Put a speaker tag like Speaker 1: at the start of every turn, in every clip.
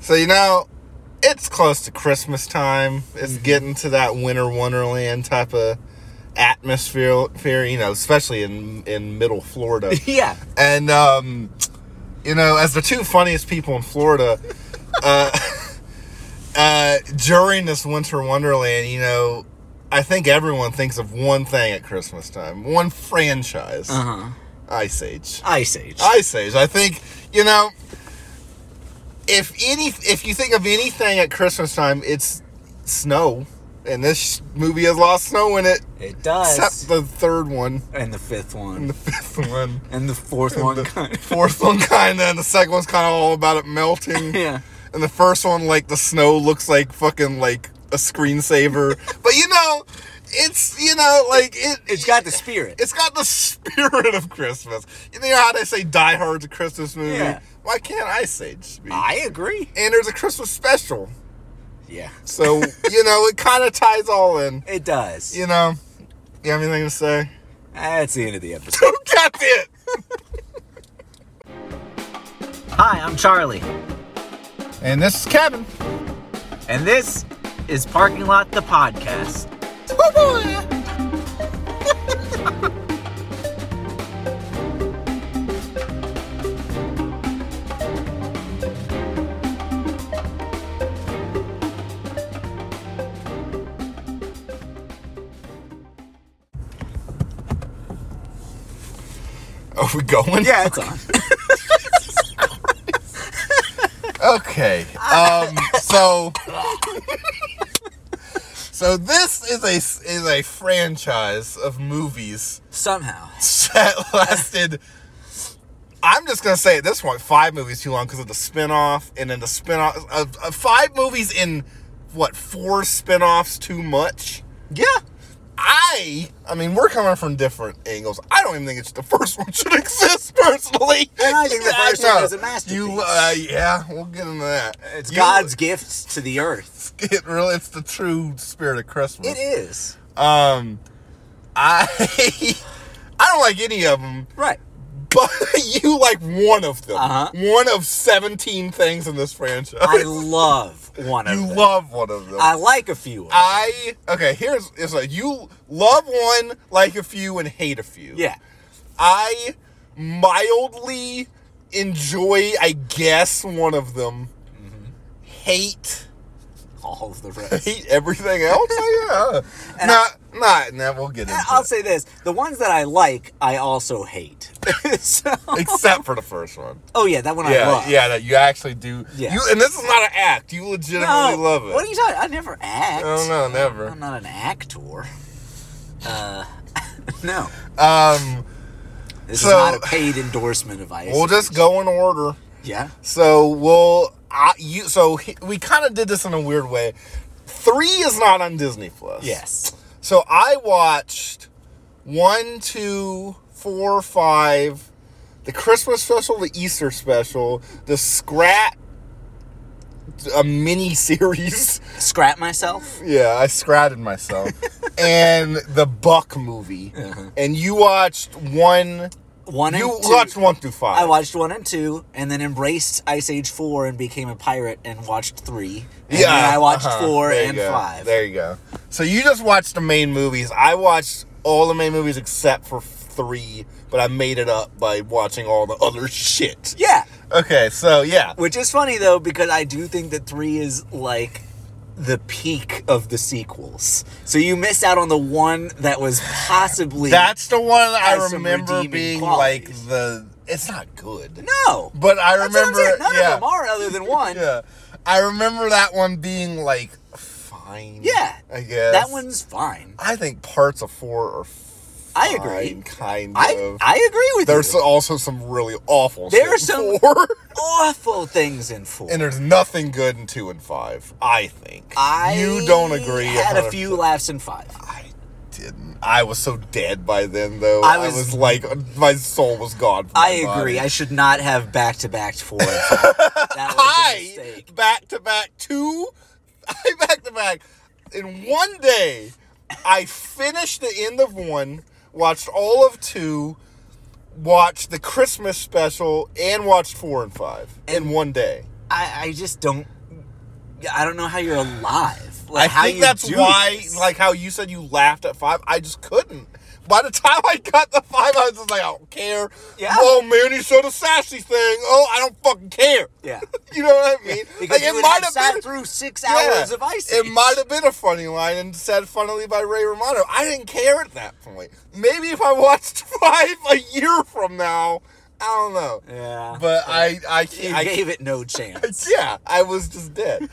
Speaker 1: So you know, it's close to Christmas time. It's getting to that winter wonderland type of atmosphere. Fear, you know, especially in in middle Florida.
Speaker 2: yeah.
Speaker 1: and um, you know, as the two funniest people in Florida, uh, uh, during this winter wonderland, you know, I think everyone thinks of one thing at Christmas time, one franchise,
Speaker 2: Uh huh.
Speaker 1: Ice Age.
Speaker 2: Ice Age.
Speaker 1: Ice Age. I think you know, if any, if you think of anything at Christmas time, it's snow, and this movie has lost snow in it,
Speaker 2: it does.
Speaker 1: except the third one,
Speaker 2: and the fifth one.
Speaker 1: the fifth one.
Speaker 2: And the fourth one. kind of-
Speaker 1: Fourth one kinda, and the second one's kinda all about it melting.
Speaker 2: yeah.
Speaker 1: And the first one, like the snow looks like fucking like a screensaver. but you know, it's you know, like it
Speaker 2: It's got the spirit.
Speaker 1: it's got the spirit of Christmas. You know how they say Die Hard's a Christmas movie?
Speaker 2: Yeah.
Speaker 1: Why can't Ice Age be?
Speaker 2: I agree.
Speaker 1: and there's a Christmas special.
Speaker 2: Yeah.
Speaker 1: So, you know, it kinda ties all in.
Speaker 2: It does.
Speaker 1: You know. You have anything to say? Oh,
Speaker 2: That's the end of the episode.
Speaker 1: That's it.
Speaker 2: Hi, I'm Charlie.
Speaker 1: And this is Kevin.
Speaker 2: And this is Parking Lot the Podcast.
Speaker 1: Are we going?
Speaker 2: Yeah, it's on.
Speaker 1: Okay. Um, so So this is a is a franchise of movies
Speaker 2: Somehow.
Speaker 1: that lasted I'm just going to say at this point 5 movies too long because of the spin-off and then the spin-off of, of 5 movies in what 4 spin-offs too much.
Speaker 2: Yeah.
Speaker 1: I I mean we're coming from different angles. I don't even think it's the first one should exist personally.
Speaker 2: And I think the first
Speaker 1: I
Speaker 2: one
Speaker 1: know.
Speaker 2: is a masterpiece.
Speaker 1: You uh, yeah, we'll get into that.
Speaker 2: It's
Speaker 1: You-
Speaker 2: God's gift to the earth.
Speaker 1: it really it's the true spirit of Christmas.
Speaker 2: It is.
Speaker 1: Um I I don't like any of them,
Speaker 2: Right.
Speaker 1: but you like one of them.
Speaker 2: Uh-huh.
Speaker 1: One of 17 things in this franchise.
Speaker 2: I love one of
Speaker 1: you
Speaker 2: them.
Speaker 1: love one of them.
Speaker 2: I like a few of them.
Speaker 1: I- okay, here's it's like you love one, like a few and hate a few.
Speaker 2: yeah.
Speaker 1: I mildly enjoy, I guess, one of them.
Speaker 2: Mm-hmm.
Speaker 1: Hate
Speaker 2: All of the rest.
Speaker 1: hate everything else. Oh, yeah, not not. Now we'll get into
Speaker 2: I'll
Speaker 1: it.
Speaker 2: say this. The ones that I like, I also hate. so,
Speaker 1: except for the first one.
Speaker 2: oh, yeah, that one I
Speaker 1: Yeah,
Speaker 2: love.
Speaker 1: yeah, that you actually do.
Speaker 2: Yeah.
Speaker 1: You and this is not an act. You
Speaker 2: No,
Speaker 1: legitimately love it.
Speaker 2: What are you talking I never act.
Speaker 1: I don't know, never.
Speaker 2: I'm not an actor. Uh, no.
Speaker 1: Um,
Speaker 2: This
Speaker 1: So-
Speaker 2: is not a paid endorsement of ice.
Speaker 1: we'll just go in order.
Speaker 2: yeah.
Speaker 1: So we'll I, you. So he- we kind of did this in a weird way. Three is not on Disney Plus.
Speaker 2: Yes.
Speaker 1: So I watched one, two, four, five, the Christmas special, the Easter special, the Scrat, a mini series.
Speaker 2: Scrap myself.
Speaker 1: Yeah, I scratted myself. and the Buck movie. And you watched one.
Speaker 2: One
Speaker 1: You
Speaker 2: and two.
Speaker 1: watched one through five.
Speaker 2: I watched one and two, and then embraced Ice Age four and became a pirate and watched three. And
Speaker 1: yeah,
Speaker 2: then I watched
Speaker 1: uh-huh.
Speaker 2: four
Speaker 1: There you
Speaker 2: and
Speaker 1: go.
Speaker 2: five.
Speaker 1: There you go. So you just watched the main movies. I watched all the main movies except for three, but I made it up by watching all the other shit.
Speaker 2: Yeah,
Speaker 1: Okay, so yeah,
Speaker 2: which is funny though because I do think that three is like the peak of the sequels. So you missed out on the one that was possibly
Speaker 1: that's the one I
Speaker 2: Has some
Speaker 1: remember
Speaker 2: redeeming
Speaker 1: being
Speaker 2: qualities.
Speaker 1: like the. It's not good,
Speaker 2: no.
Speaker 1: but I
Speaker 2: That's what I'm
Speaker 1: remember.
Speaker 2: saying. none
Speaker 1: yeah,
Speaker 2: of them are other than one.
Speaker 1: yeah, I remember that one being like fine.
Speaker 2: Yeah.
Speaker 1: I guess
Speaker 2: That one's fine.
Speaker 1: I think parts of four are
Speaker 2: I
Speaker 1: fine,
Speaker 2: agree.
Speaker 1: kind
Speaker 2: I
Speaker 1: of.
Speaker 2: I agree with
Speaker 1: there's
Speaker 2: you.
Speaker 1: also some really awful.
Speaker 2: There
Speaker 1: shit
Speaker 2: are
Speaker 1: in
Speaker 2: some-
Speaker 1: four.
Speaker 2: awful things in four.
Speaker 1: and there's nothing good in two and five. I think.
Speaker 2: I
Speaker 1: you don't agree.
Speaker 2: Had a
Speaker 1: 100%.
Speaker 2: few laughs in five.
Speaker 1: I didn't. I was so dead by then, though. I
Speaker 2: I
Speaker 1: was,
Speaker 2: was-
Speaker 1: like, my soul was gone. From
Speaker 2: I
Speaker 1: my
Speaker 2: agree.
Speaker 1: body.
Speaker 2: I should not have back to back four. and five. That was a
Speaker 1: I
Speaker 2: mistake.
Speaker 1: back to back two. I back to back in one day. I finished the end of one, watched all of two, watched the Christmas special, and watched four and five in one day.
Speaker 2: I, I just don't I don't know how you're alive. Like,
Speaker 1: I
Speaker 2: how
Speaker 1: think
Speaker 2: you
Speaker 1: that's
Speaker 2: do
Speaker 1: why,
Speaker 2: this.
Speaker 1: like how you said you laughed at five, I just couldn't. By the time I got the five, I was just like, I don't care.
Speaker 2: Yeah.
Speaker 1: Oh man, he showed a sassy thing. Oh, I don't fucking care.
Speaker 2: yeah.
Speaker 1: You know what I mean?
Speaker 2: Because you
Speaker 1: it
Speaker 2: would
Speaker 1: might
Speaker 2: have
Speaker 1: have
Speaker 2: sat
Speaker 1: been
Speaker 2: through six
Speaker 1: yeah,
Speaker 2: hours of ice.
Speaker 1: It
Speaker 2: Age.
Speaker 1: might have been a funny line and said funnily by Ray Romano. I didn't care at that point. Maybe if I watched five a year from now, I don't know.
Speaker 2: Yeah.
Speaker 1: But I, I
Speaker 2: You
Speaker 1: can't. I,
Speaker 2: gave it no chance.
Speaker 1: yeah, I was just dead.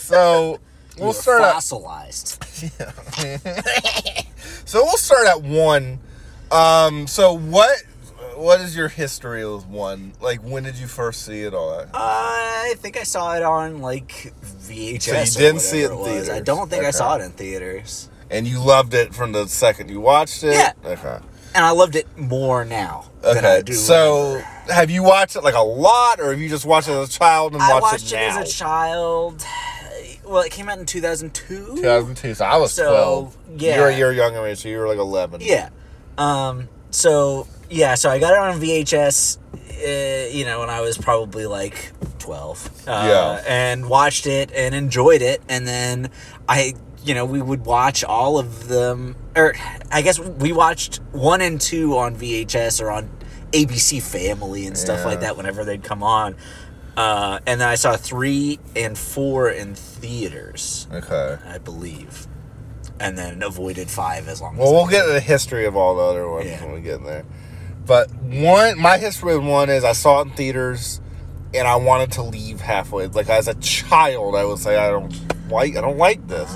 Speaker 1: so
Speaker 2: You
Speaker 1: we'll
Speaker 2: were
Speaker 1: start out.
Speaker 2: fossilized.
Speaker 1: So we'll start at one. Um, so what what is your history with one? Like when did you first see it all? that?
Speaker 2: Uh, I think I saw it on like VHS.
Speaker 1: So you
Speaker 2: or
Speaker 1: didn't see it
Speaker 2: whatever
Speaker 1: in
Speaker 2: was. I
Speaker 1: theaters.
Speaker 2: don't think I
Speaker 1: Okay.
Speaker 2: saw it in theaters,
Speaker 1: And you loved it from the second you watched it?
Speaker 2: Yeah.
Speaker 1: Okay.
Speaker 2: and I loved it more now than I
Speaker 1: Okay.
Speaker 2: do.
Speaker 1: So have you watched it like a lot or have you just watched it as a child and
Speaker 2: I
Speaker 1: watched,
Speaker 2: watched
Speaker 1: it
Speaker 2: it,
Speaker 1: now?
Speaker 2: as a child. Well, it came out in 2002.
Speaker 1: 2002, so I was
Speaker 2: So,
Speaker 1: 12.
Speaker 2: yeah.
Speaker 1: You're a year younger than me, so you were like 11.
Speaker 2: Yeah. Um. So yeah. So I got it on VHS. Uh, you know, when I was probably like twelve. Uh,
Speaker 1: Yeah.
Speaker 2: And watched it and enjoyed it, and then I, you know, we would watch all of them, or I guess we watched one and two on VHS or on ABC Family and stuff
Speaker 1: Yeah.
Speaker 2: like that whenever they'd come on. Uh, and then I saw three and four in theaters,
Speaker 1: Okay.
Speaker 2: I believe, and then avoided five as long as
Speaker 1: Well, we'll get the history of all the other ones
Speaker 2: Yeah.
Speaker 1: when we get there. But one, my history with one is I saw it in theaters, and I wanted to leave halfway. Like as a child, I would say I don't like, I don't like this.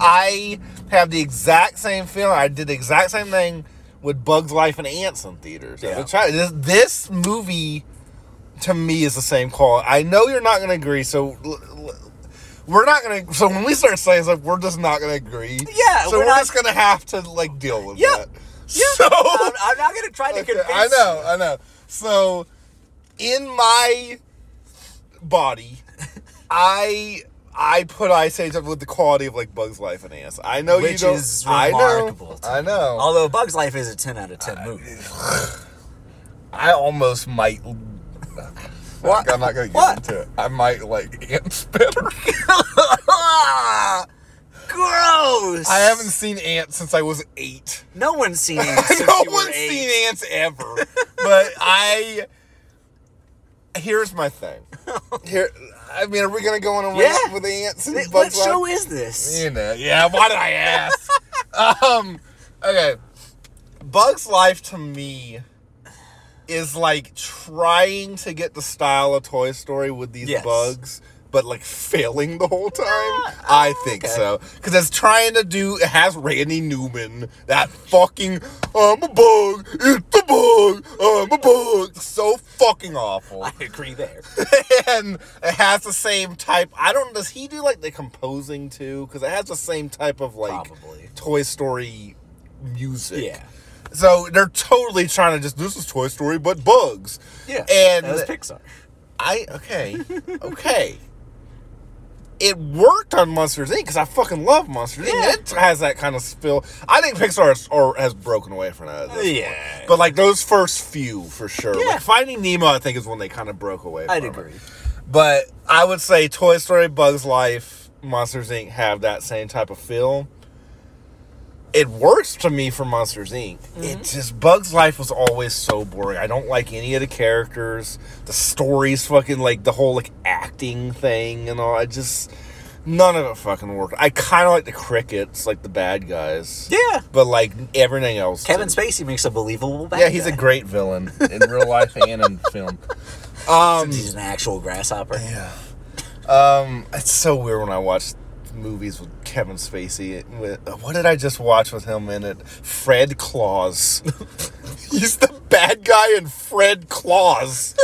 Speaker 1: I have the exact same feeling. I did the exact same thing with Bugs Life and Ants in theaters. As a
Speaker 2: Yeah.
Speaker 1: child. This, this movie to me is the same call. I know you're not going to agree, so. l- l- we're not gonna. So when we start saying stuff, we're just not gonna agree.
Speaker 2: Yeah,
Speaker 1: So
Speaker 2: we're
Speaker 1: we're,
Speaker 2: not-
Speaker 1: just gonna have to like deal with
Speaker 2: Yeah.
Speaker 1: that.
Speaker 2: Yeah,
Speaker 1: So
Speaker 2: I'm, I'm not gonna try to
Speaker 1: Okay,
Speaker 2: convince.
Speaker 1: I know, I know. So in my body, I I put Ice Age up with the quality of like Bugs Life and Ants. I know
Speaker 2: Which
Speaker 1: you don't.
Speaker 2: is
Speaker 1: I know.
Speaker 2: remarkable to
Speaker 1: I know.
Speaker 2: you. Although Bug's Life is a ten out of ten movie.
Speaker 1: I almost might.
Speaker 2: What?
Speaker 1: I'm not gonna get
Speaker 2: What?
Speaker 1: into it. I might like ants better.
Speaker 2: Gross.
Speaker 1: I haven't seen ants since I was eight.
Speaker 2: No one's seen it. since
Speaker 1: no
Speaker 2: you were
Speaker 1: one's
Speaker 2: eight.
Speaker 1: seen ants ever. but I. Here's my thing. Here, I mean, are we gonna go on a rant
Speaker 2: Yeah.
Speaker 1: with ants and
Speaker 2: Th- What
Speaker 1: Bugs Life?
Speaker 2: show is this?
Speaker 1: You know, yeah. Why did I ask? um, okay. Bugs Life to me is like trying to get the style of Toy Story with these
Speaker 2: Yes. Ah, oh,
Speaker 1: bugs, but like failing the whole time. I think
Speaker 2: okay.
Speaker 1: so because it's trying to do. It has Randy Newman that fucking I'm a bug, it's a bug, I'm a bug. So fucking awful
Speaker 2: I agree there.
Speaker 1: and it has the same type. I don't. Does he do like the composing too? Because it has the same type of like
Speaker 2: Probably.
Speaker 1: Toy Story music.
Speaker 2: Yeah.
Speaker 1: So they're totally trying to just this is Toy Story but bugs.
Speaker 2: Yeah.
Speaker 1: And
Speaker 2: that was Pixar.
Speaker 1: I okay, okay. It worked on Monsters Inc. because I fucking love Monsters Inc.
Speaker 2: Yeah.
Speaker 1: It has that kind of spill. I think Pixar has, or has broken away from that. at this point.
Speaker 2: Yeah.
Speaker 1: but like those first few for sure.
Speaker 2: Yeah.
Speaker 1: Like Finding Nemo, I think is when they kind of broke away.
Speaker 2: I'd
Speaker 1: from it.
Speaker 2: agree.
Speaker 1: But I would say Toy Story, Bugs Life, Monsters Inc. have that same type of feel. It works to me for Monsters Inc.
Speaker 2: Mm-hmm.
Speaker 1: It just Bugs Life was always so boring. I don't like any of the characters. The stories fucking like the whole like acting thing and all. I just none of it fucking worked. I kinda like the crickets, like the bad guys.
Speaker 2: Yeah.
Speaker 1: But like everything else.
Speaker 2: Kevin
Speaker 1: didn't.
Speaker 2: Spacey makes a believable bad
Speaker 1: Yeah, he's a
Speaker 2: guy.
Speaker 1: great villain in real life and in film. Um,
Speaker 2: he's an actual grasshopper.
Speaker 1: Yeah. Um, it's so weird when I watch movies with Kevin Spacey. With, what did I just watch with him in it? Fred Claus. He's the bad guy in Fred Claus.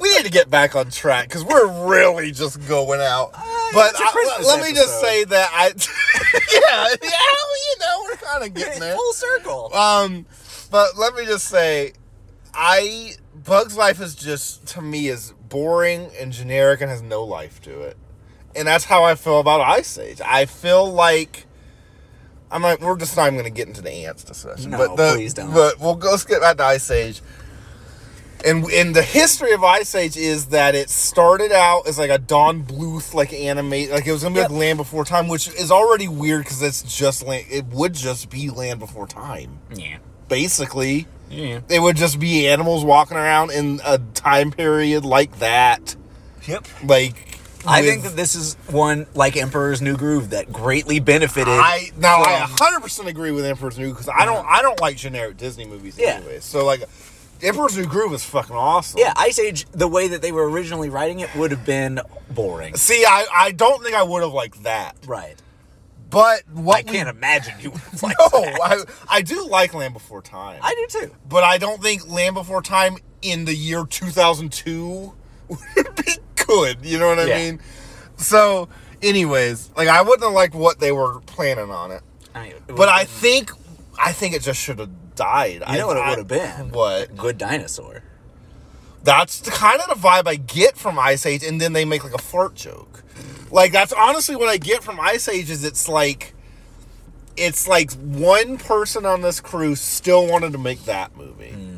Speaker 1: we need to get back on track because we're really just going out. but
Speaker 2: Uh, it's a
Speaker 1: I-
Speaker 2: Christmas
Speaker 1: let me just
Speaker 2: episode.
Speaker 1: say that I, yeah, yeah, you know, we're kind of getting there.
Speaker 2: Full circle.
Speaker 1: Um, but let me just say, I Bugs Life is just to me is boring and generic and has no life to it, and that's how I feel about Ice Age. I feel like I'm like we're just not even going to get into the ants discussion.
Speaker 2: No,
Speaker 1: but the,
Speaker 2: please don't.
Speaker 1: But we'll go skip back to Ice Age. And in the history of Ice Age is that it started out as like a Don Bluth like anime, like it was gonna be
Speaker 2: Yep.
Speaker 1: like Land Before Time, which is already weird because it's just land. It would just be Land Before Time,
Speaker 2: Yeah.
Speaker 1: basically.
Speaker 2: Yeah.
Speaker 1: It would just be animals walking around in a time period like that,
Speaker 2: Yep.
Speaker 1: like.
Speaker 2: I
Speaker 1: with-
Speaker 2: think that this is one like Emperor's New Groove that greatly benefited.
Speaker 1: I now I
Speaker 2: from-
Speaker 1: 100 percent agree with Emperor's New because I don't I don't like generic Disney movies
Speaker 2: Yeah.
Speaker 1: anyway. So like, Emperor's New Groove is fucking awesome.
Speaker 2: yeah, Ice Age, the way that they were originally writing it would have been boring.
Speaker 1: See, I, I don't think I would have liked that,
Speaker 2: Right.
Speaker 1: but what
Speaker 2: I can't imagine you would have
Speaker 1: We,
Speaker 2: liked
Speaker 1: no,
Speaker 2: that.
Speaker 1: I, I do like Land Before Time,
Speaker 2: I do too.
Speaker 1: but I don't think Land Before Time in the year 2002 would be good. You know what I
Speaker 2: Yeah.
Speaker 1: mean? So, anyways, like I wouldn't have liked what they were planning on it.
Speaker 2: I mean,
Speaker 1: But I think I think it just should have died.
Speaker 2: Mm-hmm. you
Speaker 1: I,
Speaker 2: know what it
Speaker 1: I-
Speaker 2: would have been.
Speaker 1: What?
Speaker 2: A good dinosaur.
Speaker 1: That's the kind of the vibe I get from Ice Age, and then they make like a fart joke. Like that's honestly what I get from Ice Age is it's like it's like one person on this crew still wanted to make that movie.
Speaker 2: Mm.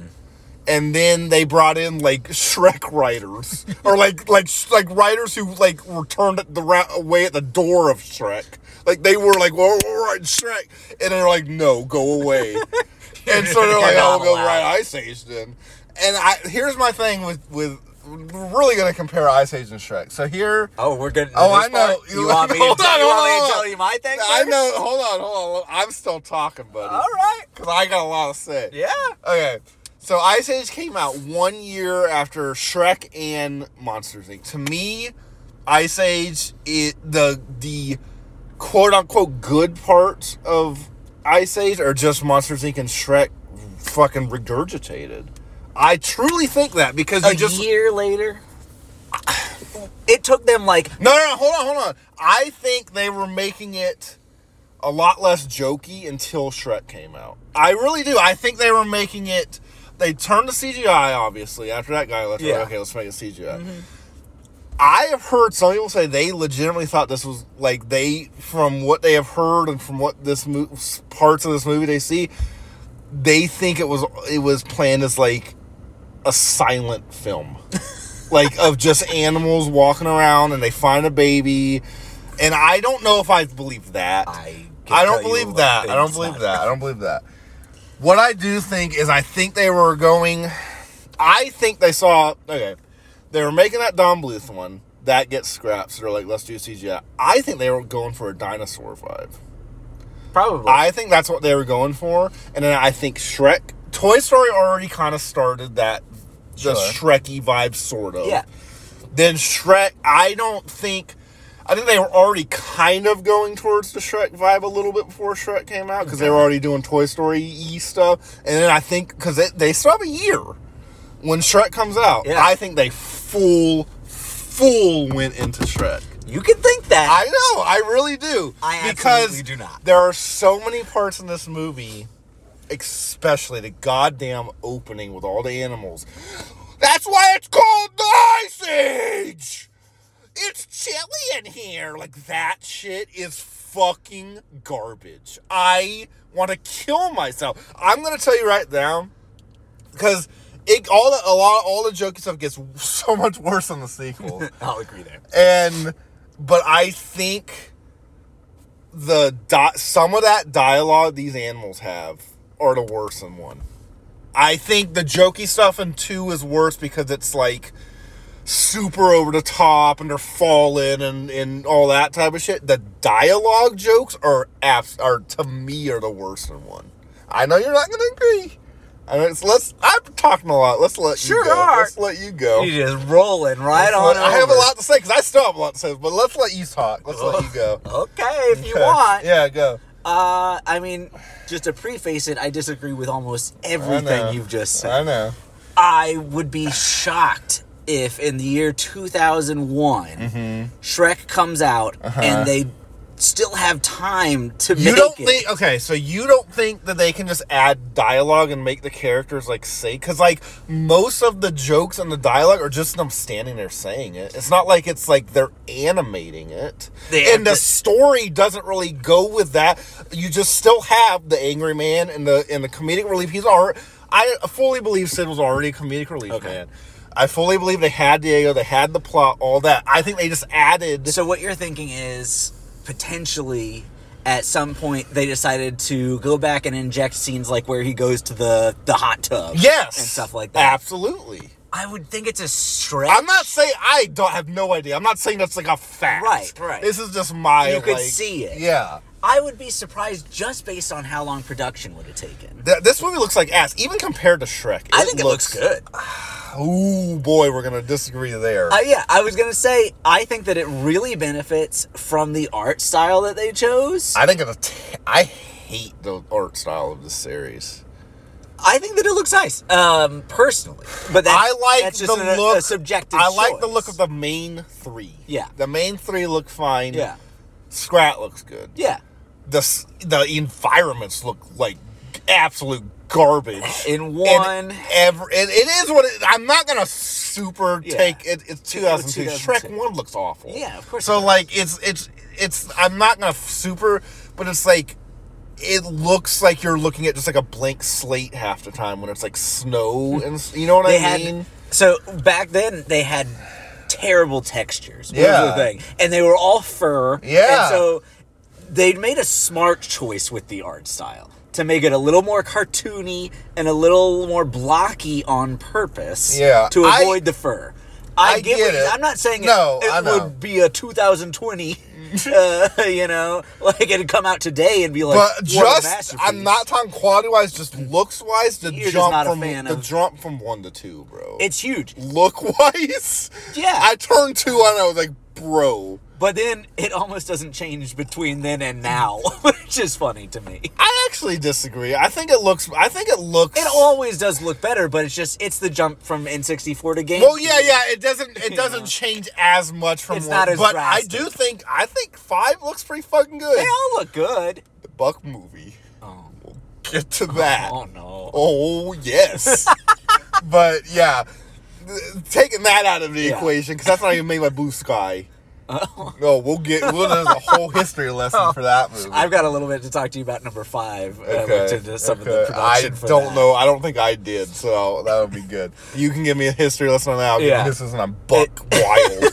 Speaker 1: And then they brought in like Shrek writers, or like like sh- like writers who like were turned at the ra- away at the door of Shrek. Like they were like, "Well, all right, Shrek," and they're like, "No, go away." and so they're
Speaker 2: You're
Speaker 1: like,
Speaker 2: not
Speaker 1: "Oh, go
Speaker 2: allowed."
Speaker 1: right Ice Age then. And I here's my thing with with we're really gonna compare Ice Age and Shrek. So here,
Speaker 2: Oh, we're good.
Speaker 1: Oh,
Speaker 2: this
Speaker 1: I know.
Speaker 2: part? You want me to,
Speaker 1: Hold on,
Speaker 2: you want
Speaker 1: hold on,
Speaker 2: me to
Speaker 1: hold
Speaker 2: tell
Speaker 1: on.
Speaker 2: you my thing?
Speaker 1: I
Speaker 2: first?
Speaker 1: know. Hold on, hold on. I'm still talking,
Speaker 2: All
Speaker 1: buddy,
Speaker 2: right.
Speaker 1: because I got a lot to say.
Speaker 2: Yeah.
Speaker 1: Okay. So Ice Age came out one year after Shrek and Monsters Inc. To me, Ice Age it the the quote unquote good parts of Ice Age are just Monsters Inc. and Shrek fucking regurgitated. I truly think that because you
Speaker 2: A
Speaker 1: just
Speaker 2: year later, it took them like
Speaker 1: No, no, no, hold on, hold on. I think they were making it a lot less jokey until Shrek came out. I really do. I think they were making it. They turned to CGI, obviously. After that guy left, they're like,
Speaker 2: Yeah.
Speaker 1: okay, let's make it CGI. I have heard some people say they legitimately thought this was like they, from what they have heard and from what this mo- parts of this movie they see, they think it was it was planned as like a silent film like of just animals walking around and they find a baby and i don't know if i believe that
Speaker 2: I. can
Speaker 1: i
Speaker 2: tell
Speaker 1: don't
Speaker 2: you
Speaker 1: believe
Speaker 2: a
Speaker 1: that
Speaker 2: lot
Speaker 1: i don't
Speaker 2: of things
Speaker 1: believe
Speaker 2: not-
Speaker 1: that i don't believe that what i do think is i think they were going i think they saw okay they were making that don bluth one that gets scrapped so they're like let's do cgi i think they were going for a dinosaur vibe
Speaker 2: Probably.
Speaker 1: I think that's what they were going for, and then I think Shrek, Toy Story already kind of started that the
Speaker 2: Sure.
Speaker 1: Shrekky vibe, sort of.
Speaker 2: yeah.
Speaker 1: Then Shrek, I don't think, I think they were already kind of going towards the Shrek vibe a little bit before Shrek came out because they were already doing Toy Story e stuff, and then I think because they still have a year when Shrek comes out,
Speaker 2: Yeah.
Speaker 1: I think they full, full went into Shrek.
Speaker 2: You can think that.
Speaker 1: I know, I really do.
Speaker 2: I
Speaker 1: because
Speaker 2: absolutely do not.
Speaker 1: There are so many parts in this movie, especially the goddamn opening with all the animals. That's why it's called the Ice Age. It's chilly in here. Like that shit is fucking garbage. I want to kill myself. I'm gonna tell you right now, because it all the, a lot all the jokey stuff gets so much worse in the sequel
Speaker 2: I'll agree there.
Speaker 1: and but I think the di- some of that dialogue these animals have are the worst in one. I think the jokey stuff in two is worse because it's like super over the top and they're falling and, and all that type of shit. The dialogue jokes are abs- are to me are the worst in one. I know you're not gonna agree. I mean, so let's. I'm talking a lot. Let's let
Speaker 2: Sure
Speaker 1: you go.
Speaker 2: are.
Speaker 1: Let's let you go.
Speaker 2: You just rolling right
Speaker 1: Let's
Speaker 2: on.
Speaker 1: let- I have a
Speaker 2: over.
Speaker 1: lot to say because I still have a lot to say, but let's let you talk. Let's let you go.
Speaker 2: Okay, if you
Speaker 1: Okay.
Speaker 2: want.
Speaker 1: Yeah, go.
Speaker 2: Uh, I mean, just to preface it, I disagree with almost
Speaker 1: know.
Speaker 2: everything you've just said.
Speaker 1: I know.
Speaker 2: I would be shocked if in the year 2001
Speaker 1: Mm-hmm.
Speaker 2: Shrek comes out and they still have time to
Speaker 1: Uh-huh. You
Speaker 2: make
Speaker 1: don't
Speaker 2: it.
Speaker 1: think okay, so you don't think that they can just add dialogue and make the characters like say cuz like most of the jokes and the dialogue are just them standing there saying it. It's not like it's like they're animating it.
Speaker 2: They-
Speaker 1: and the story doesn't really go with that. You just still have the angry man and the and the comedic relief he's art I fully believe Sid was already a comedic relief
Speaker 2: Okay.
Speaker 1: man. I fully believe they had Diego, they had the plot, all that. I think they just added.
Speaker 2: So what you're thinking is potentially at some point they decided to go back and inject scenes like where he goes to the the hot tub,
Speaker 1: yes,
Speaker 2: and stuff like that.
Speaker 1: Absolutely.
Speaker 2: I would think it's a stretch.
Speaker 1: I'm not saying I don't have no idea. I'm not saying that's like a fact.
Speaker 2: Right, right.
Speaker 1: This is just my.
Speaker 2: You could
Speaker 1: like-
Speaker 2: see it.
Speaker 1: Yeah.
Speaker 2: I would be surprised just based on how long production would have taken.
Speaker 1: Th- this movie looks like ass, even compared to Shrek.
Speaker 2: I think it looks good.
Speaker 1: Ooh, boy, we're gonna disagree there.
Speaker 2: Uh, yeah, I was gonna say I think that it really benefits from the art style that they chose.
Speaker 1: I think it's a t- I hate the art style of this series.
Speaker 2: I think that it looks nice, um, personally. But that's,
Speaker 1: I like
Speaker 2: that's just
Speaker 1: the
Speaker 2: an- a-
Speaker 1: look.
Speaker 2: A subjective.
Speaker 1: I like the
Speaker 2: choice.
Speaker 1: look of the main three.
Speaker 2: Yeah.
Speaker 1: the main three look fine.
Speaker 2: yeah,
Speaker 1: Scrat looks good.
Speaker 2: yeah.
Speaker 1: The s- the environments look like absolute garbage.
Speaker 2: In
Speaker 1: And
Speaker 2: one,
Speaker 1: ever it, it is what it, I'm not gonna super
Speaker 2: Yeah.
Speaker 1: take it. It's 2002.
Speaker 2: 2002.
Speaker 1: Shrek one looks awful.
Speaker 2: Yeah, of course it
Speaker 1: So
Speaker 2: does.
Speaker 1: like it's it's it's I'm not gonna super, but it's like it looks like you're looking at just like a blank slate half the time when it's like snow and s- you know what
Speaker 2: Hmm. they
Speaker 1: I
Speaker 2: had
Speaker 1: mean.
Speaker 2: so back then they had terrible textures. was
Speaker 1: Yeah.
Speaker 2: the thing, and they were all fur.
Speaker 1: Yeah.
Speaker 2: and so they'd made a smart choice with the art style to make it a little more cartoony and a little more blocky on purpose.
Speaker 1: Yeah,
Speaker 2: to
Speaker 1: I-
Speaker 2: avoid the fur. I,
Speaker 1: I
Speaker 2: get,
Speaker 1: get
Speaker 2: what you-
Speaker 1: it.
Speaker 2: I'm not saying it,
Speaker 1: No,
Speaker 2: it
Speaker 1: I know.
Speaker 2: would be a 2020. uh, you know, like it'd come out today and be like,
Speaker 1: But
Speaker 2: what a
Speaker 1: just
Speaker 2: masterpiece.
Speaker 1: I'm not talking quality wise, just looks wise. The
Speaker 2: Hmm. You're just
Speaker 1: jump
Speaker 2: not a
Speaker 1: from
Speaker 2: fan
Speaker 1: the
Speaker 2: of-
Speaker 1: jump from one to two, bro.
Speaker 2: It's huge.
Speaker 1: look wise.
Speaker 2: Yeah.
Speaker 1: I turned two and I was like, bro.
Speaker 2: But then it almost doesn't change between then and now, which is funny to me.
Speaker 1: I actually disagree. I think it looks. I think it looks.
Speaker 2: It always does look better, but it's just it's the jump from N64 to game.
Speaker 1: Well, yeah, yeah. It doesn't. It doesn't change as much from.
Speaker 2: It's
Speaker 1: one,
Speaker 2: not as
Speaker 1: But
Speaker 2: drastic.
Speaker 1: I do think. I think five looks pretty fucking good.
Speaker 2: They all look good.
Speaker 1: The Buck movie.
Speaker 2: Oh,
Speaker 1: Get to that.
Speaker 2: oh no.
Speaker 1: Oh yes. but yeah, th- taking that out of the
Speaker 2: Yeah. Oh.
Speaker 1: equation because that's not even made by Blue Sky. No, we'll get. We'll, there's a whole history lesson for that movie.
Speaker 2: I've got a little bit to talk to you about number five. uh, which is just some of
Speaker 1: okay.
Speaker 2: the production
Speaker 1: I
Speaker 2: for
Speaker 1: don't
Speaker 2: that.
Speaker 1: know. I don't think I did, so that would be good. You can give me a history lesson on that.
Speaker 2: Yeah.
Speaker 1: Yeah. This isn't a buck wild.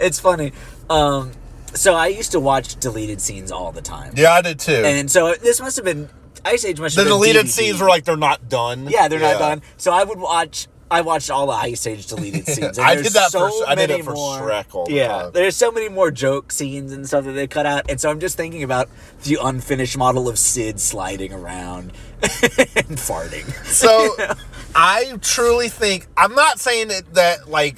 Speaker 2: It's funny. Um, so I used to watch deleted scenes all the time,
Speaker 1: Yeah, I did too.
Speaker 2: and so this must have been Ice Age. Must
Speaker 1: the
Speaker 2: have been
Speaker 1: deleted
Speaker 2: DVD.
Speaker 1: scenes were like they're not done.
Speaker 2: Yeah, they're not done. So I would watch. I watched all the Ice Age deleted scenes. and
Speaker 1: I
Speaker 2: there's
Speaker 1: did that
Speaker 2: so
Speaker 1: for- I did
Speaker 2: many
Speaker 1: it for
Speaker 2: more-
Speaker 1: Shrek all the
Speaker 2: yeah,
Speaker 1: time.
Speaker 2: there's so many more joke scenes and stuff that they cut out, and so I'm just thinking about the unfinished model of Sid sliding around and farting.
Speaker 1: So I truly think I'm not saying that, that like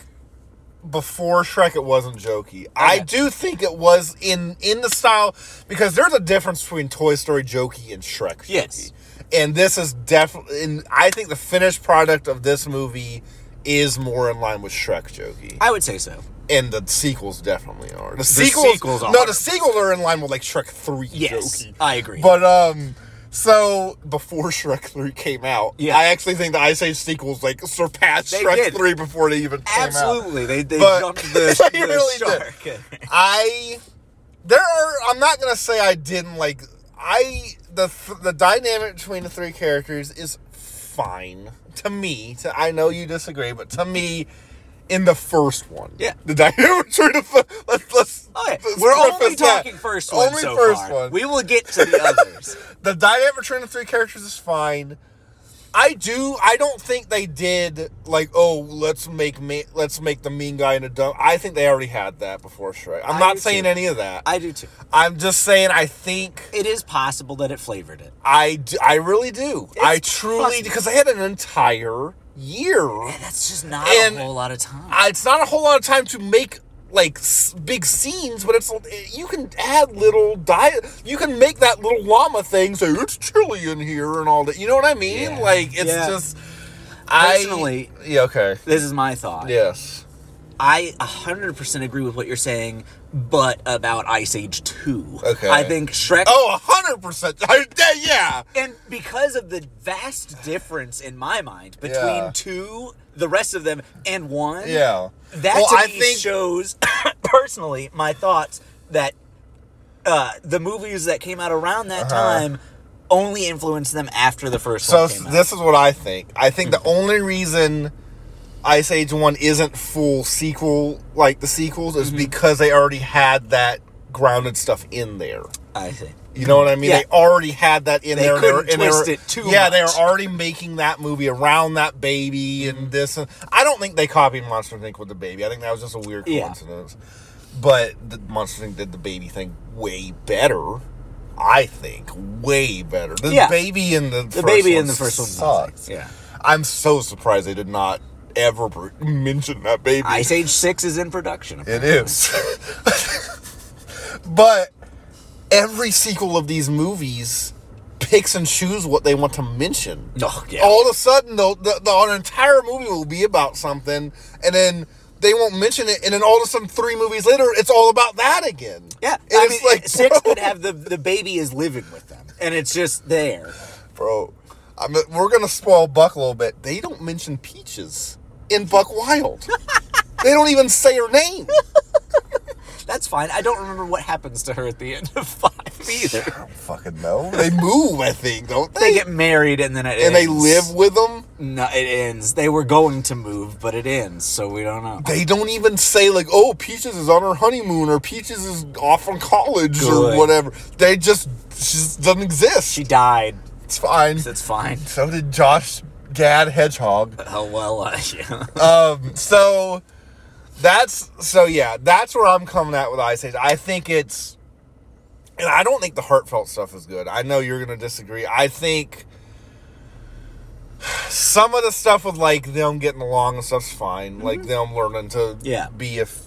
Speaker 1: before Shrek it wasn't jokey. I
Speaker 2: Okay.
Speaker 1: do think it was in in the style because there's a difference between Toy Story jokey and Shrek. Jokey.
Speaker 2: Yes.
Speaker 1: And this is definitely and I think the finished product of this movie is more in line with Shrek jokey.
Speaker 2: I would say so.
Speaker 1: and the sequels definitely are. The, sequels,
Speaker 2: sequels
Speaker 1: No,
Speaker 2: are.
Speaker 1: the sequels are in line with like Shrek Three.
Speaker 2: Yes,
Speaker 1: jokey.
Speaker 2: I agree.
Speaker 1: But um, so before Shrek Three came out,
Speaker 2: Yeah.
Speaker 1: I actually think the Ice Age sequels like surpassed
Speaker 2: They
Speaker 1: Shrek
Speaker 2: did.
Speaker 1: Three before they even came out.
Speaker 2: Absolutely, they they
Speaker 1: But-
Speaker 2: jumped the,
Speaker 1: They
Speaker 2: the
Speaker 1: really
Speaker 2: shark.
Speaker 1: I there are. I'm not gonna say I didn't like. I the th- the dynamic between the three characters is fine to me. To, I know you disagree, but to me. In the first one,
Speaker 2: Yeah.
Speaker 1: the dynamic between the th- let's let's
Speaker 2: Okay,
Speaker 1: let's
Speaker 2: Oh, we're only
Speaker 1: preface that.
Speaker 2: talking first one
Speaker 1: Only
Speaker 2: so
Speaker 1: first
Speaker 2: far.
Speaker 1: one
Speaker 2: We will get to the others.
Speaker 1: the dynamic between the three characters is fine. I do. I don't think they did like oh let's make me let's make the mean guy in a dumb. I think they already had that before Shrek. I'm
Speaker 2: I
Speaker 1: not
Speaker 2: do
Speaker 1: saying
Speaker 2: too.
Speaker 1: any of that. I,
Speaker 2: I do too.
Speaker 1: am just saying I think
Speaker 2: It is possible that it flavored it.
Speaker 1: I d- I really do. I truly
Speaker 2: possible.
Speaker 1: because they had an entire year.
Speaker 2: That's just not
Speaker 1: And-
Speaker 2: a whole lot of time.
Speaker 1: I- It's not a whole lot of time to make like s- big scenes, but it's you can add little diet. You can make that little llama thing say it's chilly in here and all that. You know what I mean?
Speaker 2: Yeah.
Speaker 1: Like it's
Speaker 2: Yeah.
Speaker 1: just
Speaker 2: Personally-
Speaker 1: I, yeah. Okay.
Speaker 2: this is my thought.
Speaker 1: Yes.
Speaker 2: I 100% agree with what you're saying, but about Ice Age 2.
Speaker 1: Okay.
Speaker 2: I think Shrek.
Speaker 1: Oh, hundred percent. Yeah.
Speaker 2: And because of the vast difference in my mind between
Speaker 1: Yeah.
Speaker 2: two, the rest of them, and one,
Speaker 1: Yeah.
Speaker 2: that
Speaker 1: Well,
Speaker 2: to
Speaker 1: I
Speaker 2: me
Speaker 1: think-
Speaker 2: shows, personally, my thoughts that uh, the movies that came out around that time only influenced them after the first
Speaker 1: Uh-huh. So
Speaker 2: one came out.
Speaker 1: this is what I think. I think
Speaker 2: Mm-hmm.
Speaker 1: the only reason Ice Age One isn't full sequel like the sequels
Speaker 2: Mm-hmm.
Speaker 1: is because they already had that grounded stuff in there.
Speaker 2: I see.
Speaker 1: You know what I mean?
Speaker 2: Yeah.
Speaker 1: They already had that in
Speaker 2: They
Speaker 1: there.
Speaker 2: couldn't
Speaker 1: and they were- and
Speaker 2: twist it
Speaker 1: they were-
Speaker 2: too
Speaker 1: Yeah, they
Speaker 2: much. Mm-hmm.
Speaker 1: were already making that movie around that baby and this. And, I don't think they copied Monster Inc. with the baby. I think that was just a weird
Speaker 2: Yeah.
Speaker 1: coincidence. But the Monster Inc. did the baby thing way better. I think way better. The
Speaker 2: Yeah.
Speaker 1: baby in the
Speaker 2: The baby in the first one
Speaker 1: sucks.
Speaker 2: Yeah.
Speaker 1: I'm so surprised they did not ever br- mention that baby.
Speaker 2: Ice Age 6 is in production.
Speaker 1: It is. but every sequel of these movies picks and chooses what they want to mention.
Speaker 2: Oh, yeah.
Speaker 1: All of a sudden, though, the, the, an entire movie will be about something, and then they won't mention it, and then all of a sudden, three movies later, it's all about that again.
Speaker 2: Yeah,
Speaker 1: and
Speaker 2: I
Speaker 1: it's
Speaker 2: mean,
Speaker 1: like
Speaker 2: six
Speaker 1: bro,
Speaker 2: could have the the baby is living with them, and it's just there.
Speaker 1: bro. I'm, we're gonna spoil Buck a little bit. They don't mention peaches in Buck Wild. they don't even say her name.
Speaker 2: That's fine. I don't remember what happens to her at the end of five either.
Speaker 1: Fucking no. They move, I think, don't
Speaker 2: They get married, and then it
Speaker 1: and they
Speaker 2: ends.
Speaker 1: live with them.
Speaker 2: No, it ends. They were going to move, but it ends, so we don't know.
Speaker 1: They don't even say like, "Oh, Peaches is on her honeymoon," or "Peaches is off on college,"
Speaker 2: Good.
Speaker 1: or whatever. They just she just doesn't exist.
Speaker 2: She died.
Speaker 1: It's fine.
Speaker 2: That's fine.
Speaker 1: So did Josh Gad Hedgehog.
Speaker 2: Oh well, uh, yeah.
Speaker 1: Um, so that's so yeah, that's where I'm coming at with Ice Age. I think it's, and I don't think the heartfelt stuff is good. I know you're gonna disagree. I think. Some of the stuff with like them getting along and stuff's fine, like them learning to
Speaker 2: Mm-hmm. Yeah.
Speaker 1: be a, f-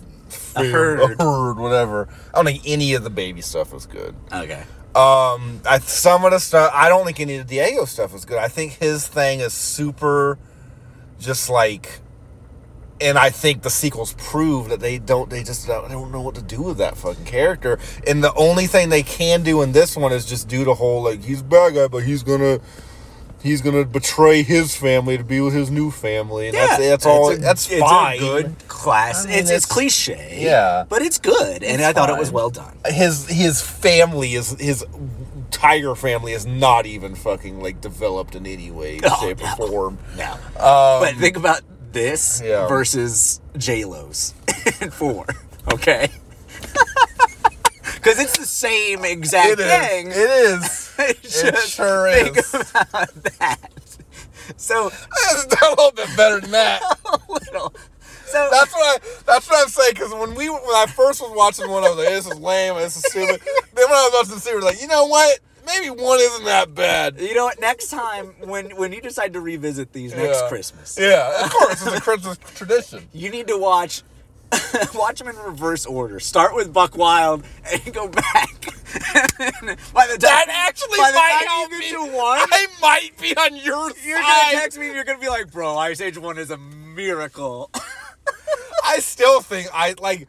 Speaker 2: A
Speaker 1: a
Speaker 2: herd.
Speaker 1: herd, whatever. I don't think any of the baby stuff was good.
Speaker 2: Okay.
Speaker 1: Um, I, some of the stuff I don't think any of the Diego stuff is good. I think his thing is super, just like, and I think the sequels prove that they don't. They just don't, they don't know what to do with that fucking character. And the only thing they can do in this one is just do the whole like he's a bad guy, but he's gonna. He's gonna betray his family to be with his new family, and that's that's
Speaker 2: It's
Speaker 1: all.
Speaker 2: a-
Speaker 1: that's
Speaker 2: it's
Speaker 1: fine.
Speaker 2: A good class.
Speaker 1: I mean,
Speaker 2: it's,
Speaker 1: it's-
Speaker 2: it's cliche.
Speaker 1: yeah.
Speaker 2: but it's good, and
Speaker 1: It's
Speaker 2: I thought it was
Speaker 1: fine.
Speaker 2: well done.
Speaker 1: his his family is his tiger family is not even fucking like developed in any way,
Speaker 2: Oh,
Speaker 1: shape,
Speaker 2: no.
Speaker 1: or form.
Speaker 2: Now,
Speaker 1: Um,
Speaker 2: but think about this
Speaker 1: Yeah.
Speaker 2: versus J Lo's in four. Okay. Because it's the same
Speaker 1: it
Speaker 2: exact
Speaker 1: is.
Speaker 2: thing.
Speaker 1: It is. it
Speaker 2: Just
Speaker 1: sure
Speaker 2: think
Speaker 1: is.
Speaker 2: about that. So
Speaker 1: It's a little bit better than that.
Speaker 2: a little. So
Speaker 1: That's what I. That's what I'm saying. Because when we, when I first was watching one, I was like, "This is lame. This is stupid." then when I was watching the series, like, you know what? Maybe one isn't that bad.
Speaker 2: you know what? Next time when when you decide to revisit these next
Speaker 1: Yeah.
Speaker 2: Christmas,
Speaker 1: Yeah, of course, it's a Christmas tradition.
Speaker 2: you need to watch watch them in reverse order. Start with Buck Wild and go back. And by the time
Speaker 1: That actually
Speaker 2: by the
Speaker 1: might
Speaker 2: time
Speaker 1: help
Speaker 2: you
Speaker 1: me.
Speaker 2: get to one,
Speaker 1: I might be on your
Speaker 2: You're
Speaker 1: side.
Speaker 2: gonna text me and you're gonna be like, bro, Ice Age 1 is a miracle.
Speaker 1: I still think I like.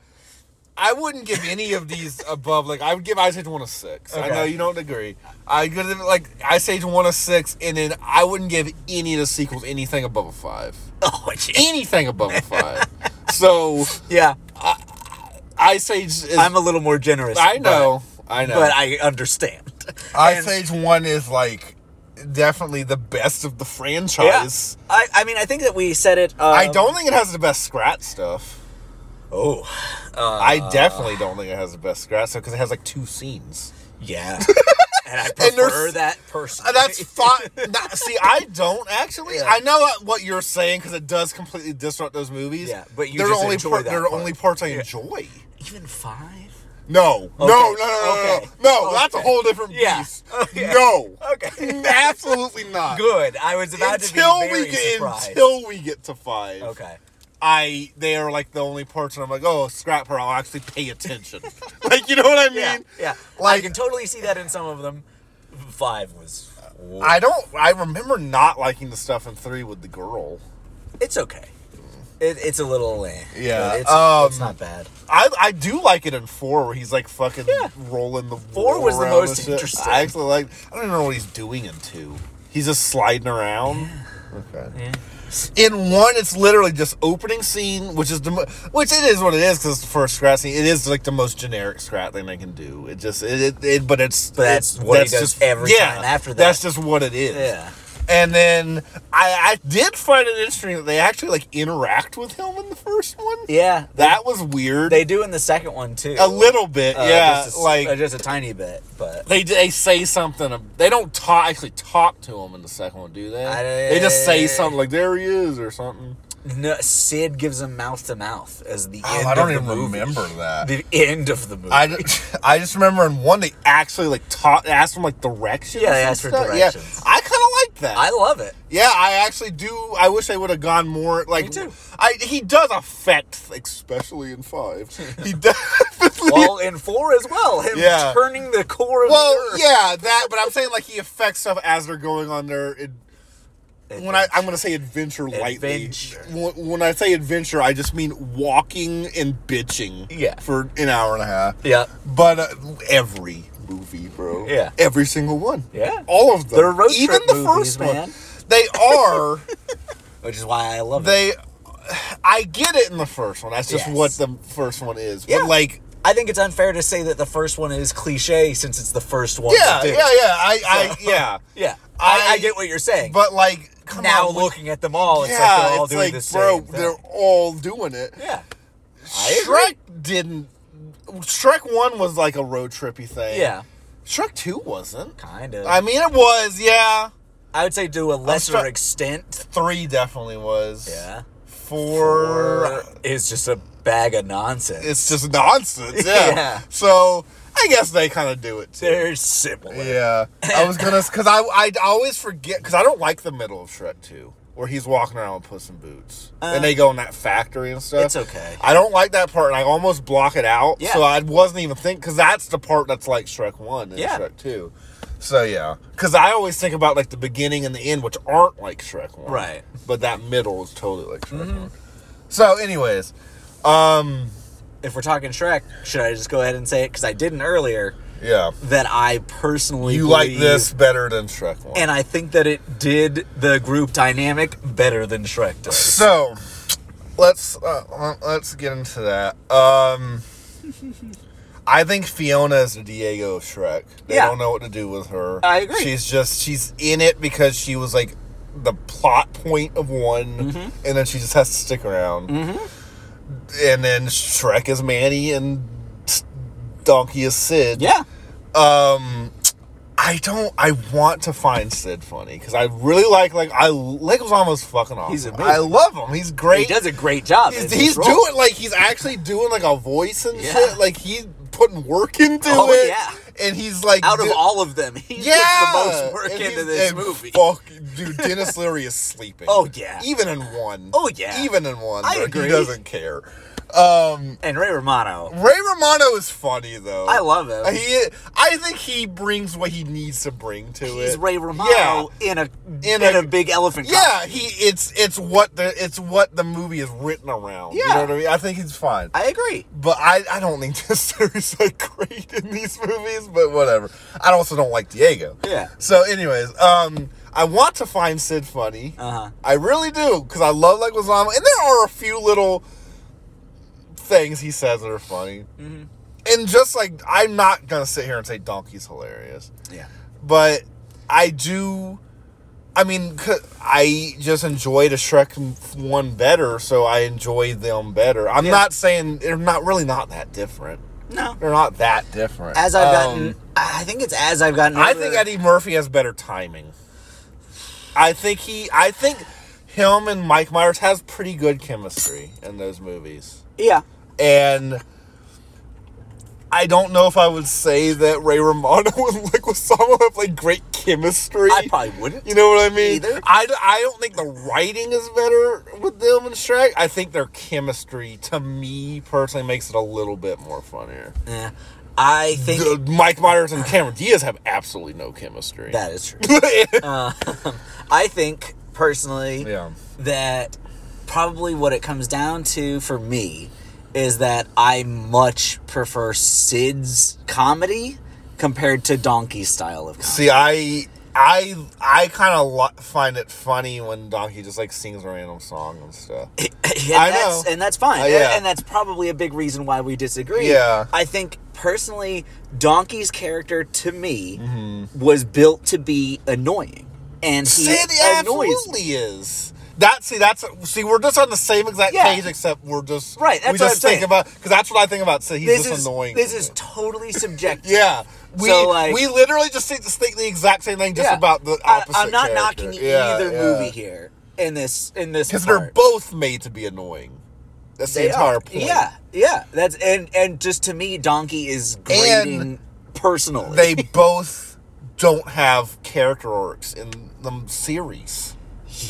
Speaker 1: I wouldn't give any of these above. Like I would give Ice Age one a six. I
Speaker 2: Okay.
Speaker 1: know you don't agree. I give them like Ice Age one a six, and then I wouldn't give any of the sequels anything above a five.
Speaker 2: oh, gee.
Speaker 1: Anything above a five. so
Speaker 2: Yeah,
Speaker 1: Ice Age is.
Speaker 2: I'm a little more generous.
Speaker 1: I know. I know.
Speaker 2: But, but I understand.
Speaker 1: Ice Age one is like definitely the best of the
Speaker 2: Yeah.
Speaker 1: franchise.
Speaker 2: I, I mean, I think that we said it. Um,
Speaker 1: I don't think it has the best scratch stuff.
Speaker 2: Oh,
Speaker 1: I definitely don't think it has the best scratch stuff because it has like two scenes.
Speaker 2: yeah. and I
Speaker 1: And there's-
Speaker 2: prefer that person.
Speaker 1: Uh, That's fine. That, see, I don't actually. I know what- what you're saying because it does completely disrupt those movies.
Speaker 2: Yeah, but you
Speaker 1: they're
Speaker 2: just
Speaker 1: the only
Speaker 2: enjoy
Speaker 1: part,
Speaker 2: that
Speaker 1: they're the
Speaker 2: part.
Speaker 1: only parts I enjoy.
Speaker 2: Even five?
Speaker 1: No, no, no,
Speaker 2: Okay,
Speaker 1: no, no, no,
Speaker 2: okay,
Speaker 1: no. No, That's a
Speaker 2: okay.
Speaker 1: whole different
Speaker 2: Yeah,
Speaker 1: beast.
Speaker 2: okay.
Speaker 1: No,
Speaker 2: Okay.
Speaker 1: absolutely not.
Speaker 2: Good. I was about
Speaker 1: Until
Speaker 2: to be very
Speaker 1: we get
Speaker 2: surprised.
Speaker 1: until we get to five,
Speaker 2: okay.
Speaker 1: I they are like the only parts, and I'm like, oh, scrap her. I'll actually pay attention. like, you know what I mean?
Speaker 2: Yeah, yeah. I
Speaker 1: like-
Speaker 2: can totally see that in some of them. Five was.
Speaker 1: Uh, I don't. I remember not liking the stuff in three with the girl.
Speaker 2: It's okay. It, it's a little. Eh,
Speaker 1: Yeah,
Speaker 2: It's,
Speaker 1: um,
Speaker 2: it's not bad.
Speaker 1: I, I do like it in four where he's like fucking rolling the
Speaker 2: Four was the
Speaker 1: around
Speaker 2: most
Speaker 1: and shit.
Speaker 2: interesting.
Speaker 1: I actually like. I don't even know what he's doing in two. He's just sliding around. Okay.
Speaker 2: Yeah.
Speaker 1: In one, it's literally just opening scene, which is the mo- which it is what it is because it's the first scrat scene. It is like the most generic scrat thing they can do. It just it, it, it but it's
Speaker 2: But that's
Speaker 1: it's-
Speaker 2: what he does every
Speaker 1: yeah,
Speaker 2: time after that.
Speaker 1: That's just what it is.
Speaker 2: Yeah.
Speaker 1: And then I I did find it interesting that they actually like interact with him in the first one.
Speaker 2: Yeah.
Speaker 1: That was weird.
Speaker 2: They do in the second one too.
Speaker 1: a little bit,
Speaker 2: Uh,
Speaker 1: yeah.
Speaker 2: just a, s-
Speaker 1: like
Speaker 2: uh, just a tiny bit, but
Speaker 1: They they say something. They don't talk actually talk to him in the second one, do they?
Speaker 2: I-
Speaker 1: they just say something like "there he is" or something.
Speaker 2: no, Sid gives him mouth to mouth as the
Speaker 1: Oh,
Speaker 2: end.
Speaker 1: I don't
Speaker 2: of the
Speaker 1: even
Speaker 2: movie.
Speaker 1: remember that.
Speaker 2: The end of the movie.
Speaker 1: I, ju- I just remember in one they actually like taught asked him like directions.
Speaker 2: Yeah, they
Speaker 1: and
Speaker 2: asked for
Speaker 1: stuff.
Speaker 2: directions.
Speaker 1: Yeah, I kind of like that.
Speaker 2: I love it.
Speaker 1: yeah, I actually do. I wish they would have gone more like.
Speaker 2: Me too.
Speaker 1: I he does affect especially in five. He definitely
Speaker 2: Well, in four as well, him
Speaker 1: Yeah.
Speaker 2: turning the core of the
Speaker 1: Well,
Speaker 2: earth.
Speaker 1: yeah, that. But I'm saying like he affects stuff as they're going on their. ad- when I, I'm going to say adventure lightly.
Speaker 2: Adventure.
Speaker 1: When, when I say adventure, I just mean walking and bitching.
Speaker 2: Yeah.
Speaker 1: For an hour and a half.
Speaker 2: yeah,
Speaker 1: But uh, every movie, bro.
Speaker 2: Yeah.
Speaker 1: Every single one.
Speaker 2: Yeah.
Speaker 1: All of them.
Speaker 2: They're road
Speaker 1: Even
Speaker 2: trip
Speaker 1: the
Speaker 2: movies,
Speaker 1: first
Speaker 2: man.
Speaker 1: one. They are.
Speaker 2: which is why I love it.
Speaker 1: they. I get it in the first one. That's just
Speaker 2: Yes.
Speaker 1: what the first one is.
Speaker 2: Yeah.
Speaker 1: But like.
Speaker 2: I think it's unfair to say that the first one is cliche since it's the first one.
Speaker 1: Yeah,
Speaker 2: to
Speaker 1: yeah,
Speaker 2: do.
Speaker 1: yeah. I, I, yeah.
Speaker 2: yeah. I, I,
Speaker 1: I-
Speaker 2: get what you're saying.
Speaker 1: But like, come
Speaker 2: now
Speaker 1: on,
Speaker 2: looking at them all, it's like
Speaker 1: yeah,
Speaker 2: they're all
Speaker 1: it's
Speaker 2: doing
Speaker 1: like,
Speaker 2: the same
Speaker 1: bro,
Speaker 2: thing.
Speaker 1: they're all doing it.
Speaker 2: yeah,
Speaker 1: Shrek didn't. Shrek one was like a road trippy thing.
Speaker 2: yeah,
Speaker 1: Shrek two wasn't.
Speaker 2: kind of.
Speaker 1: I mean, it was. Yeah.
Speaker 2: I would say to a lesser
Speaker 1: start-
Speaker 2: extent.
Speaker 1: Three definitely was.
Speaker 2: Yeah.
Speaker 1: Four.
Speaker 2: It's just a bag of nonsense.
Speaker 1: It's just nonsense. Yeah.
Speaker 2: Yeah.
Speaker 1: So I guess they kind of do it too.
Speaker 2: They're similar.
Speaker 1: yeah. I was gonna because I I always forget because I don't like the middle of Shrek two. Where he's walking around with Puss in Boots,
Speaker 2: Uh,
Speaker 1: and they go in that factory and stuff.
Speaker 2: It's okay.
Speaker 1: I don't like that part, and I almost block it out.
Speaker 2: Yeah.
Speaker 1: So I wasn't even think because that's the part that's like Shrek One and
Speaker 2: Yeah.
Speaker 1: Shrek Two. So yeah, because I always think about like the beginning and the end, which aren't like Shrek One,
Speaker 2: Right. Mm-hmm.
Speaker 1: But that middle is totally like Shrek One. So, anyways, um,
Speaker 2: If we're talking Shrek, should I just go ahead and say it because I didn't earlier?
Speaker 1: yeah,
Speaker 2: That I personally
Speaker 1: you like
Speaker 2: believe-
Speaker 1: this better than Shrek One,
Speaker 2: and I think that it did the group dynamic better than Shrek does.
Speaker 1: so let's uh, let's get into that. Um. I think Fiona is the Diego of Shrek. They
Speaker 2: Yeah.
Speaker 1: don't know what to do with her.
Speaker 2: I agree.
Speaker 1: She's just she's in it because she was like the plot point of one,
Speaker 2: Mm-hmm.
Speaker 1: and then she just has to stick around. And then Shrek is Manny and Donkey is Sid.
Speaker 2: Yeah,
Speaker 1: Um, I don't. I want to find Sid funny because I really like like I Leguizamo's fucking awesome.
Speaker 2: He's amazing.
Speaker 1: I love him. He's great.
Speaker 2: he does a great job. in
Speaker 1: He's,
Speaker 2: this
Speaker 1: he's
Speaker 2: role.
Speaker 1: doing like he's actually doing like a voice and
Speaker 2: Yeah.
Speaker 1: shit. Like he's putting work into
Speaker 2: Oh,
Speaker 1: it.
Speaker 2: yeah.
Speaker 1: And he's like
Speaker 2: out of
Speaker 1: do-
Speaker 2: all of them. He
Speaker 1: yeah,
Speaker 2: puts the most work
Speaker 1: And
Speaker 2: into
Speaker 1: he's-
Speaker 2: this
Speaker 1: and
Speaker 2: movie.
Speaker 1: Fuck, dude, Dennis Leary is sleeping.
Speaker 2: Oh, yeah.
Speaker 1: even in one.
Speaker 2: Oh, yeah.
Speaker 1: even in one.
Speaker 2: I
Speaker 1: bro.
Speaker 2: agree.
Speaker 1: He doesn't care. Um,
Speaker 2: And Ray Romano,
Speaker 1: Ray Romano is funny though.
Speaker 2: I love him.
Speaker 1: He, I think he brings what he needs to bring to it.
Speaker 2: He's Ray Romano in a
Speaker 1: In
Speaker 2: in, a,
Speaker 1: a-
Speaker 2: big elephant. costume.
Speaker 1: Yeah, he it's it's what the it's what the movie is written around. You
Speaker 2: Yeah.
Speaker 1: know what I mean? I think he's fine.
Speaker 2: I agree.
Speaker 1: But I, I don't think Desiree's like great in these movies, but whatever. I also don't like Diego.
Speaker 2: Yeah.
Speaker 1: So, anyways, um, I want to find Sid funny.
Speaker 2: Uh huh.
Speaker 1: I really do, because I love Leguizamo. And there are a few little things he says that are funny. And just like, I'm not going to sit here and say Donkey's hilarious
Speaker 2: Yeah.
Speaker 1: but I do. I mean, c- I just enjoyed a Shrek m- one better, so I enjoy them better. I'm
Speaker 2: Yeah.
Speaker 1: not saying they're not really not that different.
Speaker 2: No.
Speaker 1: They're not that different.
Speaker 2: As I've
Speaker 1: Um,
Speaker 2: gotten, I think it's as I've gotten.
Speaker 1: I
Speaker 2: older-
Speaker 1: think Eddie Murphy has better timing. I think he. I think him and Mike Myers has pretty good chemistry in those movies,
Speaker 2: Yeah.
Speaker 1: and. I don't know if I would say that Ray Romano and Leguizamo have like great chemistry.
Speaker 2: I probably wouldn't.
Speaker 1: You know what I mean?
Speaker 2: Either.
Speaker 1: I, I don't think the writing is better with them and Shrek. I think their chemistry, to me personally, makes it a little bit more funnier.
Speaker 2: Yeah. I think
Speaker 1: The- Mike Myers and Cameron Diaz have absolutely no chemistry.
Speaker 2: that is true. Uh, I think personally
Speaker 1: Yeah.
Speaker 2: that probably what it comes down to for me is that I much prefer Sid's comedy compared to Donkey's style of comedy.
Speaker 1: See, I I I kind of lo- find it funny when Donkey just like sings a random song and stuff.
Speaker 2: and
Speaker 1: I
Speaker 2: that's,
Speaker 1: know.
Speaker 2: and that's fine.
Speaker 1: Uh, yeah.
Speaker 2: And that's probably a big reason why we disagree.
Speaker 1: Yeah.
Speaker 2: I think personally, Donkey's character to me
Speaker 1: Mm-hmm.
Speaker 2: was built to be annoying, and he
Speaker 1: Sid
Speaker 2: annoys.
Speaker 1: absolutely is. That see that's see we're just on the same exact
Speaker 2: Yeah.
Speaker 1: page except we're just
Speaker 2: Right, that's
Speaker 1: we
Speaker 2: what
Speaker 1: just
Speaker 2: I'm
Speaker 1: think
Speaker 2: saying.
Speaker 1: about because that's what I think about Sid. He's
Speaker 2: This
Speaker 1: just
Speaker 2: is
Speaker 1: annoying.
Speaker 2: this is totally subjective.
Speaker 1: yeah. We
Speaker 2: So, like-
Speaker 1: we literally just think, just think the exact same thing just
Speaker 2: Yeah.
Speaker 1: about the
Speaker 2: I,
Speaker 1: opposite.
Speaker 2: I'm not
Speaker 1: character.
Speaker 2: knocking e-,
Speaker 1: Yeah,
Speaker 2: either
Speaker 1: yeah.
Speaker 2: movie here in this in this
Speaker 1: because they're
Speaker 2: part.
Speaker 1: both made to be annoying. That's the
Speaker 2: They
Speaker 1: entire
Speaker 2: are.
Speaker 1: point.
Speaker 2: Yeah, yeah. That's and and just to me, Donkey is grading personally.
Speaker 1: they both don't have character arcs in the series.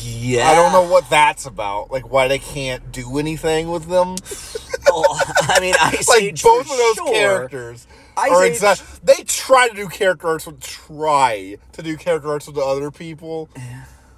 Speaker 2: yeah,
Speaker 1: I don't know what that's about. Like why they can't do anything with them.
Speaker 2: Oh, I mean, Ice
Speaker 1: like
Speaker 2: Age
Speaker 1: both
Speaker 2: for
Speaker 1: of those
Speaker 2: sure.
Speaker 1: characters
Speaker 2: Ice
Speaker 1: are
Speaker 2: Age-
Speaker 1: exact. They try to do character arcs with try to do character arcs with the other people.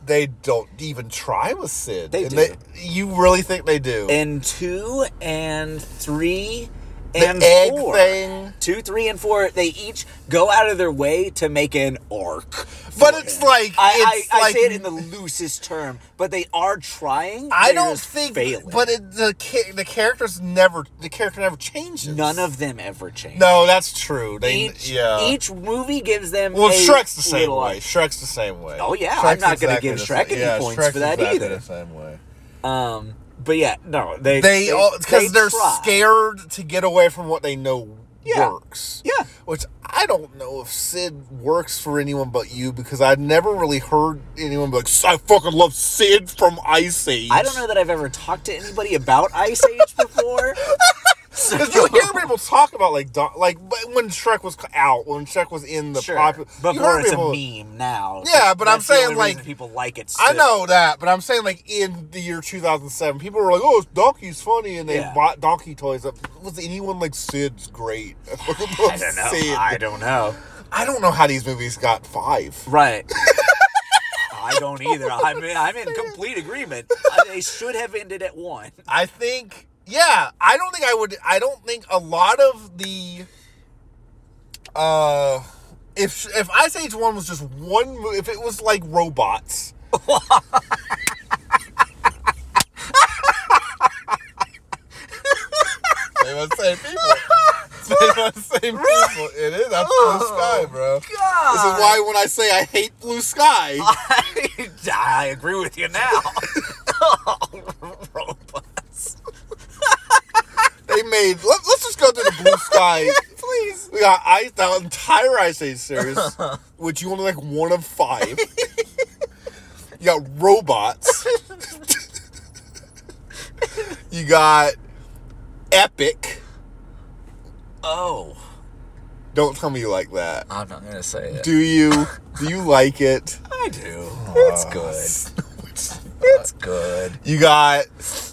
Speaker 1: They don't even try with Sid.
Speaker 2: They
Speaker 1: and
Speaker 2: do.
Speaker 1: you really think they do?
Speaker 2: and two and three
Speaker 1: the
Speaker 2: and
Speaker 1: egg
Speaker 2: four.
Speaker 1: thing.
Speaker 2: Two, three, and four. They each go out of their way to make an arc. for
Speaker 1: But it's
Speaker 2: him.
Speaker 1: like-
Speaker 2: I,
Speaker 1: it's
Speaker 2: I, I
Speaker 1: like-
Speaker 2: say it in the loosest term, but they are trying.
Speaker 1: I
Speaker 2: They're
Speaker 1: don't
Speaker 2: just
Speaker 1: think,
Speaker 2: failing.
Speaker 1: but it, the ca- the characters never the character never changes.
Speaker 2: none of them ever change.
Speaker 1: no, that's true. They
Speaker 2: each
Speaker 1: yeah.
Speaker 2: each movie gives them.
Speaker 1: well,
Speaker 2: a
Speaker 1: Shrek's the same
Speaker 2: little
Speaker 1: way.
Speaker 2: arc.
Speaker 1: Shrek's the same way.
Speaker 2: Oh, yeah, I'm
Speaker 1: Shrek's
Speaker 2: not gonna
Speaker 1: exactly
Speaker 2: give
Speaker 1: the
Speaker 2: Shrek
Speaker 1: same-
Speaker 2: any
Speaker 1: yeah,
Speaker 2: points
Speaker 1: Shrek's
Speaker 2: for that
Speaker 1: exactly
Speaker 2: either.
Speaker 1: the same way.
Speaker 2: Um, but yeah, no, they
Speaker 1: they because they, are
Speaker 2: try.
Speaker 1: scared to get away from what they know
Speaker 2: Yeah.
Speaker 1: works.
Speaker 2: Yeah.
Speaker 1: Which I don't know if Sid works for anyone but you because I've never really heard anyone be like I fucking love Sid from Ice Age.
Speaker 2: I don't know that I've ever talked to anybody about Ice Age before.
Speaker 1: Because you hear people talk about like Don- like but when Shrek was out, when Shrek was in the
Speaker 2: sure,
Speaker 1: popular.
Speaker 2: but
Speaker 1: you
Speaker 2: more
Speaker 1: heard
Speaker 2: it's
Speaker 1: people-
Speaker 2: a meme now.
Speaker 1: Yeah, but
Speaker 2: That's
Speaker 1: I'm
Speaker 2: the
Speaker 1: saying,
Speaker 2: only reason
Speaker 1: like,
Speaker 2: people like it.
Speaker 1: I
Speaker 2: still.
Speaker 1: know that, but I'm saying like in the year 2007, people were like, "Oh, Donkey's funny," and they
Speaker 2: Yeah.
Speaker 1: bought Donkey toys. Up. Was anyone like Sid's great? I fucking love
Speaker 2: I don't know.
Speaker 1: Sid.
Speaker 2: I don't know.
Speaker 1: I don't know how these movies got five.
Speaker 2: Right. I don't either. I'm in, I'm in complete agreement. Uh, They should have ended at one.
Speaker 1: I think, yeah, I don't think I would. I don't think a lot of the, uh, if if Ice Age One was just one, mo- if it was like robots. they were the same people. They were the same people. It is. That's blue sky, bro. This is why when I say I hate blue sky.
Speaker 2: I, I agree with you now. Robots.
Speaker 1: They made. Let, let's just go through the blue sky.
Speaker 2: Please.
Speaker 1: We got ice, the entire Ice Age series, which you only like one of five. you got robots. you got epic.
Speaker 2: Oh.
Speaker 1: Don't tell me you like that.
Speaker 2: I'm not going to say it.
Speaker 1: Do you? Do you like it?
Speaker 2: I do. It's good. It's good.
Speaker 1: You got,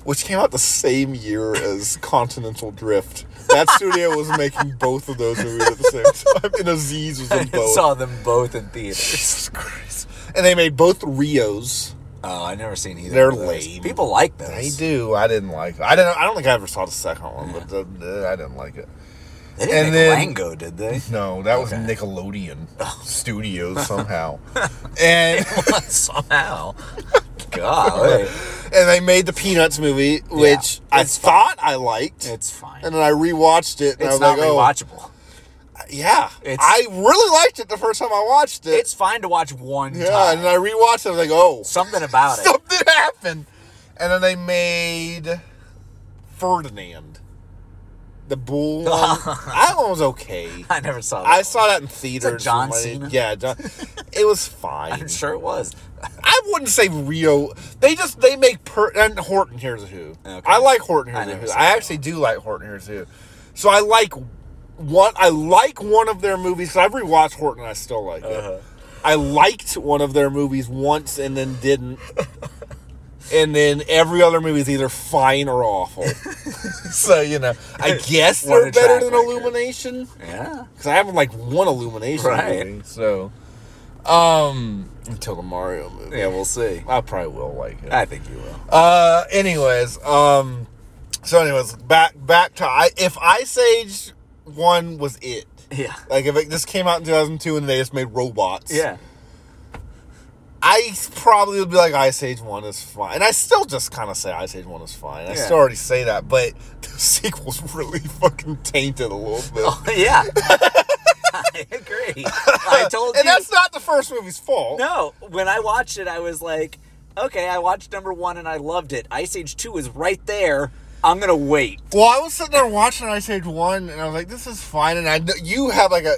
Speaker 1: which came out the same year as Continental Drift. That studio was making both of those movies at the same time, and Aziz was
Speaker 2: I
Speaker 1: in both.
Speaker 2: saw them both in theaters.
Speaker 1: Jesus Christ. And they made both Rios.
Speaker 2: Oh, I never seen either.
Speaker 1: They're
Speaker 2: of those.
Speaker 1: lame.
Speaker 2: People like those.
Speaker 1: They do. I didn't like. I didn't. I don't think I ever saw the second one, but the, the- I didn't like it.
Speaker 2: They didn't
Speaker 1: And then-
Speaker 2: make Lango, did they?
Speaker 1: No, that was Nickelodeon Studios somehow, and
Speaker 2: Somehow. God.
Speaker 1: and they made the Peanuts movie, which I
Speaker 2: it's
Speaker 1: thought I liked,
Speaker 2: It's fine.
Speaker 1: and then I rewatched it, and I
Speaker 2: It's
Speaker 1: was
Speaker 2: not
Speaker 1: like, "Oh,
Speaker 2: rewatchable.
Speaker 1: yeah,
Speaker 2: It's-
Speaker 1: I really liked it the first time I watched it."
Speaker 2: It's fine to watch one
Speaker 1: yeah,
Speaker 2: time.
Speaker 1: and then I rewatched it. I was like, "Oh,
Speaker 2: Something about it.
Speaker 1: something happened. And then they made Ferdinand, the bull. one. that one was okay.
Speaker 2: I never saw that.
Speaker 1: I
Speaker 2: one.
Speaker 1: saw that in theaters.
Speaker 2: John
Speaker 1: when I-
Speaker 2: Cena?
Speaker 1: Yeah, John, it was
Speaker 2: I'm
Speaker 1: fine.
Speaker 2: sure it was.
Speaker 1: I wouldn't say Rio. They just they make per and Horton Hears a Who.
Speaker 2: Okay.
Speaker 1: I like Horton Hears
Speaker 2: I
Speaker 1: a
Speaker 2: never
Speaker 1: Who.
Speaker 2: saw
Speaker 1: I
Speaker 2: that
Speaker 1: actually do like Horton Hears a Who. So I like one. I like one of their movies. 'cause I've rewatched Horton. and I still like
Speaker 2: Uh-huh.
Speaker 1: it. I liked one of their movies once and then didn't. And then every other movie is either fine or awful. so you know, I guess
Speaker 2: What
Speaker 1: they're
Speaker 2: a
Speaker 1: better
Speaker 2: track
Speaker 1: than
Speaker 2: record.
Speaker 1: Illumination
Speaker 2: Yeah.
Speaker 1: because I haven't like one Illumination
Speaker 2: Right.
Speaker 1: movie. So, um, until the Mario movie,
Speaker 2: Yeah, we'll see.
Speaker 1: I probably will like it.
Speaker 2: I think you will.
Speaker 1: Uh, anyways, um, so anyways, back back to I, if Ice Age one was it,
Speaker 2: Yeah.
Speaker 1: like if it just came out in two thousand two and they just made robots,
Speaker 2: Yeah.
Speaker 1: I probably would be like Ice Age One is fine, and I still just kind of say Ice Age One is fine. I
Speaker 2: Yeah.
Speaker 1: still already say that, but the sequel's really fucking tainted a little bit.
Speaker 2: yeah. I agree. I told
Speaker 1: and
Speaker 2: you.
Speaker 1: that's not the first movie's fault.
Speaker 2: No, when I watched it, I was like, okay, I watched number one and I loved it. Ice Age 2 is right there. I'm going to wait.
Speaker 1: Well, I was sitting there watching Ice Age One, and I was like, "This is fine." And I, kn- you have like a,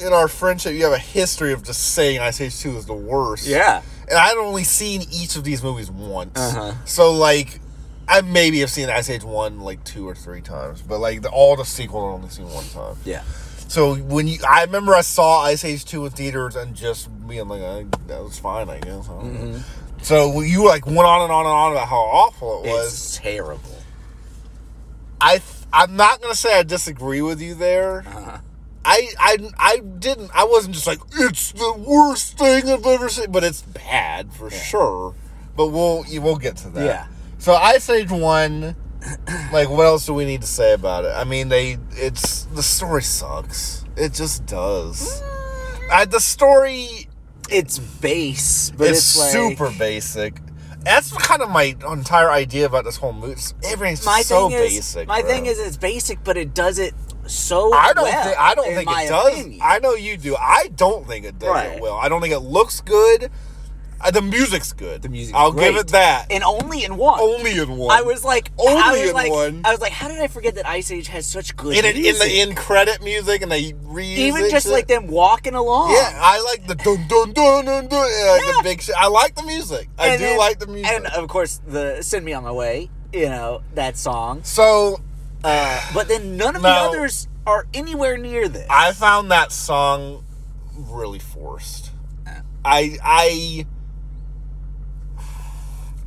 Speaker 1: in our friendship, you have a history of just saying Ice Age Two is the worst.
Speaker 2: Yeah.
Speaker 1: And I'd only seen each of these movies once,
Speaker 2: Uh-huh.
Speaker 1: so like, I maybe have seen Ice Age One like two or three times, but like the, all the sequels I've only seen one time.
Speaker 2: Yeah.
Speaker 1: So when you, I remember I saw Ice Age Two in theaters and just being like, I, "That was fine," I guess. I don't know. So you like went on and on and on about how awful it was.
Speaker 2: Mm-hmm. It's terrible.
Speaker 1: I th- I'm not gonna say I disagree with you there.
Speaker 2: Uh-huh.
Speaker 1: I, I I didn't. I wasn't just like it's the worst thing I've ever seen, but it's bad for sure. But we'll you we'll get to that.
Speaker 2: Yeah.
Speaker 1: So Ice Age one. like what else do we need to say about it? I mean, they it's the story sucks. It just does. I, the story
Speaker 2: It's base, Mm-hmm. but
Speaker 1: is
Speaker 2: it's, like,
Speaker 1: super basic. That's kind of my entire idea about this whole movie. Everything's
Speaker 2: My
Speaker 1: so
Speaker 2: thing is,
Speaker 1: basic.
Speaker 2: my
Speaker 1: bro.
Speaker 2: thing is, it's basic, but it does it so.
Speaker 1: I don't
Speaker 2: well,
Speaker 1: think I don't
Speaker 2: in
Speaker 1: think
Speaker 2: my
Speaker 1: it does.
Speaker 2: opinion.
Speaker 1: I know you do. I don't think it does
Speaker 2: Right.
Speaker 1: it well. I don't think it looks good. Uh, the music's good. The
Speaker 2: music's
Speaker 1: I'll give
Speaker 2: great.
Speaker 1: it that.
Speaker 2: and only in one.
Speaker 1: Only in one.
Speaker 2: I was like,
Speaker 1: Only
Speaker 2: I was
Speaker 1: in
Speaker 2: like,
Speaker 1: one.
Speaker 2: I was like, how did I forget that Ice Age has such good
Speaker 1: in, it, in
Speaker 2: music?
Speaker 1: the end credit music, and they reuse
Speaker 2: Even
Speaker 1: it
Speaker 2: just
Speaker 1: shit.
Speaker 2: like them walking along.
Speaker 1: Yeah, I like the dun dun dun dun dun. and, like the big shit. I like the music. I
Speaker 2: And
Speaker 1: do
Speaker 2: then-
Speaker 1: like the music.
Speaker 2: And uh, of course, the "Send Me on My Way," you know that song.
Speaker 1: so, uh,
Speaker 2: But then none of the
Speaker 1: No.
Speaker 2: others are anywhere near this.
Speaker 1: I found that song really forced. I I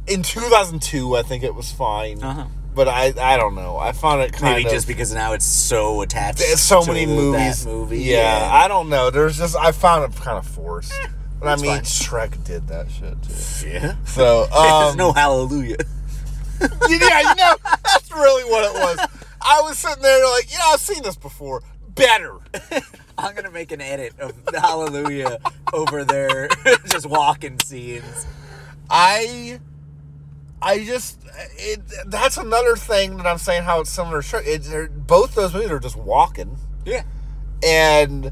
Speaker 1: in 2002, I think it was fine,
Speaker 2: Uh-huh.
Speaker 1: but I I don't know. I found it kind
Speaker 2: Maybe
Speaker 1: of
Speaker 2: just because now it's so attached.
Speaker 1: there's so
Speaker 2: to
Speaker 1: many movies.
Speaker 2: That movie.
Speaker 1: yeah, I don't know. There's just I found it kind of forced. But I
Speaker 2: Eh, that's
Speaker 1: mean,
Speaker 2: fine.
Speaker 1: Shrek did that shit too.
Speaker 2: yeah.
Speaker 1: So
Speaker 2: There's
Speaker 1: um,
Speaker 2: no Hallelujah.
Speaker 1: yeah, you know, that's really what it was. I was sitting there like, yeah, I've seen this before. Better.
Speaker 2: I'm gonna make an edit of the Hallelujah over their just walking scenes.
Speaker 1: I I just it that's another thing that I'm saying how it's similar to Shrek. It, they're- both those movies are just walking
Speaker 2: Yeah.
Speaker 1: and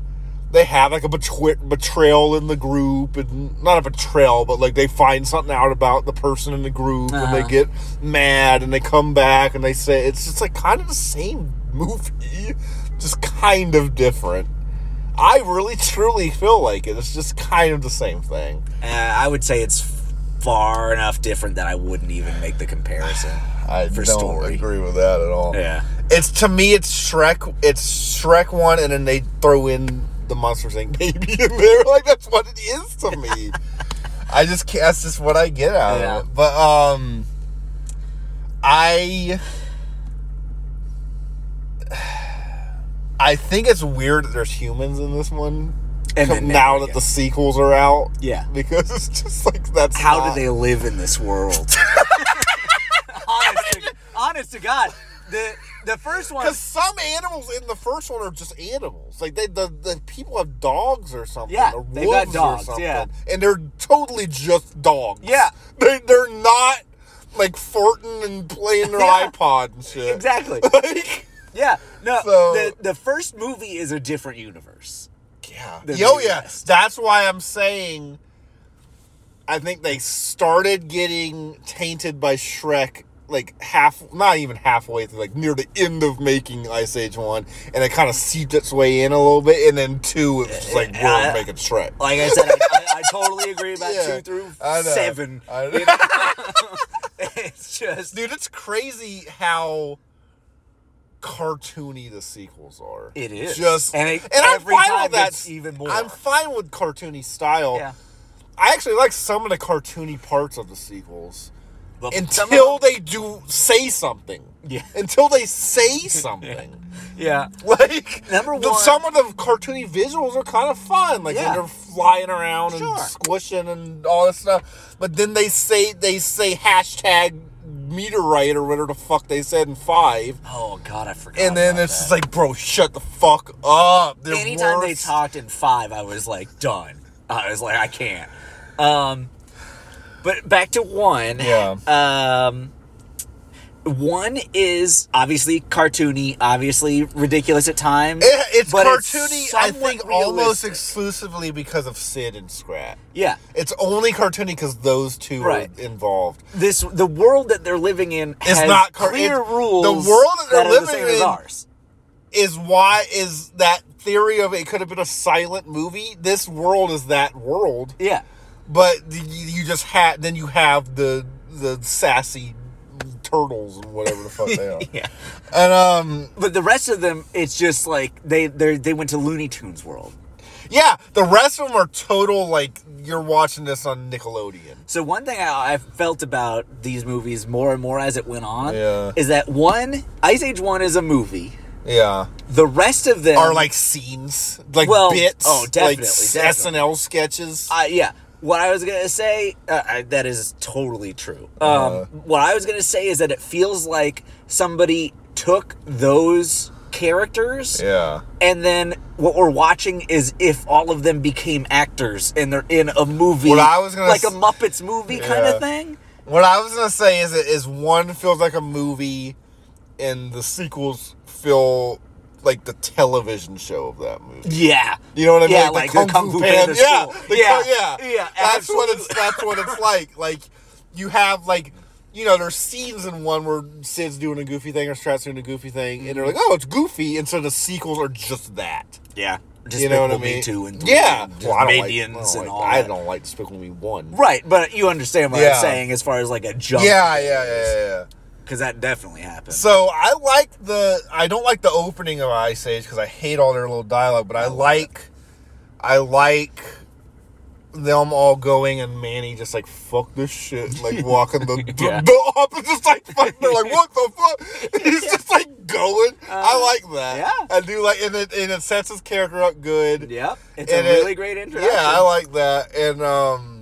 Speaker 1: they have like a betwi- betrayal in the group and not a betrayal but like they find something out about the person in the group and
Speaker 2: Uh-huh.
Speaker 1: they get mad and they come back and they say it's just like kind of the same movie just kind of different i really truly feel like it it's just kind of the same thing
Speaker 2: Uh, I would say it's far enough different that I wouldn't even make the comparison.
Speaker 1: i
Speaker 2: For
Speaker 1: don't
Speaker 2: story.
Speaker 1: agree with that at all
Speaker 2: Yeah.
Speaker 1: It's to me, it's Shrek. It's Shrek one, and then they throw in the Monsters Inc. baby in there. Like that's what it is to me. I just can't, that's just what I get out
Speaker 2: Yeah.
Speaker 1: of it. But um, I I think it's weird that there's humans in this one.
Speaker 2: And then
Speaker 1: now
Speaker 2: never
Speaker 1: that the
Speaker 2: again.
Speaker 1: sequels are out,
Speaker 2: Yeah.
Speaker 1: because it's just like that's
Speaker 2: How
Speaker 1: not-
Speaker 2: do they live in this world? honest, to, honest to God, the the first one.
Speaker 1: Because some animals in the first one are just animals. Like they, the, the people have dogs or something.
Speaker 2: Yeah,
Speaker 1: or
Speaker 2: they've got
Speaker 1: wolves
Speaker 2: dogs, yeah.
Speaker 1: and they're totally just dogs.
Speaker 2: Yeah.
Speaker 1: they they're not like farting and playing their
Speaker 2: Yeah.
Speaker 1: iPod and shit.
Speaker 2: Exactly.
Speaker 1: Like,
Speaker 2: Yeah. No.
Speaker 1: So-
Speaker 2: the the first movie is a different universe.
Speaker 1: yeah.
Speaker 2: They're
Speaker 1: Yo,
Speaker 2: the
Speaker 1: yeah.
Speaker 2: best.
Speaker 1: That's why I'm saying. I think they started getting tainted by Shrek like half not even halfway through like near the end of making Ice Age 1 and it kind of seeped its way in a little bit and then 2 it was just like we're
Speaker 2: Yeah.
Speaker 1: making Shrek.
Speaker 2: Like I said, I, I, I totally agree about
Speaker 1: Yeah,
Speaker 2: two through
Speaker 1: I know.
Speaker 2: seven.
Speaker 1: I know.
Speaker 2: It's just
Speaker 1: Dude, it's crazy how cartoony the sequels are.
Speaker 2: It is.
Speaker 1: Just
Speaker 2: And it- every time it's even more.
Speaker 1: I'm fine with cartoony style.
Speaker 2: yeah.
Speaker 1: I actually like some of the cartoony parts of the sequels.
Speaker 2: But some of
Speaker 1: until
Speaker 2: them-
Speaker 1: they do say something.
Speaker 2: Yeah.
Speaker 1: Until they say something.
Speaker 2: yeah.
Speaker 1: Like
Speaker 2: Number
Speaker 1: the-
Speaker 2: one-
Speaker 1: some of the cartoony visuals are kind of fun. Like
Speaker 2: Yeah.
Speaker 1: when they're flying around
Speaker 2: Sure.
Speaker 1: and squishing and all that stuff. But then they say they say hashtag meteorite or whatever the fuck they said in five.
Speaker 2: Oh God, I forgot.
Speaker 1: And then
Speaker 2: about
Speaker 1: it's
Speaker 2: that.
Speaker 1: just like, bro, shut the fuck up. They're
Speaker 2: anytime they
Speaker 1: worse.
Speaker 2: talked in five, I was like done. I was like, I can't. Um, But back to one.
Speaker 1: Yeah.
Speaker 2: Um, one is obviously cartoony, obviously ridiculous at times.
Speaker 1: It- Eh, it's
Speaker 2: but
Speaker 1: cartoony, I
Speaker 2: somewhat
Speaker 1: think, almost
Speaker 2: realistic.
Speaker 1: exclusively because of Sid and Scrat.
Speaker 2: yeah.
Speaker 1: It's only cartoony because those two are
Speaker 2: Right.
Speaker 1: involved.
Speaker 2: This the world that they're living in
Speaker 1: It's
Speaker 2: has
Speaker 1: not car-
Speaker 2: clear
Speaker 1: it's- the world
Speaker 2: rules.
Speaker 1: that they're
Speaker 2: are the
Speaker 1: living
Speaker 2: same as
Speaker 1: in-
Speaker 2: ours.
Speaker 1: Is why is that theory of it could have been a silent movie? This world is that world,
Speaker 2: Yeah.
Speaker 1: but the- you just had then you have the the sassy turtles and whatever the fuck they are.
Speaker 2: Yeah.
Speaker 1: And um,
Speaker 2: But the rest of them, it's just like they they they went to Looney Tunes world.
Speaker 1: yeah, the rest of them are total like you're watching this on Nickelodeon.
Speaker 2: So one thing I, I felt about these movies more and more as it went on
Speaker 1: Yeah.
Speaker 2: is that one Ice Age One is a movie.
Speaker 1: Yeah.
Speaker 2: The rest of them
Speaker 1: are like scenes, like
Speaker 2: Well,
Speaker 1: bits,
Speaker 2: oh, definitely,
Speaker 1: like s-
Speaker 2: definitely.
Speaker 1: SNL sketches.
Speaker 2: I yeah. What I was gonna say, uh, I, that is totally true. Um,
Speaker 1: Uh-huh.
Speaker 2: what I was gonna say is that it feels like somebody took those characters,
Speaker 1: yeah,
Speaker 2: and then what we're watching is if all of them became actors and they're in a movie,
Speaker 1: What I was gonna
Speaker 2: like a
Speaker 1: s-
Speaker 2: Muppets movie kind
Speaker 1: Yeah.
Speaker 2: of thing.
Speaker 1: what I was gonna say is it is one feels like a movie, and the sequels feel like the television show of that movie.
Speaker 2: Yeah,
Speaker 1: You know what I
Speaker 2: yeah,
Speaker 1: mean?
Speaker 2: Like, the Kung, Fu Panda.
Speaker 1: yeah,
Speaker 2: school.
Speaker 1: the
Speaker 2: yeah,
Speaker 1: Kung- yeah,
Speaker 2: yeah.
Speaker 1: That's what it's
Speaker 2: absolutely.
Speaker 1: that's what it's like. Like you have like. You know, there's scenes in one where Sid's doing a goofy thing or Strat's doing a goofy thing, and they're
Speaker 2: Mm-hmm.
Speaker 1: like, "Oh, it's goofy," and so the sequels are just that.
Speaker 2: Yeah, just
Speaker 1: you know what I
Speaker 2: Despicable Me
Speaker 1: mean?
Speaker 2: Two and three
Speaker 1: yeah,
Speaker 2: and
Speaker 1: Well, I don't like- I
Speaker 2: Minions
Speaker 1: don't
Speaker 2: and
Speaker 1: like-
Speaker 2: all.
Speaker 1: I
Speaker 2: that.
Speaker 1: don't like Despicable Me one.
Speaker 2: Right, but you understand what
Speaker 1: Yeah.
Speaker 2: I'm saying as far as like a jump.
Speaker 1: Yeah, yeah, yeah, yeah, yeah.
Speaker 2: because that definitely happened.
Speaker 1: So I like the. I don't like the opening of Ice Age because I hate all their little dialogue, but I like, I like them all going and Manny just like fuck this shit, and, like walking the
Speaker 2: Yeah.
Speaker 1: the, the up and just like fucking they're like what the fuck. And he's just like going. I like that.
Speaker 2: Uh, yeah.
Speaker 1: I do like, and it and it sets his character up good.
Speaker 2: yep, it's
Speaker 1: And
Speaker 2: a
Speaker 1: it-
Speaker 2: really great introduction.
Speaker 1: Yeah, I like that. And um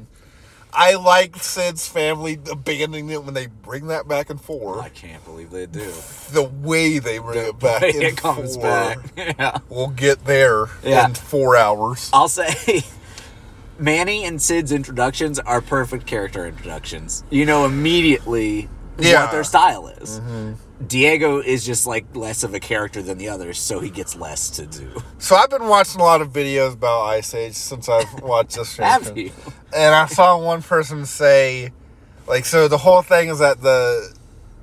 Speaker 1: I like Sid's family abandoning it when they bring that back and
Speaker 2: I
Speaker 1: forth.
Speaker 2: can't believe they do.
Speaker 1: The way they bring it back and
Speaker 2: it comes
Speaker 1: forth.
Speaker 2: back. Yeah.
Speaker 1: We'll get there
Speaker 2: Yeah.
Speaker 1: in four hours.
Speaker 2: I'll say Manny and Sid's introductions are perfect character introductions. You know immediately
Speaker 1: Yeah. Mm-hmm.
Speaker 2: what their style is. Diego is just like less of a character than the others, so he gets less to do.
Speaker 1: So I've been watching a lot of videos about Ice Age since I've watched this.
Speaker 2: Have
Speaker 1: transmission.
Speaker 2: you?
Speaker 1: and I saw one person say, like, so the whole thing is that the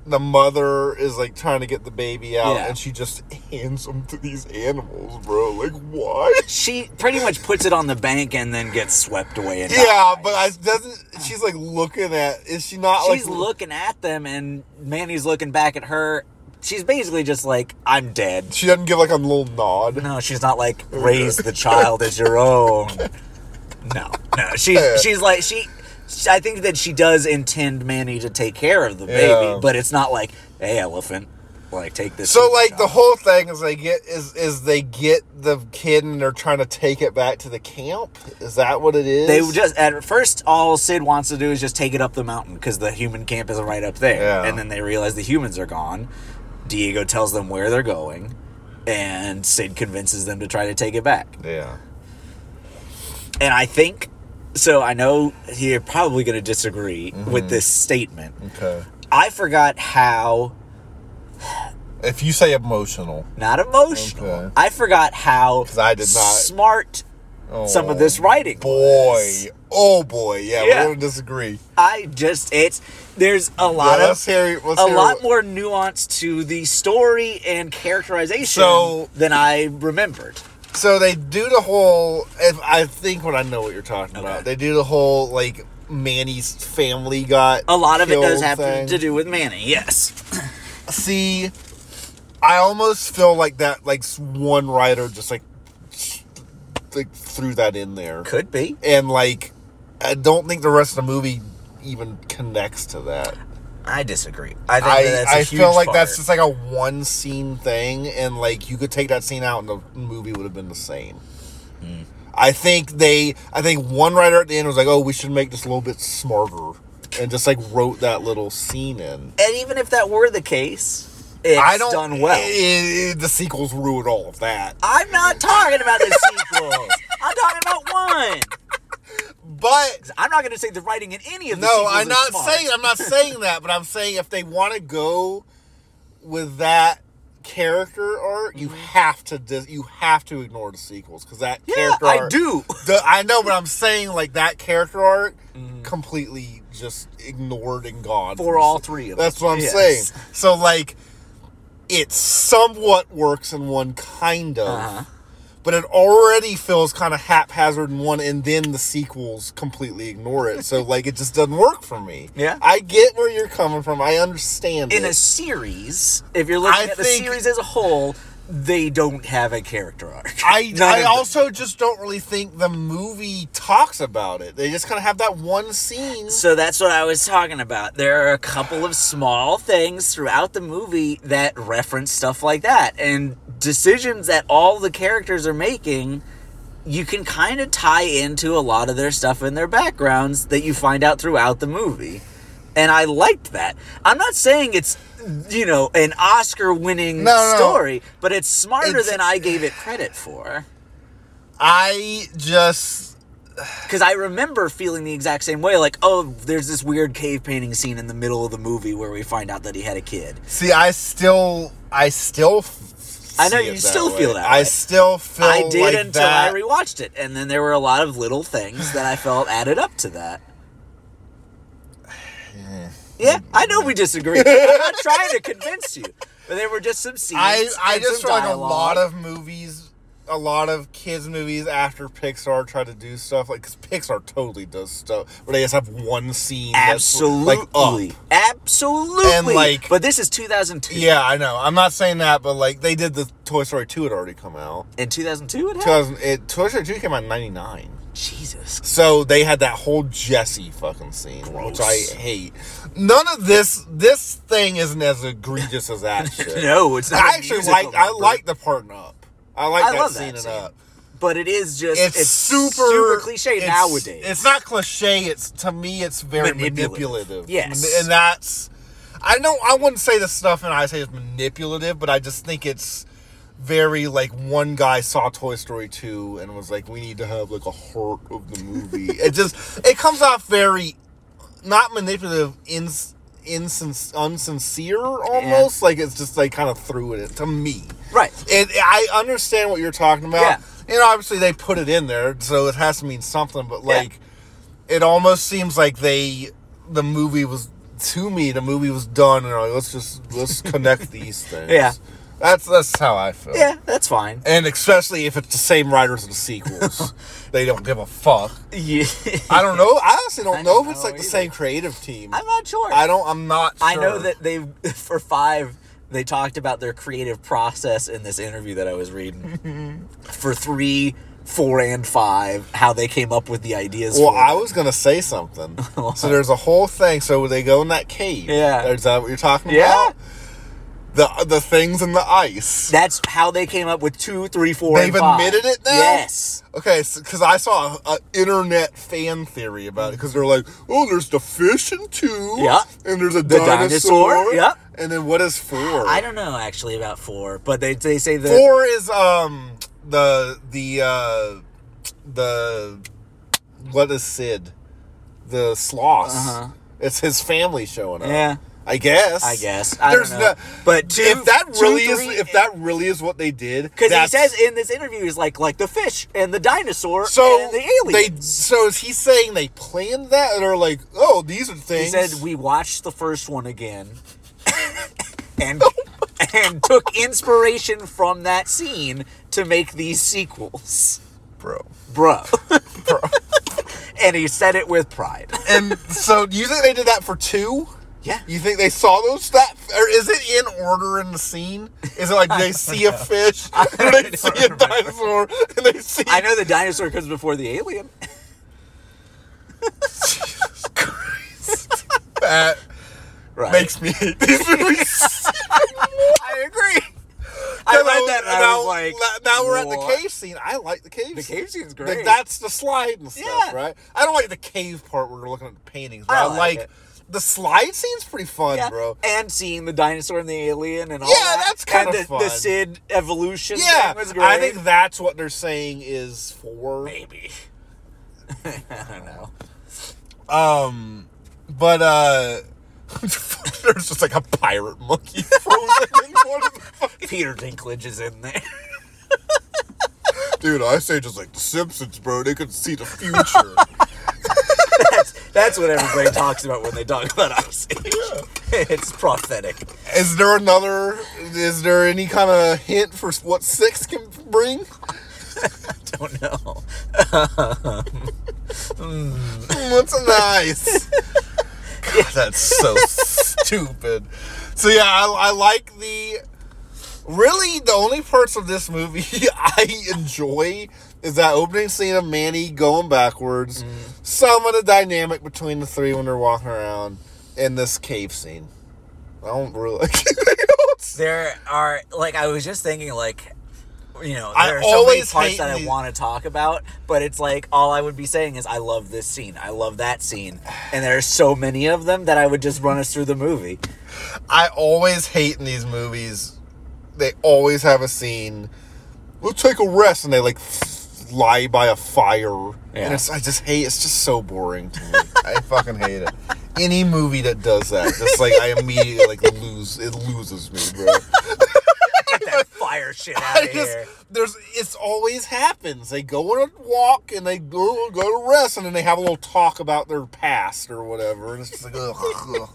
Speaker 1: the mother is like trying to get the baby out,
Speaker 2: Yeah.
Speaker 1: and she just hands them to these animals, bro. Like, why?
Speaker 2: She pretty much puts it on the bank and then gets swept away. And
Speaker 1: Yeah,
Speaker 2: dies.
Speaker 1: but I doesn't. She's like looking at. Is she not
Speaker 2: she's
Speaker 1: like?
Speaker 2: looking at them and Manny's looking back at her. She's basically just like, I'm dead.
Speaker 1: she doesn't give like a little nod.
Speaker 2: No, she's not like raise the child as your own. No, no, she's she's like she. I think that she does intend Manny to take care of the baby,
Speaker 1: Yeah.
Speaker 2: but it's not like, hey, elephant, like take this.
Speaker 1: So
Speaker 2: human
Speaker 1: like the
Speaker 2: child."
Speaker 1: whole thing is they get is is they get the kid and they're trying to take it back to the camp. Is that what it is?
Speaker 2: They just at first all Sid wants to do is just take it up the mountain because the human camp is right up there,
Speaker 1: Yeah.
Speaker 2: and then they realize the humans are gone. Diego tells them where they're going, and Sid convinces them to try to take it back.
Speaker 1: yeah.
Speaker 2: And I think so. I know you're probably going to disagree
Speaker 1: Mm-hmm.
Speaker 2: with this statement.
Speaker 1: Okay.
Speaker 2: I forgot how
Speaker 1: If you say emotional,
Speaker 2: not emotional.
Speaker 1: Okay.
Speaker 2: I forgot how
Speaker 1: 'Cause I did not-
Speaker 2: smart some
Speaker 1: Oh,
Speaker 2: of this writing. was.
Speaker 1: boy, oh boy, yeah,
Speaker 2: Yeah.
Speaker 1: we're gonna disagree.
Speaker 2: I just it's there's a
Speaker 1: Yeah,
Speaker 2: lot
Speaker 1: let's
Speaker 2: of
Speaker 1: hear. Let's
Speaker 2: a
Speaker 1: hear
Speaker 2: lot
Speaker 1: what-
Speaker 2: more nuance to the story and characterization
Speaker 1: So-
Speaker 2: than I remembered.
Speaker 1: So they do the whole. If I think when I know what you're talking about, they do the whole like Manny's family got
Speaker 2: A lot of it does
Speaker 1: killed
Speaker 2: have
Speaker 1: thing.
Speaker 2: to do with Manny. Yes.
Speaker 1: see i almost feel like that like s- one writer just like th- like threw that in there
Speaker 2: Could be.
Speaker 1: and like i don't think the rest of the movie even connects to that
Speaker 2: I disagree. I think
Speaker 1: i
Speaker 2: that's a
Speaker 1: i
Speaker 2: huge
Speaker 1: feel like that's
Speaker 2: part.
Speaker 1: just like a one scene thing and like you could take that scene out and the movie would have been the same
Speaker 2: Hmm.
Speaker 1: i think they i think one writer at the end was like oh we should make this a little bit smarter and just like wrote that little scene in
Speaker 2: And even if that were the case, it's
Speaker 1: I don't. eh,
Speaker 2: done well.
Speaker 1: i- i- the sequels ruin all of that.
Speaker 2: I'm not talking about the sequels. I'm talking about one.
Speaker 1: But
Speaker 2: 'Cause I'm not going to say the writing in any of the
Speaker 1: no,
Speaker 2: sequels
Speaker 1: I'm
Speaker 2: is
Speaker 1: not
Speaker 2: smart.
Speaker 1: saying I'm not saying that, but I'm saying if they want to go with that character art, you have to dis- you have to ignore the sequels because that
Speaker 2: Mm-hmm. Yeah,
Speaker 1: character
Speaker 2: I
Speaker 1: art-
Speaker 2: do.
Speaker 1: The, I know, but I'm saying like that character art completely just ignored and gone
Speaker 2: Mm-hmm. For all three of them.
Speaker 1: That's what I'm
Speaker 2: Yes.
Speaker 1: saying. So like, it somewhat works in one kind of.
Speaker 2: Uh-huh.
Speaker 1: But it already feels kind of haphazard in one, and then the sequels completely ignore it. So like, it just doesn't work for me.
Speaker 2: Yeah.
Speaker 1: I get where you're coming from. I understand.
Speaker 2: In a
Speaker 1: it.
Speaker 2: series, if you're looking
Speaker 1: I
Speaker 2: at the
Speaker 1: think-
Speaker 2: series as a whole, they don't have a character arc.
Speaker 1: I,
Speaker 2: None of
Speaker 1: I
Speaker 2: them.
Speaker 1: also just don't really think the movie talks about it. They just kind of have that one scene.
Speaker 2: So that's what I was talking about. There are a couple of small things throughout the movie that reference stuff like that. And decisions that all the characters are making, you can kind of tie into a lot of their stuff in their backgrounds that you find out throughout the movie. And I liked that. I'm not saying it's, you know, an Oscar winning
Speaker 1: No, no, no.
Speaker 2: story, but it's smarter
Speaker 1: It's-
Speaker 2: than I gave it credit for.
Speaker 1: I just
Speaker 2: Because I remember feeling the exact same way. Like, oh, there's this weird cave painting scene in the middle of the movie where we find out that he had a kid.
Speaker 1: see. I still, I still. f-
Speaker 2: I know
Speaker 1: see
Speaker 2: you
Speaker 1: it
Speaker 2: still feel that
Speaker 1: I
Speaker 2: way.
Speaker 1: still feel.
Speaker 2: I did
Speaker 1: like
Speaker 2: until
Speaker 1: that.
Speaker 2: I rewatched it. And then there were a lot of little things that I felt added up to that. Yeah, I know we disagree. I'm not trying to convince you. But there were just some scenes.
Speaker 1: I I
Speaker 2: and
Speaker 1: just
Speaker 2: some
Speaker 1: feel like a
Speaker 2: dialogue.
Speaker 1: lot of movies, a lot of kids movies after Pixar try to do stuff like because Pixar totally does stuff, where they just have one scene. that's,
Speaker 2: Absolutely.
Speaker 1: like up.
Speaker 2: Absolutely.
Speaker 1: And, like-
Speaker 2: but this is 2002.
Speaker 1: Yeah, I know. I'm not saying that, but like they did the Toy Story two had already come out.
Speaker 2: In 2002, it happened?
Speaker 1: 2000, it Toy Story two came out in '99.
Speaker 2: Jesus.
Speaker 1: So they had that whole Jesse fucking scene,
Speaker 2: Gross.
Speaker 1: which I hate. None of this this thing isn't as egregious as that shit.
Speaker 2: No, it's not. a
Speaker 1: I actually
Speaker 2: musical
Speaker 1: like I
Speaker 2: number.
Speaker 1: like the part in up. I like
Speaker 2: I
Speaker 1: that
Speaker 2: love that
Speaker 1: scene in
Speaker 2: scene.
Speaker 1: up.
Speaker 2: but it is just
Speaker 1: It's,
Speaker 2: it's,
Speaker 1: super
Speaker 2: cliche
Speaker 1: it's-
Speaker 2: nowadays.
Speaker 1: It's not cliche. It's to me, it's very
Speaker 2: Manipulative.
Speaker 1: manipulative.
Speaker 2: Yes.
Speaker 1: and, and that's I know I wouldn't say this stuff, and I say it's manipulative, but I just think it's very like one guy saw Toy Story two and was like, we need to have like a heart of the movie. it just it comes off very not manipulative in. Insin- unsincere almost like it's just like kind of threw it in- to me
Speaker 2: right.
Speaker 1: it, I understand what you're talking about.
Speaker 2: Yeah.
Speaker 1: And obviously they put it in there, so it has to mean something, but
Speaker 2: Yeah.
Speaker 1: like it almost seems like they the movie was to me, the movie was done and they're like, let's just let's connect these things.
Speaker 2: Yeah.
Speaker 1: That's that's how I feel.
Speaker 2: Yeah, that's fine.
Speaker 1: And especially if it's the same writers and sequels. they don't give a fuck.
Speaker 2: Yeah.
Speaker 1: I don't know. I honestly don't,
Speaker 2: I
Speaker 1: know
Speaker 2: don't
Speaker 1: if it's
Speaker 2: know
Speaker 1: like the
Speaker 2: either.
Speaker 1: same creative team.
Speaker 2: I'm not sure.
Speaker 1: I don't I'm not sure.
Speaker 2: I know that they for five they talked about their creative process in this interview that I was reading for three, four, and five. How they came up with the ideas.
Speaker 1: Well,
Speaker 2: for
Speaker 1: I
Speaker 2: them.
Speaker 1: was gonna say something. so there's a whole thing. So they go in that cave.
Speaker 2: Yeah.
Speaker 1: is that what you're talking
Speaker 2: Yeah.
Speaker 1: about? The the things in the ice.
Speaker 2: That's how they came up with two, three, four.
Speaker 1: They've
Speaker 2: and five.
Speaker 1: admitted it now?
Speaker 2: Yes.
Speaker 1: Okay, because I saw an internet fan theory about it because they're like, oh, there's the fish in two.
Speaker 2: Yeah.
Speaker 1: And there's a
Speaker 2: The
Speaker 1: dinosaur.
Speaker 2: dinosaur, yeah.
Speaker 1: And then what is four?
Speaker 2: I don't know actually about four, but they they say that
Speaker 1: Four is um the the uh the what is Sid? The sloth.
Speaker 2: Uh-huh.
Speaker 1: It's his family showing up.
Speaker 2: Yeah.
Speaker 1: I guess.
Speaker 2: I guess I don't know. but two,
Speaker 1: if that
Speaker 2: two,
Speaker 1: really
Speaker 2: three,
Speaker 1: is if that really is what they did,
Speaker 2: Because he
Speaker 1: that's-
Speaker 2: says in this interview, he's like, like the fish and the dinosaur
Speaker 1: so
Speaker 2: and the
Speaker 1: they
Speaker 2: aliens.
Speaker 1: so is he saying they planned that and are like, oh, these are
Speaker 2: he
Speaker 1: things.
Speaker 2: said we watched the first one again, and and took inspiration from that scene to make these sequels,
Speaker 1: bro.
Speaker 2: bro. and he said it with pride.
Speaker 1: and so, do you think they did that for two?
Speaker 2: Yeah.
Speaker 1: You think they saw those that or is it in order in the scene? Is it like they see a fish, and they see a dinosaur, and they see
Speaker 2: I know the dinosaur comes before the alien.
Speaker 1: that
Speaker 2: Right.
Speaker 1: makes me hate these movies.
Speaker 2: I agree. I read that and I was like,
Speaker 1: now we're at
Speaker 2: "What?"
Speaker 1: the cave scene. I like the cave.
Speaker 2: The
Speaker 1: scene.
Speaker 2: cave scene's great.
Speaker 1: Like, that's the slide and stuff,
Speaker 2: Yeah.
Speaker 1: right? I don't like the cave part where we're looking at the paintings, but
Speaker 2: I
Speaker 1: I,
Speaker 2: like
Speaker 1: like
Speaker 2: it.
Speaker 1: the slide scene's pretty fun,
Speaker 2: Yeah,
Speaker 1: bro.
Speaker 2: And seeing the dinosaur and the alien and all
Speaker 1: Yeah,
Speaker 2: that.
Speaker 1: that's kinda
Speaker 2: And the, The
Speaker 1: fun.
Speaker 2: Sid evolution
Speaker 1: Yeah,
Speaker 2: thing was great.
Speaker 1: I think that's what they're saying is for.
Speaker 2: maybe. I don't know.
Speaker 1: Um, but uh, there's just like a pirate monkey frozen in one of the fucking.
Speaker 2: Peter Dinklage is in there.
Speaker 1: Dude, I say just like The Simpsons, bro. They could see the future.
Speaker 2: That's, that's what everybody talks about when they talk about Ice Age. It's prophetic.
Speaker 1: is there another? Is there any kind of hint for what six can bring?
Speaker 2: Don't know.
Speaker 1: What's nice? God, that's so stupid. So yeah, I, I like the. Really, the only parts of this movie I enjoy is that opening scene of Manny going backwards, some of the dynamic between the three when they're walking around, and this cave scene. I don't really.
Speaker 2: There are like I was just thinking like you know
Speaker 1: I
Speaker 2: there are so many
Speaker 1: always hate
Speaker 2: parts that I
Speaker 1: the-
Speaker 2: want to talk about, but it's like all I would be saying is I love this scene, I love that scene, and there are so many of them that I would just run us through the movie.
Speaker 1: I always hate in these movies. They always have a scene. We'll take a rest, and they like lie by a fire. And it's, I just hate. It's just so boring to me. I fucking hate it. Any movie that does that, just like I immediately like lose. It loses me, bro.
Speaker 2: Get that fire shit out
Speaker 1: I
Speaker 2: of
Speaker 1: just
Speaker 2: here.
Speaker 1: there's it's always happens. They go on a walk and they go go to rest, and then they have a little talk about their past or whatever, and it's just like ugh. ugh.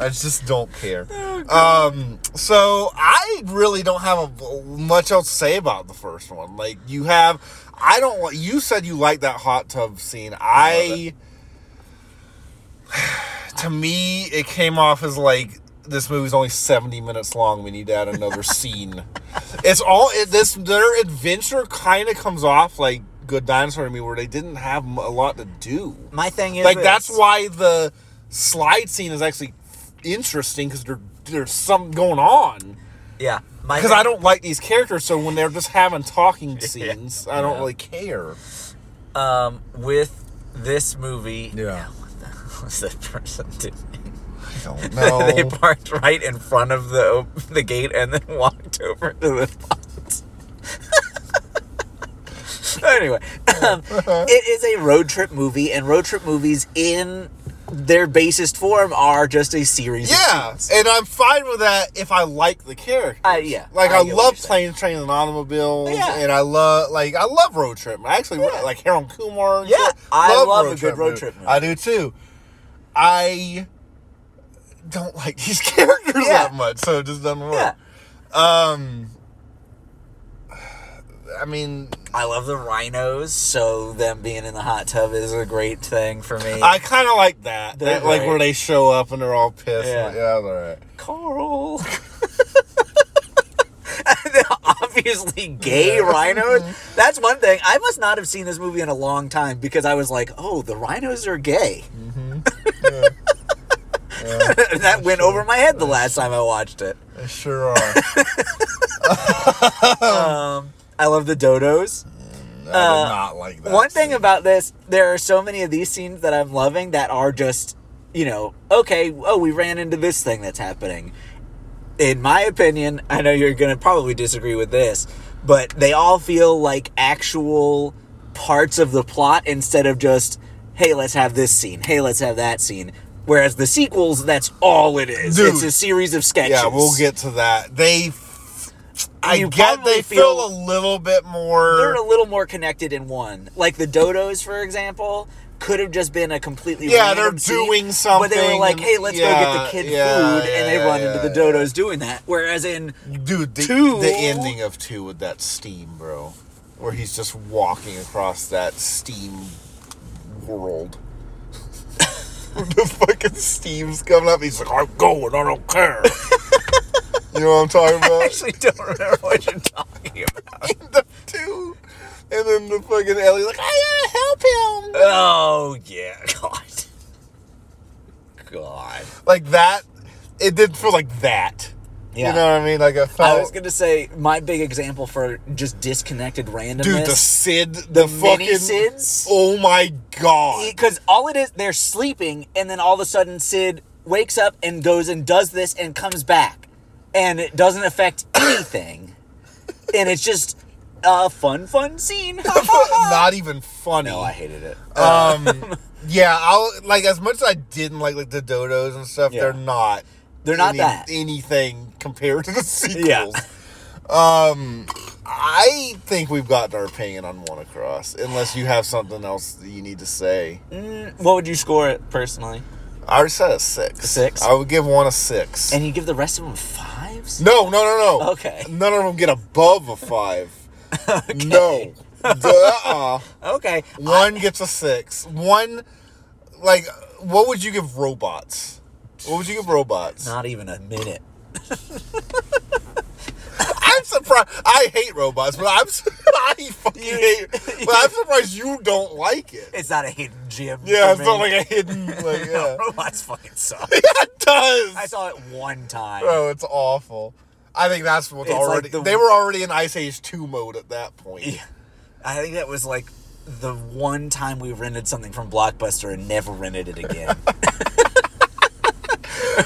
Speaker 1: I just don't care. um, so I really don't have a, much else to say about the first one. Like you have, I don't. like- You said you like that hot tub scene. I to me, it came off as like this movie's only 70 minutes long. We need to add another scene. It's all it, this their adventure kind of comes off like Good Dinosaur to me, where they didn't have m- a lot to do.
Speaker 2: My thing is
Speaker 1: Like that's
Speaker 2: it's-
Speaker 1: why the slide scene is actually interesting because there there's something going on.
Speaker 2: yeah my
Speaker 1: Because
Speaker 2: thing-
Speaker 1: I don't like these characters, so when they're just having talking scenes, I don't really care.
Speaker 2: um with this movie
Speaker 1: Yeah.
Speaker 2: what the hell is that person doing?
Speaker 1: I don't
Speaker 2: they
Speaker 1: know.
Speaker 2: parked right in front of the op- the gate and then walked over to the pots. anyway, um,
Speaker 1: Uh-huh.
Speaker 2: it is a road trip movie, and road trip movies in their basest form are just a series.
Speaker 1: yeah,
Speaker 2: of scenes.
Speaker 1: and I'm fine with that if I like the character.
Speaker 2: I- Uh, yeah,
Speaker 1: Like I,
Speaker 2: I get what
Speaker 1: love
Speaker 2: you're
Speaker 1: planes, trains, and automobiles,
Speaker 2: Yeah.
Speaker 1: and I love like I love road trip. I actually
Speaker 2: Yeah.
Speaker 1: like Harold Kumar. and
Speaker 2: Yeah,
Speaker 1: shit.
Speaker 2: I love a good road trip movie.
Speaker 1: I do too. I don't like these characters
Speaker 2: Yeah.
Speaker 1: that much, so it just doesn't work.
Speaker 2: Yeah.
Speaker 1: Um, I mean,
Speaker 2: I love the rhinos, so them being in the hot tub is a great thing for me.
Speaker 1: I kind of like that.
Speaker 2: They're
Speaker 1: that like where
Speaker 2: great.
Speaker 1: they show up and they're all pissed.
Speaker 2: Yeah.
Speaker 1: Yeah, yeah all right.
Speaker 2: Carl. Obviously, gay rhinos. That's one thing. I must not have seen this movie in a long time because I was like, "Oh, the rhinos are gay." and that went over my head the last time I watched it.
Speaker 1: They sure are.
Speaker 2: Um, I love the dodos.
Speaker 1: I did not like that.
Speaker 2: Uh, One thing about this, there are so many of these scenes that I'm loving that are just, you know, okay, oh, we ran into this thing that's happening. In my opinion, I know you're going to probably disagree with this, but they all feel like actual parts of the plot instead of just, hey, let's have this scene, hey, let's have that scene. Whereas the sequels, that's all it is.
Speaker 1: Dude.
Speaker 2: It's a series of sketches.
Speaker 1: Yeah, we'll get to that. They, I
Speaker 2: You
Speaker 1: get
Speaker 2: probably
Speaker 1: they feel,
Speaker 2: feel-
Speaker 1: a little bit more.
Speaker 2: they're a little more connected in one. Like the Dodos, for example, could have just been a completely
Speaker 1: Yeah,
Speaker 2: random
Speaker 1: they're
Speaker 2: scene,
Speaker 1: doing
Speaker 2: But they
Speaker 1: something
Speaker 2: were like,
Speaker 1: and-
Speaker 2: "Hey, let's go get
Speaker 1: yeah,
Speaker 2: the kid
Speaker 1: yeah,
Speaker 2: food," and they
Speaker 1: yeah,
Speaker 2: run
Speaker 1: yeah,
Speaker 2: into the
Speaker 1: yeah.
Speaker 2: Dodos doing that. Whereas in
Speaker 1: dude. The,
Speaker 2: Two.
Speaker 1: the ending of two with that steam, bro, where he's just walking across that steam world. the fucking steam's coming up. He's like, I'm going. I don't care. you know what I'm talking about?
Speaker 2: I actually don't remember what you're talking about.
Speaker 1: the two, and then the fucking Ellie's like, I gotta help him.
Speaker 2: Oh yeah, God, God.
Speaker 1: like that. It did feel like that.
Speaker 2: Yeah.
Speaker 1: You know what I mean? Like I felt.
Speaker 2: I was gonna say my big example for just disconnected randomness.
Speaker 1: dude, the Sid, the,
Speaker 2: mini
Speaker 1: fucking
Speaker 2: Sids?
Speaker 1: Oh my god!
Speaker 2: because all it is they're sleeping and then all of a sudden sid wakes up and goes and does this and comes back and it doesn't affect anything and it's just a fun, fun scene.
Speaker 1: Not even funny.
Speaker 2: no, I hated it.
Speaker 1: um, yeah, I'll like as much as I didn't like like the dodos and stuff.
Speaker 2: Yeah.
Speaker 1: They're not.
Speaker 2: They're not
Speaker 1: any-
Speaker 2: that.
Speaker 1: anything compared to the sequels.
Speaker 2: Yeah.
Speaker 1: Um, I think we've gotten our opinion on one across. Unless you have something else that you need to say.
Speaker 2: Mm, what would you score it personally?
Speaker 1: I already said a six.
Speaker 2: Six?
Speaker 1: I would give one a six.
Speaker 2: And you give the rest of them fives?
Speaker 1: no, no, no, no.
Speaker 2: Okay.
Speaker 1: None of them get above a five. No. Uh-uh.
Speaker 2: Okay.
Speaker 1: One gets a six. One, like, what would you give robots? What would you give robots?
Speaker 2: Not even a minute.
Speaker 1: I'm surprised. I hate robots, but I'm su- I fucking
Speaker 2: You-
Speaker 1: hate. But I'm surprised you don't like it.
Speaker 2: It's not a hidden gem.
Speaker 1: Yeah,
Speaker 2: for
Speaker 1: it's not
Speaker 2: me.
Speaker 1: like a hidden. Like, yeah.
Speaker 2: No, robots fucking suck.
Speaker 1: yeah, it does.
Speaker 2: I saw it one time.
Speaker 1: Oh, it's awful. I think that's what's
Speaker 2: It's like
Speaker 1: already.
Speaker 2: the-
Speaker 1: they were already in Ice Age two mode at that point.
Speaker 2: Yeah. I think that was like the one time we rented something from Blockbuster and never rented it again.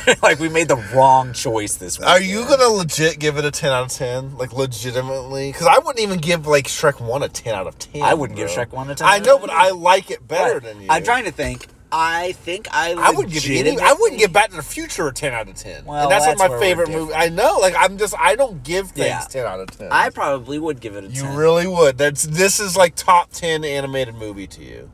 Speaker 2: like we made the wrong choice this week.
Speaker 1: Are you gonna legit give it a ten out of ten? Like legitimately? Because I wouldn't even give like Shrek one a ten out of ten.
Speaker 2: I wouldn't
Speaker 1: bro.
Speaker 2: give Shrek 1 a 10
Speaker 1: I
Speaker 2: out
Speaker 1: know,
Speaker 2: of
Speaker 1: but
Speaker 2: 10.
Speaker 1: I like it better than you.
Speaker 2: I'm trying to think. I think I.
Speaker 1: I would give it any, I wouldn't
Speaker 2: legitimately-
Speaker 1: give Back to the Future a ten out of ten.
Speaker 2: Well,
Speaker 1: and that's,
Speaker 2: that's
Speaker 1: like my
Speaker 2: where we're
Speaker 1: favorite
Speaker 2: different.
Speaker 1: movie. I know. Like I'm just I don't give things
Speaker 2: Yeah.
Speaker 1: ten out of ten.
Speaker 2: I probably would give it a
Speaker 1: you
Speaker 2: ten.
Speaker 1: really would. That's this is like top ten animated movie to you.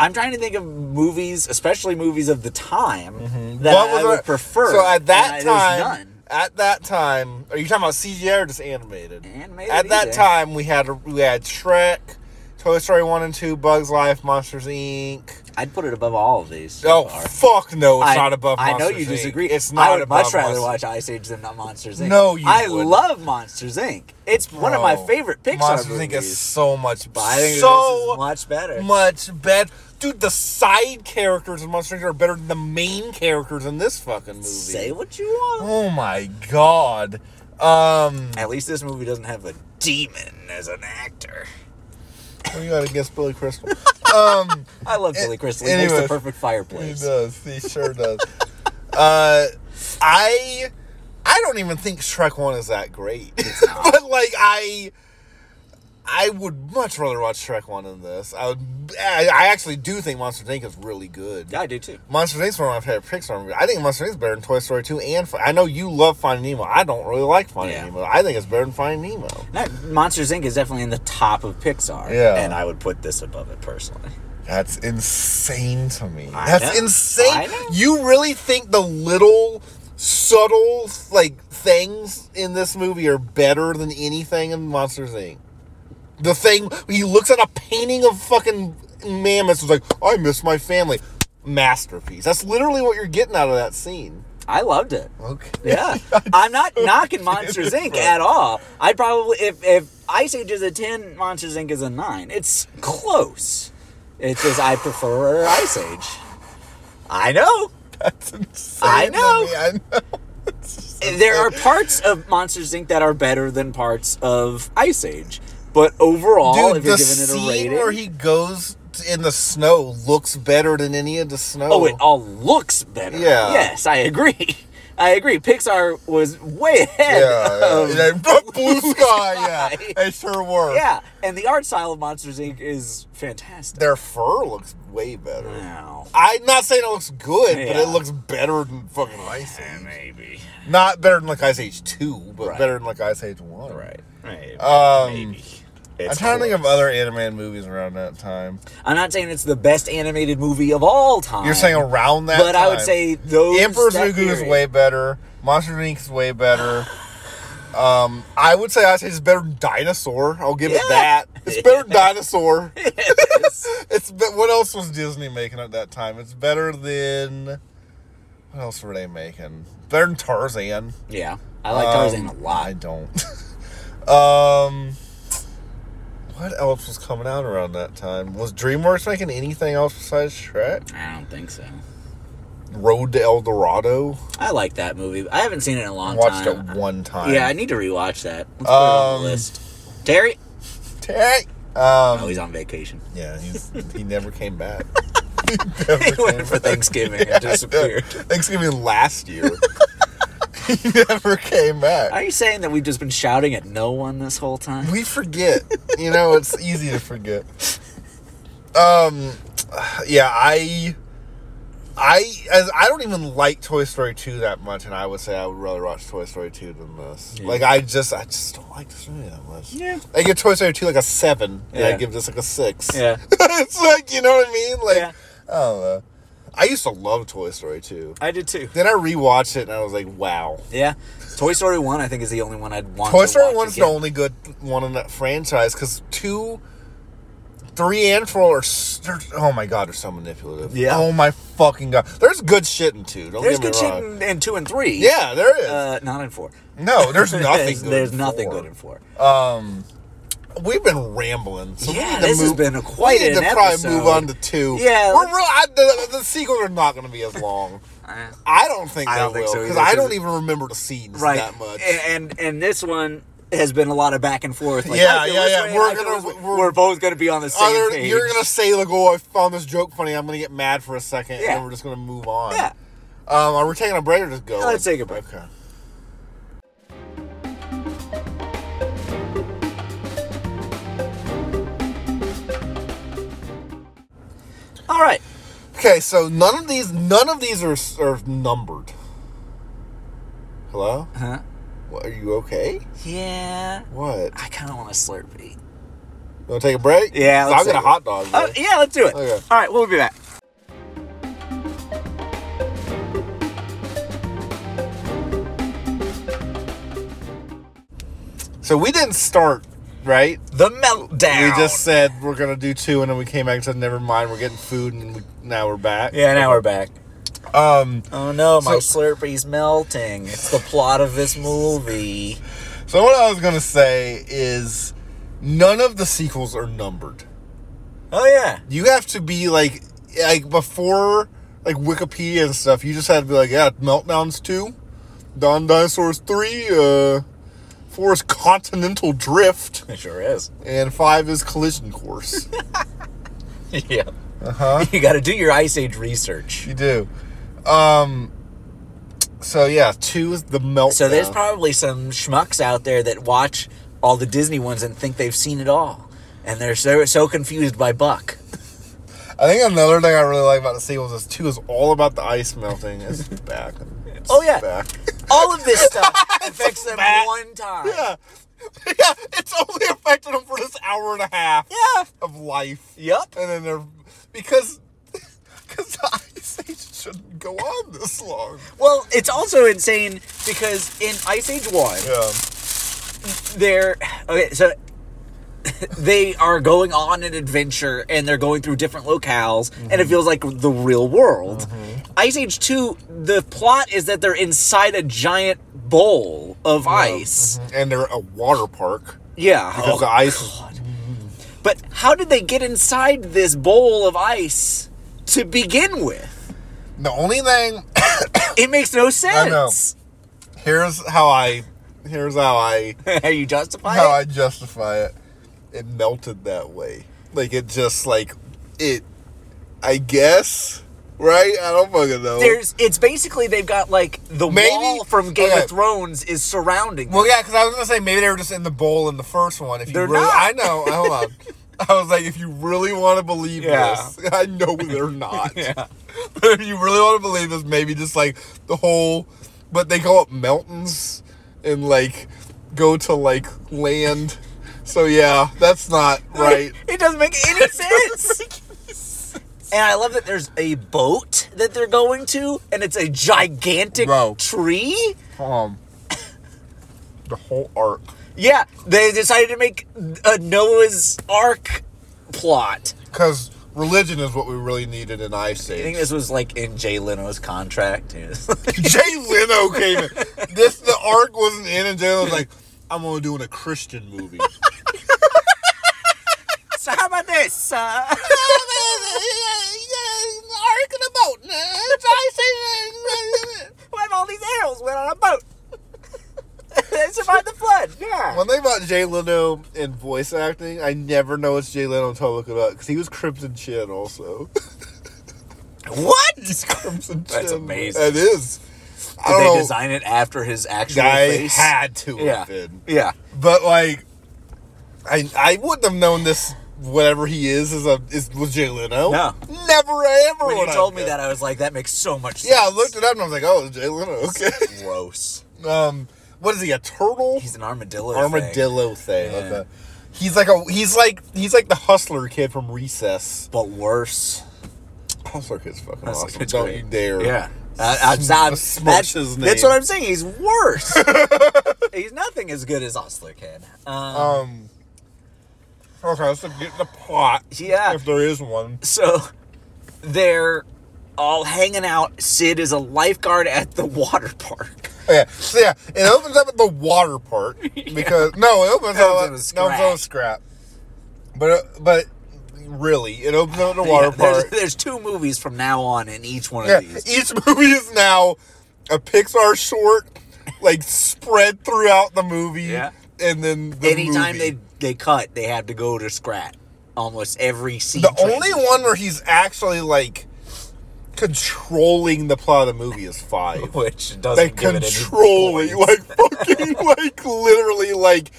Speaker 2: I'm trying to think of movies, especially movies of the time that
Speaker 1: Mm-hmm. What
Speaker 2: I
Speaker 1: our-
Speaker 2: would prefer.
Speaker 1: So at that
Speaker 2: and I- there's
Speaker 1: time, at that time, are you talking about CGI or just animated?
Speaker 2: Animated
Speaker 1: At that
Speaker 2: either.
Speaker 1: time, we had we had Shrek, Toy Story one and two, Bugs Life, Monsters Inc.
Speaker 2: none. I'd put it above all of these. so
Speaker 1: Oh
Speaker 2: far.
Speaker 1: fuck no, it's
Speaker 2: I,
Speaker 1: not above.
Speaker 2: I know
Speaker 1: Monsters,
Speaker 2: you
Speaker 1: Inc.
Speaker 2: disagree.
Speaker 1: It's not.
Speaker 2: I would
Speaker 1: above
Speaker 2: much rather
Speaker 1: Monsters-
Speaker 2: watch Ice Age than not Monsters Inc.
Speaker 1: No, you
Speaker 2: I
Speaker 1: wouldn't.
Speaker 2: love Monsters Inc. It's one of my
Speaker 1: Bro,
Speaker 2: favorite Pixar
Speaker 1: Monsters
Speaker 2: movies.
Speaker 1: Inc. is so much.
Speaker 2: but I think this
Speaker 1: so
Speaker 2: is much better.
Speaker 1: much better. Dude, the side characters in Monsters Inc. are better than the main characters in this fucking movie.
Speaker 2: Say what you want.
Speaker 1: Oh my god. Um,
Speaker 2: At least this movie doesn't have a demon as an actor.
Speaker 1: what do you got against Billy Crystal?
Speaker 2: I love Billy Crystal. He makes the
Speaker 1: anyways. uh,
Speaker 2: perfect fireplace.
Speaker 1: He does. He sure does. uh, I I don't even think Shrek One is that great, but like I I would much rather watch Shrek One than this. I would. I, I actually do think Monsters Inc. is really good.
Speaker 2: Yeah, I do too.
Speaker 1: Monsters Inc. is one of my favorite Pixar movies. I think Monsters Inc. is better than Toy Story Two and Fi- I know you love Finding Nemo. I don't really like Finding
Speaker 2: Yeah.
Speaker 1: Nemo. I think it's better than Finding Nemo.
Speaker 2: That Monsters Inc. is definitely in the top of Pixar.
Speaker 1: Yeah.
Speaker 2: And I would put this above it personally.
Speaker 1: That's insane to me.
Speaker 2: I
Speaker 1: That's
Speaker 2: know. I
Speaker 1: insane.
Speaker 2: know.
Speaker 1: You really think the little subtle like things in this movie are better than anything in Monsters Inc. The thing he looks at a painting of fucking mammoths was like, I miss my family. Masterpiece. That's literally what you're getting out of that scene.
Speaker 2: I loved it.
Speaker 1: Okay.
Speaker 2: Yeah. I'm not knocking Monsters Inc. at all. I'd probably if if Ice Age is a ten, Monsters Inc. is a nine. It's close. It's just I prefer Ice Age. I know.
Speaker 1: That's insane.
Speaker 2: I
Speaker 1: to
Speaker 2: know.
Speaker 1: me. I know.
Speaker 2: There are parts of Monsters Inc. that are better than parts of Ice Age. But overall,
Speaker 1: Dude,
Speaker 2: if you're
Speaker 1: the
Speaker 2: giving it a
Speaker 1: scene
Speaker 2: rating,
Speaker 1: where he goes in the snow looks better than any of the snow.
Speaker 2: oh, it all looks better.
Speaker 1: Yeah.
Speaker 2: Yes, I agree. I agree. Pixar was way ahead
Speaker 1: yeah,
Speaker 2: of
Speaker 1: yeah. blue, sky,
Speaker 2: Um, sky.
Speaker 1: yeah, they sure were.
Speaker 2: Yeah, and the art style of Monsters Inc. is fantastic.
Speaker 1: their fur looks way better.
Speaker 2: Wow.
Speaker 1: I'm not saying it looks good, but
Speaker 2: Yeah.
Speaker 1: it looks better than fucking Ice Age.
Speaker 2: Maybe.
Speaker 1: Not better than like Ice Age two, but
Speaker 2: Right.
Speaker 1: better than like Ice Age one.
Speaker 2: Right. Maybe.
Speaker 1: Um,
Speaker 2: It's
Speaker 1: I'm trying to think of
Speaker 2: close.
Speaker 1: other animated movies around that time.
Speaker 2: I'm not saying it's the best animated movie of all time.
Speaker 1: You're saying around that,
Speaker 2: but I would
Speaker 1: time.
Speaker 2: say those.
Speaker 1: Emperor's
Speaker 2: that
Speaker 1: New Groove is
Speaker 2: period.
Speaker 1: way better. Monster Inc. is way better. Um, I would say Ice Age is better than Dinosaur. I'll give
Speaker 2: Yeah.
Speaker 1: it that. It's better than Dinosaur.
Speaker 2: Yes.
Speaker 1: It's be- what else was Disney making at that time? It's better than what else were they making? Better than Tarzan.
Speaker 2: yeah, I like Tarzan
Speaker 1: Um,
Speaker 2: a lot.
Speaker 1: I don't. um, what else was coming out around that time? Was DreamWorks making anything else besides Shrek?
Speaker 2: I don't think so.
Speaker 1: Road to El Dorado.
Speaker 2: I like that movie. I haven't seen it in a long
Speaker 1: Watched
Speaker 2: time.
Speaker 1: it one time.
Speaker 2: Yeah, I need to rewatch that. Let's put it on
Speaker 1: Um,
Speaker 2: the list. Terry?
Speaker 1: Terry.
Speaker 2: Oh,
Speaker 1: Um,
Speaker 2: he's on vacation.
Speaker 1: yeah, he's, he never came back.
Speaker 2: he went for Thanksgiving and disappeared.
Speaker 1: Thanksgiving last year. he never came back.
Speaker 2: Are you saying that we've just been shouting at no one this whole time?
Speaker 1: we forget. you know, it's easy to forget. Um, yeah, I, I, as, I don't even like Toy Story two that much, and I would say I would rather watch Toy Story two than this.
Speaker 2: Yeah.
Speaker 1: Like, I just, I just don't like this movie that much.
Speaker 2: Yeah.
Speaker 1: I give Toy Story two like a seven, and
Speaker 2: Yeah.
Speaker 1: I give this like a six.
Speaker 2: Yeah.
Speaker 1: it's like you know what I mean. Like,
Speaker 2: Yeah.
Speaker 1: I don't know. I used to love Toy Story two.
Speaker 2: I did too.
Speaker 1: Then I rewatched it and I was like, wow.
Speaker 2: Yeah. Toy Story 1, I think, is the only one I'd want
Speaker 1: Toy
Speaker 2: to
Speaker 1: Story
Speaker 2: watch
Speaker 1: One's the
Speaker 2: again.
Speaker 1: only good one in that franchise because two, three, and four are. s- they're- Oh my god, they're so manipulative.
Speaker 2: Yeah.
Speaker 1: Oh my fucking god, there's good shit in two. Don't
Speaker 2: There's
Speaker 1: get me
Speaker 2: good shit
Speaker 1: wrong.
Speaker 2: in, in 2 and 3.
Speaker 1: Yeah, there is.
Speaker 2: Uh, not in 4.
Speaker 1: no, there's nothing.
Speaker 2: there's
Speaker 1: good
Speaker 2: there's
Speaker 1: in
Speaker 2: nothing
Speaker 1: four.
Speaker 2: good in 4.
Speaker 1: We've been rambling. So we
Speaker 2: yeah,
Speaker 1: need to
Speaker 2: this
Speaker 1: move.
Speaker 2: has been a quite
Speaker 1: we need
Speaker 2: an
Speaker 1: to probably
Speaker 2: episode.
Speaker 1: move on to two.
Speaker 2: Yeah,
Speaker 1: we're
Speaker 2: let's-
Speaker 1: real. I, the, the sequels are not going to be as long.
Speaker 2: Uh,
Speaker 1: I don't think
Speaker 2: I
Speaker 1: they
Speaker 2: don't think
Speaker 1: will
Speaker 2: so either,
Speaker 1: because I
Speaker 2: 'cause
Speaker 1: don't
Speaker 2: it-
Speaker 1: even remember the scenes
Speaker 2: right. Eh,
Speaker 1: that much.
Speaker 2: A- And, and this one has been a lot of back and forth. Like,
Speaker 1: Yeah,
Speaker 2: I feel
Speaker 1: yeah,
Speaker 2: this
Speaker 1: yeah.
Speaker 2: way,
Speaker 1: We're
Speaker 2: I feel
Speaker 1: gonna-
Speaker 2: this way.
Speaker 1: we're-
Speaker 2: we're both going to be on the same
Speaker 1: other,
Speaker 2: page.
Speaker 1: you're gonna say like, "Oh, I found this joke funny." I'm gonna get mad for a second, and
Speaker 2: Yeah.
Speaker 1: then we're just gonna move on.
Speaker 2: Yeah.
Speaker 1: Um, are we taking a break or just go?
Speaker 2: let's take a break.
Speaker 1: Okay.
Speaker 2: All right.
Speaker 1: Okay. So none of these, none of these are are numbered. Hello.
Speaker 2: Huh?
Speaker 1: What, are you okay?
Speaker 2: Yeah.
Speaker 1: What?
Speaker 2: I kind of want a Slurpee.
Speaker 1: You want to take a break?
Speaker 2: Yeah,
Speaker 1: So
Speaker 2: let's
Speaker 1: I'll get a
Speaker 2: take
Speaker 1: hot
Speaker 2: it.
Speaker 1: dog.
Speaker 2: Uh,
Speaker 1: bro.
Speaker 2: yeah, let's do it.
Speaker 1: Okay.
Speaker 2: All right, we'll be back.
Speaker 1: So we didn't start right.
Speaker 2: The meltdown.
Speaker 1: We just said we're gonna do two, and then we came back and said, "Never mind, we're getting food," and we, now we're back.
Speaker 2: yeah. Now we're back.
Speaker 1: Um.
Speaker 2: Oh no, my
Speaker 1: So-
Speaker 2: Slurpee's melting. It's the plot of this movie.
Speaker 1: So what I was gonna say is, none of the sequels are numbered.
Speaker 2: Oh yeah.
Speaker 1: You have to be like, like before, like Wikipedia and stuff. You just had to be like, yeah, Meltdowns two, Don Dinosaurs three, uh, four is Continental Drift,
Speaker 2: It sure is.
Speaker 1: and five is Collision Course.
Speaker 2: yeah.
Speaker 1: uh huh.
Speaker 2: You got to do your Ice Age research.
Speaker 1: You do. Um. So yeah, two is the meltdown.
Speaker 2: So there's probably some schmucks out there that watch all the Disney ones and think they've seen it all, and they're so so confused by Buck.
Speaker 1: I think another thing I really like about the sequels is two is all about the ice melting. It's back. It's
Speaker 2: Oh, yeah.
Speaker 1: back.
Speaker 2: All of this stuff affects them
Speaker 1: bat.
Speaker 2: one time.
Speaker 1: Yeah. Yeah, it's only affected them for this hour and a half
Speaker 2: Yeah.
Speaker 1: of life.
Speaker 2: Yep.
Speaker 1: And then they're because because the ice age shouldn't go on this long.
Speaker 2: Well, it's also insane because in Ice Age One,
Speaker 1: Yeah.
Speaker 2: they're okay so they are going on an adventure and they're going through different locales and
Speaker 1: Mm-hmm.
Speaker 2: it feels like the real world ice age 2 the plot is that they're inside a giant bowl of ice
Speaker 1: And they're a water park
Speaker 2: yeah
Speaker 1: Mm-hmm. because
Speaker 2: Oh,
Speaker 1: the ice. is-
Speaker 2: but how did they get inside this bowl of ice to begin with
Speaker 1: The only thing
Speaker 2: it makes no sense
Speaker 1: here's how I here's how I
Speaker 2: how you justify
Speaker 1: how
Speaker 2: it
Speaker 1: I justify it. It melted that way. Like it just like it. I guess right. I don't fucking know.
Speaker 2: there's it's basically they've got like the
Speaker 1: Maybe-
Speaker 2: wall from game
Speaker 1: okay.
Speaker 2: of thrones is surrounding them.
Speaker 1: Well, yeah, because I was gonna say maybe they were just in the bowl in the first one. If you
Speaker 2: They're
Speaker 1: really,
Speaker 2: not.
Speaker 1: I know. Hold on. I was like, if you really want to believe
Speaker 2: Yeah.
Speaker 1: this, I know they're not. yeah. But if you really want to believe this, maybe just like the whole. But they go up mountains and like go to like land. So yeah, that's not right.
Speaker 2: It doesn't make any sense. And I love that there's a boat that they're going to, and it's a gigantic
Speaker 1: Bro.
Speaker 2: tree.
Speaker 1: Um, the whole arc.
Speaker 2: Yeah, they decided to make a Noah's Ark plot.
Speaker 1: Because religion is what we really needed in Ice
Speaker 2: I
Speaker 1: Age.
Speaker 2: think this was like in Jay Leno's contract. He was like-
Speaker 1: Jay Leno came in. This the arc wasn't in, and Jay Leno was like, "I'm only doing a Christian movie."
Speaker 2: so how about this? Uh,
Speaker 1: arc in a boat.
Speaker 2: when all these animals went on a boat, they survived the flood. Yeah.
Speaker 1: One thing about Jay Leno and voice acting, I never know it's Jay Leno until I look it up because he was Crimson Chin also.
Speaker 2: What?
Speaker 1: Crimson Chin.
Speaker 2: That's amazing.
Speaker 1: That is. I don't
Speaker 2: Did they
Speaker 1: know.
Speaker 2: design it after his actual
Speaker 1: I
Speaker 2: face?
Speaker 1: had to
Speaker 2: yeah.
Speaker 1: have been.
Speaker 2: Yeah.
Speaker 1: But like, I I wouldn't have known this. Whatever he is is a is was Jay Leno.
Speaker 2: No.
Speaker 1: never ever.
Speaker 2: When you
Speaker 1: would I
Speaker 2: told
Speaker 1: have
Speaker 2: me
Speaker 1: guessed.
Speaker 2: that, I was like, that makes so much sense.
Speaker 1: Yeah, I looked it up and I was like, oh, Jay Leno. Okay.
Speaker 2: Gross.
Speaker 1: Um, what is he? A turtle?
Speaker 2: He's an armadillo. thing.
Speaker 1: armadillo thing.
Speaker 2: Yeah.
Speaker 1: Okay. He's like a he's like he's like the hustler kid from Recess.
Speaker 2: But worse.
Speaker 1: Hustler kid's fucking
Speaker 2: That's
Speaker 1: awesome.
Speaker 2: like a
Speaker 1: Don't
Speaker 2: great-
Speaker 1: you dare.
Speaker 2: Yeah. Uh, I'm, I'm,
Speaker 1: Smush
Speaker 2: that's,
Speaker 1: his
Speaker 2: that's
Speaker 1: name.
Speaker 2: what I'm saying. He's worse. He's nothing as good as Osler Kid. Um,
Speaker 1: Um. Okay, so get the plot.
Speaker 2: Yeah.
Speaker 1: If there is one.
Speaker 2: so they're all hanging out. Sid is a lifeguard at the water park.
Speaker 1: Okay. So yeah, it opens up at the water park because no, it opens
Speaker 2: It
Speaker 1: up
Speaker 2: opens
Speaker 1: at no, it's
Speaker 2: up with
Speaker 1: on scrap. But uh, but really, it opens up at the water
Speaker 2: Yeah, there's,
Speaker 1: park.
Speaker 2: there's two movies from now on in each one of
Speaker 1: Yeah,
Speaker 2: these.
Speaker 1: each movie is now a Pixar short, like spread throughout the movie.
Speaker 2: Yeah.
Speaker 1: And then the
Speaker 2: Anytime
Speaker 1: movie.
Speaker 2: they they cut, they have to go to Scrat. Almost every scene.
Speaker 1: the only
Speaker 2: transition.
Speaker 1: one where he's actually like controlling the plot of the movie is five.
Speaker 2: which
Speaker 1: They
Speaker 2: doesn't give it any
Speaker 1: controlling,
Speaker 2: points.
Speaker 1: like fucking, like literally, like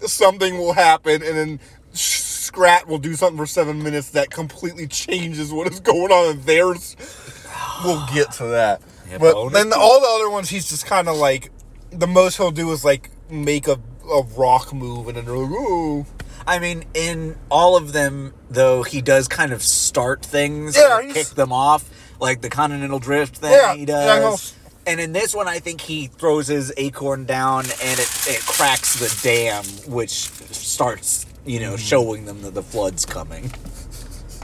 Speaker 1: something will happen, and then Sh- Scrat will do something for seven minutes that completely changes what is going on in theirs. We'll get to that.
Speaker 2: Yeah,
Speaker 1: but
Speaker 2: bonus
Speaker 1: then all the other ones, he's just kind of like the most he'll do is like make a, a rock move, and then they're like, "Ooh,
Speaker 2: I mean, in all of them, though, he does kind of start things,
Speaker 1: Yeah,
Speaker 2: or
Speaker 1: he's-
Speaker 2: kick them off, like the continental drift thing
Speaker 1: Yeah,
Speaker 2: he
Speaker 1: yeah, I know.
Speaker 2: does. and in this one, I think he throws his acorn down and it, it cracks the dam, which starts, you
Speaker 1: Mm-hmm.
Speaker 2: know, showing them that the flood's coming.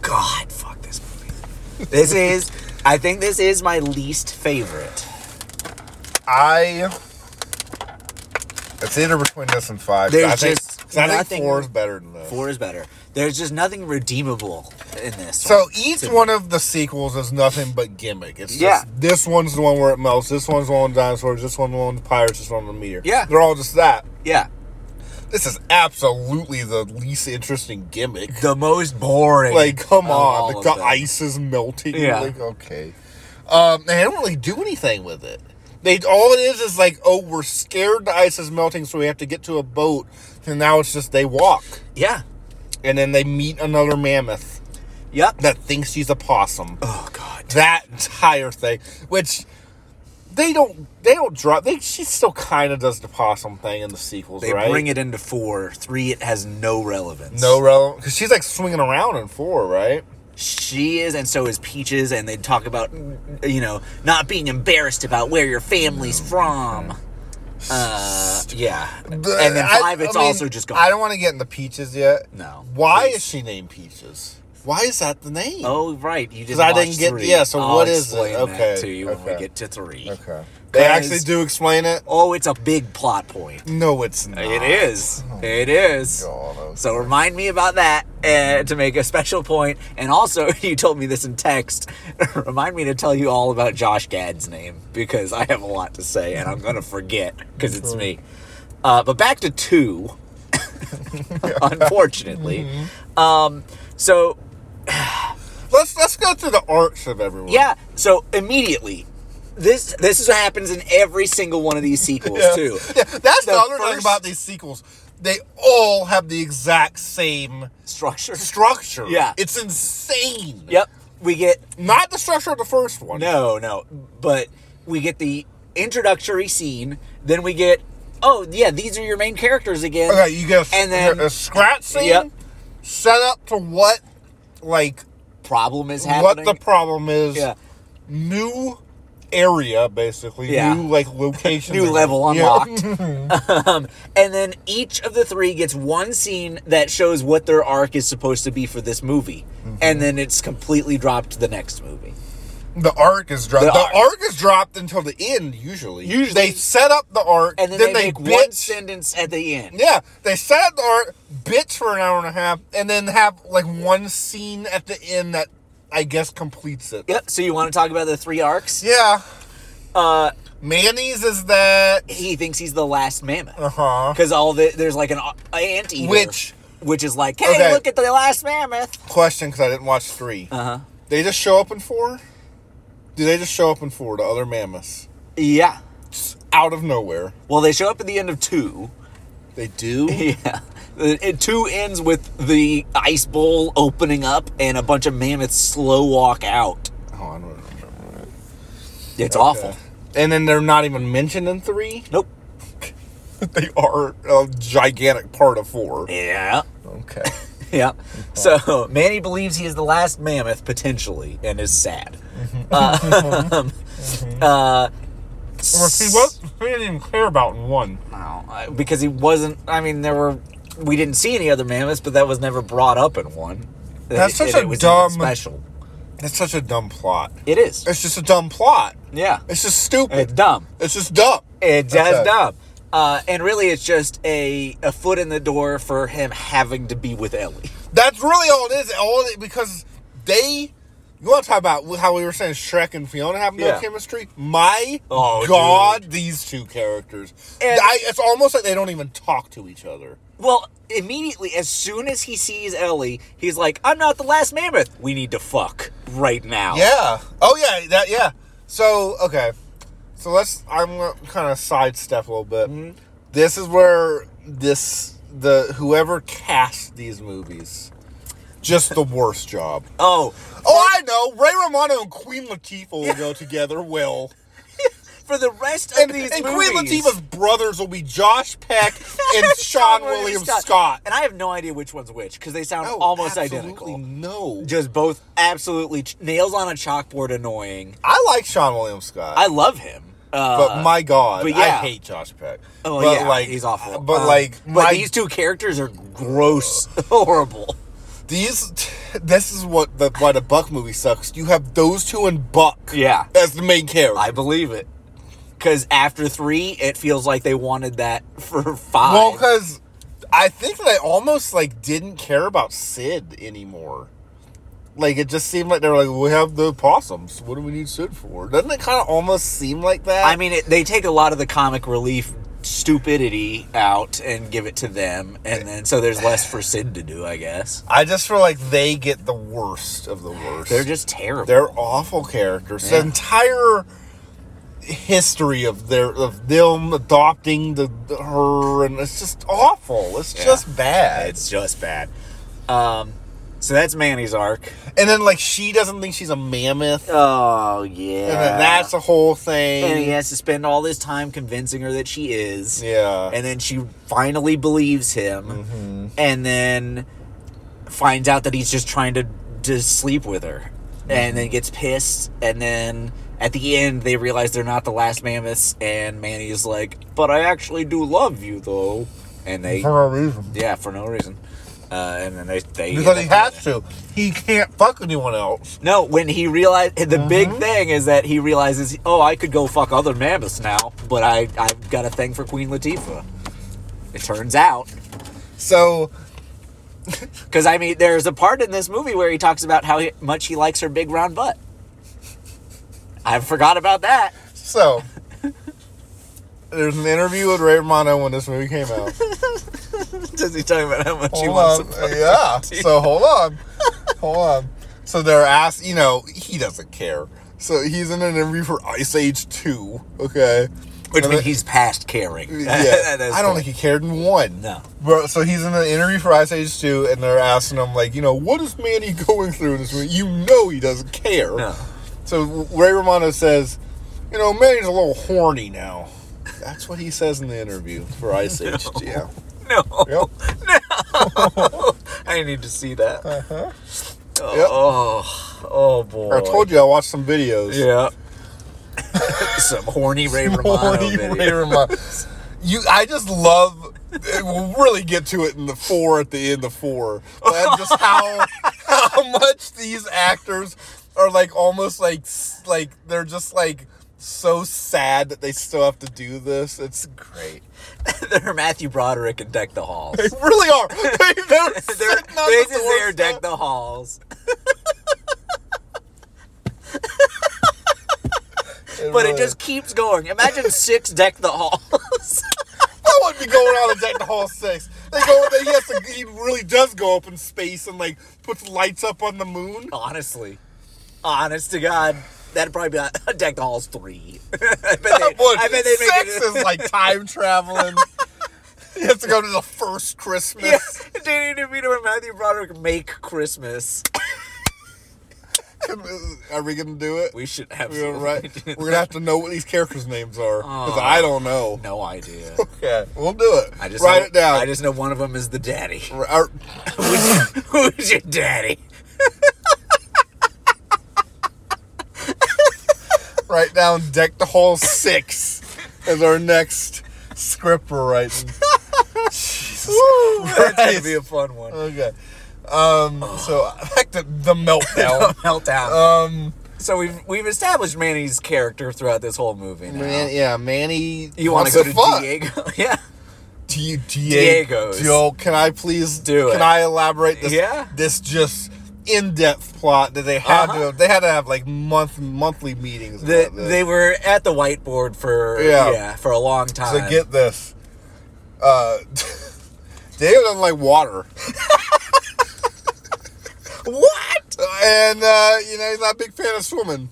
Speaker 2: God, fuck this movie. This is, I think this is my least favorite.
Speaker 1: I." It's either between this and five. 'cause
Speaker 2: There's
Speaker 1: I think,
Speaker 2: just
Speaker 1: 'cause I think
Speaker 2: nothing-
Speaker 1: four is better than this.
Speaker 2: Four is better. There's just nothing redeemable in this.
Speaker 1: So
Speaker 2: one.
Speaker 1: each
Speaker 2: to
Speaker 1: one of the sequels is nothing but gimmick. It's
Speaker 2: Yeah.
Speaker 1: just this one's the one where it melts, this one's the one with dinosaurs, this one's the one with pirates, this one with meteor.
Speaker 2: Yeah.
Speaker 1: They're all just that.
Speaker 2: yeah.
Speaker 1: This is absolutely the least interesting gimmick.
Speaker 2: the most boring.
Speaker 1: Like, come
Speaker 2: of all
Speaker 1: on. The,
Speaker 2: of
Speaker 1: the
Speaker 2: them.
Speaker 1: ice is melting.
Speaker 2: Yeah.
Speaker 1: Like, okay. Um, they don't really do anything with it. They all it is is like, oh, we're scared the ice is melting, so we have to get to a boat. And now it's just they walk.
Speaker 2: Yeah.
Speaker 1: And then they meet another mammoth
Speaker 2: Yep.
Speaker 1: that thinks she's a possum.
Speaker 2: Oh God.
Speaker 1: that entire thing, which they don't they don't drop. They she still kind of does the possum thing in the sequels,
Speaker 2: They
Speaker 1: right?
Speaker 2: bring it into four. Three, it has no relevance.
Speaker 1: no relevant because she's like swinging around in four, right?
Speaker 2: She is, and so is Peaches, and they talk about, you know, not being embarrassed about where your
Speaker 1: Mm.
Speaker 2: family's from. Uh, yeah. and then
Speaker 1: I-
Speaker 2: five, it's
Speaker 1: I mean,
Speaker 2: also just gone.
Speaker 1: I don't want to get into peaches yet.
Speaker 2: No,
Speaker 1: Why
Speaker 2: please.
Speaker 1: is she named Peaches? Why is that the name?
Speaker 2: Oh right, you didn't.
Speaker 1: I
Speaker 2: watch
Speaker 1: didn't get-
Speaker 2: Three.
Speaker 1: yeah, so
Speaker 2: I'll
Speaker 1: what is it?
Speaker 2: explain that
Speaker 1: Okay,
Speaker 2: to you when
Speaker 1: okay.
Speaker 2: we get to three.
Speaker 1: okay. They actually do explain it.
Speaker 2: Oh, it's a big plot point.
Speaker 1: No, it's not.
Speaker 2: It is. It is.
Speaker 1: Oh God, I was-
Speaker 2: So remind me about that uh, to make a special point. And also, you told me this in text. remind me to tell you all about Josh Gad's name because I have a lot to say and I'm going to forget because it's me. Uh, but back to two, unfortunately.
Speaker 1: Mm-hmm.
Speaker 2: Um, so,
Speaker 1: Let's let's go through the arcs of everyone.
Speaker 2: yeah. So immediately. This this is what happens in every single one of these sequels
Speaker 1: Yeah.
Speaker 2: too.
Speaker 1: Yeah, that's the,
Speaker 2: The
Speaker 1: other thing
Speaker 2: first-
Speaker 1: about these sequels. They all have the exact same
Speaker 2: Structure.
Speaker 1: structure.
Speaker 2: Yeah.
Speaker 1: It's insane.
Speaker 2: Yep. We get
Speaker 1: Not the structure of the first one.
Speaker 2: No, no. But we get the introductory scene, then we get oh yeah, these are your main characters again.
Speaker 1: Okay, you uh, get a,
Speaker 2: And then-
Speaker 1: a scratch scene
Speaker 2: Yep.
Speaker 1: set up to what, like,
Speaker 2: Problem is
Speaker 1: what
Speaker 2: happening.
Speaker 1: the problem is.
Speaker 2: yeah.
Speaker 1: New area, basically.
Speaker 2: Yeah.
Speaker 1: New, like, location.
Speaker 2: New
Speaker 1: They're-
Speaker 2: level
Speaker 1: Yeah. Mm-hmm.
Speaker 2: unlocked. um, and then each of the three gets one scene that shows what their arc is supposed to be for this movie.
Speaker 1: Mm-hmm.
Speaker 2: And then it's completely dropped to the next movie.
Speaker 1: The arc is dropped. The,
Speaker 2: The
Speaker 1: arc.
Speaker 2: arc.
Speaker 1: is dropped until the end, usually.
Speaker 2: Usually-
Speaker 1: They set up the arc,
Speaker 2: And then, they, make one
Speaker 1: bitch-
Speaker 2: sentence at the end.
Speaker 1: Yeah, they set up the art, bitch for an hour and a half, and then have like one scene at the end that I guess completes it.
Speaker 2: Yep. So you want to talk about the three arcs?
Speaker 1: Yeah.
Speaker 2: Uh,
Speaker 1: Manny's is that.
Speaker 2: he thinks he's the last mammoth.
Speaker 1: Uh huh.
Speaker 2: because all the there's like an a- anteater,
Speaker 1: Which-
Speaker 2: which is like, hey,
Speaker 1: Okay.
Speaker 2: look at the last mammoth.
Speaker 1: Question because I didn't watch three.
Speaker 2: Uh huh.
Speaker 1: They just show up in four? Do they just show up in four, the other mammoths?
Speaker 2: Yeah.
Speaker 1: Just out of nowhere. Oh,
Speaker 2: Well, they show up at the end of two.
Speaker 1: They do.
Speaker 2: Yeah. The- It two ends with the ice bowl opening up and a bunch of mammoths slow walk out.
Speaker 1: oh, I don't remember.
Speaker 2: It's awful.
Speaker 1: And then they're not even mentioned in three.
Speaker 2: Nope.
Speaker 1: They are a gigantic part of four.
Speaker 2: Yeah.
Speaker 1: Okay.
Speaker 2: Yeah. So Manny believes he is the last mammoth potentially and is sad.
Speaker 1: Mm-hmm.
Speaker 2: Um, uh,
Speaker 3: Or if he was, he didn't even care about in one.
Speaker 2: No, I- because he wasn't. I mean, there were. We didn't see any other mammoths, but that was never brought up in one.
Speaker 1: That's
Speaker 2: And
Speaker 1: such a
Speaker 2: it was even
Speaker 1: dumb-
Speaker 2: special.
Speaker 1: It's such a dumb plot.
Speaker 2: It is.
Speaker 1: It's just a dumb plot.
Speaker 2: Yeah.
Speaker 1: It's just
Speaker 2: It's
Speaker 1: stupid.
Speaker 2: dumb.
Speaker 1: It's just dumb.
Speaker 2: It's
Speaker 1: That's
Speaker 2: just
Speaker 1: it.
Speaker 2: dumb. Uh, and really, it's just a a foot in the door for him having to be with Ellie.
Speaker 1: That's really all it is. All it, because they, you want to talk about how we were saying Shrek and Fiona have no
Speaker 2: Yeah.
Speaker 1: chemistry? My
Speaker 2: Oh,
Speaker 1: God, these two characters.
Speaker 2: And-
Speaker 1: I, it's almost like they don't even talk to each other.
Speaker 2: Well, immediately, as soon as he sees Ellie, he's like, "I'm not the last mammoth. We need to fuck right now."
Speaker 1: Yeah. Oh yeah. That yeah. So okay. So let's. I'm gonna kind of sidestep a little bit.
Speaker 2: Mm-hmm.
Speaker 1: This is where this the whoever cast these movies, just the worst job.
Speaker 2: Oh,
Speaker 1: Oh, I know. Ray Romano and Queen Latifah will go together. Will.
Speaker 2: for the rest of
Speaker 1: And,
Speaker 2: these
Speaker 1: and
Speaker 2: movies,
Speaker 1: Queen Latifah's brothers will be Josh Peck and Sean William Scott.
Speaker 2: And I have no idea which one's which because they sound
Speaker 1: No,
Speaker 2: almost
Speaker 1: Oh, absolutely
Speaker 2: identical.
Speaker 1: No.
Speaker 2: Just both absolutely ch- nails on a chalkboard annoying.
Speaker 1: I like Sean William Scott.
Speaker 2: I love him. Uh,
Speaker 1: But my God,
Speaker 2: but
Speaker 1: I
Speaker 2: yeah.
Speaker 1: hate Josh Peck.
Speaker 2: oh,
Speaker 1: but
Speaker 2: yeah,
Speaker 1: like
Speaker 2: he's awful.
Speaker 1: But
Speaker 2: Um,
Speaker 1: like my,
Speaker 2: but these two characters are gross, horrible.
Speaker 1: these, this is what the why the Buck movie sucks. You have those two and Buck
Speaker 2: Yeah,
Speaker 1: as the main character.
Speaker 2: I believe it. Because after three, it feels like they wanted that for five.
Speaker 1: well, because I think they almost like didn't care about Sid anymore. Like it just seemed like they were like, we have the possums. What do we need Sid for? Doesn't it kind of almost seem like that?
Speaker 2: I mean, it, they take a lot of the comic relief stupidity out and give it to them, and then so there's less for Sid to do, I guess.
Speaker 1: I just feel like they get the worst of the worst.
Speaker 2: They're just terrible.
Speaker 1: They're awful characters. The entire history of their of them adopting the, the- her and it's just awful. It's just bad.
Speaker 2: It's just bad. Um, so that's Manny's arc.
Speaker 1: and then like she doesn't think she's a mammoth.
Speaker 2: Oh yeah.
Speaker 1: and then that's a whole thing.
Speaker 2: and he has to spend all this time convincing her that she is.
Speaker 1: yeah.
Speaker 2: And then she finally believes him, and then finds out that he's just trying to to sleep with her, and then gets pissed. And then at the end, they realize they're not the last mammoths, and Manny is like, "But I actually do love you, though." And they,
Speaker 1: for no reason.
Speaker 2: yeah, for no reason. Uh, and then they, they
Speaker 1: Because he has to. He can't fuck anyone else.
Speaker 2: No, when he realized the big
Speaker 1: Mm-hmm.
Speaker 2: thing is that he realizes, oh, I could go fuck other mammoths now, but I I've got a thing for Queen Latifah. It turns out,
Speaker 1: So
Speaker 2: because I mean, there's a part in this movie where he talks about how he, much he likes her big round butt. I forgot about that.
Speaker 1: So, there's an interview with Ray Romano when this movie came out.
Speaker 2: Does he talk about how much he
Speaker 1: Hold
Speaker 2: wants?
Speaker 1: on.
Speaker 2: To,
Speaker 1: Yeah. So hold on. hold on. So they're asked, you know, he doesn't care. So he's in an interview for Ice Age 2, okay?
Speaker 2: which
Speaker 1: And
Speaker 2: means
Speaker 1: the-
Speaker 2: he's past caring.
Speaker 1: yeah,
Speaker 2: That's
Speaker 1: I don't
Speaker 2: cool.
Speaker 1: think he cared in one.
Speaker 2: No.
Speaker 1: Bro, so he's in an interview for Ice Age 2, and they're asking him, like, you know, what is Manny going through in this movie? You know he doesn't care.
Speaker 2: No.
Speaker 1: So Ray Romano says, you know, Manny's a little horny now. That's what he says in the interview for Ice Age 2. Yeah.
Speaker 2: No,
Speaker 1: Yep.
Speaker 2: I need to see that.
Speaker 1: Uh-huh. Yep.
Speaker 2: Oh, oh boy!
Speaker 1: I told you I watched some videos.
Speaker 2: Yeah. Some horny Ray Romano
Speaker 1: Horny
Speaker 2: video.
Speaker 1: Ray Romano. You, I just love. We'll really get to it in the four at the end of four, but just how how much these actors are like almost like s- like they're just like so sad that they still have to do this. It's great.
Speaker 2: They're Matthew Broderick and Deck the Halls.
Speaker 1: They really are. They, they're
Speaker 2: They're,
Speaker 1: sitting on
Speaker 2: they
Speaker 1: the
Speaker 2: just there, Deck
Speaker 1: doorstep. Oh,
Speaker 2: the Halls. But it
Speaker 1: really
Speaker 2: just keeps going. Imagine six Deck the Halls.
Speaker 1: I wouldn't be going out and deck the hall six. They go. They, he has to. He really does go up in space and like puts lights up on the moon.
Speaker 2: Honestly. Honest to God. That'd probably be on Deck the Halls three. I bet they,
Speaker 1: Look,
Speaker 2: I bet they make
Speaker 1: sex
Speaker 2: it.
Speaker 1: is like time traveling. you have to go to the first Christmas.
Speaker 2: Yeah, Danny DeVito and Matthew Broderick make Christmas.
Speaker 1: Are we gonna do it?
Speaker 2: We should
Speaker 1: We all
Speaker 2: absolutely
Speaker 1: right.
Speaker 2: do
Speaker 1: We're
Speaker 2: that.
Speaker 1: gonna have to know what these characters' names are because I don't know.
Speaker 2: No idea.
Speaker 1: Okay, we'll do it.
Speaker 2: I just
Speaker 1: write
Speaker 2: know,
Speaker 1: it down.
Speaker 2: I just know one of them is the daddy.
Speaker 1: R- uh, our-
Speaker 2: Who's, who's your daddy?
Speaker 1: write down deck the hall six as our next script we're writing. Jesus
Speaker 2: That's gonna
Speaker 1: Christ.
Speaker 2: be a fun one.
Speaker 1: Okay. Um, so back to the meltdown.
Speaker 2: Meltdown.
Speaker 1: um,
Speaker 2: so we've we've established Manny's character throughout this whole movie. Now.
Speaker 1: man, yeah, Manny.
Speaker 2: you want
Speaker 1: want
Speaker 2: to go to Diego? yeah.
Speaker 1: D-
Speaker 2: Diego's.
Speaker 1: Yo, can I please
Speaker 2: Do it.
Speaker 1: Can I elaborate this?
Speaker 2: Yeah.
Speaker 1: This just in-depth plot that they had to
Speaker 2: Uh-huh.
Speaker 1: have, they had to have like month monthly meetings.
Speaker 2: The,
Speaker 1: about this.
Speaker 2: they were at the whiteboard for
Speaker 1: Yeah.
Speaker 2: yeah, for a long
Speaker 1: So
Speaker 2: time.
Speaker 1: get this. Uh, Diego doesn't like water,
Speaker 2: what?
Speaker 1: and uh, you know he's not a big fan of swimming.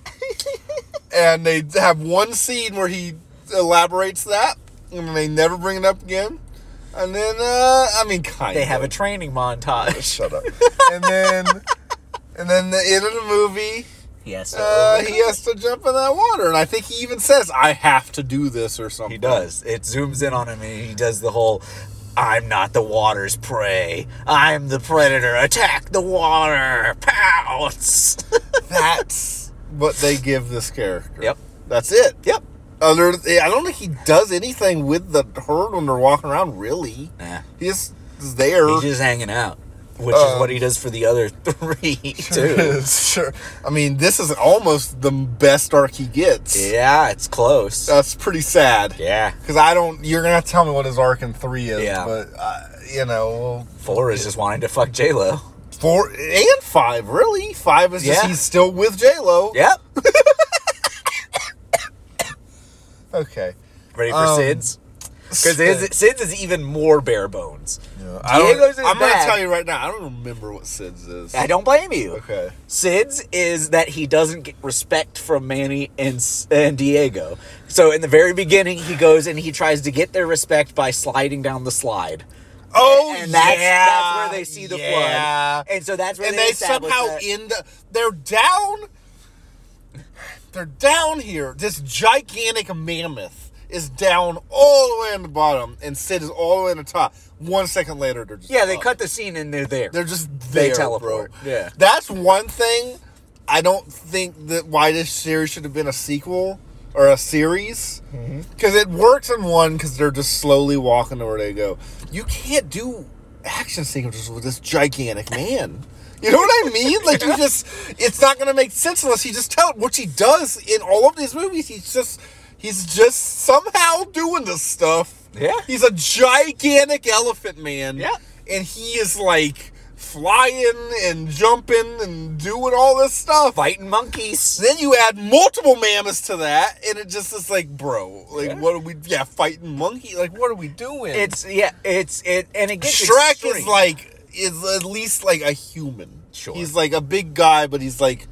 Speaker 1: and they have one scene where he elaborates that, and they never bring it up again. And then, uh, I mean, kind
Speaker 2: They
Speaker 1: of.
Speaker 2: have a training montage.
Speaker 1: Shut up. and then, and then the end of the movie,
Speaker 2: Yes.
Speaker 1: uh, he has to jump in that water, and I think he even says, "I have to do this" or something.
Speaker 2: He does. It zooms in on him and he does the whole I'm not the water's prey. I'm the predator. Attack the water. Pounce.
Speaker 1: That's what they give this character.
Speaker 2: Yep.
Speaker 1: That's it.
Speaker 2: yep.
Speaker 1: Other, I don't think he does anything with the herd when they're walking around. Really,
Speaker 2: Nah.
Speaker 1: he just is there.
Speaker 2: He's just hanging out, which is
Speaker 1: Um,
Speaker 2: what he does for the other three, too.
Speaker 1: sure. I mean, this is almost the best arc he Uh, gets.
Speaker 2: Yeah, it's close.
Speaker 1: That's pretty sad.
Speaker 2: yeah.
Speaker 1: Because I don't, you're gonna have to tell me what his arc in three is,
Speaker 2: Yeah.
Speaker 1: but uh, you know,
Speaker 2: Four is just wanting to fuck J-Lo.
Speaker 1: four and five, really, five is just
Speaker 2: Yeah.
Speaker 1: he's still with J Lo.
Speaker 2: Yep.
Speaker 1: Okay.
Speaker 2: Ready for
Speaker 1: Um,
Speaker 2: Sid's? Because Sid's, Sid's is even more bare bones.
Speaker 1: Yeah, I don't,
Speaker 2: Diego's is
Speaker 1: I'm gonna
Speaker 2: bad.
Speaker 1: tell you right now. I don't remember what Sid's is.
Speaker 2: I don't blame you.
Speaker 1: Okay.
Speaker 2: Sid's is that he doesn't get respect from Manny and S- and Diego. So in the very beginning, he goes and he tries to get their respect by sliding down the slide,
Speaker 1: Oh
Speaker 2: and that's,
Speaker 1: yeah,
Speaker 2: that's where they see the
Speaker 1: yeah.
Speaker 2: blood. And so that's where
Speaker 1: And
Speaker 2: they,
Speaker 1: they
Speaker 2: establish
Speaker 1: somehow
Speaker 2: that.
Speaker 1: end. up- They're down. They're down here. This gigantic mammoth is down all the way in the bottom, and Sid is all the way in the top. One second later, they're just
Speaker 2: yeah, they
Speaker 1: up.
Speaker 2: cut the scene and they're there.
Speaker 1: They're just
Speaker 2: They
Speaker 1: there,
Speaker 2: teleport,
Speaker 1: bro.
Speaker 2: yeah.
Speaker 1: that's one thing. I don't think that why this series should have been a sequel or a series because it works in one because they're just slowly walking to where they go. You can't do action sequences with this gigantic man. You know what I mean? Like you just, it's not gonna make sense unless he just tell which he does in all of these movies. He's just, he's just somehow doing this stuff.
Speaker 2: Yeah.
Speaker 1: he's a gigantic elephant man
Speaker 2: Yeah.
Speaker 1: and he is like flying and jumping and doing all this stuff.
Speaker 2: fighting monkeys.
Speaker 1: Then you add multiple mammoths to that, and it just is like, bro, like
Speaker 2: Yeah.
Speaker 1: what are we? Yeah, fighting monkey. Like what are we doing?
Speaker 2: It's yeah, it's it, and it gets
Speaker 1: Shrek is
Speaker 2: extreme.
Speaker 1: like is at least like a human.
Speaker 2: Sure.
Speaker 1: he's like a big guy, but he's like,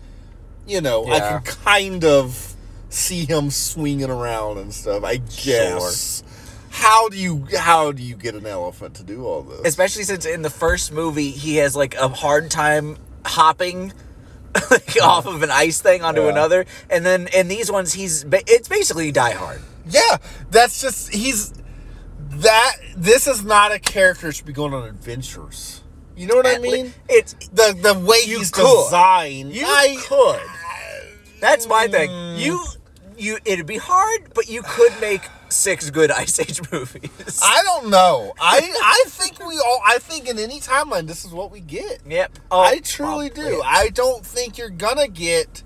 Speaker 1: you know, I
Speaker 2: Yeah.
Speaker 1: can kind of see him swinging around and stuff. I guess. How do you how do you get an elephant to do all this?
Speaker 2: especially since in the first movie he has like a hard time hopping like, off of an ice thing onto
Speaker 1: Yeah.
Speaker 2: another and then in these ones he's ba- it's basically die hard
Speaker 1: Yeah, that's just he's that. This is not a character that should be going on adventures. You know what I
Speaker 2: At le-
Speaker 1: mean?
Speaker 2: it's
Speaker 1: The the way
Speaker 2: You
Speaker 1: he's
Speaker 2: could.
Speaker 1: designed,
Speaker 2: you
Speaker 1: I-
Speaker 2: could that's my
Speaker 1: Mm.
Speaker 2: thing you you it'd be hard but you could make six good ice age movies
Speaker 1: I don't know. I I think we all. I think in any timeline, this is what we get.
Speaker 2: yep Oh,
Speaker 1: I truly do.
Speaker 2: probably.
Speaker 1: I don't think you're gonna get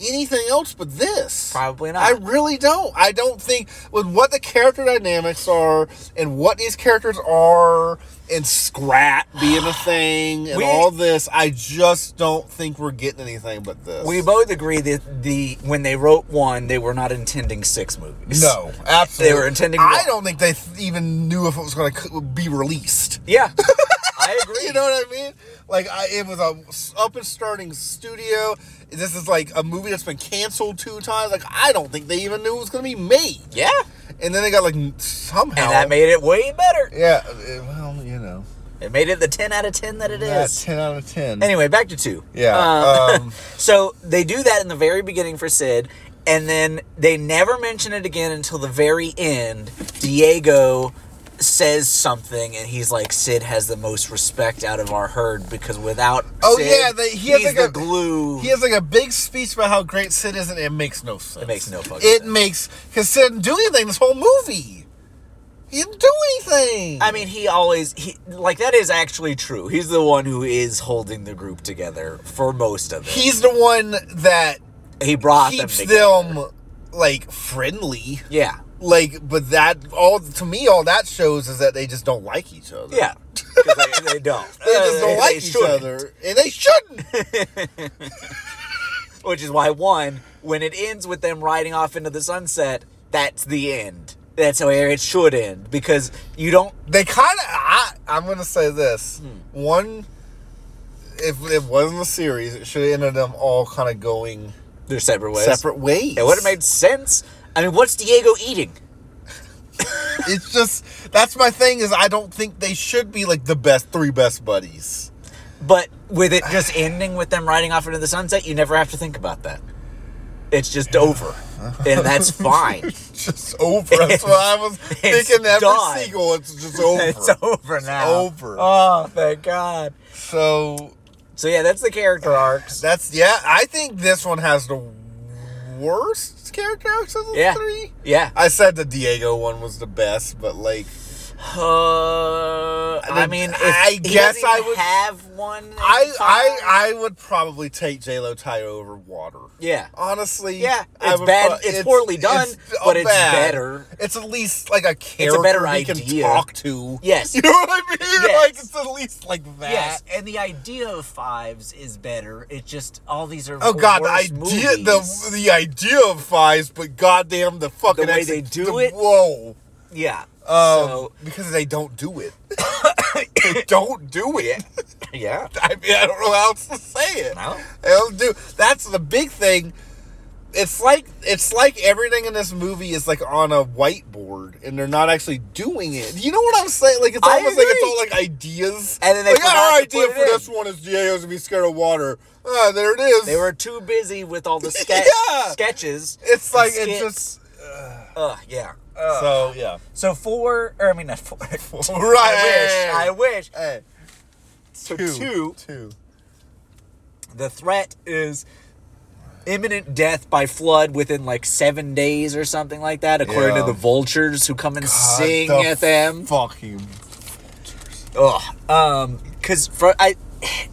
Speaker 1: anything else but this.
Speaker 2: Probably not.
Speaker 1: I really don't. I don't think with what the character dynamics are and what these characters are and Scrat being a thing and
Speaker 2: We-
Speaker 1: all this, I just don't think we're getting anything but this.
Speaker 2: we both agree that the when they wrote one they were not intending six movies
Speaker 1: no, absolutely.
Speaker 2: They were intending
Speaker 1: I
Speaker 2: one.
Speaker 1: don't think they th- even knew if it was going to be released.
Speaker 2: yeah i agree
Speaker 1: You know what I mean? Like I, it was a up and starting studio. This is like a movie that's been canceled two times. Like I don't think they even knew it was gonna be made.
Speaker 2: Yeah,
Speaker 1: And then they got like somehow.
Speaker 2: and that made it way better.
Speaker 1: yeah. it- Well, you know.
Speaker 2: It made it the ten out of ten that it is.
Speaker 1: yeah, ten out of ten.
Speaker 2: Anyway, back to two.
Speaker 1: Yeah,
Speaker 2: Um,
Speaker 1: um,
Speaker 2: so they do that in the very beginning for Sid, and then they never mention it again until the very end. Diego says something, and he's like, "Sid has the most respect out of our herd because without
Speaker 1: Oh,
Speaker 2: Sid,
Speaker 1: yeah, they- he has
Speaker 2: he's
Speaker 1: like
Speaker 2: the
Speaker 1: a-
Speaker 2: glue."
Speaker 1: um, He has like a big speech about how great Sid is, and it makes no sense.
Speaker 2: It makes no fucking
Speaker 1: It
Speaker 2: sense.
Speaker 1: makes because Sid didn't do anything this whole movie. He didn't do anything.
Speaker 2: I mean, he always he like that is actually true. He's the one who is holding the group together for most of it.
Speaker 1: he's the one that
Speaker 2: He brought them
Speaker 1: keeps
Speaker 2: together.
Speaker 1: them like friendly.
Speaker 2: yeah,
Speaker 1: Like, but that all to me, all that shows is that they just don't like each other.
Speaker 2: yeah. 'Cause they, they don't.
Speaker 1: they just don't like each other, and they shouldn't.
Speaker 2: which is why one when it ends with them riding off into the sunset that's the end that's how it should end because you don't
Speaker 1: they kind of. I I'm gonna say this
Speaker 2: Hmm.
Speaker 1: one. If it wasn't a series, it should have ended them all kind of going
Speaker 2: they're separate ways
Speaker 1: separate ways.
Speaker 2: it would have made sense i mean what's diego eating
Speaker 1: It's just that's my thing is I don't think they should be like the best three best buddies.
Speaker 2: but with it just ending with them riding off into the sunset you never have to think about that it's just over and that's fine
Speaker 1: Just over. That's what I was
Speaker 2: it's
Speaker 1: thinking. Every
Speaker 2: done.
Speaker 1: sequel, it's just over.
Speaker 2: it's over now
Speaker 1: over.
Speaker 2: oh thank god
Speaker 1: So
Speaker 2: so yeah that's the character arcs
Speaker 1: that's yeah. I think this one has the worst character arcs of the
Speaker 2: yeah
Speaker 1: three.
Speaker 2: yeah
Speaker 1: I said the Diego one was the best, but like
Speaker 2: Uh, I
Speaker 1: then
Speaker 2: mean, if
Speaker 1: I
Speaker 2: he
Speaker 1: guess
Speaker 2: doesn't
Speaker 1: I
Speaker 2: even
Speaker 1: would-
Speaker 2: have one.
Speaker 1: I
Speaker 2: fine.
Speaker 1: I I would probably take J Lo Tayo over Water.
Speaker 2: yeah,
Speaker 1: Honestly,
Speaker 2: Yeah,
Speaker 1: I
Speaker 2: it's
Speaker 1: would
Speaker 2: bad-
Speaker 1: pro-
Speaker 2: it's poorly done, but it's better.
Speaker 1: It's at least like a
Speaker 2: a
Speaker 1: character
Speaker 2: better
Speaker 1: we can
Speaker 2: idea.
Speaker 1: talk to.
Speaker 2: yes,
Speaker 1: You know what I mean?
Speaker 2: Yes.
Speaker 1: Like it's at least like that.
Speaker 2: yes. And the idea of fives is better. It just all these are
Speaker 1: Oh god, the
Speaker 2: worse
Speaker 1: idea
Speaker 2: movies.
Speaker 1: the the idea of fives, but goddamn the fucking
Speaker 2: way they do
Speaker 1: the-
Speaker 2: it?
Speaker 1: Whoa.
Speaker 2: yeah.
Speaker 1: Um,
Speaker 2: so
Speaker 1: because they don't do it. they don't do it.
Speaker 2: yeah,
Speaker 1: I mean, I don't know how else to say it.
Speaker 2: No.
Speaker 1: They don't do. That's the big thing. It's like it's like everything in this movie is like on a whiteboard, and they're not actually doing it. You know what I'm saying? Like it's
Speaker 2: I
Speaker 1: almost like it's
Speaker 2: agree.
Speaker 1: all like ideas.
Speaker 2: And then they
Speaker 1: like
Speaker 2: forgot
Speaker 1: our
Speaker 2: to
Speaker 1: idea
Speaker 2: put it
Speaker 1: for
Speaker 2: in.
Speaker 1: this one is Diego's gonna be scared of water. Ah, there it is.
Speaker 2: they were too busy with all the sketch
Speaker 1: Yeah.
Speaker 2: sketches.
Speaker 1: It's
Speaker 2: and
Speaker 1: like it
Speaker 2: skits.
Speaker 1: just.
Speaker 2: Ugh, yeah.
Speaker 1: so yeah.
Speaker 2: So four, or uh, I mean not four.
Speaker 1: Right.
Speaker 2: I wish. I wish.
Speaker 1: Hey,
Speaker 2: So
Speaker 1: two,
Speaker 2: two
Speaker 1: two.
Speaker 2: The threat is imminent death by flood within like seven days or something like that, according
Speaker 1: Yeah.
Speaker 2: to the vultures who come and sing
Speaker 1: God, the
Speaker 2: at them.
Speaker 1: Fucking.
Speaker 2: Ugh. Um, because for I,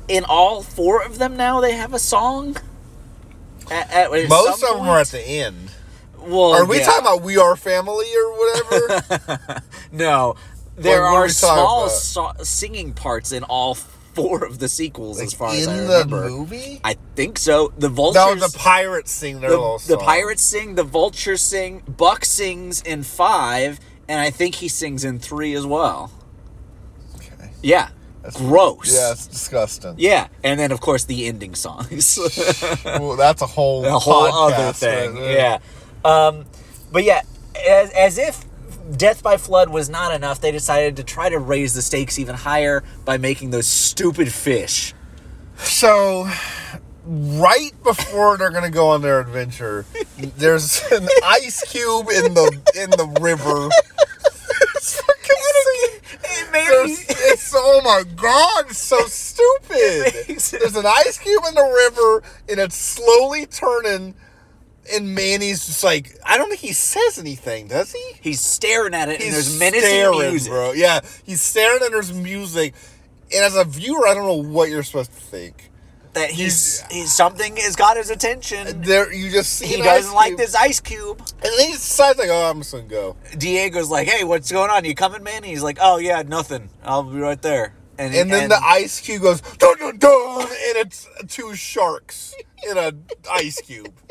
Speaker 2: in all four of them now they have a song. At, at, at
Speaker 1: Most
Speaker 2: some
Speaker 1: of them are at
Speaker 2: point?
Speaker 1: the end.
Speaker 2: Well,
Speaker 1: Are we
Speaker 2: yeah.
Speaker 1: talking about We Are Family or whatever?
Speaker 2: No, there
Speaker 1: What- what are
Speaker 2: are
Speaker 1: we talking
Speaker 2: small
Speaker 1: about?
Speaker 2: so- singing parts in all four of the sequels, as far as I
Speaker 1: in the
Speaker 2: remember.
Speaker 1: movie?
Speaker 2: I think so. The vultures.
Speaker 1: No, the pirates sing their
Speaker 2: the,
Speaker 1: little
Speaker 2: the
Speaker 1: song.
Speaker 2: pirates sing, the vultures sing, Buck sings in five, and I think he sings in three as well.
Speaker 1: Okay.
Speaker 2: Yeah, gross.
Speaker 1: Yeah, it's disgusting.
Speaker 2: Yeah, and then of course the ending songs,
Speaker 1: Well, that's a whole
Speaker 2: a whole
Speaker 1: podcast
Speaker 2: other
Speaker 1: right
Speaker 2: thing.
Speaker 1: there.
Speaker 2: yeah, um, but yeah, as, as if death by flood was not enough, they decided to try to raise the stakes even higher by making those stupid fish.
Speaker 1: So, right before they're gonna go on their adventure, there's an ice cube in the in the river. It's fucking singing.
Speaker 2: It made
Speaker 1: There's- it's oh my god, it's so stupid.
Speaker 2: makes-
Speaker 1: There's an ice cube in the river, and it's slowly turning. And Manny's just like, I don't think he says anything, does he?
Speaker 2: He's staring at it, and there's
Speaker 1: He's
Speaker 2: menacing
Speaker 1: staring,
Speaker 2: music.
Speaker 1: bro. Yeah, he's staring and there's music. And as a viewer, I don't know what you're supposed to think.
Speaker 2: that he's, he's something has got his attention.
Speaker 1: There, you just see.
Speaker 2: He
Speaker 1: an
Speaker 2: doesn't
Speaker 1: ice
Speaker 2: like
Speaker 1: cube,
Speaker 2: this ice cube.
Speaker 1: and then he decides like, "Oh, I'm just gonna go."
Speaker 2: Diego's like, "Hey, what's going on? You coming, man?" And he's like, "Oh yeah, nothing. I'll be right there." And,
Speaker 1: And then the ice cube goes dun dun dun, and it's two sharks in an ice cube.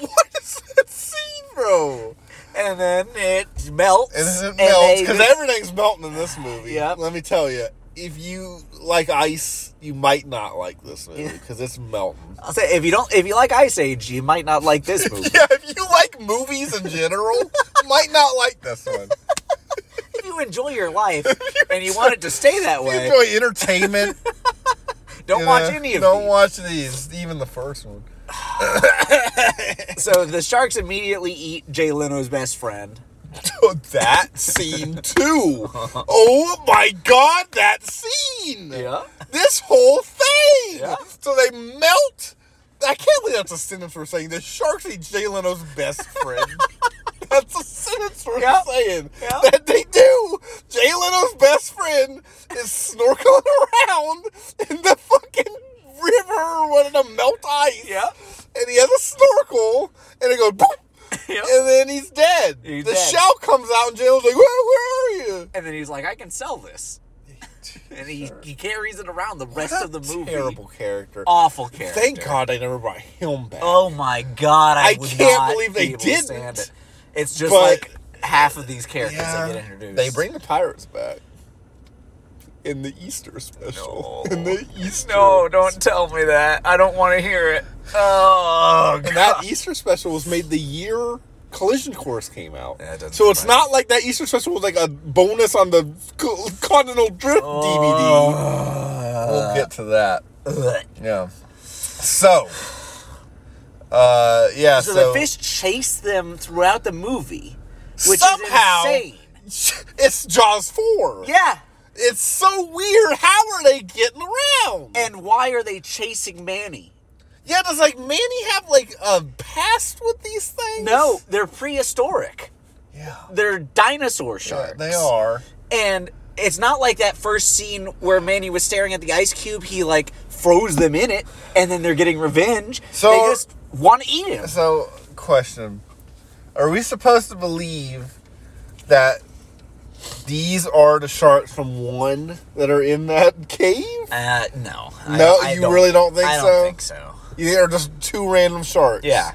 Speaker 1: What is that scene, bro?
Speaker 2: and then it melts.
Speaker 1: And then it
Speaker 2: they
Speaker 1: melts because
Speaker 2: just-
Speaker 1: everything's melting in this movie.
Speaker 2: Yep.
Speaker 1: Let me tell you, if you like ice, you might not like this movie because it's melting.
Speaker 2: I'll say if you don't, if you like Ice Age, you might not like this movie.
Speaker 1: Yeah, if you like movies in general, you might not like this one.
Speaker 2: If you enjoy your life and you want it to stay that
Speaker 1: You
Speaker 2: way,
Speaker 1: enjoy entertainment.
Speaker 2: don't
Speaker 1: you
Speaker 2: watch
Speaker 1: know?
Speaker 2: any of
Speaker 1: Don't
Speaker 2: these.
Speaker 1: watch these, even the first one.
Speaker 2: So the sharks immediately eat Jay Leno's best friend.
Speaker 1: that scene too. Oh my god, that scene.
Speaker 2: Yeah.
Speaker 1: This whole thing.
Speaker 2: Yeah.
Speaker 1: So they melt. I can't believe that's a sentence for saying. The sharks eat Jay Leno's best friend. that's a sentence for
Speaker 2: Yeah.
Speaker 1: saying
Speaker 2: Yeah.
Speaker 1: that they do. Jay Leno's best friend is snorkeling around in the fucking river wanting to melt ice.
Speaker 2: Yeah.
Speaker 1: And he has a snorkel and it goes boop and then he's dead.
Speaker 2: He's
Speaker 1: the
Speaker 2: dead.
Speaker 1: shell comes out, and Jalen's like, "Where, where are you?"
Speaker 2: And then he's like, I can sell this. And he, he carries it around the rest of the movie.
Speaker 1: terrible character.
Speaker 2: Awful character.
Speaker 1: Thank God they never brought him back.
Speaker 2: Oh my god, I,
Speaker 1: I
Speaker 2: would
Speaker 1: can't
Speaker 2: not
Speaker 1: believe
Speaker 2: be
Speaker 1: they
Speaker 2: able to
Speaker 1: didn't.
Speaker 2: stand it. It's just
Speaker 1: But-
Speaker 2: like half of these characters that get introduced.
Speaker 1: They bring the pirates back in the Easter special.
Speaker 2: No.
Speaker 1: In the Easter.
Speaker 2: No, don't tell me that. I don't want to hear it. Oh god.
Speaker 1: And that Easter special was made the year Collision Course came out.
Speaker 2: Yeah, it doesn't
Speaker 1: so it's
Speaker 2: surprise
Speaker 1: not like that Easter special was like a bonus on the Co- Continental Drift
Speaker 2: Oh,
Speaker 1: DVD.
Speaker 2: uh,
Speaker 1: We'll get to that.
Speaker 2: Ugh.
Speaker 1: Yeah. So. Uh, yeah.
Speaker 2: So,
Speaker 1: So,
Speaker 2: the fish chase them throughout the movie, which
Speaker 1: Somehow-
Speaker 2: is insane.
Speaker 1: It's Jaws four.
Speaker 2: Yeah.
Speaker 1: It's so weird. How are they getting around?
Speaker 2: And why are they chasing Manny?
Speaker 1: yeah, does like Manny have like a past with these things?
Speaker 2: No, they're prehistoric.
Speaker 1: Yeah.
Speaker 2: They're dinosaur sharks.
Speaker 1: They are.
Speaker 2: And it's not like that first scene where Manny was staring at the ice cube. He like froze them in it, and then they're getting revenge.
Speaker 1: So-
Speaker 2: they just want to eat him.
Speaker 1: So, question: Are we supposed to believe that these are the sharks from one that are in that cave?
Speaker 2: Uh, no. I-
Speaker 1: No,
Speaker 2: I
Speaker 1: you really don't think
Speaker 2: I
Speaker 1: so?
Speaker 2: don't think so.
Speaker 1: Yeah, They are just two random sharks.
Speaker 2: Yeah.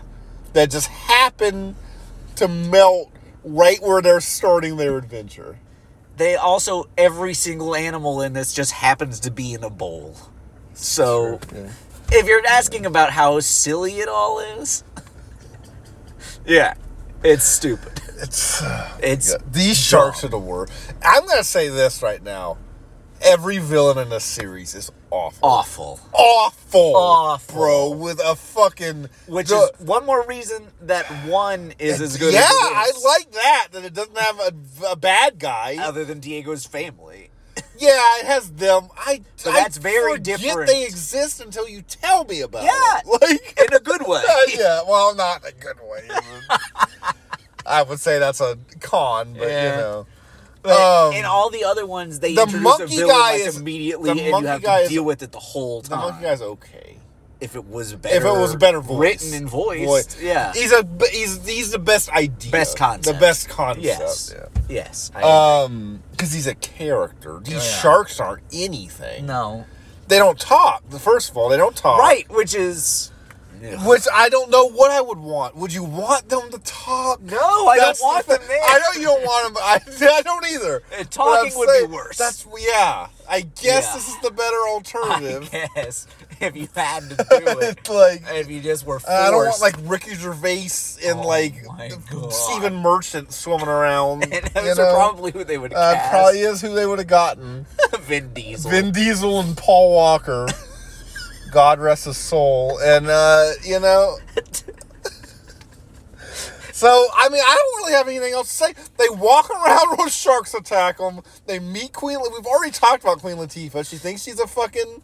Speaker 1: That just happen to melt right where they're starting their adventure.
Speaker 2: They also every single animal in this just happens to be in a bowl. So if you're asking about how silly it all is, yeah, it's stupid.
Speaker 1: It's.
Speaker 2: It's uh,
Speaker 1: Yeah, these sharks are the worst. I'm gonna say this right now. Every villain in this series is awful.
Speaker 2: awful.
Speaker 1: Awful,
Speaker 2: Awful.
Speaker 1: bro. With a fucking
Speaker 2: Which
Speaker 1: the-
Speaker 2: is one more reason that one is as good.
Speaker 1: yeah.
Speaker 2: as
Speaker 1: I
Speaker 2: it is, Uh,
Speaker 1: like that that it doesn't have a, a bad guy.
Speaker 2: Other than Diego's family,
Speaker 1: yeah, it has them. I I
Speaker 2: that's very
Speaker 1: forget
Speaker 2: different.
Speaker 1: They exist until you tell me about.
Speaker 2: Yeah.
Speaker 1: it. like
Speaker 2: in a good way.
Speaker 1: Uh, yeah, well, not a good way. I would say that's a con, but
Speaker 2: Yeah.
Speaker 1: you know.
Speaker 2: But
Speaker 1: Um,
Speaker 2: in all the other ones, they
Speaker 1: the
Speaker 2: introduce a
Speaker 1: monkey
Speaker 2: villain
Speaker 1: guy
Speaker 2: like,
Speaker 1: is-
Speaker 2: immediately,
Speaker 1: the
Speaker 2: and you
Speaker 1: monkey
Speaker 2: have
Speaker 1: guy
Speaker 2: to
Speaker 1: is-
Speaker 2: deal with it the whole
Speaker 1: The
Speaker 2: time.
Speaker 1: monkey guy's okay.
Speaker 2: if it was uh, better,
Speaker 1: If it was better voice,
Speaker 2: written and voiced,
Speaker 1: Voice.
Speaker 2: yeah,
Speaker 1: He's a he's he's the best idea,
Speaker 2: Best concept.
Speaker 1: the best concept.
Speaker 2: yes,
Speaker 1: Yeah.
Speaker 2: yes. I
Speaker 1: Um, because he's a character. These
Speaker 2: Oh, yeah.
Speaker 1: sharks aren't anything.
Speaker 2: no,
Speaker 1: They don't talk. First of all, they don't talk.
Speaker 2: right, which is
Speaker 1: Which I don't know what I would want. Would you want them to talk?
Speaker 2: no, I
Speaker 1: That's
Speaker 2: don't want
Speaker 1: the-
Speaker 2: them there.
Speaker 1: I know you don't want them. but I, I don't either.
Speaker 2: And
Speaker 1: But I'm
Speaker 2: Eh, talking would be worse.
Speaker 1: That's yeah. I guess
Speaker 2: Yeah.
Speaker 1: this is the better alternative.
Speaker 2: I guess if you had to do it,
Speaker 1: It's like
Speaker 2: if you just were forced,
Speaker 1: I don't want like Ricky Gervais and
Speaker 2: Oh
Speaker 1: like
Speaker 2: my
Speaker 1: th-
Speaker 2: God.
Speaker 1: Stephen Merchant swimming around.
Speaker 2: and
Speaker 1: you
Speaker 2: those
Speaker 1: know?
Speaker 2: are probably who they would
Speaker 1: Uh,
Speaker 2: cast.
Speaker 1: probably is who they would have gotten.
Speaker 2: Vin Diesel.
Speaker 1: Vin Diesel and Paul Walker. God rest his soul. And uh, you know. So I mean, I don't really have anything else to say. They walk around when sharks attack them. They meet Queen. La- We've already talked about Queen Latifah. She thinks she's a fucking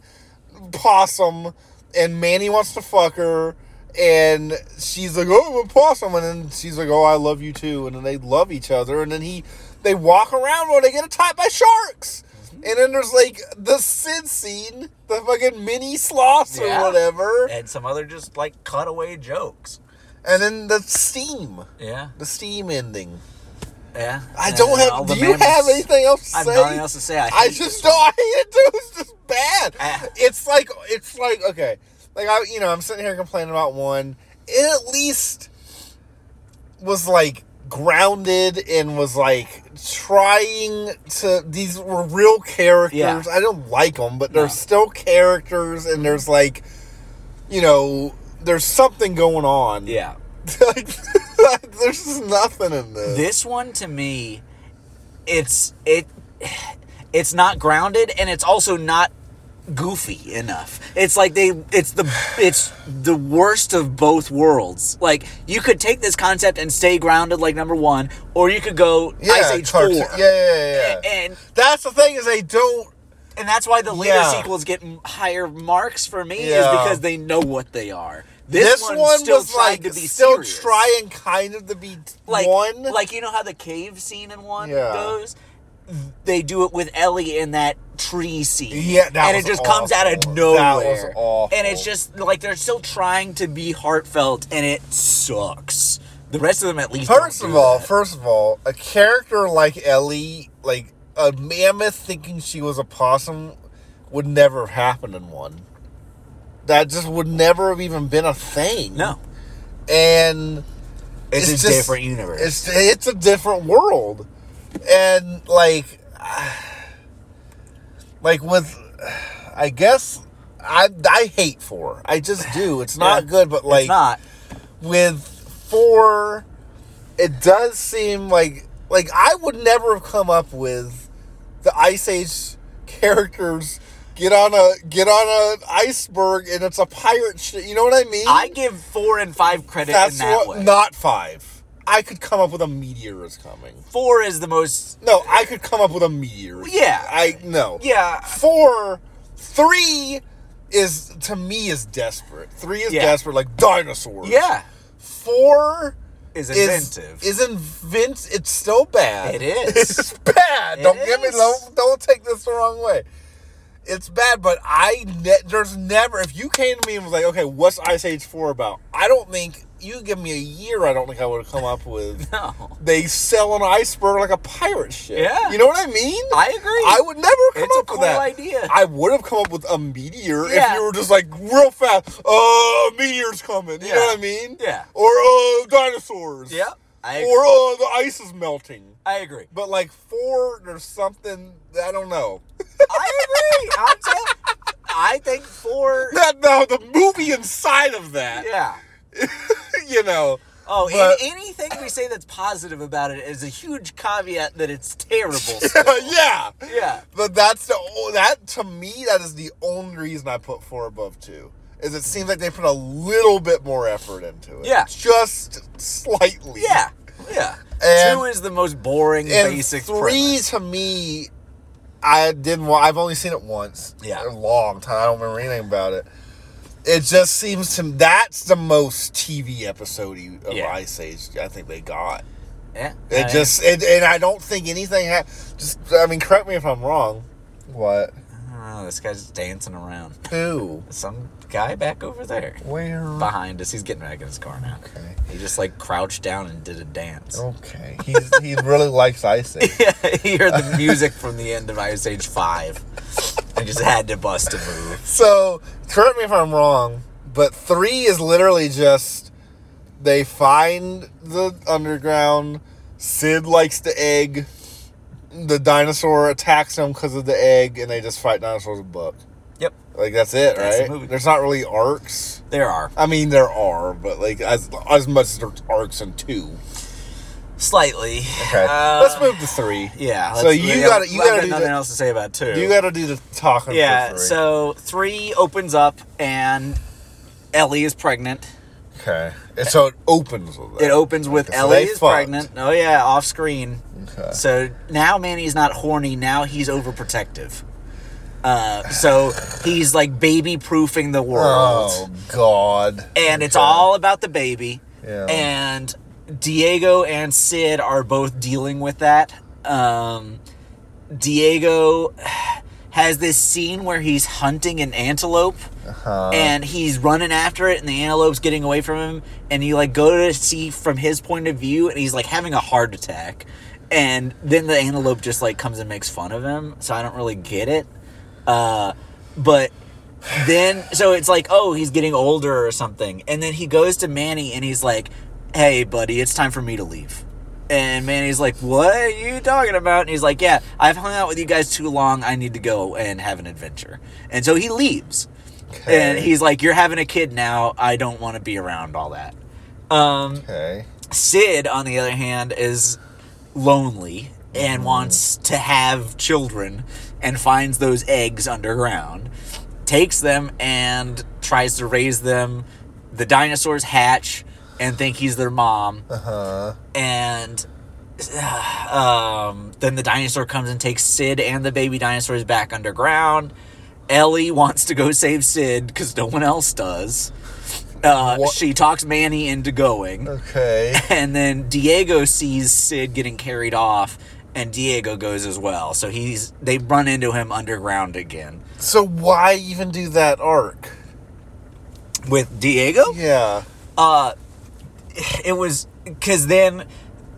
Speaker 1: possum, and Manny wants to fuck her. And she's like, "Oh, I'm a possum," and then she's like, "Oh, I love you too." And then they love each other. And then he, they walk around when they get attacked by sharks. And then there's like the Sid scene, the fucking mini sloths
Speaker 2: Yeah.
Speaker 1: or whatever,
Speaker 2: and some other just like cutaway jokes.
Speaker 1: and then the steam,
Speaker 2: Yeah,
Speaker 1: the steam ending.
Speaker 2: yeah.
Speaker 1: I
Speaker 2: And
Speaker 1: don't
Speaker 2: all
Speaker 1: have.
Speaker 2: the
Speaker 1: Do you have
Speaker 2: mammoths-
Speaker 1: anything else to
Speaker 2: I have
Speaker 1: say?
Speaker 2: nothing else to say. I,
Speaker 1: I
Speaker 2: hate
Speaker 1: just don't. I hate it too. It's just bad.
Speaker 2: Ah.
Speaker 1: It's like it's like okay, like I you know I'm sitting here complaining about one. It at least was like grounded and was like trying to these were real characters
Speaker 2: Yeah.
Speaker 1: i don't like them but they're
Speaker 2: No.
Speaker 1: still characters and there's like you know there's something going on
Speaker 2: Yeah.
Speaker 1: like there's just nothing in this
Speaker 2: This one to me, it's it it's not grounded and it's also not goofy enough. It's like they it's the it's the worst of both worlds. Like you could take this concept and stay grounded like number 1 or you could go Ice Age 4.
Speaker 1: cartoon- yeah yeah yeah, yeah.
Speaker 2: And
Speaker 1: that's the thing is they don't
Speaker 2: and that's why the later
Speaker 1: Yeah.
Speaker 2: sequels get m- higher marks for me is
Speaker 1: Yeah.
Speaker 2: because they know what they are.
Speaker 1: this, one,
Speaker 2: one's still
Speaker 1: was like
Speaker 2: trying to be
Speaker 1: still
Speaker 2: serious.
Speaker 1: trying kind of to be
Speaker 2: like
Speaker 1: one
Speaker 2: like you know how the cave scene in one
Speaker 1: Yeah.
Speaker 2: goes they do it with Ellie in that tree scene.
Speaker 1: Yeah, that
Speaker 2: and
Speaker 1: was
Speaker 2: it just comes out
Speaker 1: awful.
Speaker 2: of
Speaker 1: That was
Speaker 2: nowhere.
Speaker 1: awful.
Speaker 2: And it's just like they're still trying to be heartfelt, and it sucks. The rest of them, at least, don't
Speaker 1: First of
Speaker 2: do
Speaker 1: all,
Speaker 2: that.
Speaker 1: first of all, a character like Ellie, like a mammoth thinking she was a possum, would never have happened in one. That just would never have even been a thing.
Speaker 2: no,
Speaker 1: and
Speaker 2: it's,
Speaker 1: It's
Speaker 2: a
Speaker 1: just-
Speaker 2: different universe.
Speaker 1: it's it's a different world, and like, like with, I guess I I hate four. I just do. It's not
Speaker 2: Yeah.
Speaker 1: good, but like
Speaker 2: it's not.
Speaker 1: with four, it does seem like like I would never have come up with the Ice Age characters get on a get on a iceberg and it's a pirate ship. You know what I mean?
Speaker 2: I give four and five credit in
Speaker 1: that's
Speaker 2: that
Speaker 1: what
Speaker 2: way.
Speaker 1: not five. I could come up with a meteor is coming.
Speaker 2: four is the most.
Speaker 1: No, I could come up with a meteor. is
Speaker 2: Yeah.
Speaker 1: coming. I no.
Speaker 2: Yeah,
Speaker 1: Four, three is to me is desperate. Three is
Speaker 2: Yeah.
Speaker 1: desperate, like dinosaurs.
Speaker 2: yeah,
Speaker 1: Four
Speaker 2: is
Speaker 1: is-
Speaker 2: inventive.
Speaker 1: Is, invent? It's so bad.
Speaker 2: It is.
Speaker 1: It's bad.
Speaker 2: It
Speaker 1: don't get me.
Speaker 2: is.
Speaker 1: Don't, don't take this the wrong way. It's bad, but I ne- there's never. If you came to me and was like, "Okay, what's Ice Age Four about?" I don't think you give me a year. I don't think I would have come up with.
Speaker 2: no,
Speaker 1: They sell an iceberg like a pirate ship.
Speaker 2: Yeah.
Speaker 1: you know what I mean.
Speaker 2: I agree.
Speaker 1: I would never come
Speaker 2: It's a
Speaker 1: up
Speaker 2: cool
Speaker 1: with that
Speaker 2: idea.
Speaker 1: I would have come up with a meteor if
Speaker 2: Yeah.
Speaker 1: you were just like real fast. Oh, a meteor's coming. You know
Speaker 2: Yeah.
Speaker 1: what I mean?
Speaker 2: Yeah.
Speaker 1: Or oh, dinosaurs.
Speaker 2: Yep, I agree.
Speaker 1: Or oh, the ice is melting.
Speaker 2: I agree.
Speaker 1: But like four or something, I don't know.
Speaker 2: I agree. I'm tell- I think four.
Speaker 1: That no, the movie inside of that.
Speaker 2: Yeah.
Speaker 1: You know.
Speaker 2: Oh, and
Speaker 1: But-
Speaker 2: anything we say that's positive about it is a huge caveat that it's terrible.
Speaker 1: yeah.
Speaker 2: yeah.
Speaker 1: But that's the oh, that to me that is the only reason I put four above two. Is it seems like they put a little bit more effort into it.
Speaker 2: Yeah.
Speaker 1: Just slightly.
Speaker 2: Yeah. Yeah.
Speaker 1: And-
Speaker 2: Two is the most boring
Speaker 1: and
Speaker 2: basic
Speaker 1: three
Speaker 2: premise.
Speaker 1: to me i didn't wa- i've only seen it once
Speaker 2: Yeah.
Speaker 1: in a long time i don't remember anything about it it just seems to that's the most tv episode of
Speaker 2: Yeah.
Speaker 1: ice age i think they got
Speaker 2: Yeah.
Speaker 1: it
Speaker 2: I-
Speaker 1: just it, and i don't think anything ha- just i mean correct me if i'm wrong what
Speaker 2: I don't know. Oh, This guy's dancing around.
Speaker 1: who
Speaker 2: Some guy back over there
Speaker 1: where
Speaker 2: behind us. He's getting back in his car now.
Speaker 1: okay
Speaker 2: He just like crouched down and did a dance.
Speaker 1: okay He's, he really likes ice age
Speaker 2: Yeah, he heard the music from the end of Ice Age 5. I just had to bust a move.
Speaker 1: So, correct me if I'm wrong, but three is literally just they find the underground. Sid likes the egg. The dinosaur attacks him because of the egg, and they just fight dinosaurs with Buck.
Speaker 2: Yep.
Speaker 1: Like that's it,
Speaker 2: That's the
Speaker 1: right?
Speaker 2: movie.
Speaker 1: There's not really arcs.
Speaker 2: There are.
Speaker 1: I mean, there are, but like as as much as there's arcs in two.
Speaker 2: Slightly.
Speaker 1: Okay,
Speaker 2: Uh,
Speaker 1: let's move to three.
Speaker 2: Yeah.
Speaker 1: So
Speaker 2: let's-
Speaker 1: you
Speaker 2: yeah,
Speaker 1: gotta- you
Speaker 2: I've
Speaker 1: gotta
Speaker 2: got
Speaker 1: do
Speaker 2: nothing
Speaker 1: the-
Speaker 2: else to say about two.
Speaker 1: You got to do the talking.
Speaker 2: yeah.
Speaker 1: For three.
Speaker 2: So three opens up and Ellie is pregnant.
Speaker 1: okay, and so it opens with
Speaker 2: It opens with
Speaker 1: So they
Speaker 2: Ellie is
Speaker 1: fucked.
Speaker 2: pregnant. Oh yeah, off screen.
Speaker 1: Okay.
Speaker 2: So now Manny's not horny. Now he's overprotective. Uh, so he's like baby proofing the world,
Speaker 1: Oh God!
Speaker 2: and it's
Speaker 1: Okay.
Speaker 2: all about the baby.
Speaker 1: Yeah.
Speaker 2: And Diego and Sid are both dealing with that. Um, Diego has this scene where he's hunting an antelope
Speaker 1: Uh-huh.
Speaker 2: and he's running after it and the antelope's getting away from him and you like go to see from his point of view and he's like having a heart attack and then the antelope just like comes and makes fun of him so I don't really get it uh, but then so it's like oh he's getting older or something and then he goes to Manny and he's like hey buddy it's time for me to leave And Manny's like, What are you talking about? And he's like, Yeah, I've hung out with you guys too long. I need to go and have an adventure. And so he leaves. And he's like, You're having a kid now. I don't want to be around all that. Um,
Speaker 1: Okay.
Speaker 2: Sid, on the other hand, is lonely and wants to have children and finds those eggs underground, takes them and tries to raise them. The dinosaurs hatch and think he's their mom.
Speaker 1: Uh-huh.
Speaker 2: And um, then the dinosaur comes and takes Sid and the baby dinosaurs back underground. Ellie wants to go save Sid because no one else does. Uh,
Speaker 1: What? Uh-huh.
Speaker 2: she talks Manny into going.
Speaker 1: Okay.
Speaker 2: And then Diego sees Sid getting carried off, and Diego goes as well. So he's they run into him underground again
Speaker 1: So why even do that arc?
Speaker 2: with Diego.
Speaker 1: Yeah.
Speaker 2: It was because then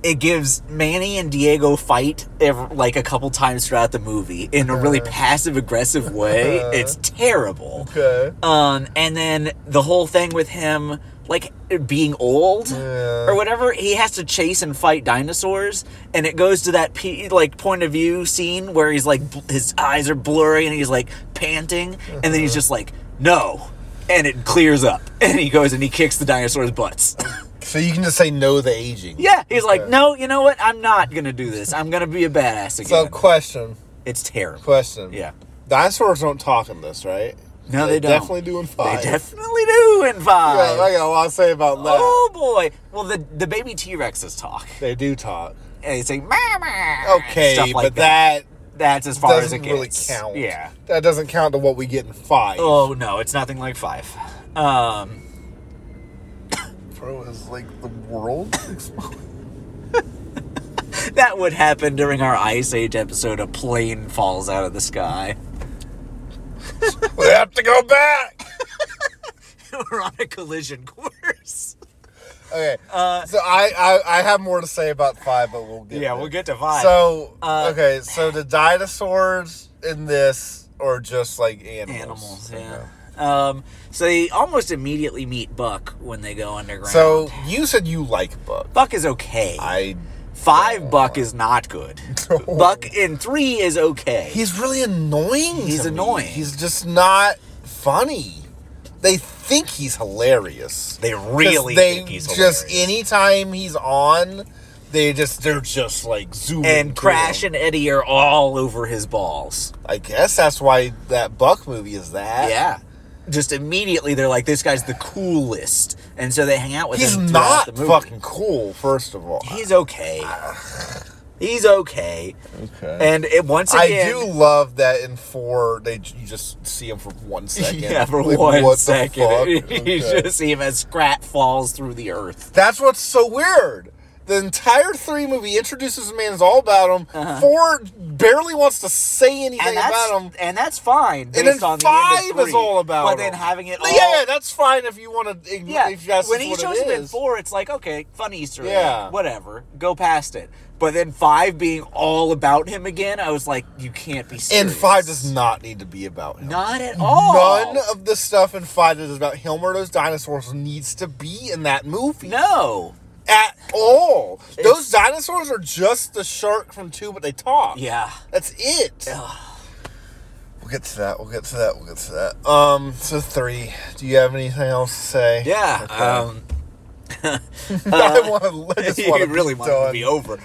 Speaker 2: it gives Manny and Diego fight ev like a couple times throughout the movie in a really passive aggressive way. It's terrible.
Speaker 1: Uh-huh. Okay.
Speaker 2: Um, and then the whole thing with him, like being old
Speaker 1: Yeah.
Speaker 2: or whatever, he has to chase and fight dinosaurs, and it goes to that p- like point of view scene where he's like bl- his eyes are blurry and he's like panting, and
Speaker 1: Uh-huh.
Speaker 2: then he's just like no, and it clears up, and he goes and he kicks the dinosaurs' butts.
Speaker 1: So you can just say no the aging.
Speaker 2: yeah, he's like no, you know what? I'm not gonna do this. I'm gonna be a badass
Speaker 1: So
Speaker 2: again.
Speaker 1: question,
Speaker 2: it's terrible.
Speaker 1: question.
Speaker 2: Yeah.
Speaker 1: Dinosaurs don't talk in this, right?
Speaker 2: No, they don't.
Speaker 1: Definitely do in
Speaker 2: They
Speaker 1: five.
Speaker 2: definitely do in five.
Speaker 1: Yeah, uh, I got a lot to say about that.
Speaker 2: Oh boy! Well, the the baby T Rexes talk.
Speaker 1: They do talk.
Speaker 2: And they say "mama."
Speaker 1: Okay,
Speaker 2: stuff like
Speaker 1: but that,
Speaker 2: That's as far as it
Speaker 1: doesn't really
Speaker 2: gets.
Speaker 1: count.
Speaker 2: Yeah.
Speaker 1: That doesn't count to what we get in five.
Speaker 2: Oh no, it's nothing like five. Um,
Speaker 1: Bro, is like the world
Speaker 2: that would happen during our Ice Age episode. A plane falls out of the sky.
Speaker 1: we have to go back.
Speaker 2: We're on a collision course.
Speaker 1: Okay. so I, I I have more to say about five, but we'll get
Speaker 2: Uh, Yeah,
Speaker 1: there.
Speaker 2: we'll get to five.
Speaker 1: So
Speaker 2: Uh,
Speaker 1: okay, so the dinosaurs in this are just like animals.
Speaker 2: animals. Yeah. Um, so they almost immediately meet Buck when they go underground.
Speaker 1: So you said you like Buck.
Speaker 2: Buck is okay.
Speaker 1: I.
Speaker 2: Five Buck is not good. Buck in three is okay.
Speaker 1: He's really annoying. to
Speaker 2: He's
Speaker 1: me.
Speaker 2: annoying.
Speaker 1: He's just not funny. They think he's hilarious.
Speaker 2: They
Speaker 1: 'Cause
Speaker 2: really
Speaker 1: they
Speaker 2: think he's
Speaker 1: just
Speaker 2: hilarious.
Speaker 1: anytime he's on, they just they're just like zooming to him.
Speaker 2: and Crash and Eddie are all over his balls.
Speaker 1: I guess that's why that Buck movie is that.
Speaker 2: Yeah. Just immediately they're like, this guy's the coolest. And so they hang out with
Speaker 1: He's
Speaker 2: him.
Speaker 1: not
Speaker 2: throughout the movie.
Speaker 1: fucking cool, first of all.
Speaker 2: He's okay. He's okay. And it once
Speaker 1: I
Speaker 2: again.
Speaker 1: do love that in four they j- you just see him for one second.
Speaker 2: Yeah, for
Speaker 1: Like,
Speaker 2: one
Speaker 1: what the
Speaker 2: second.
Speaker 1: fuck?
Speaker 2: You
Speaker 1: Okay.
Speaker 2: just see him as Scrat falls through the earth.
Speaker 1: That's what's so weird. The entire three movie introduces a man is all about him. Four barely wants to say anything
Speaker 2: Uh-huh. And that's,
Speaker 1: about him.
Speaker 2: and that's fine. Based
Speaker 1: then
Speaker 2: on the
Speaker 1: five
Speaker 2: end of
Speaker 1: is
Speaker 2: three.
Speaker 1: all about
Speaker 2: But then
Speaker 1: him.
Speaker 2: having it all.
Speaker 1: Yeah, yeah, that's fine if you want to.
Speaker 2: Yeah,
Speaker 1: if that's
Speaker 2: when
Speaker 1: just
Speaker 2: he
Speaker 1: what
Speaker 2: shows
Speaker 1: it
Speaker 2: up in
Speaker 1: is.
Speaker 2: four, it's like okay, fun Easter egg,
Speaker 1: Yeah.
Speaker 2: whatever, go past it. But then five being all about him again, I was like, you can't be
Speaker 1: and
Speaker 2: serious.
Speaker 1: five does not need to be about him.
Speaker 2: not at all.
Speaker 1: None of the stuff in five that is about him or those dinosaurs needs to be in that movie
Speaker 2: no.
Speaker 1: at all. those dinosaurs are just the shark from two, but they talk.
Speaker 2: Yeah,
Speaker 1: That's it. We'll get to that. We'll get to that. We'll get to that. Um, so three. Do you have anything else to say?
Speaker 2: yeah. Um,
Speaker 1: I want to. I just
Speaker 2: you
Speaker 1: want to really
Speaker 2: really want it to be over.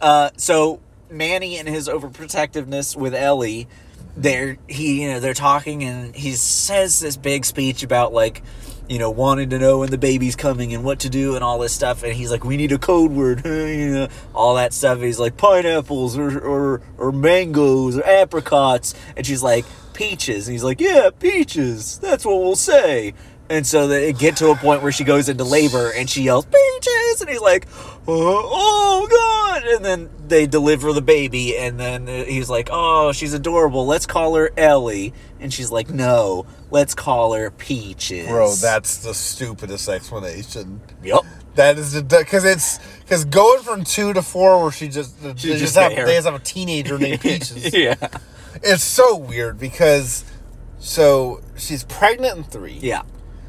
Speaker 2: Uh, so Manny and his overprotectiveness with Ellie, they're he you know they're talking and he says this big speech about like you know wanting to know when the baby's coming and what to do and all this stuff and he's like we need a code word you know all that stuff and he's like pineapples or or or mangoes or apricots and she's like peaches and he's like yeah peaches that's what we'll say and so they get to a point where she goes into labor and she yells, Peaches! And he's like, oh, oh, God! And then they deliver the baby. And then he's like, oh, she's adorable. Let's call her Ellie. And she's like, no, let's call her Peaches.
Speaker 1: Bro, that's the stupidest explanation.
Speaker 2: Yep.
Speaker 1: That is the because it's because going from two to four where she just they
Speaker 2: She's
Speaker 1: just,
Speaker 2: just
Speaker 1: have
Speaker 2: there.
Speaker 1: they just have a teenager named Peaches.
Speaker 2: Yeah.
Speaker 1: It's so weird because so she's pregnant in three.
Speaker 2: Yeah.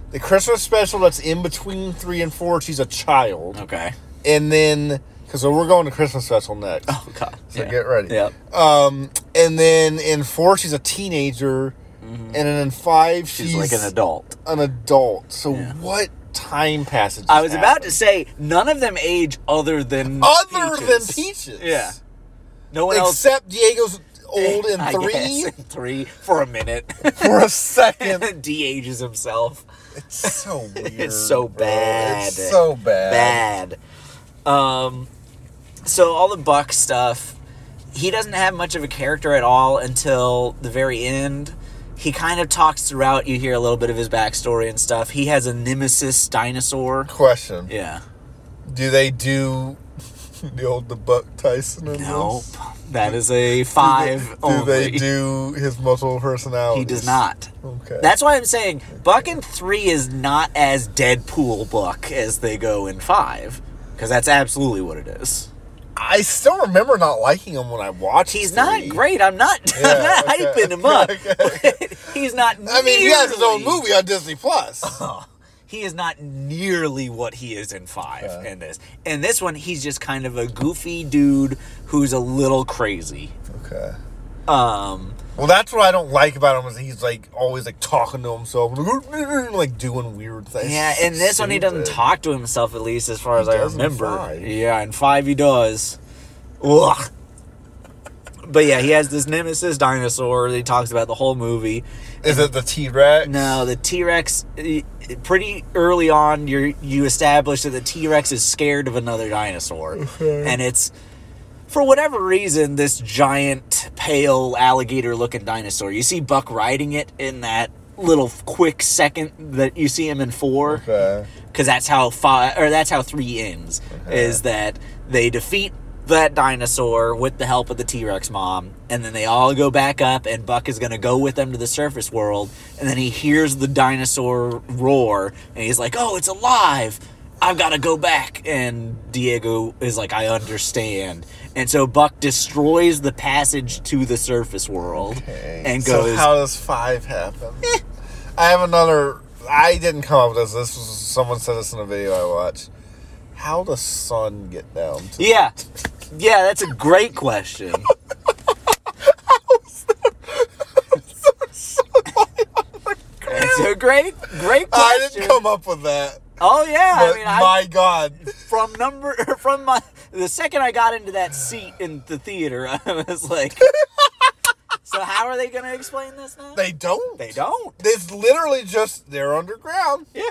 Speaker 1: The Christmas special that's in between three and four, she's a child.
Speaker 2: Okay.
Speaker 1: and then Because we're going to Christmas special next.
Speaker 2: Oh god.
Speaker 1: So get ready.
Speaker 2: Yeah.
Speaker 1: Um, and then in four, she's a teenager, and then in five, she's,
Speaker 2: Mm-hmm. She's, like an adult.
Speaker 1: an adult. So
Speaker 2: Yeah.
Speaker 1: what time passage?
Speaker 2: I was about to say none of them age other than
Speaker 1: other
Speaker 2: Peaches.
Speaker 1: than Peaches.
Speaker 2: Yeah. No one else.
Speaker 1: Except Diego's old in
Speaker 2: I
Speaker 1: three
Speaker 2: guess, in three for a minute.
Speaker 1: for a second.
Speaker 2: De-ages himself.
Speaker 1: it's so weird.
Speaker 2: It's so
Speaker 1: bro.
Speaker 2: bad.
Speaker 1: It's so bad.
Speaker 2: Bad. Um, so all the Buck stuff, he doesn't have much of a character at all until the very end. He kind of talks throughout. You hear a little bit of his backstory and stuff. He has a nemesis dinosaur.
Speaker 1: Question:
Speaker 2: Yeah.
Speaker 1: Do they do the old the Buck Tyson? In
Speaker 2: Nope.
Speaker 1: this?
Speaker 2: That is a five
Speaker 1: Do
Speaker 2: only.
Speaker 1: they do his multiple personality?
Speaker 2: he does not.
Speaker 1: Okay.
Speaker 2: That's why I'm saying Buck in three is not as Deadpool Buck as they go in five, because that's absolutely what it is.
Speaker 1: I still remember not liking him when I watched.
Speaker 2: He's
Speaker 1: three.
Speaker 2: not great. I'm not,
Speaker 1: Yeah,
Speaker 2: I'm not
Speaker 1: okay.
Speaker 2: hyping him up.
Speaker 1: Okay.
Speaker 2: but he's not.
Speaker 1: I mean, he has his own
Speaker 2: nearly-
Speaker 1: movie on Disney Plus.
Speaker 2: Oh. He is not nearly what he is in five. In this, in this one, he's just kind of a goofy dude who's a little crazy.
Speaker 1: okay.
Speaker 2: Um,
Speaker 1: Well, that's what I don't like about him is he's like always like talking to himself, like doing weird things.
Speaker 2: yeah, in this one, he doesn't
Speaker 1: Stupid.
Speaker 2: talk to himself at least, as far as I
Speaker 1: does in
Speaker 2: remember.
Speaker 1: five.
Speaker 2: Yeah, in five he does. Ugh. But yeah, he has this nemesis dinosaur that he talks about the whole movie.
Speaker 1: Is it the T Rex?
Speaker 2: No, the T Rex. eh, Pretty early on, you you establish that the T Rex is scared of another dinosaur, and it's for whatever reason this giant, pale alligator-looking dinosaur. You see Buck riding it in that little quick second that you see him in four
Speaker 1: Okay.
Speaker 2: because that's how five or that's how three ends is that they defeat that dinosaur with the help of the T-Rex mom and then they all go back up and Buck is going to go with them to the surface world and then he hears the dinosaur roar and he's like oh it's alive I've got to go back and Diego is like I understand and so Buck destroys the passage to the surface world and Eh. goes
Speaker 1: So how does five happen? I have another. I didn't come up with this. This was someone said this in a video I watched. How does sun get down? To,
Speaker 2: yeah yeah that's a great question That's a great, great
Speaker 1: I
Speaker 2: question.
Speaker 1: didn't come up with that.
Speaker 2: oh yeah,
Speaker 1: But
Speaker 2: I mean, I,
Speaker 1: my God,
Speaker 2: from number from my the second I got into that seat in the theater, I was like, so how are they going to explain this now?
Speaker 1: they don't.
Speaker 2: They don't.
Speaker 1: It's literally just they're underground.
Speaker 2: Yeah.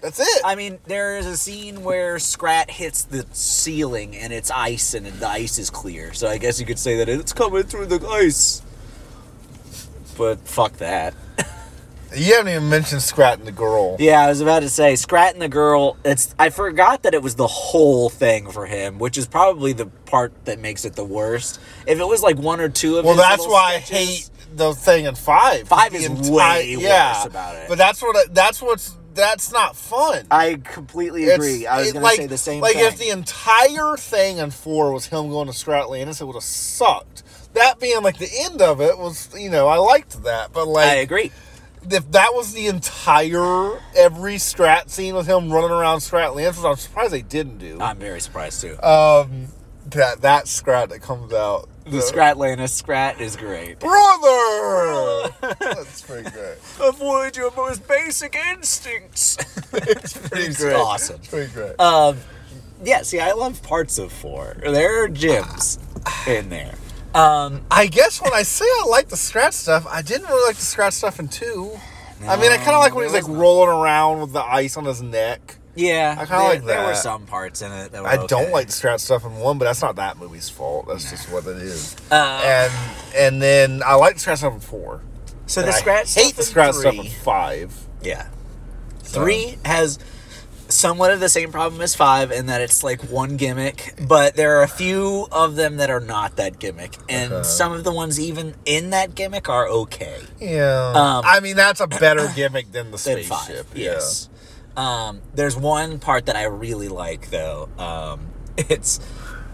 Speaker 1: That's it.
Speaker 2: I mean, there is a scene where Scrat hits the ceiling and it's ice, and the ice is clear. So I guess you could say that it's coming through the ice. But fuck that.
Speaker 1: you haven't even mentioned Scrat and the girl.
Speaker 2: Yeah, I was about to say Scrat and the girl. It's I forgot that it was the whole thing for him, which is probably the part that makes it the worst. If it was like one or two of
Speaker 1: Well,
Speaker 2: his
Speaker 1: that's
Speaker 2: little
Speaker 1: why I hate
Speaker 2: sketches-
Speaker 1: the thing in five.
Speaker 2: Five
Speaker 1: The
Speaker 2: is
Speaker 1: enti-
Speaker 2: way worse about it.
Speaker 1: But that's what. I, that's what's. That's not fun.
Speaker 2: I completely
Speaker 1: It's-
Speaker 2: agree. I was
Speaker 1: it-
Speaker 2: going to say the same
Speaker 1: Like
Speaker 2: thing.
Speaker 1: if the entire thing in four was him going to Scrat Landis, it would have sucked. That being like the end of it was, you know, I liked that, but like
Speaker 2: I agree.
Speaker 1: if that was the entire every Strat scene with him running around Strat Landis, I'm surprised they didn't do.
Speaker 2: I'm very surprised too.
Speaker 1: Um, that that Scrat that comes out.
Speaker 2: the Scrat Lana Scrat is great.
Speaker 1: brother. That's pretty great.
Speaker 2: Avoid your most basic instincts.
Speaker 1: Pretty
Speaker 2: It's
Speaker 1: great.
Speaker 2: awesome.
Speaker 1: Pretty great.
Speaker 2: Um, yeah, see, I love parts of four. There are gems in there. Um,
Speaker 1: I guess when I say I like the scratch stuff, I didn't really like the scratch stuff in two. I mean, I kind of like when he was like rolling around with the ice on his neck.
Speaker 2: yeah,
Speaker 1: I
Speaker 2: there,
Speaker 1: kinda like
Speaker 2: there were
Speaker 1: that.
Speaker 2: some parts in it that were
Speaker 1: I don't
Speaker 2: okay.
Speaker 1: like the scratch stuff in one, but that's not that movie's fault. That's just what it is.
Speaker 2: Uh,
Speaker 1: and and then I like the scratch stuff in four.
Speaker 2: So
Speaker 1: And
Speaker 2: the
Speaker 1: I
Speaker 2: scratch
Speaker 1: hate
Speaker 2: stuff
Speaker 1: the
Speaker 2: in
Speaker 1: scratch
Speaker 2: three,
Speaker 1: stuff in five.
Speaker 2: Yeah. Three has somewhat of the same problem as five in that it's like one gimmick, but there are a few of them that are not that gimmick. And
Speaker 1: Uh-huh.
Speaker 2: some of the ones even in that gimmick are okay.
Speaker 1: Yeah,
Speaker 2: Um,
Speaker 1: I mean that's a better gimmick than the
Speaker 2: Than
Speaker 1: spaceship.
Speaker 2: five.
Speaker 1: yeah.
Speaker 2: Yes. Um, there's one part that I really like though. Um, it's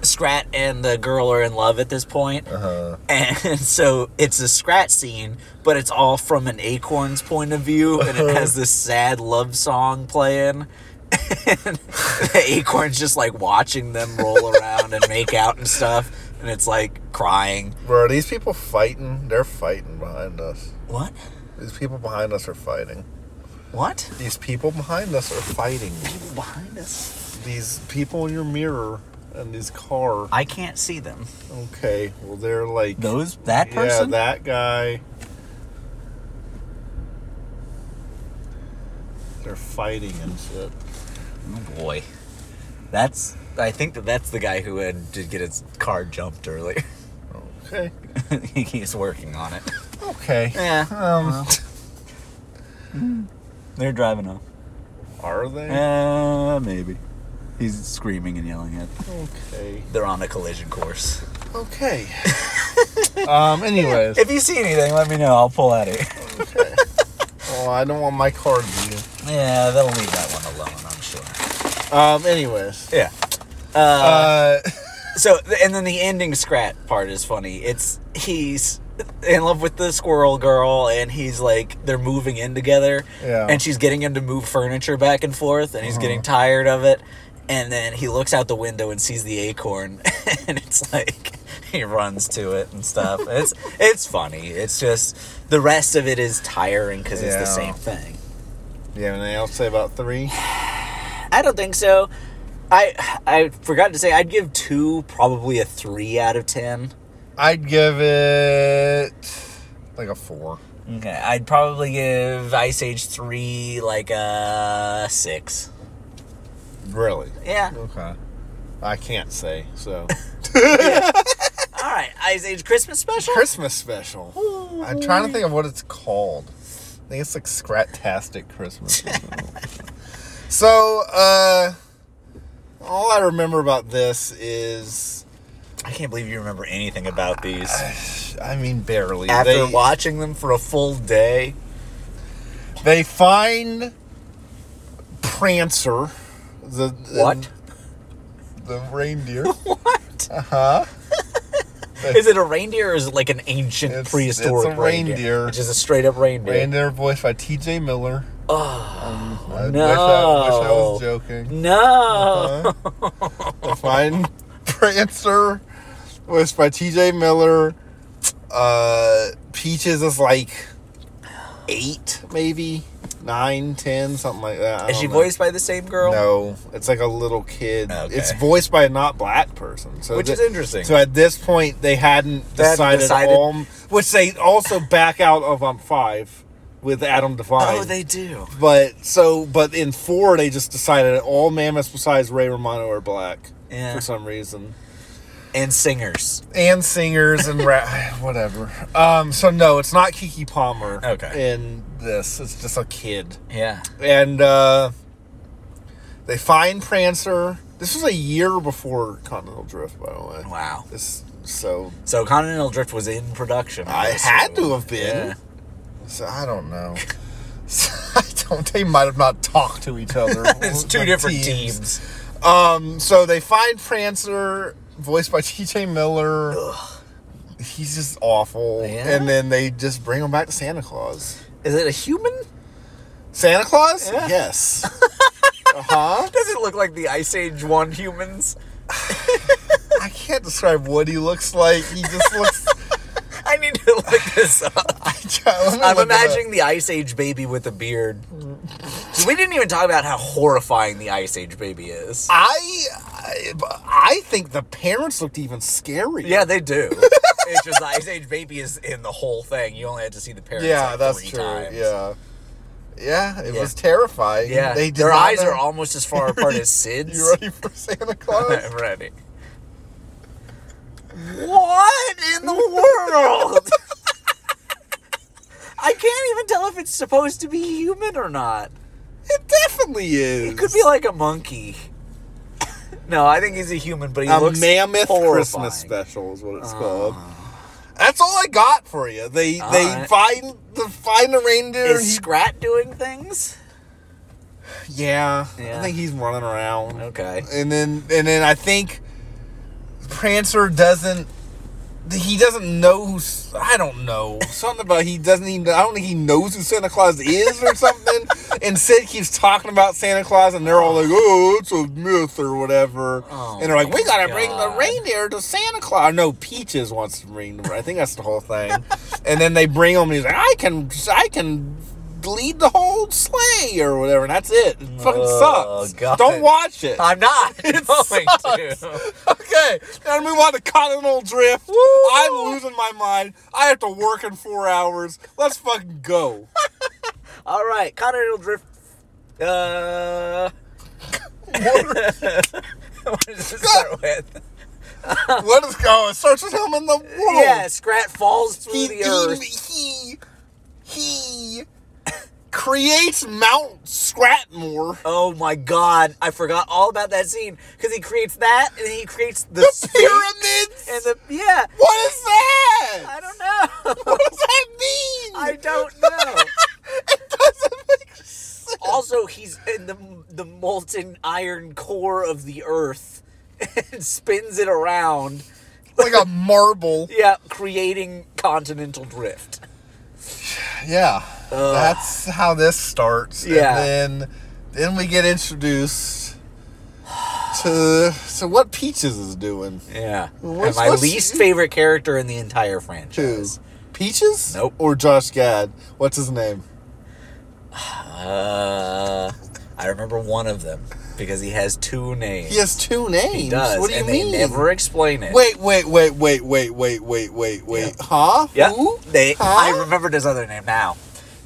Speaker 2: Scrat and the girl are in love at this point.
Speaker 1: Uh-huh.
Speaker 2: And so it's a Scrat scene, but it's
Speaker 1: Uh-huh.
Speaker 2: all from an acorn's point of view, and it has this sad love song playing. the acorn's just like watching them roll around and make out and stuff, and it's like crying.
Speaker 1: Bro, are these people fighting? They're fighting behind us.
Speaker 2: What?
Speaker 1: These people behind us are fighting.
Speaker 2: What?
Speaker 1: These people behind us are fighting.
Speaker 2: People behind us.
Speaker 1: These people in your mirror and this car.
Speaker 2: I can't see them.
Speaker 1: Okay, well they're like
Speaker 2: Those that person.
Speaker 1: Yeah, that guy. They're fighting and shit.
Speaker 2: Oh boy, that's. I think that that's the guy who had did get his car jumped earlier.
Speaker 1: Okay.
Speaker 2: He's working on it.
Speaker 1: Okay.
Speaker 2: Yeah.
Speaker 1: Um,
Speaker 2: They're driving off.
Speaker 1: are they?
Speaker 2: Uh, maybe. He's screaming and yelling at. Them.
Speaker 1: Okay.
Speaker 2: They're on a collision course.
Speaker 1: Okay. um. Anyways.
Speaker 2: If you see anything, let me know. I'll pull out it.
Speaker 1: Well, Oh, I don't want my car to
Speaker 2: Yeah, they'll leave that one alone. I'm sure.
Speaker 1: be. Um. Anyways.
Speaker 2: Yeah.
Speaker 1: Uh.
Speaker 2: So, and then the ending scrat part is funny. It's he's in love with the squirrel girl, and he's like they're moving in together,
Speaker 1: Yeah. Uh-huh.
Speaker 2: and she's getting him to move furniture back and forth, and he's getting tired of it. And then he looks out the window and sees the acorn, and it's like he runs to it and stuff. It's it's funny. It's just the rest of it is tiring because it's the
Speaker 1: Yeah.
Speaker 2: same thing.
Speaker 1: Do you have anything else to say about three?
Speaker 2: I don't think so. I I forgot to say I'd give two probably a three out of ten.
Speaker 1: I'd give it like a four.
Speaker 2: Okay, I'd probably give Ice Age 3 like a 6.
Speaker 1: Really?
Speaker 2: Yeah.
Speaker 1: Okay. I can't say so.
Speaker 2: All right, Ice Age Christmas special?
Speaker 1: Christmas special. I'm trying to think of what it's called. I think it's like Scratastic Christmas. or something. so, uh, all I remember about this is,
Speaker 2: I can't believe you remember anything about these.
Speaker 1: I mean, barely.
Speaker 2: After
Speaker 1: they,
Speaker 2: watching them for a full day.
Speaker 1: they find Prancer, the
Speaker 2: What?
Speaker 1: the reindeer.
Speaker 2: What?
Speaker 1: Uh huh.
Speaker 2: Is it a reindeer or is it like an ancient
Speaker 1: It's-
Speaker 2: prehistoric
Speaker 1: it's a
Speaker 2: reindeer?
Speaker 1: reindeer.
Speaker 2: Which is a straight up reindeer.
Speaker 1: Reindeer voiced by T.J. Miller. Um,
Speaker 2: Oh,
Speaker 1: I wish, I, wish I
Speaker 2: No.
Speaker 1: was joking.
Speaker 2: no. Uh-huh.
Speaker 1: The Fine Prancer was by TJ Miller. Uh, Peaches is like eight, maybe nine, ten, something like that. I
Speaker 2: Is she
Speaker 1: don't know.
Speaker 2: voiced by the same girl?
Speaker 1: No, it's like a little kid.
Speaker 2: Okay.
Speaker 1: It's voiced by a not black person, so
Speaker 2: Which
Speaker 1: thi-
Speaker 2: is interesting.
Speaker 1: So at this point, they hadn't
Speaker 2: They hadn't
Speaker 1: decided,
Speaker 2: decided.
Speaker 1: all- which they also back out of on five with Adam Devine.
Speaker 2: Oh, they do.
Speaker 1: But so, but in four, they just decided that all mammoths besides Ray Romano are black
Speaker 2: Yeah.
Speaker 1: for some reason,
Speaker 2: And singers.
Speaker 1: and singers and ra- whatever. Um, so no, it's not Kiki Palmer.
Speaker 2: Okay.
Speaker 1: in this, it's just a kid,
Speaker 2: Yeah.
Speaker 1: and uh, they find Prancer. This was a year before Continental Drift, by the way.
Speaker 2: Wow.
Speaker 1: This so
Speaker 2: So Continental Drift was in production.
Speaker 1: I
Speaker 2: guess,
Speaker 1: had
Speaker 2: so-
Speaker 1: to have been.
Speaker 2: Yeah.
Speaker 1: So I don't know. I don't. They might have not talked to each other.
Speaker 2: It's two
Speaker 1: Like
Speaker 2: different teams.
Speaker 1: Um, so they find Prancer, voiced by T.J. Miller. He's just awful.
Speaker 2: Yeah?
Speaker 1: And then they just bring him back to Santa Claus.
Speaker 2: Is it a human?
Speaker 1: Santa Claus?
Speaker 2: Yeah.
Speaker 1: Yes. uh huh.
Speaker 2: Does it look like the Ice Age One humans?
Speaker 1: I can't describe what he looks like. He just looks.
Speaker 2: I need to look this up.
Speaker 1: I can't- let me
Speaker 2: I'm
Speaker 1: look it up.
Speaker 2: imagining the Ice Age baby with a beard. We didn't even talk about how horrifying the Ice Age baby is.
Speaker 1: I, I I think the parents looked even scarier.
Speaker 2: Yeah, they do. it's just the Ice Age baby is in the whole thing. You only had to see the parents.
Speaker 1: Yeah,
Speaker 2: like,
Speaker 1: that's
Speaker 2: three
Speaker 1: true.
Speaker 2: times.
Speaker 1: Yeah. Yeah, it
Speaker 2: Yeah.
Speaker 1: was terrifying.
Speaker 2: Yeah.
Speaker 1: They did
Speaker 2: Their
Speaker 1: not
Speaker 2: eyes
Speaker 1: know-
Speaker 2: are almost as far apart as Sid's.
Speaker 1: You ready for Santa Claus?
Speaker 2: I'm ready. What in the world? I can't even tell if it's supposed to be human or not.
Speaker 1: it definitely is.
Speaker 2: It could be like a monkey. no, I think he's a human, but he
Speaker 1: a
Speaker 2: looks
Speaker 1: mammoth
Speaker 2: horrifying. Ah.
Speaker 1: Christmas special is what it's called. That's all I got for you. They they
Speaker 2: Alright.
Speaker 1: find the find the reindeer.
Speaker 2: Is Scrat doing things?
Speaker 1: and he- yeah,
Speaker 2: Yeah.
Speaker 1: I think he's running around.
Speaker 2: Okay.
Speaker 1: And then and then I think Prancer doesn't he doesn't know who S- I don't know something about he doesn't even I don't think he knows who Santa Claus is or something. and Sid keeps talking about Santa Claus, and they're all like, "Oh, it's a myth or whatever,"
Speaker 2: Oh,
Speaker 1: and they're like, "We gotta bring the
Speaker 2: God.
Speaker 1: reindeer to Santa Claus." No, Peaches wants to bring the. I think that's the whole thing. and then they bring him, and he's like, "I can, I can." Lead the whole sleigh or whatever, and that's it. It fucking
Speaker 2: Oh,
Speaker 1: sucks.
Speaker 2: God.
Speaker 1: Don't watch it.
Speaker 2: I'm not going
Speaker 1: sucks.
Speaker 2: to.
Speaker 1: Okay, now to move on to Continental Drift. I'm losing my mind. I have to work in four hours. Let's fucking go.
Speaker 2: All right, Continental Drift. Uh, what does it start with?
Speaker 1: Let us go. It starts with him in the world.
Speaker 2: Yeah, Scrat falls through
Speaker 1: He,
Speaker 2: the
Speaker 1: he,
Speaker 2: earth.
Speaker 1: he, he creates Mount Scratmore.
Speaker 2: Oh my god, I forgot all about that scene because he creates that and he creates the,
Speaker 1: The
Speaker 2: sphinx
Speaker 1: pyramids.
Speaker 2: and the yeah.
Speaker 1: what is that?
Speaker 2: I don't know.
Speaker 1: What does that mean?
Speaker 2: I don't know.
Speaker 1: It doesn't make sense.
Speaker 2: also, he's in the the molten iron core of the earth and spins it around.
Speaker 1: Like a marble.
Speaker 2: Yeah, creating continental drift.
Speaker 1: Yeah. That's how this starts.
Speaker 2: Uh, Yeah.
Speaker 1: And then then we get introduced to to what Peaches is doing.
Speaker 2: Yeah.
Speaker 1: What's-
Speaker 2: and my
Speaker 1: what's-
Speaker 2: least favorite character in the entire
Speaker 1: Who?
Speaker 2: franchise.
Speaker 1: Peaches?
Speaker 2: Nope.
Speaker 1: Or Josh Gad. What's his name?
Speaker 2: Uh, I remember one of them because he has two names.
Speaker 1: He has two names.
Speaker 2: He does.
Speaker 1: what do you
Speaker 2: and
Speaker 1: mean?
Speaker 2: They never explain it.
Speaker 1: Wait, wait, wait, wait, wait, wait, wait, wait, wait.
Speaker 2: Yeah.
Speaker 1: Huh?
Speaker 2: Yeah.
Speaker 1: Who?
Speaker 2: They.
Speaker 1: Huh?
Speaker 2: I remembered his other name now.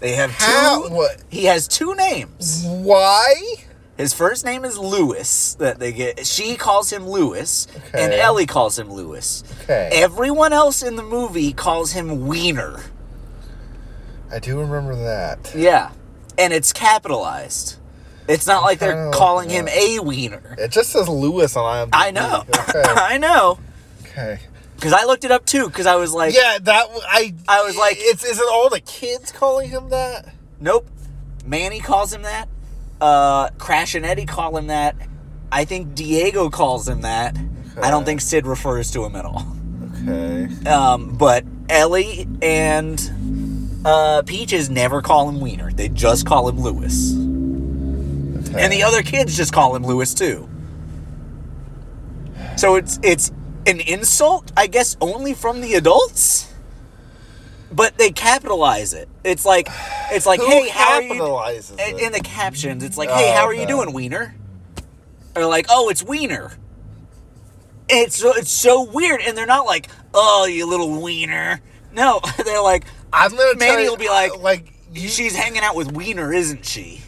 Speaker 2: They have
Speaker 1: How?
Speaker 2: two.
Speaker 1: What?
Speaker 2: He has two names.
Speaker 1: Why?
Speaker 2: His first name is Lewis. That they get. She calls him Lewis, and
Speaker 1: Okay.
Speaker 2: Ellie calls him Lewis.
Speaker 1: Okay.
Speaker 2: Everyone else in the movie calls him Wiener.
Speaker 1: I do remember that.
Speaker 2: Yeah, and it's capitalized. It's not like
Speaker 1: kinda
Speaker 2: they're
Speaker 1: like
Speaker 2: calling him
Speaker 1: that.
Speaker 2: a wiener.
Speaker 1: It just says Lewis on IMDb.
Speaker 2: I know.
Speaker 1: Okay.
Speaker 2: I know.
Speaker 1: okay.
Speaker 2: Because I looked it up too. Because I was like,
Speaker 1: Yeah, that w- I.
Speaker 2: I was like-
Speaker 1: it's is it all the kids calling him that?
Speaker 2: Nope. Manny calls him that. Uh, Crash and Eddie call him that. I think Diego calls him that. I don't think Sid refers to him at all.
Speaker 1: Okay.
Speaker 2: Um, but Ellie and uh, Peaches never call him Wiener. They just call him Lewis. And the other kids just call him Lewis too. So it's it's an insult, I guess, only from the adults. But they capitalize it. It's like it's like,
Speaker 1: Who
Speaker 2: hey, how are you?
Speaker 1: capitalizes
Speaker 2: in,
Speaker 1: it?
Speaker 2: in the captions, it's like,
Speaker 1: Oh,
Speaker 2: "Hey, how are you
Speaker 1: okay.
Speaker 2: doing, Wiener?" Or like, "Oh, it's Wiener." It's so it's so weird, and they're not like, "Oh, you little Wiener." No, they're like,
Speaker 1: I'm gonna tell
Speaker 2: Manny
Speaker 1: you-
Speaker 2: will be like,
Speaker 1: like you,
Speaker 2: "She's hanging out with Wiener, isn't she?"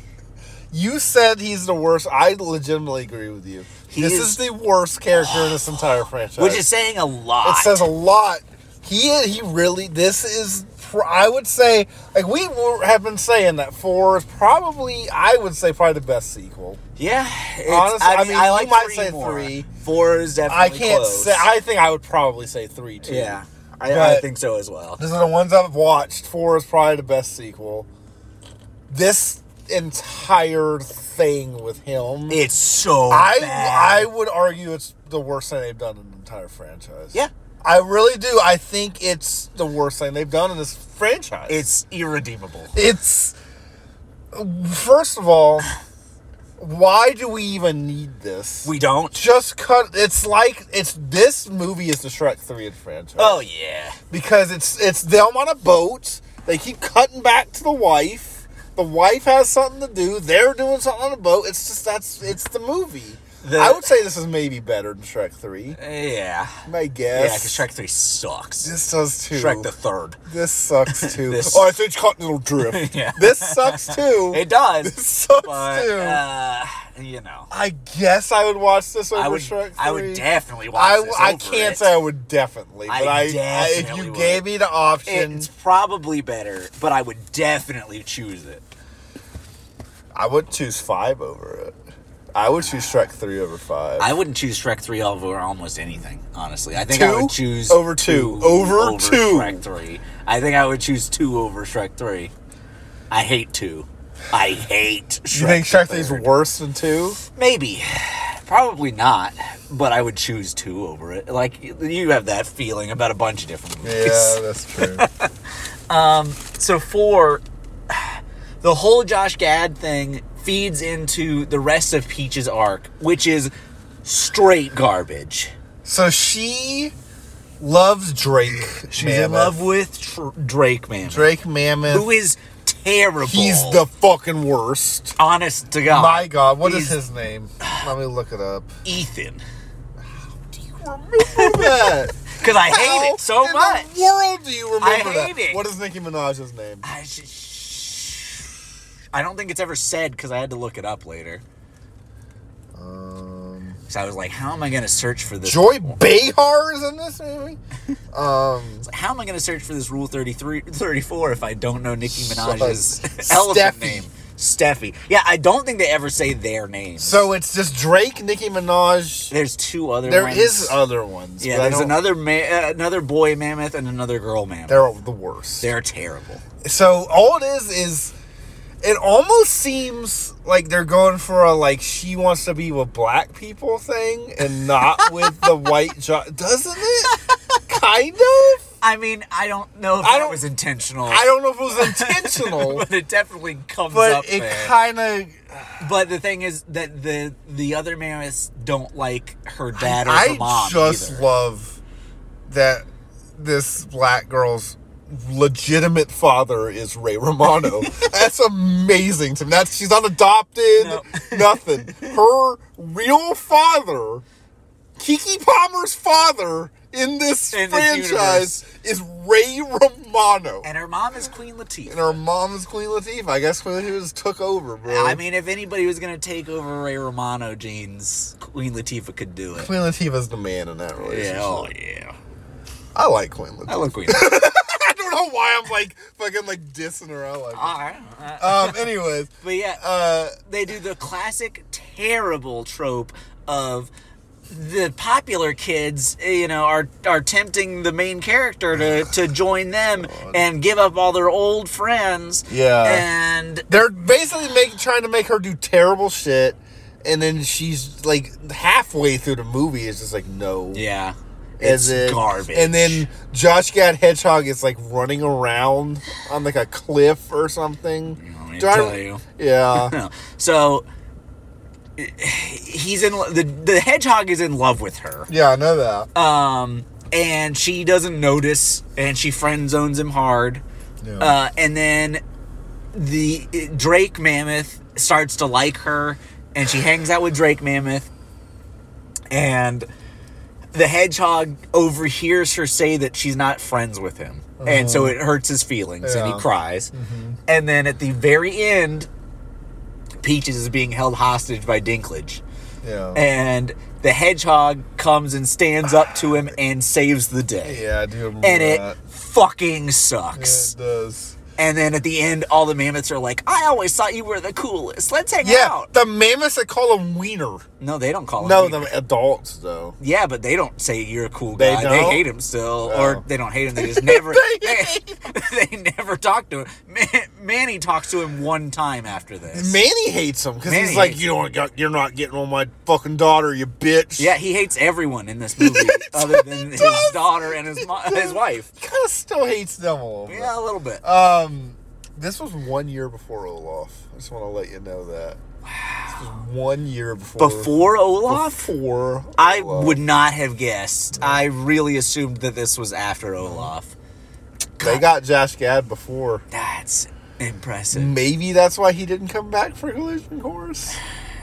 Speaker 1: you said he's the worst. I legitimately agree with you.
Speaker 2: He
Speaker 1: this is,
Speaker 2: is-
Speaker 1: the worst character in this entire franchise.
Speaker 2: Which is saying a lot.
Speaker 1: it says a lot. He he really. This is. pr- I would say like we were- have been saying that four is probably I would say probably the best sequel.
Speaker 2: Yeah, it's,
Speaker 1: Honestly,
Speaker 2: I, mean, I
Speaker 1: you
Speaker 2: like
Speaker 1: might
Speaker 2: three
Speaker 1: say
Speaker 2: more.
Speaker 1: three.
Speaker 2: Four is definitely.
Speaker 1: I can't
Speaker 2: close.
Speaker 1: say. I think I would probably say three too.
Speaker 2: yeah, I, I
Speaker 1: But-
Speaker 2: think so as well.
Speaker 1: This is the ones I've watched. Four is probably the best sequel. This entire thing with him,
Speaker 2: It's so.
Speaker 1: I
Speaker 2: bad.
Speaker 1: I would argue it's the worst thing they've done in the entire franchise.
Speaker 2: yeah,
Speaker 1: I really do. I think it's the worst thing they've done in this franchise.
Speaker 2: it's irredeemable.
Speaker 1: it's first of all, why do we even need this?
Speaker 2: We don't.
Speaker 1: just cut. It's like it's this movie is the Shrek three of the franchise
Speaker 2: Oh yeah.
Speaker 1: because it's it's them on a boat. They keep cutting back to the wife. The wife has something to do. They're doing something on a boat. It's just that's it's the movie.
Speaker 2: The-
Speaker 1: I would say this is maybe better than Shrek Three.
Speaker 2: Yeah.
Speaker 1: I
Speaker 2: Yeah,
Speaker 1: guess.
Speaker 2: because Shrek 3 sucks.
Speaker 1: This does too.
Speaker 2: Shrek the third.
Speaker 1: this sucks too.
Speaker 2: This-
Speaker 1: Oh, I think Continental Drift.
Speaker 2: Yeah.
Speaker 1: This sucks too.
Speaker 2: It does.
Speaker 1: This sucks
Speaker 2: but,
Speaker 1: too.
Speaker 2: uh, you know.
Speaker 1: I guess I would watch this over
Speaker 2: I would,
Speaker 1: Shrek Three.
Speaker 2: I would definitely watch
Speaker 1: I,
Speaker 2: this
Speaker 1: I
Speaker 2: over
Speaker 1: can't
Speaker 2: it.
Speaker 1: say I would definitely,
Speaker 2: I
Speaker 1: but I, I, if
Speaker 2: definitely
Speaker 1: you
Speaker 2: would.
Speaker 1: gave me the option,
Speaker 2: It's probably better, but I would definitely choose it.
Speaker 1: I would choose five over it. I would choose Shrek three over five.
Speaker 2: I wouldn't choose Shrek 3 over almost anything, honestly. I think
Speaker 1: Two?
Speaker 2: I would choose
Speaker 1: Over two. Over two.
Speaker 2: Shrek 3. I think I would choose 2 over Shrek 3. I hate 2. I hate Shrek.
Speaker 1: you think Shrek three's
Speaker 2: the Third.
Speaker 1: worse than two?
Speaker 2: Maybe. Probably not, but I would choose two over it. Like you have that feeling about a bunch of different movies.
Speaker 1: Yeah, that's true.
Speaker 2: So four, the whole Josh Gad thing feeds into the rest of Peach's arc, which is straight garbage.
Speaker 1: so she loves Drake.
Speaker 2: She's in
Speaker 1: Mammoth.
Speaker 2: love with Tr- uh, Drake Man,
Speaker 1: Drake Mammoth.
Speaker 2: who is terrible.
Speaker 1: He's the fucking worst.
Speaker 2: honest to God.
Speaker 1: My God, what is
Speaker 2: He's
Speaker 1: his name? Let me look it up.
Speaker 2: Ethan?
Speaker 1: Do you remember that?
Speaker 2: Because I hate
Speaker 1: How
Speaker 2: it so
Speaker 1: in
Speaker 2: much.
Speaker 1: the world do you remember
Speaker 2: hate
Speaker 1: that?
Speaker 2: it.
Speaker 1: What is Nicki Minaj's name?
Speaker 2: I sh- I don't think it's ever said because I had to look it up later.
Speaker 1: Um,
Speaker 2: So I was like, how am I going to search for this?
Speaker 1: Joy Behar is in this movie. Um,
Speaker 2: How am I going to search for this Rule 33, 34 if I don't know Nicki Minaj's
Speaker 1: Steffi.
Speaker 2: elephant name? Steffi. Yeah, I don't think they ever say their names.
Speaker 1: so it's just Drake, Nicki Minaj.
Speaker 2: there's two other.
Speaker 1: There
Speaker 2: ones.
Speaker 1: is other ones.
Speaker 2: Yeah,
Speaker 1: but I
Speaker 2: there's
Speaker 1: don't-
Speaker 2: another ma- uh, another boy mammoth and another girl mammoth. They're,
Speaker 1: They're the worst.
Speaker 2: terrible.
Speaker 1: so all it is is it almost seems like they're going for a like she wants to be with black people thing and not with the white jo- doesn't it kind of
Speaker 2: I mean, I don't know if
Speaker 1: I
Speaker 2: that
Speaker 1: don't-
Speaker 2: was intentional.
Speaker 1: i don't know if it was intentional
Speaker 2: but it definitely comes up.
Speaker 1: but it
Speaker 2: there.
Speaker 1: kind of
Speaker 2: But the thing is that the the other mammoths don't like her dad or her
Speaker 1: i
Speaker 2: mom
Speaker 1: just
Speaker 2: either.
Speaker 1: love that this black girl's legitimate father is ray romano that's amazing to me that's she's not adopted
Speaker 2: No.
Speaker 1: nothing her real father kiki palmer's father in this
Speaker 2: In this
Speaker 1: franchise is ray romano
Speaker 2: and her mom is Queen Latifah.
Speaker 1: and her mom is queen latifah i guess queen latifah just took over bro
Speaker 2: I mean, if anybody was gonna take over Ray Romano jeans, Queen Latifah could do it.
Speaker 1: queen latifah's the man in that relationship
Speaker 2: Yeah, oh yeah.
Speaker 1: i like queen latifah
Speaker 2: I love Queen. Latifah.
Speaker 1: I don't know why I'm like fucking like dissing her out like.
Speaker 2: All right.
Speaker 1: Um. Anyways,
Speaker 2: But yeah,
Speaker 1: uh,
Speaker 2: they do the classic terrible trope of the popular kids, eh, you know, are are tempting the main character to, to join them and give up all their old friends.
Speaker 1: Yeah.
Speaker 2: And
Speaker 1: they're basically make, trying to make her do terrible shit, and then she's like halfway through the movie is just like no.
Speaker 2: yeah,
Speaker 1: As
Speaker 2: it's
Speaker 1: in-
Speaker 2: garbage.
Speaker 1: And then Josh Gad Hedgehog is like running around on like a cliff or something.
Speaker 2: want me to
Speaker 1: Do I-
Speaker 2: tell you?
Speaker 1: Yeah.
Speaker 2: No. so eh, he's in lo- the the hedgehog is in love with her.
Speaker 1: yeah, I know that.
Speaker 2: Um, and she doesn't notice, and she friend zones him hard.
Speaker 1: Yeah.
Speaker 2: Uh, and then the uh, Drake Mammoth starts to like her, and she hangs out with Drake Mammoth. And the hedgehog overhears her say that she's not friends with him. And so it hurts his feelings,
Speaker 1: Uh-huh.
Speaker 2: and
Speaker 1: Yeah. Mm-hmm.
Speaker 2: he cries. And then at the very end, Peaches is being held hostage by Dinklage
Speaker 1: yeah.
Speaker 2: and the hedgehog comes and stands up to him and saves the day.
Speaker 1: yeah, I do remember
Speaker 2: And it
Speaker 1: that.
Speaker 2: fucking
Speaker 1: Yeah,
Speaker 2: sucks.
Speaker 1: it does.
Speaker 2: And then at the end, all the mammoths are like, I always thought you were the coolest. Let's hang
Speaker 1: Yeah,
Speaker 2: out.
Speaker 1: the mammoths that call him Wiener.
Speaker 2: No, they don't call him.
Speaker 1: No,
Speaker 2: Peter.
Speaker 1: the adults though.
Speaker 2: Yeah, but they don't say you're a cool
Speaker 1: They
Speaker 2: guy. They,
Speaker 1: don't?
Speaker 2: hate him still,
Speaker 1: Oh.
Speaker 2: or they don't hate him. They just never.
Speaker 1: They
Speaker 2: they, they never talk to him. Man, Manny talks to him one time after this.
Speaker 1: Manny hates him because
Speaker 2: Manny
Speaker 1: he's like,
Speaker 2: hates
Speaker 1: you don't, got, you're not getting on my fucking daughter, you bitch.
Speaker 2: yeah, he hates everyone in this movie, other than his daughter and his mo- his wife.
Speaker 1: he kind of still hates them a little bit.
Speaker 2: Yeah, a little bit.
Speaker 1: Um, this was one year before Olaf. I just want to let you know that. This was one year before.
Speaker 2: Before Olaf,
Speaker 1: Before.
Speaker 2: I
Speaker 1: Olaf.
Speaker 2: would not have guessed. I really assumed that this was after Olaf.
Speaker 1: They got Josh Gad before.
Speaker 2: That's impressive.
Speaker 1: Maybe that's why he didn't come back for Collision Course.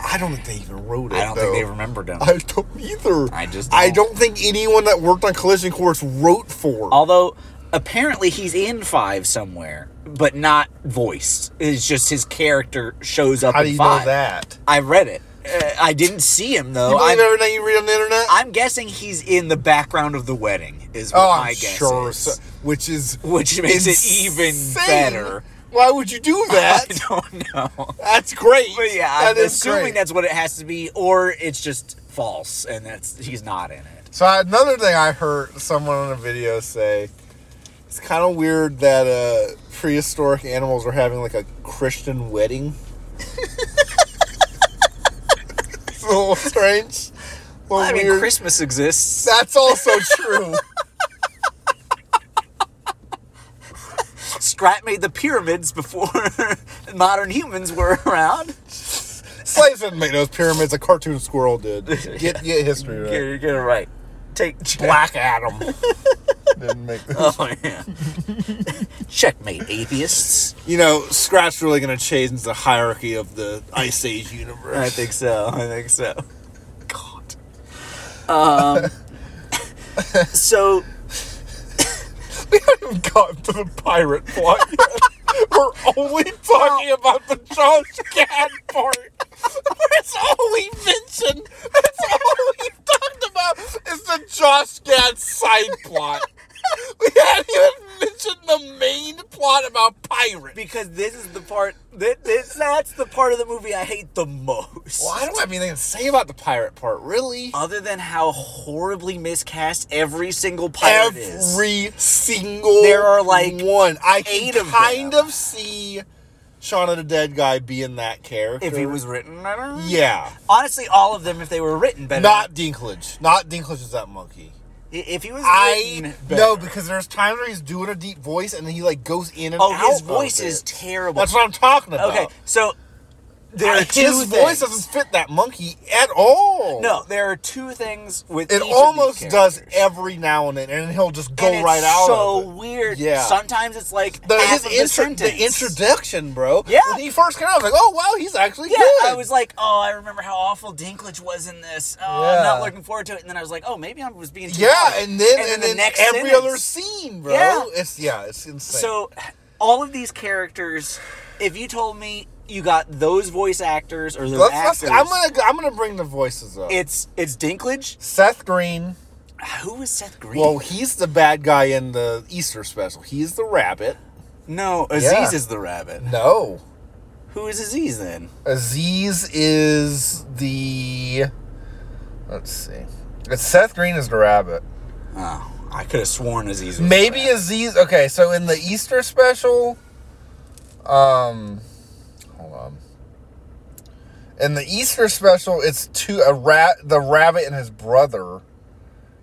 Speaker 1: I don't think they even wrote it.
Speaker 2: I don't think they
Speaker 1: though.
Speaker 2: remembered him.
Speaker 1: I don't either.
Speaker 2: I just
Speaker 1: I
Speaker 2: don't.
Speaker 1: don't think anyone that worked on Collision Course wrote for.
Speaker 2: Although apparently he's in five somewhere, but not voiced. It's just his character shows up
Speaker 1: How
Speaker 2: in
Speaker 1: do you
Speaker 2: five. Oh,
Speaker 1: know that?
Speaker 2: I read it. Uh, I didn't see him though.
Speaker 1: You believe
Speaker 2: I'm,
Speaker 1: everything you read on the internet?
Speaker 2: I'm guessing he's in the background of the wedding. Is what
Speaker 1: Oh, I'm
Speaker 2: my guess
Speaker 1: sure.
Speaker 2: is.
Speaker 1: So, which is
Speaker 2: Which makes it even
Speaker 1: insane.
Speaker 2: better.
Speaker 1: Why would you do that?
Speaker 2: I don't know.
Speaker 1: That's great.
Speaker 2: But yeah,
Speaker 1: That
Speaker 2: I'm
Speaker 1: is
Speaker 2: assuming
Speaker 1: great.
Speaker 2: that's what it has to be, or it's just false, and that's he's not in it.
Speaker 1: So I- another thing I heard someone on a video say, it's kind of weird that uh, prehistoric animals are having like a Christian wedding. so little strange. Little
Speaker 2: I mean,
Speaker 1: weird.
Speaker 2: Christmas exists.
Speaker 1: That's also true.
Speaker 2: Strat made the pyramids before modern humans were around.
Speaker 1: Slaves didn't make those pyramids. A cartoon squirrel did. Get, get history right.
Speaker 2: You're, you're right. Take check.
Speaker 1: Black Adam didn't make.
Speaker 2: Oh yeah. Checkmate, atheists.
Speaker 1: You know, Scratch really gonna change the hierarchy of the Ice Age universe.
Speaker 2: I think so. I think so. God. Um. so
Speaker 1: we haven't gotten to the pirate plot yet. We're only talking about the Josh Gad part. That's all we mentioned. That's all we talked about is the Josh Gad side plot. We hadn't even mentioned the main plot about pirate.
Speaker 2: because this is the part that this, that's the part of the movie I hate the most.
Speaker 1: Why do I have anything to say about the pirate part? Really?
Speaker 2: Other than how horribly miscast every single pirate is.
Speaker 1: Every single
Speaker 2: There are, like,
Speaker 1: one. I can
Speaker 2: eight of
Speaker 1: kind
Speaker 2: them.
Speaker 1: of see Shaun of the Dead guy being that character.
Speaker 2: If it was written better.
Speaker 1: yeah.
Speaker 2: Honestly, all of them, if they were written better.
Speaker 1: Not Dinklage. Not Dinklage is that monkey.
Speaker 2: i- if he was written
Speaker 1: I
Speaker 2: better.
Speaker 1: no, because there's times where he's doing a deep voice and then he like goes in and
Speaker 2: Oh,
Speaker 1: out.
Speaker 2: his
Speaker 1: of
Speaker 2: voice
Speaker 1: it.
Speaker 2: is terrible.
Speaker 1: That's what I'm talking about.
Speaker 2: okay, so there are
Speaker 1: I-
Speaker 2: two
Speaker 1: his voice
Speaker 2: things.
Speaker 1: doesn't fit that monkey at all.
Speaker 2: No, there are two things with
Speaker 1: it
Speaker 2: each of these
Speaker 1: almost does
Speaker 2: characters.
Speaker 1: every now and then, and he'll just go
Speaker 2: And it's
Speaker 1: right out.
Speaker 2: So
Speaker 1: of it.
Speaker 2: weird.
Speaker 1: Yeah.
Speaker 2: Sometimes it's like
Speaker 1: The,
Speaker 2: half
Speaker 1: his
Speaker 2: of the
Speaker 1: intro, the,
Speaker 2: sentence.
Speaker 1: introduction, bro.
Speaker 2: Yeah.
Speaker 1: When he first came out, I was like, "Oh wow, he's actually
Speaker 2: Yeah,
Speaker 1: good."
Speaker 2: I was like, oh, I remember how awful Dinklage was in this. Oh,
Speaker 1: Yeah.
Speaker 2: I'm not looking forward to it. And then I was like, oh, maybe I was being too
Speaker 1: yeah,
Speaker 2: hard.
Speaker 1: and then and,
Speaker 2: the
Speaker 1: then
Speaker 2: next
Speaker 1: every
Speaker 2: sentence.
Speaker 1: other scene, bro.
Speaker 2: Yeah.
Speaker 1: It's yeah, it's insane.
Speaker 2: So, all of these characters, if you told me you got those voice actors or those
Speaker 1: let's, let's,
Speaker 2: actors,
Speaker 1: I'm gonna I'm gonna bring the voices up.
Speaker 2: it's it's Dinklage.
Speaker 1: Seth Green.
Speaker 2: Who is Seth Green?
Speaker 1: Well, he's the bad guy in the Easter special. He's the rabbit.
Speaker 2: no, Aziz
Speaker 1: Yeah.
Speaker 2: is the rabbit.
Speaker 1: No.
Speaker 2: Who is Aziz then?
Speaker 1: Aziz is the. Let's see. It's Seth Green is the rabbit.
Speaker 2: Oh, I could have sworn Aziz. Was
Speaker 1: Maybe
Speaker 2: the rabbit.
Speaker 1: Aziz. Okay, so in the Easter special. Um. Hold on. In the Easter special, it's two. A rat. The rabbit and his brother.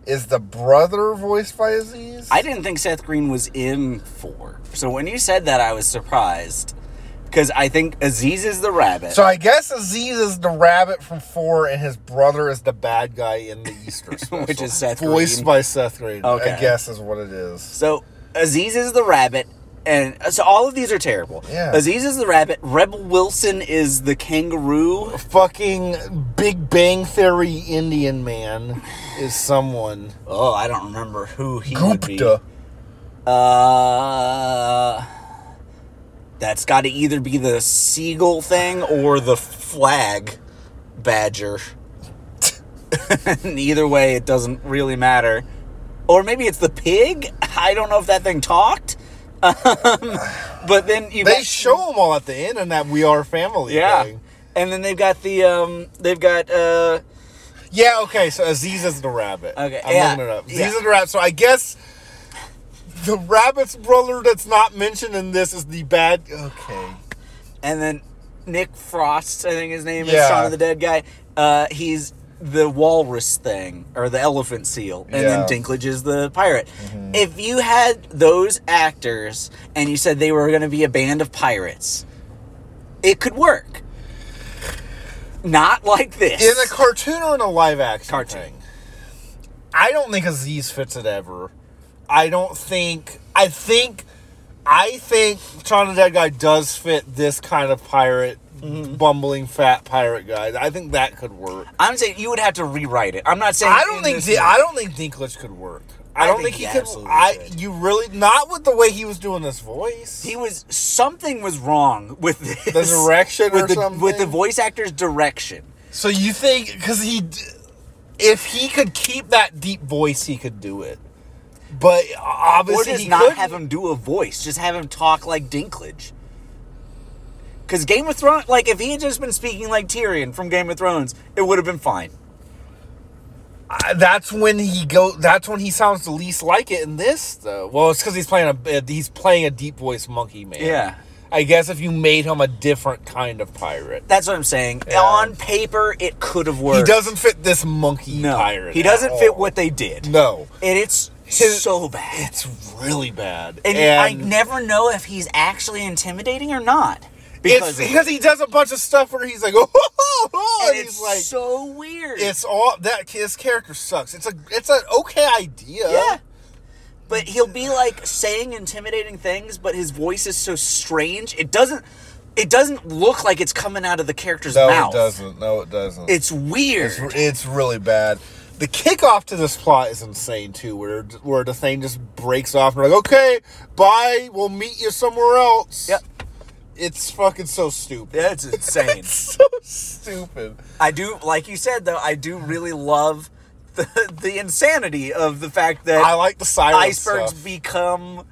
Speaker 1: Is the brother voiced by Aziz?
Speaker 2: I didn't think Seth Green was in four. So when you said that, I was surprised because I think Aziz is the rabbit.
Speaker 1: So I guess Aziz is the rabbit from four, and his brother is the bad guy in the Easter special,
Speaker 2: Which is Seth
Speaker 1: voiced
Speaker 2: Green.
Speaker 1: by Seth Green. I
Speaker 2: Okay.
Speaker 1: guess is what it is.
Speaker 2: So Aziz is the rabbit, and uh, so all of these are terrible.
Speaker 1: Yeah.
Speaker 2: Aziz is the rabbit. Rebel Wilson is the kangaroo.
Speaker 1: Fucking Big Bang Theory Indian man is someone
Speaker 2: Oh, I don't remember who he would be.
Speaker 1: Gupta.
Speaker 2: Uh, that's got to either be the seagull thing or the flag badger. And either way, it doesn't really matter. Or maybe it's the pig. I don't know if that thing talked. Um, but then you
Speaker 1: They
Speaker 2: got-
Speaker 1: show him all at the end in that We Are Family.
Speaker 2: Yeah.
Speaker 1: thing.
Speaker 2: And then they've got the um they've got uh
Speaker 1: Yeah. Okay. So Aziz is the rabbit.
Speaker 2: Okay,
Speaker 1: I'm
Speaker 2: yeah,
Speaker 1: looking it up. Aziz
Speaker 2: yeah.
Speaker 1: is the rabbit. So I guess. The rabbit's brother that's not mentioned in this is the bad. Okay.
Speaker 2: and then Nick Frost, I think his name
Speaker 1: Yeah.
Speaker 2: is Shaun of the Dead guy. Uh he's the walrus thing or the elephant seal and
Speaker 1: Yeah. Mm-hmm.
Speaker 2: then Dinklage is the pirate. If you had those actors and you said they were going to be a band of pirates, it could work. Not like this.
Speaker 1: In a cartoon or in a live action?
Speaker 2: Cartoon.
Speaker 1: thing? I don't think Aziz fits it ever. I don't think. I think. I think Shaun of the Dead guy does fit this kind of pirate,
Speaker 2: Mm-hmm.
Speaker 1: bumbling fat pirate guy. I think that could work.
Speaker 2: I'm saying you would have to rewrite it. I'm not saying
Speaker 1: I don't
Speaker 2: in
Speaker 1: think.
Speaker 2: this
Speaker 1: Di-
Speaker 2: movie.
Speaker 1: I don't think Dinklage could work. I,
Speaker 2: I
Speaker 1: don't
Speaker 2: think
Speaker 1: think,
Speaker 2: he
Speaker 1: he could.
Speaker 2: absolutely
Speaker 1: I.
Speaker 2: could.
Speaker 1: You really not with the way he was doing this voice.
Speaker 2: he was something was wrong with this.
Speaker 1: the direction
Speaker 2: with
Speaker 1: or
Speaker 2: the
Speaker 1: something.
Speaker 2: with the voice actor's direction.
Speaker 1: So you think because he, d- if he could keep that deep voice, he could do it. But
Speaker 2: Or
Speaker 1: obviously,
Speaker 2: just
Speaker 1: he
Speaker 2: not
Speaker 1: couldn't.
Speaker 2: have him do a voice. Just have him talk like Dinklage. Because Game of Thrones, like if he had just been speaking like Tyrion from Game of Thrones, it would have been fine.
Speaker 1: I- That's when he go. That's when he sounds the least like it in this, though. Well, it's because he's playing a he's playing a deep voice monkey man.
Speaker 2: Yeah.
Speaker 4: I guess if you made him a different kind of pirate.
Speaker 2: That's what I'm saying.
Speaker 4: Yeah.
Speaker 2: On paper, it could have worked.
Speaker 1: He doesn't fit this monkey
Speaker 2: No,
Speaker 1: pirate.
Speaker 2: he
Speaker 1: at
Speaker 2: doesn't fit
Speaker 1: all. Mm.
Speaker 2: what they did,
Speaker 1: No,
Speaker 2: and it's
Speaker 1: His-
Speaker 2: so bad.
Speaker 1: it's really bad.
Speaker 2: and, I
Speaker 1: And
Speaker 2: never know if he's actually intimidating or not because
Speaker 1: it's
Speaker 2: of it.
Speaker 1: because he does a bunch of stuff where he's like, oh,
Speaker 2: And
Speaker 1: and he's
Speaker 2: it's
Speaker 1: like,
Speaker 2: so weird.
Speaker 1: it's all that his character sucks. It's a it's an okay idea.
Speaker 2: yeah. But he'll be like saying intimidating things, but his voice is so strange. It doesn't. It doesn't look like it's coming out of the character's
Speaker 1: No,
Speaker 2: mouth.
Speaker 1: it doesn't. No, it doesn't.
Speaker 2: It's weird.
Speaker 1: It's, it's really bad. The kickoff to this plot is insane too, where where the thing just breaks off and we're like, okay, bye, we'll meet you somewhere else.
Speaker 2: Yep.
Speaker 1: It's fucking so stupid.
Speaker 2: That's insane.
Speaker 1: So stupid.
Speaker 2: I do, like you said though, I do really love the the insanity of the fact that
Speaker 1: I like the siren
Speaker 2: icebergs
Speaker 1: stuff.
Speaker 2: become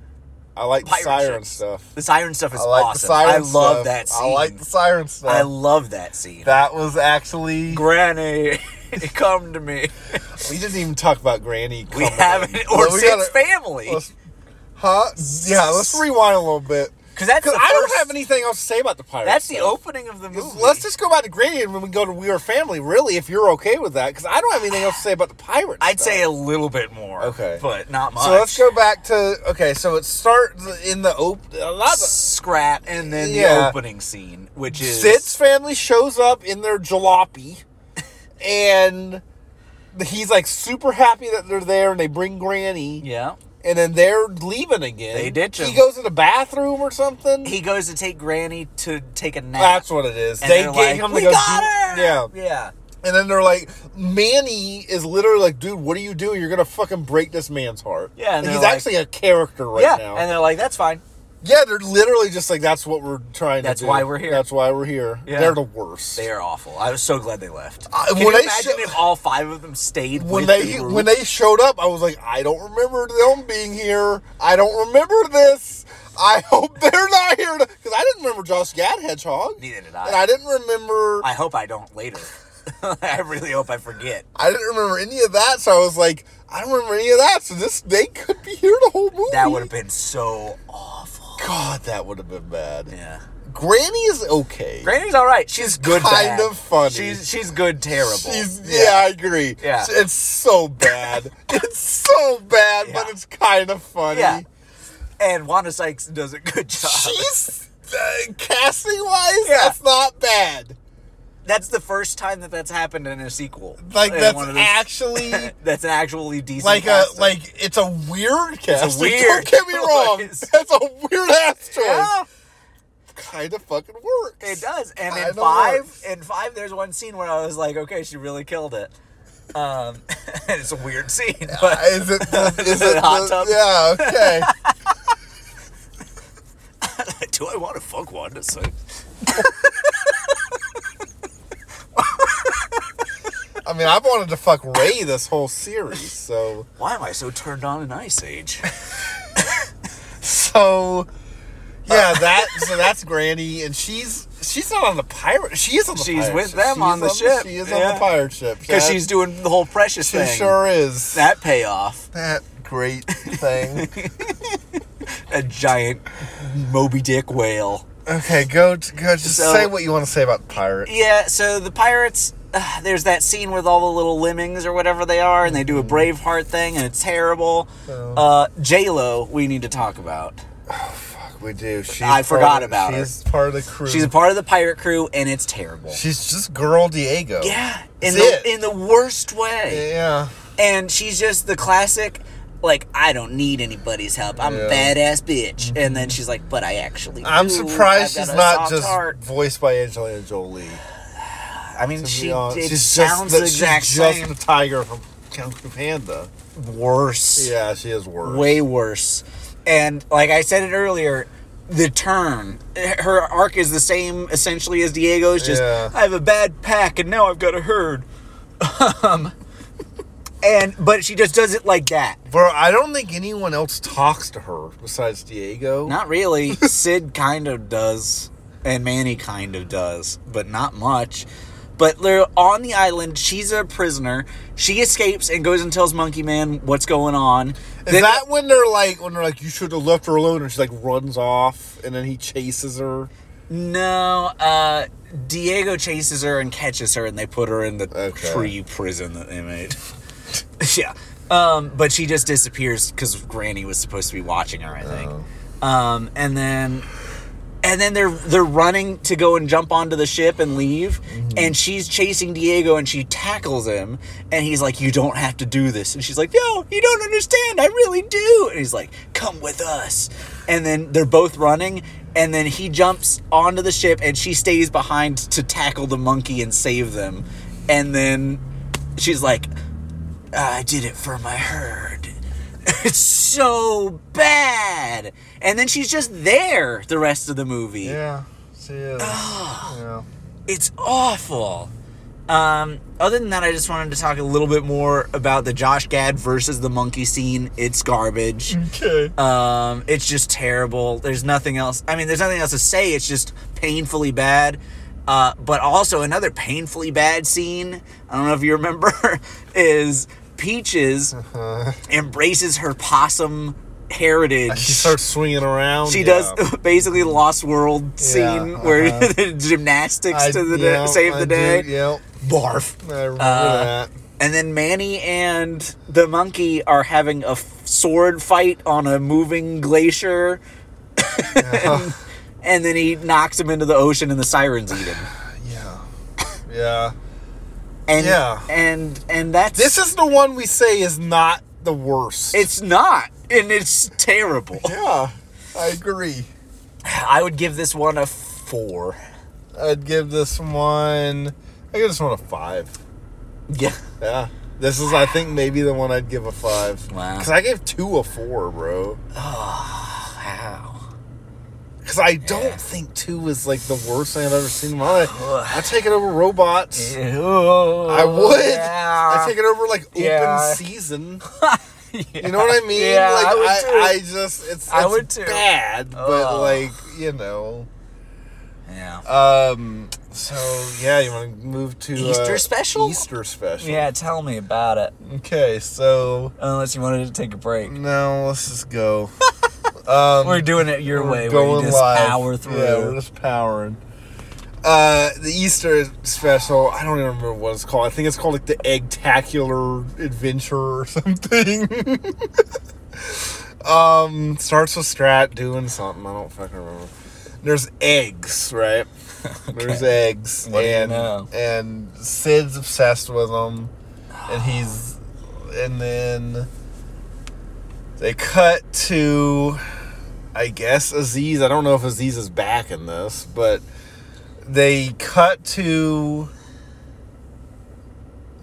Speaker 1: I like the
Speaker 2: pirate
Speaker 1: siren
Speaker 2: ships.
Speaker 1: stuff.
Speaker 2: The siren stuff is
Speaker 1: I like
Speaker 2: awesome.
Speaker 1: the siren
Speaker 2: I love
Speaker 1: stuff.
Speaker 2: that scene.
Speaker 1: I like the siren stuff.
Speaker 2: I love that scene.
Speaker 1: that was actually
Speaker 2: Granny, come to me.
Speaker 1: we didn't even talk about Granny.
Speaker 2: We
Speaker 1: coming
Speaker 2: haven't,
Speaker 1: in.
Speaker 2: or
Speaker 1: Well, we
Speaker 2: Sid's
Speaker 1: gotta-
Speaker 2: family.
Speaker 1: let's- Huh? Yeah, let's rewind a little bit.
Speaker 2: Because that's
Speaker 1: Because
Speaker 2: the
Speaker 1: I don't
Speaker 2: first-
Speaker 1: have anything else to say about the pirate.
Speaker 2: That's the
Speaker 1: stuff.
Speaker 2: opening of the movie.
Speaker 1: Let's just go back to Granny and when we go to We Are Family, really, if you're okay with that, because I don't have anything else to say about the pirates.
Speaker 2: I'd say a little bit more.
Speaker 1: Okay.
Speaker 2: but not much.
Speaker 1: So let's go back to okay. So it starts in the op- a lot of
Speaker 2: Scrap, and then the
Speaker 1: Yeah.
Speaker 2: opening scene, which is
Speaker 1: Sid's family shows up in their jalopy, and he's like super happy that they're there, and they bring Granny,
Speaker 2: yeah.
Speaker 1: and then they're leaving again.
Speaker 2: They ditch
Speaker 1: He
Speaker 2: him.
Speaker 1: goes to the bathroom or something.
Speaker 2: He goes to take Granny to take a nap.
Speaker 1: That's what it is.
Speaker 2: and
Speaker 1: they
Speaker 2: they're
Speaker 1: get
Speaker 2: like,
Speaker 1: him to
Speaker 2: we
Speaker 1: go
Speaker 2: got
Speaker 1: do-
Speaker 2: her.
Speaker 1: Yeah.
Speaker 2: yeah.
Speaker 1: And then they're like, Manny is literally like, dude, what are you doing? You're gonna fucking break this man's heart.
Speaker 2: Yeah, and
Speaker 1: Like,
Speaker 2: they're
Speaker 1: he's
Speaker 2: like-
Speaker 1: actually a character right
Speaker 2: yeah,
Speaker 1: now.
Speaker 2: and they're like, "That's fine."
Speaker 1: yeah, they're literally just like, that's what we're trying
Speaker 2: That's
Speaker 1: to do.
Speaker 2: why we're here.
Speaker 1: That's why we're here.
Speaker 2: Yeah.
Speaker 1: They're the worst.
Speaker 2: They are awful. I was so glad they left.
Speaker 1: I-
Speaker 2: Can
Speaker 1: Uh, when
Speaker 2: you
Speaker 1: I
Speaker 2: imagine
Speaker 1: sho-
Speaker 2: if all five of them stayed
Speaker 1: when
Speaker 2: with
Speaker 1: they
Speaker 2: the group?
Speaker 1: when they showed up, I was like, I don't remember them being here. I don't remember this. I hope they're not here because I didn't remember Josh Gad Hedgehog.
Speaker 2: Neither did
Speaker 1: And
Speaker 2: I.
Speaker 1: I didn't remember
Speaker 2: I hope I don't later. I really hope I forget.
Speaker 1: I didn't remember any of that, so I was like, I don't remember any of that. So this they could be here the whole movie.
Speaker 2: That would have been so awful.
Speaker 1: God, that would have been bad.
Speaker 2: Yeah.
Speaker 1: Granny is okay.
Speaker 2: Granny's all right. She's good.
Speaker 1: kind
Speaker 2: bad.
Speaker 1: of funny.
Speaker 2: She's she's good. Terrible.
Speaker 1: She's, yeah. I agree.
Speaker 2: Yeah.
Speaker 1: It's so bad. it's so bad, but
Speaker 2: Yeah.
Speaker 1: it's kind of funny.
Speaker 2: Yeah. And Wanda Sykes does a good job.
Speaker 1: She's uh, casting wise,
Speaker 2: Yeah.
Speaker 1: that's not bad.
Speaker 2: that's the first time that that's happened in a sequel.
Speaker 1: Like
Speaker 2: In
Speaker 1: that's
Speaker 2: one of those-
Speaker 1: actually
Speaker 2: that's an actually decent.
Speaker 1: like a
Speaker 2: casting.
Speaker 1: like it's a weird casting.
Speaker 2: weird
Speaker 1: Don't get me wrong.
Speaker 2: choice.
Speaker 1: That's a weird ass choice.
Speaker 2: Yeah,
Speaker 1: Kind of fucking works.
Speaker 2: it does. And in
Speaker 1: Kinda
Speaker 2: five,
Speaker 1: works.
Speaker 2: in five, there's one scene where I was like, okay, she really killed it. Um, and it's a weird scene, but
Speaker 1: Is it the, is
Speaker 2: it
Speaker 1: it
Speaker 2: a hot
Speaker 1: the-
Speaker 2: tub?
Speaker 1: Yeah, okay.
Speaker 2: do I want to fuck Wanda Sykes?
Speaker 1: I mean, I've wanted to fuck Ray this whole series, so
Speaker 2: Why am I so turned on in Ice Age?
Speaker 1: so yeah,
Speaker 2: Uh,
Speaker 1: that so that's Granny, and she's she's not on the pirate. She is on the.
Speaker 2: She's
Speaker 1: pirate
Speaker 2: with
Speaker 1: ship.
Speaker 2: them
Speaker 1: She's
Speaker 2: on the ship.
Speaker 1: She is on
Speaker 2: Yeah.
Speaker 1: the pirate ship
Speaker 2: Because
Speaker 1: That-
Speaker 2: she's doing the whole precious
Speaker 1: she
Speaker 2: thing.
Speaker 1: sure is that,
Speaker 2: That payoff,
Speaker 1: great thing.
Speaker 2: a giant Moby Dick whale.
Speaker 1: okay, go to, go. Just
Speaker 2: So-
Speaker 1: say what you want to say about the pirate.
Speaker 2: Yeah, so the pirates, uh, there's that scene with all the little lemmings or whatever they are, and they do a
Speaker 1: Mm-hmm.
Speaker 2: Braveheart thing, and it's terrible.
Speaker 1: Oh.
Speaker 2: Uh, J Lo, we need to talk about.
Speaker 1: Fuck, we do. She's
Speaker 2: I forgot
Speaker 1: part of,
Speaker 2: about her.
Speaker 1: She's part of the crew.
Speaker 2: She's a part of the pirate crew, and it's terrible.
Speaker 1: she's just girl Diego.
Speaker 2: Yeah, in
Speaker 1: That's
Speaker 2: the
Speaker 1: it.
Speaker 2: in the worst way,
Speaker 1: Yeah.
Speaker 2: and she's just the classic. Like I don't need anybody's help. I'm a
Speaker 1: Yeah. Mm-hmm.
Speaker 2: badass bitch, and then she's like, "But I actually."
Speaker 1: I'm
Speaker 2: do.
Speaker 1: surprised
Speaker 2: I've
Speaker 1: she's
Speaker 2: got a
Speaker 1: not
Speaker 2: soft
Speaker 1: just
Speaker 2: heart."
Speaker 1: voiced by Angelina Jolie.
Speaker 2: I mean,
Speaker 1: to be
Speaker 2: she.
Speaker 1: honest.
Speaker 2: It
Speaker 1: she's just
Speaker 2: sounds
Speaker 1: the,
Speaker 2: the exact
Speaker 1: she's
Speaker 2: same.
Speaker 1: just the tiger from Kung Fu Panda.
Speaker 2: worse.
Speaker 1: Yeah, she is worse.
Speaker 2: way worse. And like I said it earlier, the turn, her arc is the same essentially as Diego's. Just
Speaker 1: Yeah.
Speaker 2: I have a bad pack, and now I've got a herd. um, and but she just does it like that.
Speaker 1: Bro, I don't think anyone else talks to her besides Diego.
Speaker 2: Not really. Sid kind of does, and Manny kind of does, but not much. But they're on the island. She's a prisoner. She escapes and goes and tells Monkey Man what's going on.
Speaker 1: Is that when they're like when they're like you should have left her alone and she like runs off and then he chases her?
Speaker 2: No, uh, Diego chases her and catches her, and they put her in the
Speaker 1: Okay.
Speaker 2: tree prison that they made. yeah, um, but she just disappears because Granny was supposed to be watching her, I think. Um, and then, and then they're they're running to go and jump onto the ship and leave, and she's chasing Diego, and she tackles him, and he's like, "You don't have to do this," and she's like, "No, you don't understand. I really do." And he's like, "Come with us," and then they're both running. And then he jumps onto the ship, and she stays behind to tackle the monkey and save them. And then she's like, I did it for my herd. It's so bad. And then she's just there the rest of the movie.
Speaker 3: Yeah. She is. yeah.
Speaker 2: It's awful. Um, other than that, I just wanted to talk a little bit more about the Josh Gad versus the monkey scene. It's garbage.
Speaker 3: Okay.
Speaker 2: Um, it's just terrible. There's nothing else. I mean, there's nothing else to say. It's just painfully bad. Uh, but also another painfully bad scene. I don't know if you remember is Peaches
Speaker 1: Uh-huh.
Speaker 2: embraces her possum heritage.
Speaker 1: She starts swinging around.
Speaker 2: She
Speaker 1: Yeah.
Speaker 2: does basically the Lost World scene
Speaker 1: uh-huh.
Speaker 2: where the gymnastics
Speaker 1: I-
Speaker 2: to the
Speaker 1: yeah,
Speaker 2: day, save
Speaker 1: I
Speaker 2: the day.
Speaker 1: do, Yep.
Speaker 2: Barf. Uh,
Speaker 1: I remember that.
Speaker 2: And then Manny and the monkey are having a f- sword fight on a moving glacier. and, and then he knocks him into the ocean and the sirens eat him.
Speaker 1: Yeah. Yeah.
Speaker 2: And
Speaker 1: Yeah.
Speaker 2: and and that's
Speaker 1: This is the one we say is not the worst.
Speaker 2: it's not and it's terrible.
Speaker 1: yeah. I agree.
Speaker 2: I would give this one a 4.
Speaker 1: I'd give this one. I give this one a five.
Speaker 2: Yeah.
Speaker 1: Yeah. This is, I think, maybe the one I'd give a five.
Speaker 2: Wow.
Speaker 1: Because I gave two a four, bro.
Speaker 2: Wow.
Speaker 1: Because I don't think two is like the worst thing I've ever seen in my life. I take it over robots. I would. I take it over like open
Speaker 2: Oh, Yeah.
Speaker 1: season. You know what I mean?
Speaker 2: Yeah,
Speaker 1: like
Speaker 2: I would
Speaker 1: I,
Speaker 2: too.
Speaker 1: I just it's, it's
Speaker 2: I would too.
Speaker 1: bad, but
Speaker 2: Ugh.
Speaker 1: like you know.
Speaker 2: Yeah.
Speaker 1: Um. So yeah, you want to move to
Speaker 2: Easter
Speaker 1: uh,
Speaker 2: special?
Speaker 1: Easter special.
Speaker 2: Yeah, tell me about it.
Speaker 1: Okay, so
Speaker 2: Unless you wanted to take a break.
Speaker 1: now let's just go. Um,
Speaker 2: We're doing it your way. where you just power through.
Speaker 1: Yeah, we're just powering. Uh, the Easter special. I don't even remember what it's called. I think it's called like the Eggtacular Adventure or something. um, starts with Strat doing something. I don't fucking remember. There's eggs, right? There's eggs,
Speaker 2: What do you
Speaker 1: and
Speaker 2: know?
Speaker 1: and Sid's obsessed with them, and he's, and then they cut to I guess Aziz. I don't know if Aziz is back in this, but they cut to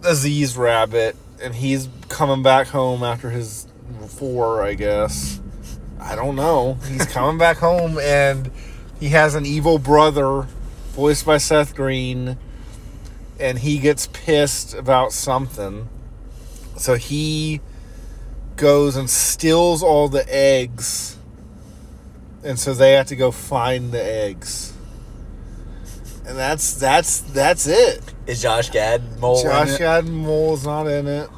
Speaker 1: Aziz Rabbit, and he's coming back home after his four, I guess. I don't know. He's coming back home, and he has an evil brother, voiced by Seth Green, and he gets pissed about something. So he goes and steals all the eggs and so they have to go find the eggs. And that's that's that's it.
Speaker 2: Is Josh Gad mole? in
Speaker 1: Josh
Speaker 2: it?
Speaker 1: Gad Mole's not in it.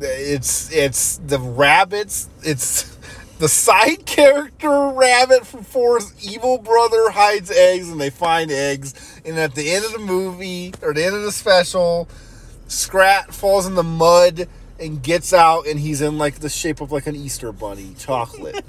Speaker 1: It's it's the rabbits. It's the side character rabbit from Forrest evil brother hides eggs and they find eggs. And at the end of the movie or the end of the special, Scrat falls in the mud and gets out and he's in like the shape of like an Easter bunny chocolate.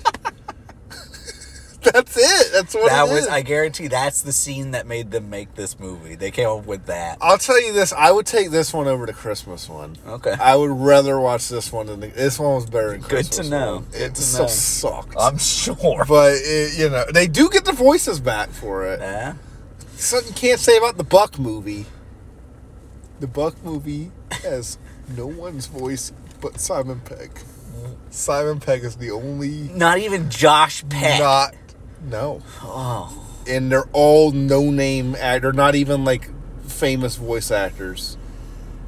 Speaker 1: That's it. That's what
Speaker 2: That
Speaker 1: it
Speaker 2: was,
Speaker 1: is.
Speaker 2: I guarantee, that's the scene that made them make this movie. They came up with that.
Speaker 1: I'll tell you this. I would take this one over the Christmas one.
Speaker 2: Okay.
Speaker 1: I would rather watch this one than the, this one was better than
Speaker 2: Good
Speaker 1: Christmas.
Speaker 2: to know.
Speaker 1: one.
Speaker 2: Good
Speaker 1: It
Speaker 2: to
Speaker 1: still
Speaker 2: know.
Speaker 1: sucked.
Speaker 2: I'm sure.
Speaker 1: but it, you know, they do get the voices back for it.
Speaker 2: Yeah.
Speaker 1: Something you can't say about the Buck movie. The Buck movie has no one's voice but Simon Pegg. Simon Pegg is the only
Speaker 2: Not even Josh Peck.
Speaker 1: not no,
Speaker 2: oh,
Speaker 1: and they're all no name act. They're not even like famous voice actors.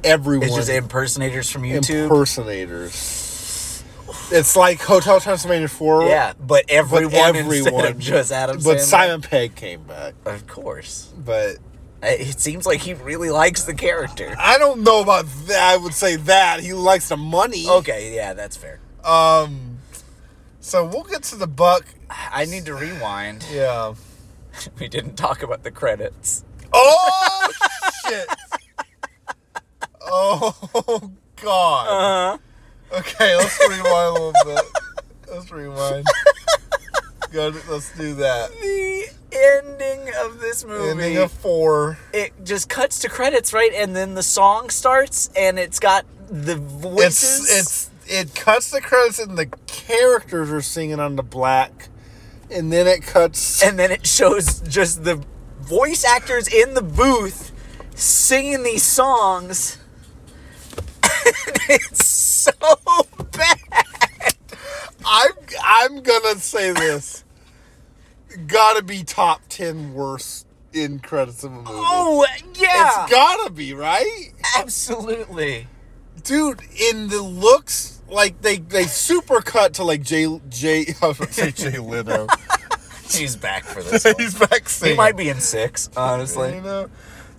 Speaker 1: Everyone
Speaker 2: it's just impersonators from YouTube.
Speaker 1: impersonators. It's like Hotel Transylvania 4.
Speaker 2: yeah, but
Speaker 1: but
Speaker 2: everyone,
Speaker 1: everyone.
Speaker 2: instead of just Adam
Speaker 1: But
Speaker 2: Sandler.
Speaker 1: Simon Pegg came back.
Speaker 2: of course.
Speaker 1: But
Speaker 2: It seems like he really likes the character.
Speaker 1: I don't know about that. I would say that he likes the money.
Speaker 2: Okay, yeah, that's fair.
Speaker 1: Um, so we'll get to the buck.
Speaker 2: I need to rewind.
Speaker 1: Yeah.
Speaker 2: We didn't talk about the credits.
Speaker 1: Oh shit. Oh god.
Speaker 2: Uh,
Speaker 1: Okay, let's rewind a little bit. Let's rewind. Good, let's do that.
Speaker 2: the ending of this movie.
Speaker 1: Ending of four.
Speaker 2: it just cuts to credits, right? And then the song starts, and it's got the voices.
Speaker 1: It's it's it cuts the credits and the characters are singing on the black, and then it cuts.
Speaker 2: and then it shows just the voice actors in the booth singing these songs. And it's so bad.
Speaker 1: I'm I'm gonna say this. Gotta be top ten worst in credits of a movie.
Speaker 2: Oh yeah,
Speaker 1: It's gotta be right,
Speaker 2: absolutely.
Speaker 1: dude. In the looks, like they they super cut to like Jay Jay I was gonna say Jay Leno.
Speaker 2: She's back for this. One.
Speaker 1: He's back
Speaker 2: He
Speaker 1: singing.
Speaker 2: might be in six,
Speaker 1: You
Speaker 2: honestly.
Speaker 1: know,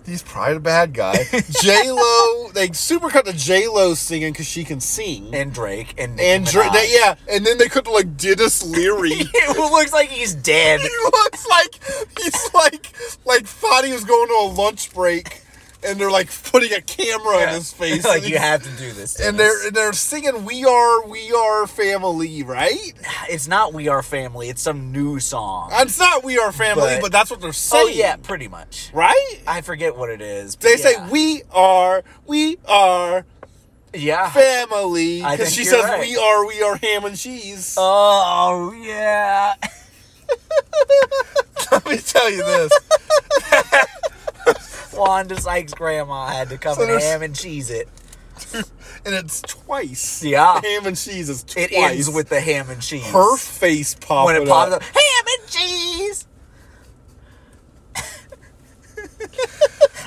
Speaker 1: he's probably a bad guy. J Lo, they super cut to J Lo singing because she can sing.
Speaker 2: And Drake and Nicki
Speaker 1: And Dra-
Speaker 2: Minaj.
Speaker 1: they- yeah, and then they cut to like Dennis Leary.
Speaker 2: it looks like he's dead.
Speaker 1: he looks like he's like like thought he was going to a lunch break, and they're like putting a camera on his face. and
Speaker 2: like you
Speaker 1: he's-
Speaker 2: have to do this.
Speaker 1: and
Speaker 2: Dennis.
Speaker 1: they're and they're singing "We Are We Are Family," right? Uh,
Speaker 2: it's not We Are Family. It's some new song.
Speaker 1: It's not "We Are Family," but,
Speaker 2: But-
Speaker 1: that's what they're saying.
Speaker 2: oh yeah, pretty much.
Speaker 1: right.
Speaker 2: I forget what it is.
Speaker 1: They
Speaker 2: but
Speaker 1: say
Speaker 2: yeah.
Speaker 1: "We are we are
Speaker 2: Yeah.
Speaker 1: family"
Speaker 2: I
Speaker 1: because
Speaker 2: think
Speaker 1: she
Speaker 2: you're
Speaker 1: says
Speaker 2: right.
Speaker 1: "We are we are ham and cheese."
Speaker 2: Oh yeah.
Speaker 1: Let me tell you this.
Speaker 2: Wanda Sykes' grandma had to come
Speaker 1: So
Speaker 2: and
Speaker 1: there's-
Speaker 2: ham and cheese it.
Speaker 1: and it's twice.
Speaker 2: Yeah.
Speaker 1: ham and cheese is twice.
Speaker 2: It ends with the ham and cheese.
Speaker 1: her face popping
Speaker 2: when it pops
Speaker 1: up.
Speaker 2: up, ham and cheese.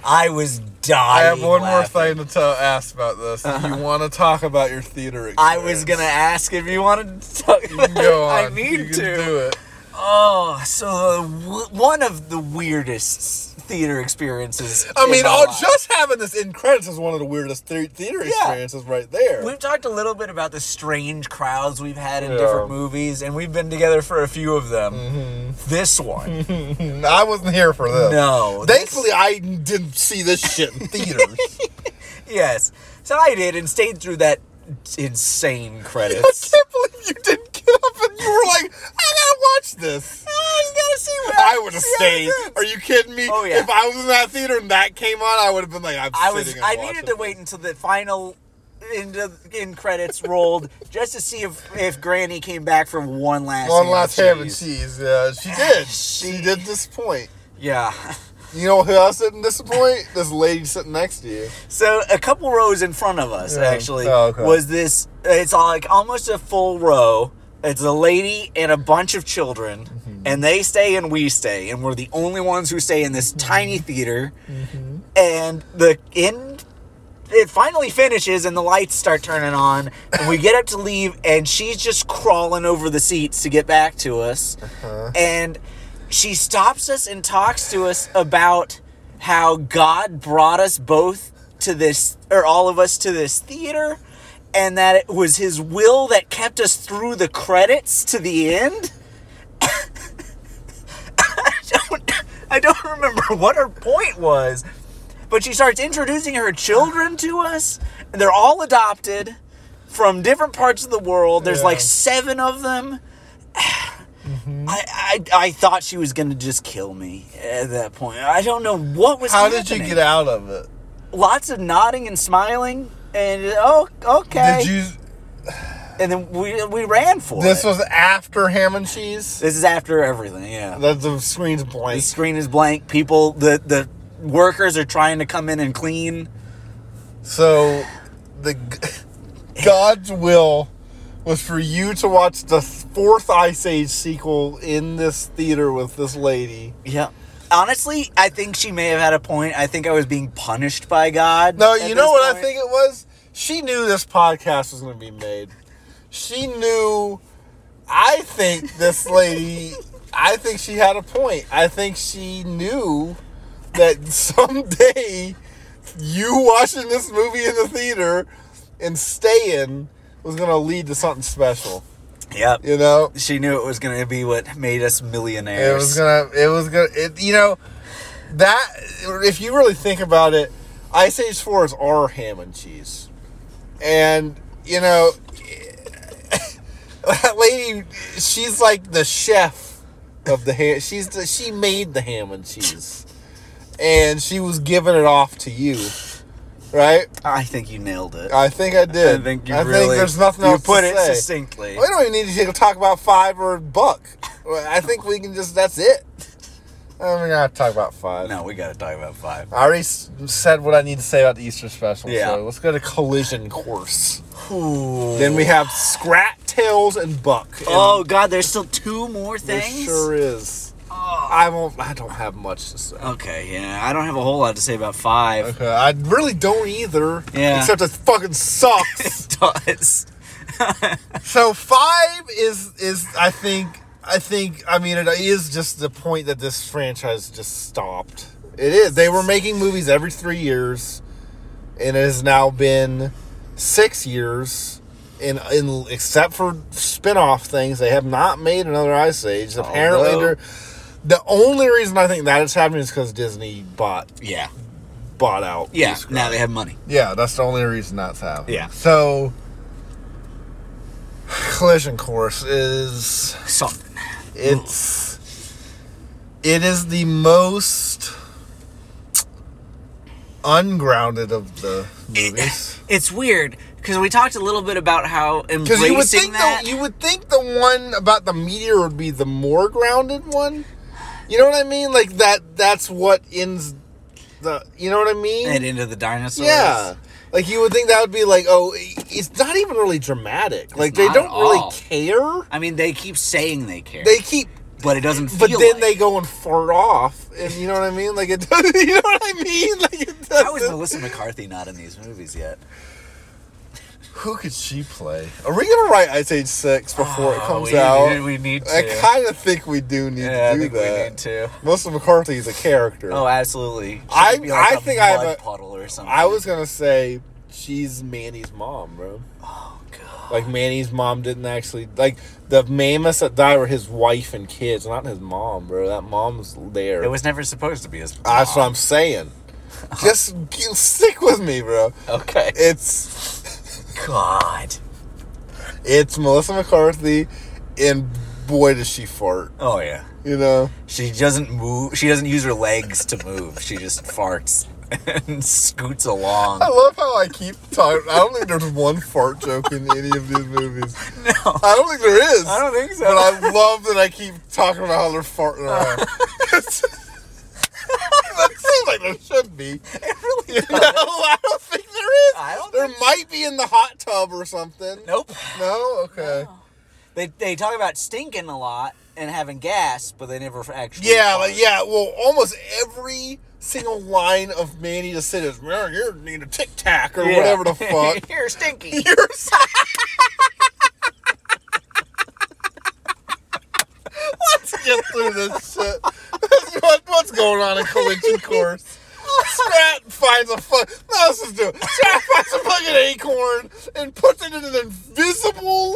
Speaker 2: I was
Speaker 1: I
Speaker 2: dying.
Speaker 1: have one more
Speaker 2: laughing. Uh-huh.
Speaker 1: thing to tell, ask about this. If you want to talk about your theater, experience,
Speaker 2: I was gonna ask if you wanted to talk.
Speaker 1: You can go on.
Speaker 2: I need
Speaker 1: You can
Speaker 2: to.
Speaker 1: do it.
Speaker 2: Oh, so w- one of the weirdest theater experiences.
Speaker 1: I
Speaker 2: in
Speaker 1: mean,
Speaker 2: my
Speaker 1: all,
Speaker 2: life.
Speaker 1: just having this in credits is one of the weirdest the- theater experiences right there.
Speaker 2: We've talked a little bit about the strange crowds we've had in
Speaker 1: Yeah.
Speaker 2: different movies, and we've been together for a few of them.
Speaker 1: Mm-hmm.
Speaker 2: This one,
Speaker 1: I wasn't here for this.
Speaker 2: no.
Speaker 1: Thankfully, I didn't see this shit in theaters.
Speaker 2: This- yes. So I did and stayed through that insane
Speaker 1: I
Speaker 2: credits.
Speaker 1: can't believe you didn't get up and you were like, I gotta watch this.
Speaker 2: I Ah, gotta see what
Speaker 1: I would have
Speaker 2: see how it
Speaker 1: stayed.
Speaker 2: ends.
Speaker 1: Are you kidding me?
Speaker 2: Oh, yeah.
Speaker 1: If I was in that theater and that came on, I would have been like, I'm
Speaker 2: I was.
Speaker 1: sitting and
Speaker 2: I
Speaker 1: watching
Speaker 2: needed to
Speaker 1: this.
Speaker 2: wait until the final into in credits rolled just to see if if Granny came back for one last
Speaker 1: One
Speaker 2: ham
Speaker 1: last
Speaker 2: and
Speaker 1: ham and
Speaker 2: cheese.
Speaker 1: cheese. Yeah, she did.
Speaker 2: She-
Speaker 1: she did disappoint.
Speaker 2: Yeah.
Speaker 1: You know who else didn't disappoint? this lady sitting next to you.
Speaker 2: So a couple rows in front of us, actually,
Speaker 1: Oh, okay.
Speaker 2: was this. It's all like almost a full row. It's a lady and a bunch of children,
Speaker 1: Mm-hmm.
Speaker 2: and they stay and we stay, and we're the only ones who stay in this
Speaker 1: Mm-hmm.
Speaker 2: tiny theater. And the end, it finally finishes, and the lights start turning on, and we get up to leave, and she's just crawling over the seats to get back to us, and she stops us and talks to us about how God brought us both to this, or all of us to this theater, and that it was His will that kept us through the credits to the end. I don't, I don't remember what her point was, but she starts introducing her children to us, and they're all adopted from different parts of the world. There's like
Speaker 1: Yeah. Mm-hmm.
Speaker 2: seven of them. I, I I thought she was gonna just kill me at that point. I don't know what was.
Speaker 1: How did you get out
Speaker 2: out?
Speaker 1: of it?
Speaker 2: Lots of nodding and smiling, and oh, okay.
Speaker 1: Did you?
Speaker 2: and then we we ran for
Speaker 1: This
Speaker 2: it.
Speaker 1: was after ham and cheese.
Speaker 2: this is after everything. Yeah,
Speaker 1: That the screen's
Speaker 2: the
Speaker 1: blank.
Speaker 2: screen is blank. People, the the workers are trying to come in and clean.
Speaker 1: So, the g- God's will was for you to watch the fourth Ice Age sequel in this theater with this lady.
Speaker 2: Yeah. Honestly, I think she may have had a point. I think I was being punished by God.
Speaker 1: No,
Speaker 2: at
Speaker 1: you know
Speaker 2: this
Speaker 1: what I
Speaker 2: point.
Speaker 1: think it was? She knew this podcast was going to be made. She knew. I think this lady. I think she had a point. I think she knew that someday you watching this movie in the theater and staying was gonna lead to something special.
Speaker 2: Yep.
Speaker 1: You know,
Speaker 2: She knew it was going to be what made us millionaires.
Speaker 1: it was gonna. It was gonna. It, you know, that if you really think about it, Ice Age Four is our ham and cheese, and you know, that lady, she's like the chef of the ham. She's the, she made the ham and cheese, and she was giving it off to you, right?
Speaker 2: I think you nailed it.
Speaker 1: I think I did.
Speaker 2: I think you really.
Speaker 1: there's nothing
Speaker 2: you
Speaker 1: else
Speaker 2: put
Speaker 1: to
Speaker 2: it
Speaker 1: say.
Speaker 2: succinctly.
Speaker 1: We don't even need to talk about five or buck. I think we can just. That's it. I'm not talk about five.
Speaker 2: No, we got to talk about five.
Speaker 1: I already s- said what I need to say about the Easter special.
Speaker 2: Yeah.
Speaker 1: So let's go to collision course.
Speaker 2: Ooh.
Speaker 1: Then we have Scrat Tails and Buck. And
Speaker 2: Oh God, there's still two more
Speaker 1: there
Speaker 2: things. Oh.
Speaker 1: sure is. I won't. I don't have much to say.
Speaker 2: Okay, yeah, I don't have a whole lot to say about five.
Speaker 1: Okay. I really don't either.
Speaker 2: Yeah.
Speaker 1: Except it fucking sucks.
Speaker 2: It does.
Speaker 1: So five is is I think I think I mean it is just the point that this franchise just stopped. It is. They were making movies every three years, and it has now been six years. In, in except for spin-off things, they have not made another Ice Age. Apparently,
Speaker 2: Although-
Speaker 1: they're, the only reason I think that is happening is because Disney bought
Speaker 2: Yeah.
Speaker 1: bought out.
Speaker 2: Yeah.
Speaker 1: Lucasfilm.
Speaker 2: Now they have money.
Speaker 1: Yeah, that's the only reason that's happening.
Speaker 2: Yeah.
Speaker 1: So, collision course is
Speaker 2: Something.
Speaker 1: it's it is the most ungrounded of the movies.
Speaker 2: It's weird because we talked a little bit about how
Speaker 1: Because
Speaker 2: embracing
Speaker 1: you would think
Speaker 2: that.
Speaker 1: the you would think the one about the meteor would be the more grounded one. You know what I mean? Like that. That's what ends the. You know what I mean?
Speaker 2: and into the dinosaurs.
Speaker 1: Yeah. Like you would think that would be like, oh, it's not even really dramatic. Like they
Speaker 2: not at
Speaker 1: don't really
Speaker 2: all.
Speaker 1: care.
Speaker 2: I mean, they keep saying they care,
Speaker 1: They keep,
Speaker 2: but it doesn't. Feel
Speaker 1: but then
Speaker 2: like
Speaker 1: they go and fart off, and you know what I mean. Like it, doesn't, you know what I mean. Like it
Speaker 2: How is
Speaker 1: doesn't.
Speaker 2: Melissa McCarthy not in these movies yet?
Speaker 1: Who could she play? Are we gonna write Ice Age Six before it
Speaker 2: Oh,
Speaker 1: comes
Speaker 2: we,
Speaker 1: out?
Speaker 2: We need to.
Speaker 1: I kind of think we do need to
Speaker 2: yeah, I
Speaker 1: do
Speaker 2: think
Speaker 1: that.
Speaker 2: we need to.
Speaker 1: Melissa McCarthy is a character.
Speaker 2: Oh, absolutely. She
Speaker 1: I-
Speaker 2: could be like
Speaker 1: I
Speaker 2: a
Speaker 1: think I have
Speaker 2: mud
Speaker 1: a-
Speaker 2: puddle or something.
Speaker 1: I was gonna say she's Manny's mom, bro.
Speaker 2: Oh god.
Speaker 1: Like Manny's mom didn't actually like the mammoths that died were his wife and kids, not his mom, bro. That mom was there.
Speaker 2: It was never supposed to be as.
Speaker 1: That's what I'm saying. Just g stick with me, bro.
Speaker 2: Okay.
Speaker 1: It's
Speaker 2: God.
Speaker 1: it's Melissa McCarthy, and boy does she fart.
Speaker 2: Oh yeah.
Speaker 1: You know,
Speaker 2: She doesn't move. She doesn't use her legs to move. She just farts and scoots along.
Speaker 1: I love how I keep talking. I don't think there's one fart joke in any of these movies.
Speaker 2: No.
Speaker 1: I don't think there is.
Speaker 2: I don't think so.
Speaker 1: But I love that I keep talking about how they're farting
Speaker 2: Uh.
Speaker 1: around. that seems like there should be. You know, I don't think there is.
Speaker 2: I don't
Speaker 1: there
Speaker 2: think
Speaker 1: might be in the hot tub or something.
Speaker 2: nope.
Speaker 1: No? Okay.
Speaker 2: They they talk about stinking a lot and having gas, but they never actually.
Speaker 1: Yeah,
Speaker 2: fart.
Speaker 1: like, yeah. Well, almost every single line of Manny to sit is, "Man, you need a tic tac or
Speaker 2: Yeah.
Speaker 1: whatever the fuck.
Speaker 2: You're stinky.
Speaker 1: You're so- Let's get through this shit. What- what's going on in collision course? Scrat finds a fuck. No, let's just do it. Scrat finds a fucking acorn and puts it in an invisible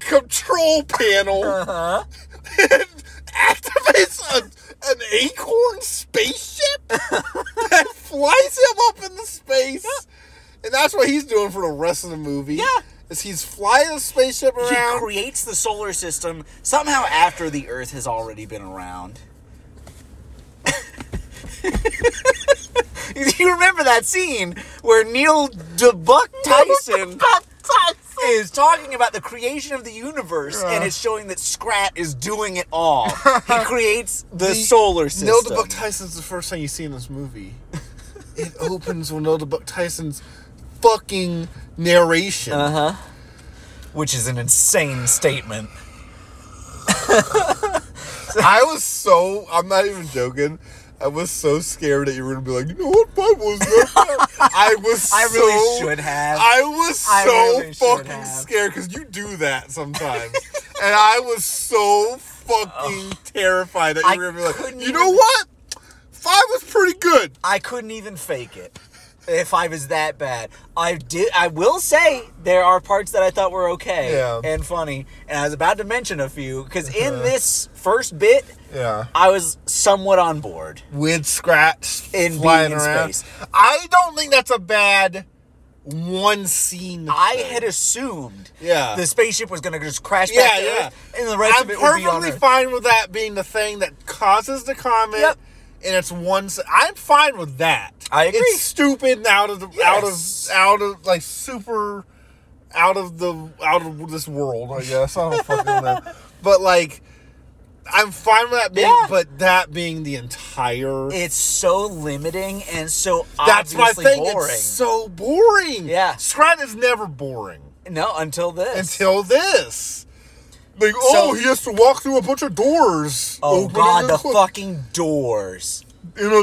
Speaker 1: control panel
Speaker 2: Uh-huh.
Speaker 1: and activates a, an acorn spaceship that flies him up into space. And that's what he's doing for the rest of the movie.
Speaker 2: Yeah.
Speaker 1: Is he's flying a spaceship
Speaker 2: He
Speaker 1: around.
Speaker 2: creates the solar system somehow after the Earth has already been around. you remember that scene where Neil deBuck Tyson is talking about the creation of the universe and it's showing that Scrat is doing it all. he creates the,
Speaker 1: The-
Speaker 2: solar system.
Speaker 1: Neil deBuck Tyson's the first thing you see in this movie. it opens with Neil deBuck Tyson's fucking narration.
Speaker 2: Uh huh. Which is an insane statement.
Speaker 1: I was so I'm not even joking. I was so scared that you were gonna be like, you know what, Bob was that bad." I was.
Speaker 2: I really
Speaker 1: so-
Speaker 2: should have.
Speaker 1: I was so
Speaker 2: I really should
Speaker 1: fucking
Speaker 2: have.
Speaker 1: scared because you do that sometimes, and I was so fucking terrified that
Speaker 2: I
Speaker 1: you were gonna be like,
Speaker 2: couldn't
Speaker 1: you know
Speaker 2: even-
Speaker 1: what? Five was pretty good.
Speaker 2: I couldn't even fake it if I was that bad. I did. I will say there are parts that I thought were okay
Speaker 1: Yeah. Uh-huh.
Speaker 2: and funny, and I was about to mention a few because in this first bit,
Speaker 1: Yeah.
Speaker 2: I was somewhat on board.
Speaker 1: With scratch
Speaker 2: In being
Speaker 1: flying
Speaker 2: in
Speaker 1: around.
Speaker 2: space.
Speaker 1: I don't think that's a bad one scene.
Speaker 2: I
Speaker 1: thing.
Speaker 2: had assumed
Speaker 1: Yeah.
Speaker 2: the spaceship was gonna just crash
Speaker 1: Yeah,
Speaker 2: back to
Speaker 1: yeah.
Speaker 2: Earth, and the rest
Speaker 1: I'm
Speaker 2: of it would be on
Speaker 1: perfectly
Speaker 2: Earth.
Speaker 1: fine with that being the thing that causes the comment,
Speaker 2: Yep.
Speaker 1: and it's one. s- I'm fine with that.
Speaker 2: I agree.
Speaker 1: It's stupid and out of the
Speaker 2: Yes.
Speaker 1: out of out of like super out of the out of this world. I guess I don't fucking know. But like, I'm fine with that being,
Speaker 2: Yeah.
Speaker 1: but that being the entire.
Speaker 2: It's so limiting and so
Speaker 1: that's my
Speaker 2: obviously
Speaker 1: thing.
Speaker 2: boring.
Speaker 1: It's so boring.
Speaker 2: Yeah.
Speaker 1: Scrat is never boring
Speaker 2: no, until this.
Speaker 1: until this. Like, oh, he has to walk through a bunch of doors.
Speaker 2: oh
Speaker 1: Open
Speaker 2: god,
Speaker 1: and
Speaker 2: the
Speaker 1: close.
Speaker 2: fucking doors.
Speaker 1: in a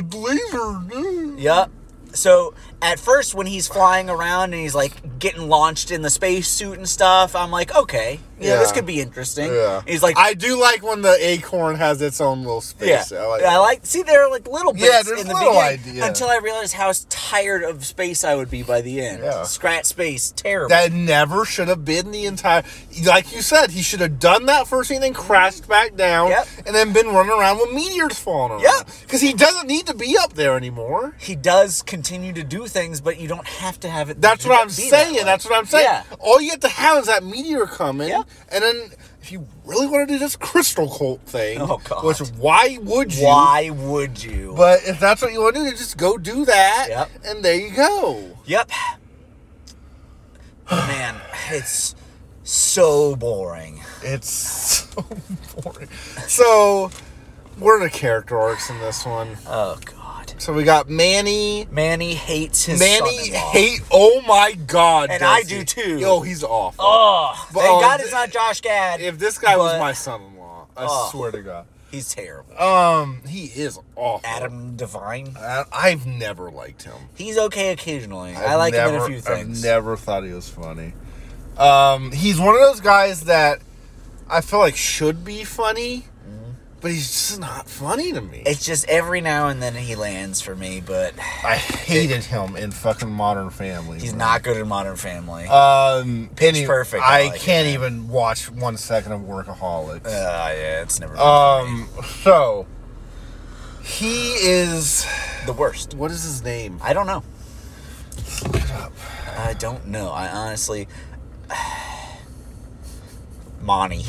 Speaker 1: laser.
Speaker 2: Yep. So at first, when he's flying around and he's like getting launched in the spacesuit and stuff, I'm like, okay, yeah,
Speaker 1: Yeah.
Speaker 2: this could be interesting. He's like,
Speaker 1: I do like when the acorn has its own little
Speaker 2: yeah,
Speaker 1: space.
Speaker 2: yeah,
Speaker 1: I like
Speaker 2: I like. See, there are like little bits
Speaker 1: Yeah, there's
Speaker 2: in the
Speaker 1: little
Speaker 2: beginning
Speaker 1: idea.
Speaker 2: until I realized how tired of space I would be by the end.
Speaker 1: Yeah.
Speaker 2: Scrat space, terrible.
Speaker 1: that never should have been the entire. Like you said, he should have done that first thing, then crashed back down,
Speaker 2: Yep.
Speaker 1: and then been running around with meteors falling around.
Speaker 2: Yep.
Speaker 1: because he doesn't need to be up there anymore.
Speaker 2: he does continue to do things, but you don't have to have it.
Speaker 1: That's
Speaker 2: be-
Speaker 1: what I'm
Speaker 2: be that
Speaker 1: saying.
Speaker 2: way.
Speaker 1: That's what I'm saying.
Speaker 2: Yeah.
Speaker 1: All you have to have is that meteor coming,
Speaker 2: Yep.
Speaker 1: and then if you really want to do this crystal cult thing,
Speaker 2: Oh, God.
Speaker 1: which why would you?
Speaker 2: Why would you?
Speaker 1: But if that's what you want to do, then just go do that,
Speaker 2: Yep.
Speaker 1: and there you go.
Speaker 2: Yep. Man, it's so boring.
Speaker 1: It's so boring. So we're the character arcs in this one.
Speaker 2: Oh God.
Speaker 1: So we got Manny.
Speaker 2: Manny hates his
Speaker 1: Manny
Speaker 2: son-in-law.
Speaker 1: hate. Oh my god!
Speaker 2: And
Speaker 1: does
Speaker 2: I
Speaker 1: he.
Speaker 2: do too.
Speaker 1: Yo, he's awful.
Speaker 2: Oh,
Speaker 1: But-
Speaker 2: thank
Speaker 1: oh,
Speaker 2: God
Speaker 1: th-
Speaker 2: it's not Josh Gad.
Speaker 1: if this guy was
Speaker 2: but-
Speaker 1: my son-in-law, I
Speaker 2: Oh.
Speaker 1: swear to God.
Speaker 2: He's terrible.
Speaker 1: Um, he is awful.
Speaker 2: Adam Devine.
Speaker 1: I, I've never liked him.
Speaker 2: He's okay occasionally. i
Speaker 1: I've
Speaker 2: like him in
Speaker 1: never-
Speaker 2: a few
Speaker 1: I've
Speaker 2: things.
Speaker 1: never thought he was funny. Um, he's one of those guys that I feel like should be funny, but he's just not funny to me.
Speaker 2: It's just every now and then he lands for me, but
Speaker 1: I hated him in fucking Modern Family.
Speaker 2: he's
Speaker 1: man.
Speaker 2: not good in Modern Family. Uh,
Speaker 1: Um,
Speaker 2: Pitch Perfect, I
Speaker 1: I,
Speaker 2: like it,
Speaker 1: can't even watch one second of Workaholics.
Speaker 2: Uh, yeah, it's never
Speaker 1: um, so he is.
Speaker 2: the worst.
Speaker 1: What is his name?
Speaker 2: I don't know. I don't know. I honestly. Monty.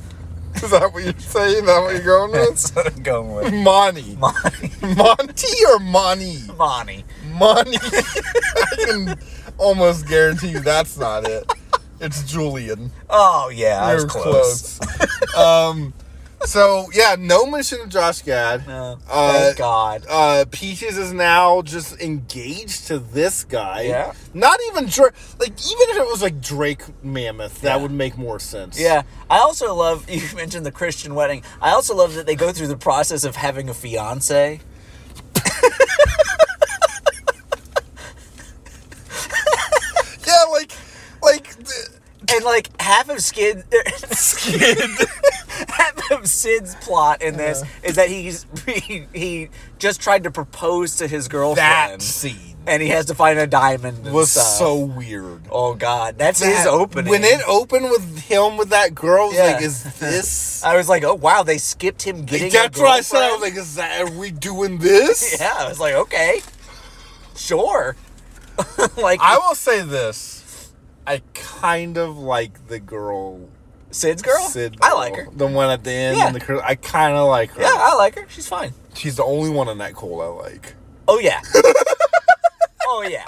Speaker 1: Is that what you're saying? Is that what you're going with?
Speaker 2: That's what I'm going with.
Speaker 1: Monty.
Speaker 2: Monty.
Speaker 1: Monty or Monty?
Speaker 2: Monty.
Speaker 1: money. I can almost guarantee you that's not it. It's Julian.
Speaker 2: Oh yeah, I was
Speaker 1: You're
Speaker 2: close.
Speaker 1: close. um, so yeah, no mention of Josh Gad.
Speaker 2: No,
Speaker 1: Uh,
Speaker 2: Oh, thank God.
Speaker 1: Uh, Peaches is now just engaged to this guy.
Speaker 2: Yeah.
Speaker 1: Not even Drake. Like even if it was like Drake Mammoth, that would make more sense.
Speaker 2: Yeah, I also love you mentioned the Christian wedding. I also love that they go through the process of having a fiance.
Speaker 1: Yeah. Like, like. th-
Speaker 2: And like half of Skid, Skid, half of Sid's plot in this
Speaker 1: Uh-huh.
Speaker 2: is that he's he, he just tried to propose to his girlfriend,
Speaker 1: That scene
Speaker 2: and he has to find a diamond. And
Speaker 1: was
Speaker 2: stuff.
Speaker 1: so weird.
Speaker 2: Oh God, that's his
Speaker 1: That-
Speaker 2: opening.
Speaker 1: When it opened with him with that girl, I was like,
Speaker 2: Yeah.
Speaker 1: is this?
Speaker 2: I was like, oh wow, they skipped him getting. a
Speaker 1: That's what I said. I was
Speaker 2: girlfriend?
Speaker 1: like, is that, are we doing this?
Speaker 2: Yeah, I was like, okay, sure. like
Speaker 1: I will say this. I kind of like the girl.
Speaker 2: Sid's girl.
Speaker 1: Sid
Speaker 2: I like her.
Speaker 1: girl. The one at the end.
Speaker 2: Yeah.
Speaker 1: And the cur- I kind of like her.
Speaker 2: Yeah, I like her. She's fine.
Speaker 1: She's the only one in that cold I like.
Speaker 2: Oh yeah. oh yeah.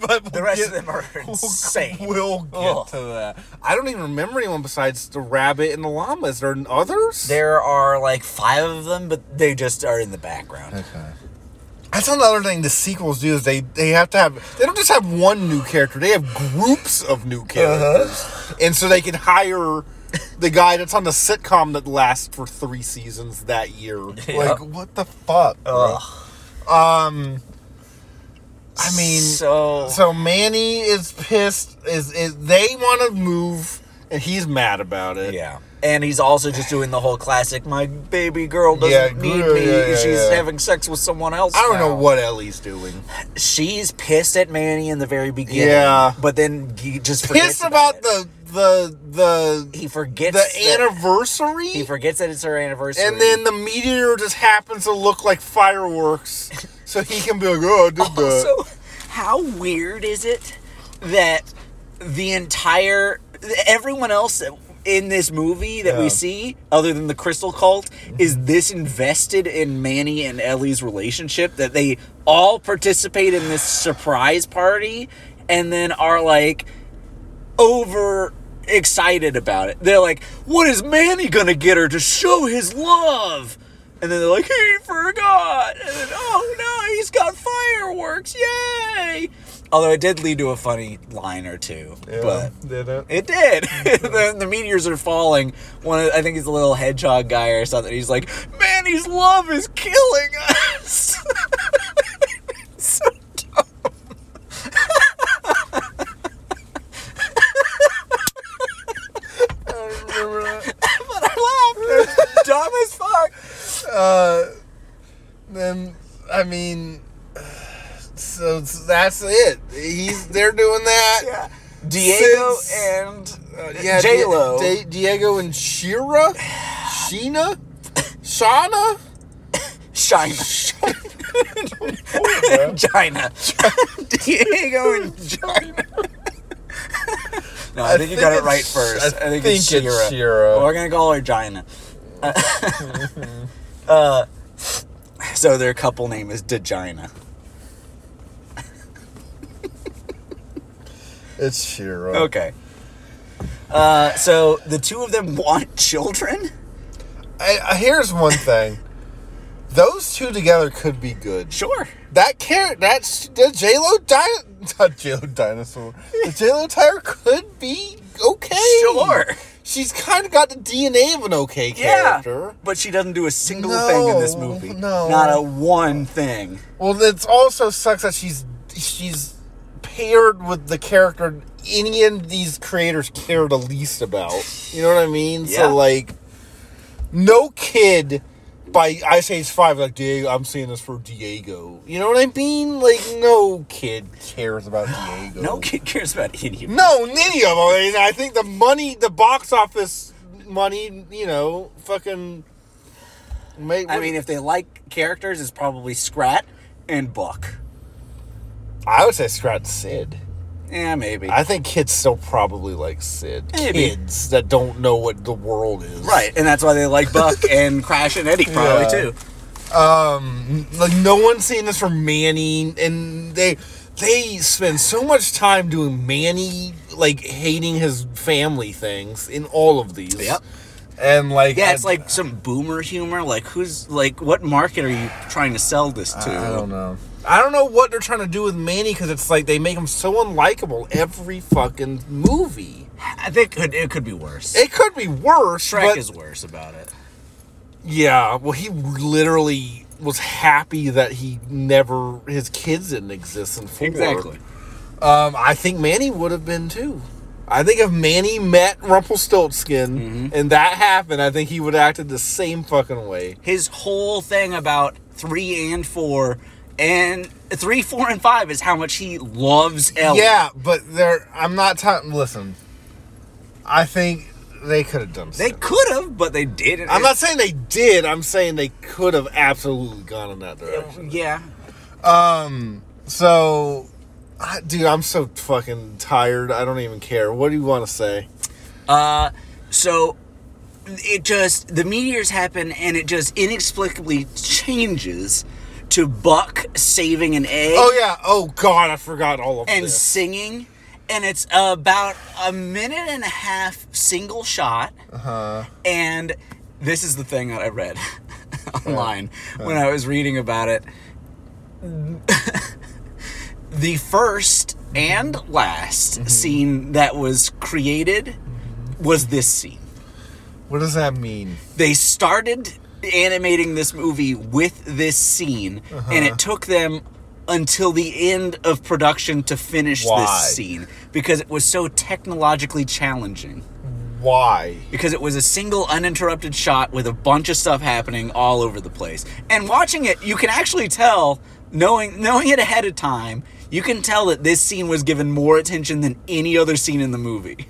Speaker 1: But we'll
Speaker 2: The rest
Speaker 1: get,
Speaker 2: of them are insane.
Speaker 1: We'll get
Speaker 2: Ugh.
Speaker 1: to that. I don't even remember anyone besides the rabbit and the llama. Is there others?
Speaker 2: There are like five of them, but they just are in the background.
Speaker 1: That's another thing the sequels do is they they have to have they don't just have one new character they have groups of
Speaker 2: Uh-huh.
Speaker 1: new characters and so they can hire the guy that's on the sitcom that lasts for three seasons that year like what the fuck bro? um I mean
Speaker 2: so,
Speaker 1: so Manny is pissed is, is they want to move and he's mad about it
Speaker 2: yeah, and he's also just doing the whole classic. My baby girl doesn't
Speaker 1: Yeah,
Speaker 2: need
Speaker 1: yeah,
Speaker 2: me.
Speaker 1: yeah, yeah,
Speaker 2: She's
Speaker 1: yeah.
Speaker 2: having sex with someone else.
Speaker 1: I don't
Speaker 2: now."
Speaker 1: know what Ellie's doing.
Speaker 2: She's pissed at Manny in the very beginning.
Speaker 1: Yeah.
Speaker 2: but then he just forgets
Speaker 1: Pissed about
Speaker 2: it.
Speaker 1: the the the
Speaker 2: he forgets
Speaker 1: the
Speaker 2: that-
Speaker 1: anniversary.
Speaker 2: He forgets that it's her anniversary.
Speaker 1: and then the meteor just happens to look like fireworks, so he can be like, "Oh, I did that."
Speaker 2: Also, how weird is it that the entire everyone else in this movie that we
Speaker 1: Yeah.
Speaker 2: see, other than the Crystal Cult, is this invested in Manny and Ellie's relationship that they all participate in this surprise party and then are like over excited about it. They're like, "What is Manny gonna get her to show his love?" And then they're like, "He forgot." And then, "Oh no, he's got fireworks! Yay!" Although it did lead to a funny line or two, but
Speaker 1: did it?
Speaker 2: it did. the, the meteors are falling. One, of, I think he's a little hedgehog guy or something. He's like, "Manny's love is killing us." but I laughed. Dumb as fuck.
Speaker 1: Uh, then I mean, so that's it. He's they're doing that.
Speaker 2: Yeah. Diego
Speaker 1: Since-
Speaker 2: and
Speaker 1: Uh, yeah, Di-
Speaker 2: J-Lo.
Speaker 1: Di- Diego and Shira, Sheena, Shauna.
Speaker 2: China. China. Diego and China. no, I, think, you got it
Speaker 1: think
Speaker 2: right
Speaker 1: it's-
Speaker 2: first. I,
Speaker 1: I
Speaker 2: think, it's
Speaker 1: think
Speaker 2: Shira.
Speaker 1: it's Shira. Mm-hmm.
Speaker 2: We're gonna call her Gina. Uh, uh, so their couple name is Degina.
Speaker 1: It's Shira.
Speaker 2: Okay. Uh, so the two of them want children.
Speaker 1: I, I, here's one thing. Those two together could be good.
Speaker 2: Sure.
Speaker 1: That character, that's the J Lo di- J Lo dinosaur. The J Lo tire could be okay.
Speaker 2: Sure.
Speaker 1: She's kind of got the DNA of an okay
Speaker 2: Yeah.
Speaker 1: character.
Speaker 2: But she doesn't do a single thing in this
Speaker 1: No,
Speaker 2: movie.
Speaker 1: no.
Speaker 2: Not a one thing.
Speaker 1: Well, it also sucks that she's she's paired with the character any of these creators care the least about. You know what I mean?
Speaker 2: Yeah.
Speaker 1: So like, no kid by Ice Age Five like Diego. I'm saying this for Diego. You know what I mean? Like, no kid cares about Diego.
Speaker 2: No kid cares about any of
Speaker 1: No, any of them. I, mean, I think the money, the box office money, you know, fucking. Make,
Speaker 2: I mean, if they like characters, it's probably Scrat and Buck.
Speaker 1: I would say Scrat Sid.
Speaker 2: Yeah, maybe.
Speaker 1: I think kids still probably like Sid.
Speaker 2: Maybe.
Speaker 1: Kids that don't know what the world is.
Speaker 2: right, and that's why they like Buck and Crash and Eddie probably
Speaker 1: Yeah.
Speaker 2: too.
Speaker 1: Um like no one's seen this from Manny and they they spend so much time doing Manny like hating his family things in all of these.
Speaker 2: Yep.
Speaker 1: And like
Speaker 2: Yeah, it's
Speaker 1: I-
Speaker 2: like some boomer humor. Like, who's like, what market are you trying to sell this to?
Speaker 1: I don't know. I don't know what they're trying to do with Manny because it's like they make him so unlikable every fucking movie.
Speaker 2: I think it could, it could be worse.
Speaker 1: It could be worse.
Speaker 2: Shrek
Speaker 1: but-
Speaker 2: is worse about it.
Speaker 1: Yeah, well, he literally was happy that he never his kids didn't exist in four.
Speaker 2: Exactly.
Speaker 1: Um, I think Manny would have been too. I think if Manny met Rumpelstiltskin
Speaker 2: Mm-hmm.
Speaker 1: and that happened, I think he would have acted the same fucking way.
Speaker 2: His whole thing about three and four and three, four, and five is how much he loves Ellie.
Speaker 1: Yeah, but there. I'm not talking. Listen, I think they could have done.
Speaker 2: They
Speaker 1: something.
Speaker 2: could have, but they didn't.
Speaker 1: I'm not saying they did. I'm saying they could have absolutely gone in that direction.
Speaker 2: Yeah.
Speaker 1: Um. So, I, dude, I'm so fucking tired. I don't even care. What do you want to say?
Speaker 2: Uh, so it just the meteors happen, and it just inexplicably changes to Buck saving an egg
Speaker 1: Oh yeah. Oh god, I forgot all of
Speaker 2: and
Speaker 1: this.
Speaker 2: singing, and it's about a minute and a half single shot. And this is the thing that I read online when I was reading about it. the first and last scene that was created was this scene
Speaker 1: What does that mean?
Speaker 2: they started animating this movie with this scene and it took them until the end of production to finish
Speaker 1: Why?
Speaker 2: this scene because it was so technologically challenging
Speaker 1: why.
Speaker 2: because it was a single uninterrupted shot with a bunch of stuff happening all over the place. And watching it, you can actually tell knowing knowing it ahead of time, you can tell that this scene was given more attention than any other scene in the movie.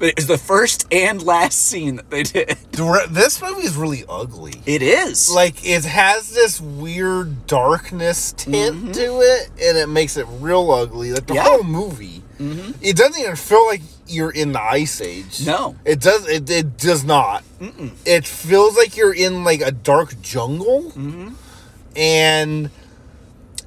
Speaker 2: But it was the first and last scene that they did.
Speaker 1: Dire- This movie is really ugly.
Speaker 2: It is.
Speaker 1: Like it has this weird darkness tint to it, and it makes it real ugly. Like the
Speaker 2: Mm-hmm. Yeah. Mm-hmm.
Speaker 1: whole movie, it doesn't even feel like you're in the ice age.
Speaker 2: No.
Speaker 1: it does. It, it does not. It feels like you're in like a dark jungle,
Speaker 2: Mm-hmm.
Speaker 1: and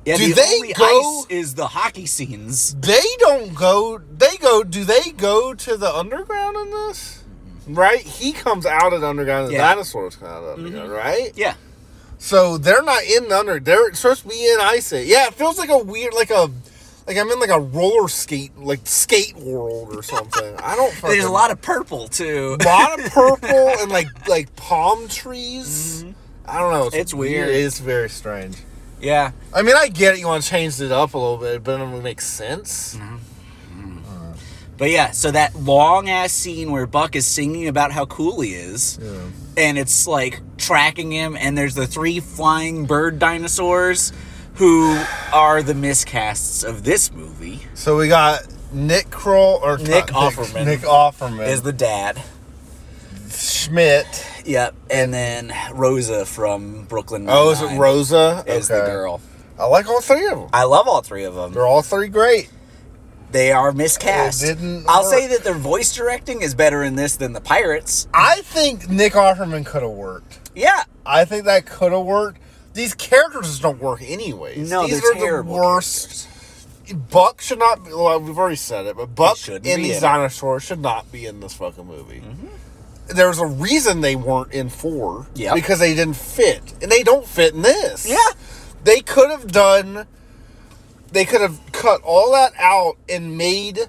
Speaker 2: yeah,
Speaker 1: do
Speaker 2: the
Speaker 1: they
Speaker 2: only
Speaker 1: go-
Speaker 2: ice is the hockey scenes.
Speaker 1: they don't go. They go. Do they go to the underground in this? Right, he comes out of the underground. The
Speaker 2: Yeah. Mm-hmm.
Speaker 1: dinosaurs come out of the underground, right?
Speaker 2: Yeah.
Speaker 1: So they're not in the under. They're supposed to be in ice. age. Yeah, it feels like a weird, like a, like I'm in like a roller skate, like skate world or something. I don't. Fucking,
Speaker 2: There's a lot of purple too.
Speaker 1: a lot of purple and like like palm trees. I don't know.
Speaker 2: Mm-hmm. It's weird.
Speaker 1: It's very strange.
Speaker 2: Yeah.
Speaker 1: I mean, I get it. You want to change it up a little bit, but it doesn't make sense.
Speaker 2: Mm-hmm. But yeah, so that long ass scene where Buck is singing about how cool he is, and it's like tracking him, and there's the three flying bird dinosaurs who are the miscasts of this movie
Speaker 1: So we got Nick Kroll or
Speaker 2: Nick
Speaker 1: not
Speaker 2: Offerman.
Speaker 1: Nick Offerman
Speaker 2: is the dad.
Speaker 1: Schmidt.
Speaker 2: Yep, and then Rosa from Brooklyn.
Speaker 1: Oh, is it
Speaker 2: Nine-Nine
Speaker 1: Rosa?
Speaker 2: Is the girl.
Speaker 1: I like all three of them.
Speaker 2: I love all three of them.
Speaker 1: They're all three great.
Speaker 2: They are miscast.
Speaker 1: It didn't
Speaker 2: I'll
Speaker 1: work.
Speaker 2: say that their voice directing is better in this than the pirates.
Speaker 1: I think Nick Offerman could have worked.
Speaker 2: Yeah,
Speaker 1: I think that could have worked. These characters just don't work anyways.
Speaker 2: no,
Speaker 1: These
Speaker 2: they're terrible
Speaker 1: Buck should not. Be, well, we've already said it, but Buck and
Speaker 2: shouldn't be
Speaker 1: these
Speaker 2: in it.
Speaker 1: dinosaurs should not be in this fucking movie. There was a reason they weren't in four.
Speaker 2: Mm-hmm. Yep.
Speaker 1: because they didn't fit, and they don't fit in this.
Speaker 2: Yeah.
Speaker 1: they could have done. They could have cut all that out and made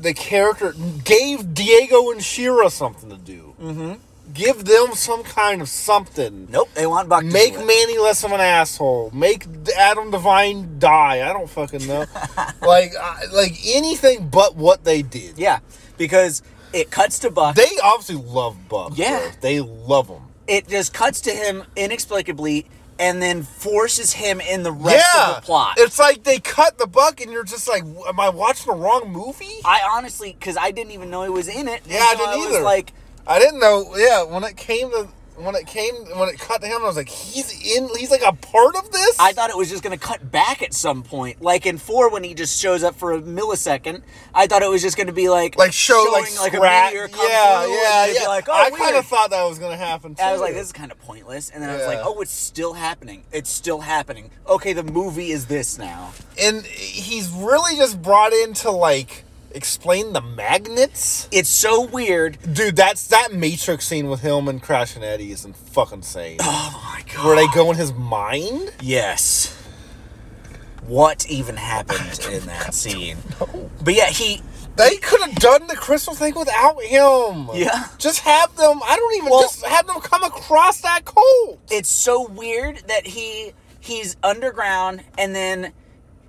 Speaker 1: the character gave Diego and Shira something to do. Mm-hmm. Give them some kind of something.
Speaker 2: Nope, they want Buck. to do
Speaker 1: Make
Speaker 2: it.
Speaker 1: Manny less of an asshole. Make Adam Devine die. I don't fucking know. like, I, like anything but what they did.
Speaker 2: Yeah, because it cuts to Buck.
Speaker 1: They obviously love Buck.
Speaker 2: Yeah.
Speaker 1: bro. they love him.
Speaker 2: it just cuts to him inexplicably and then forces him in the rest of the plot.
Speaker 1: It's like they cut the Buck, and you're just like, "Am I watching the wrong movie?"
Speaker 2: I honestly, because I didn't even know he was in it.
Speaker 1: Yeah, I
Speaker 2: until
Speaker 1: didn't
Speaker 2: was
Speaker 1: either.
Speaker 2: like,
Speaker 1: I didn't know. Yeah, when it came to when it came when it cut to him, I was like, "He's in. He's like a part of this."
Speaker 2: I thought it was just going to cut back at some point. Like in four, when he just shows up for a millisecond, I thought it was just going to be like,
Speaker 1: like show like
Speaker 2: showing,
Speaker 1: scrat-
Speaker 2: come
Speaker 1: yeah,
Speaker 2: through,
Speaker 1: yeah,
Speaker 2: and they'd be
Speaker 1: yeah.
Speaker 2: Like, oh,
Speaker 1: I
Speaker 2: weird."
Speaker 1: kind of thought that was gonna happen. Too.
Speaker 2: And I was like, this is kind of pointless. And then I was like,
Speaker 1: Yeah.
Speaker 2: oh, it's still happening. It's still happening. Okay, the movie is this now.
Speaker 1: and he's really just brought in to like explain the magnets.
Speaker 2: It's so weird.
Speaker 1: Dude, that's that Matrix scene with him and Crash and Eddie is fucking insane.
Speaker 2: Oh my God.
Speaker 1: Where they go in his mind?
Speaker 2: Yes. What even happened in that scene? But yeah, he.
Speaker 1: They could have done the crystal thing without him.
Speaker 2: Yeah.
Speaker 1: Just have them. I don't even.
Speaker 2: Well-
Speaker 1: just have them come across that cold.
Speaker 2: It's so weird that he he's underground and then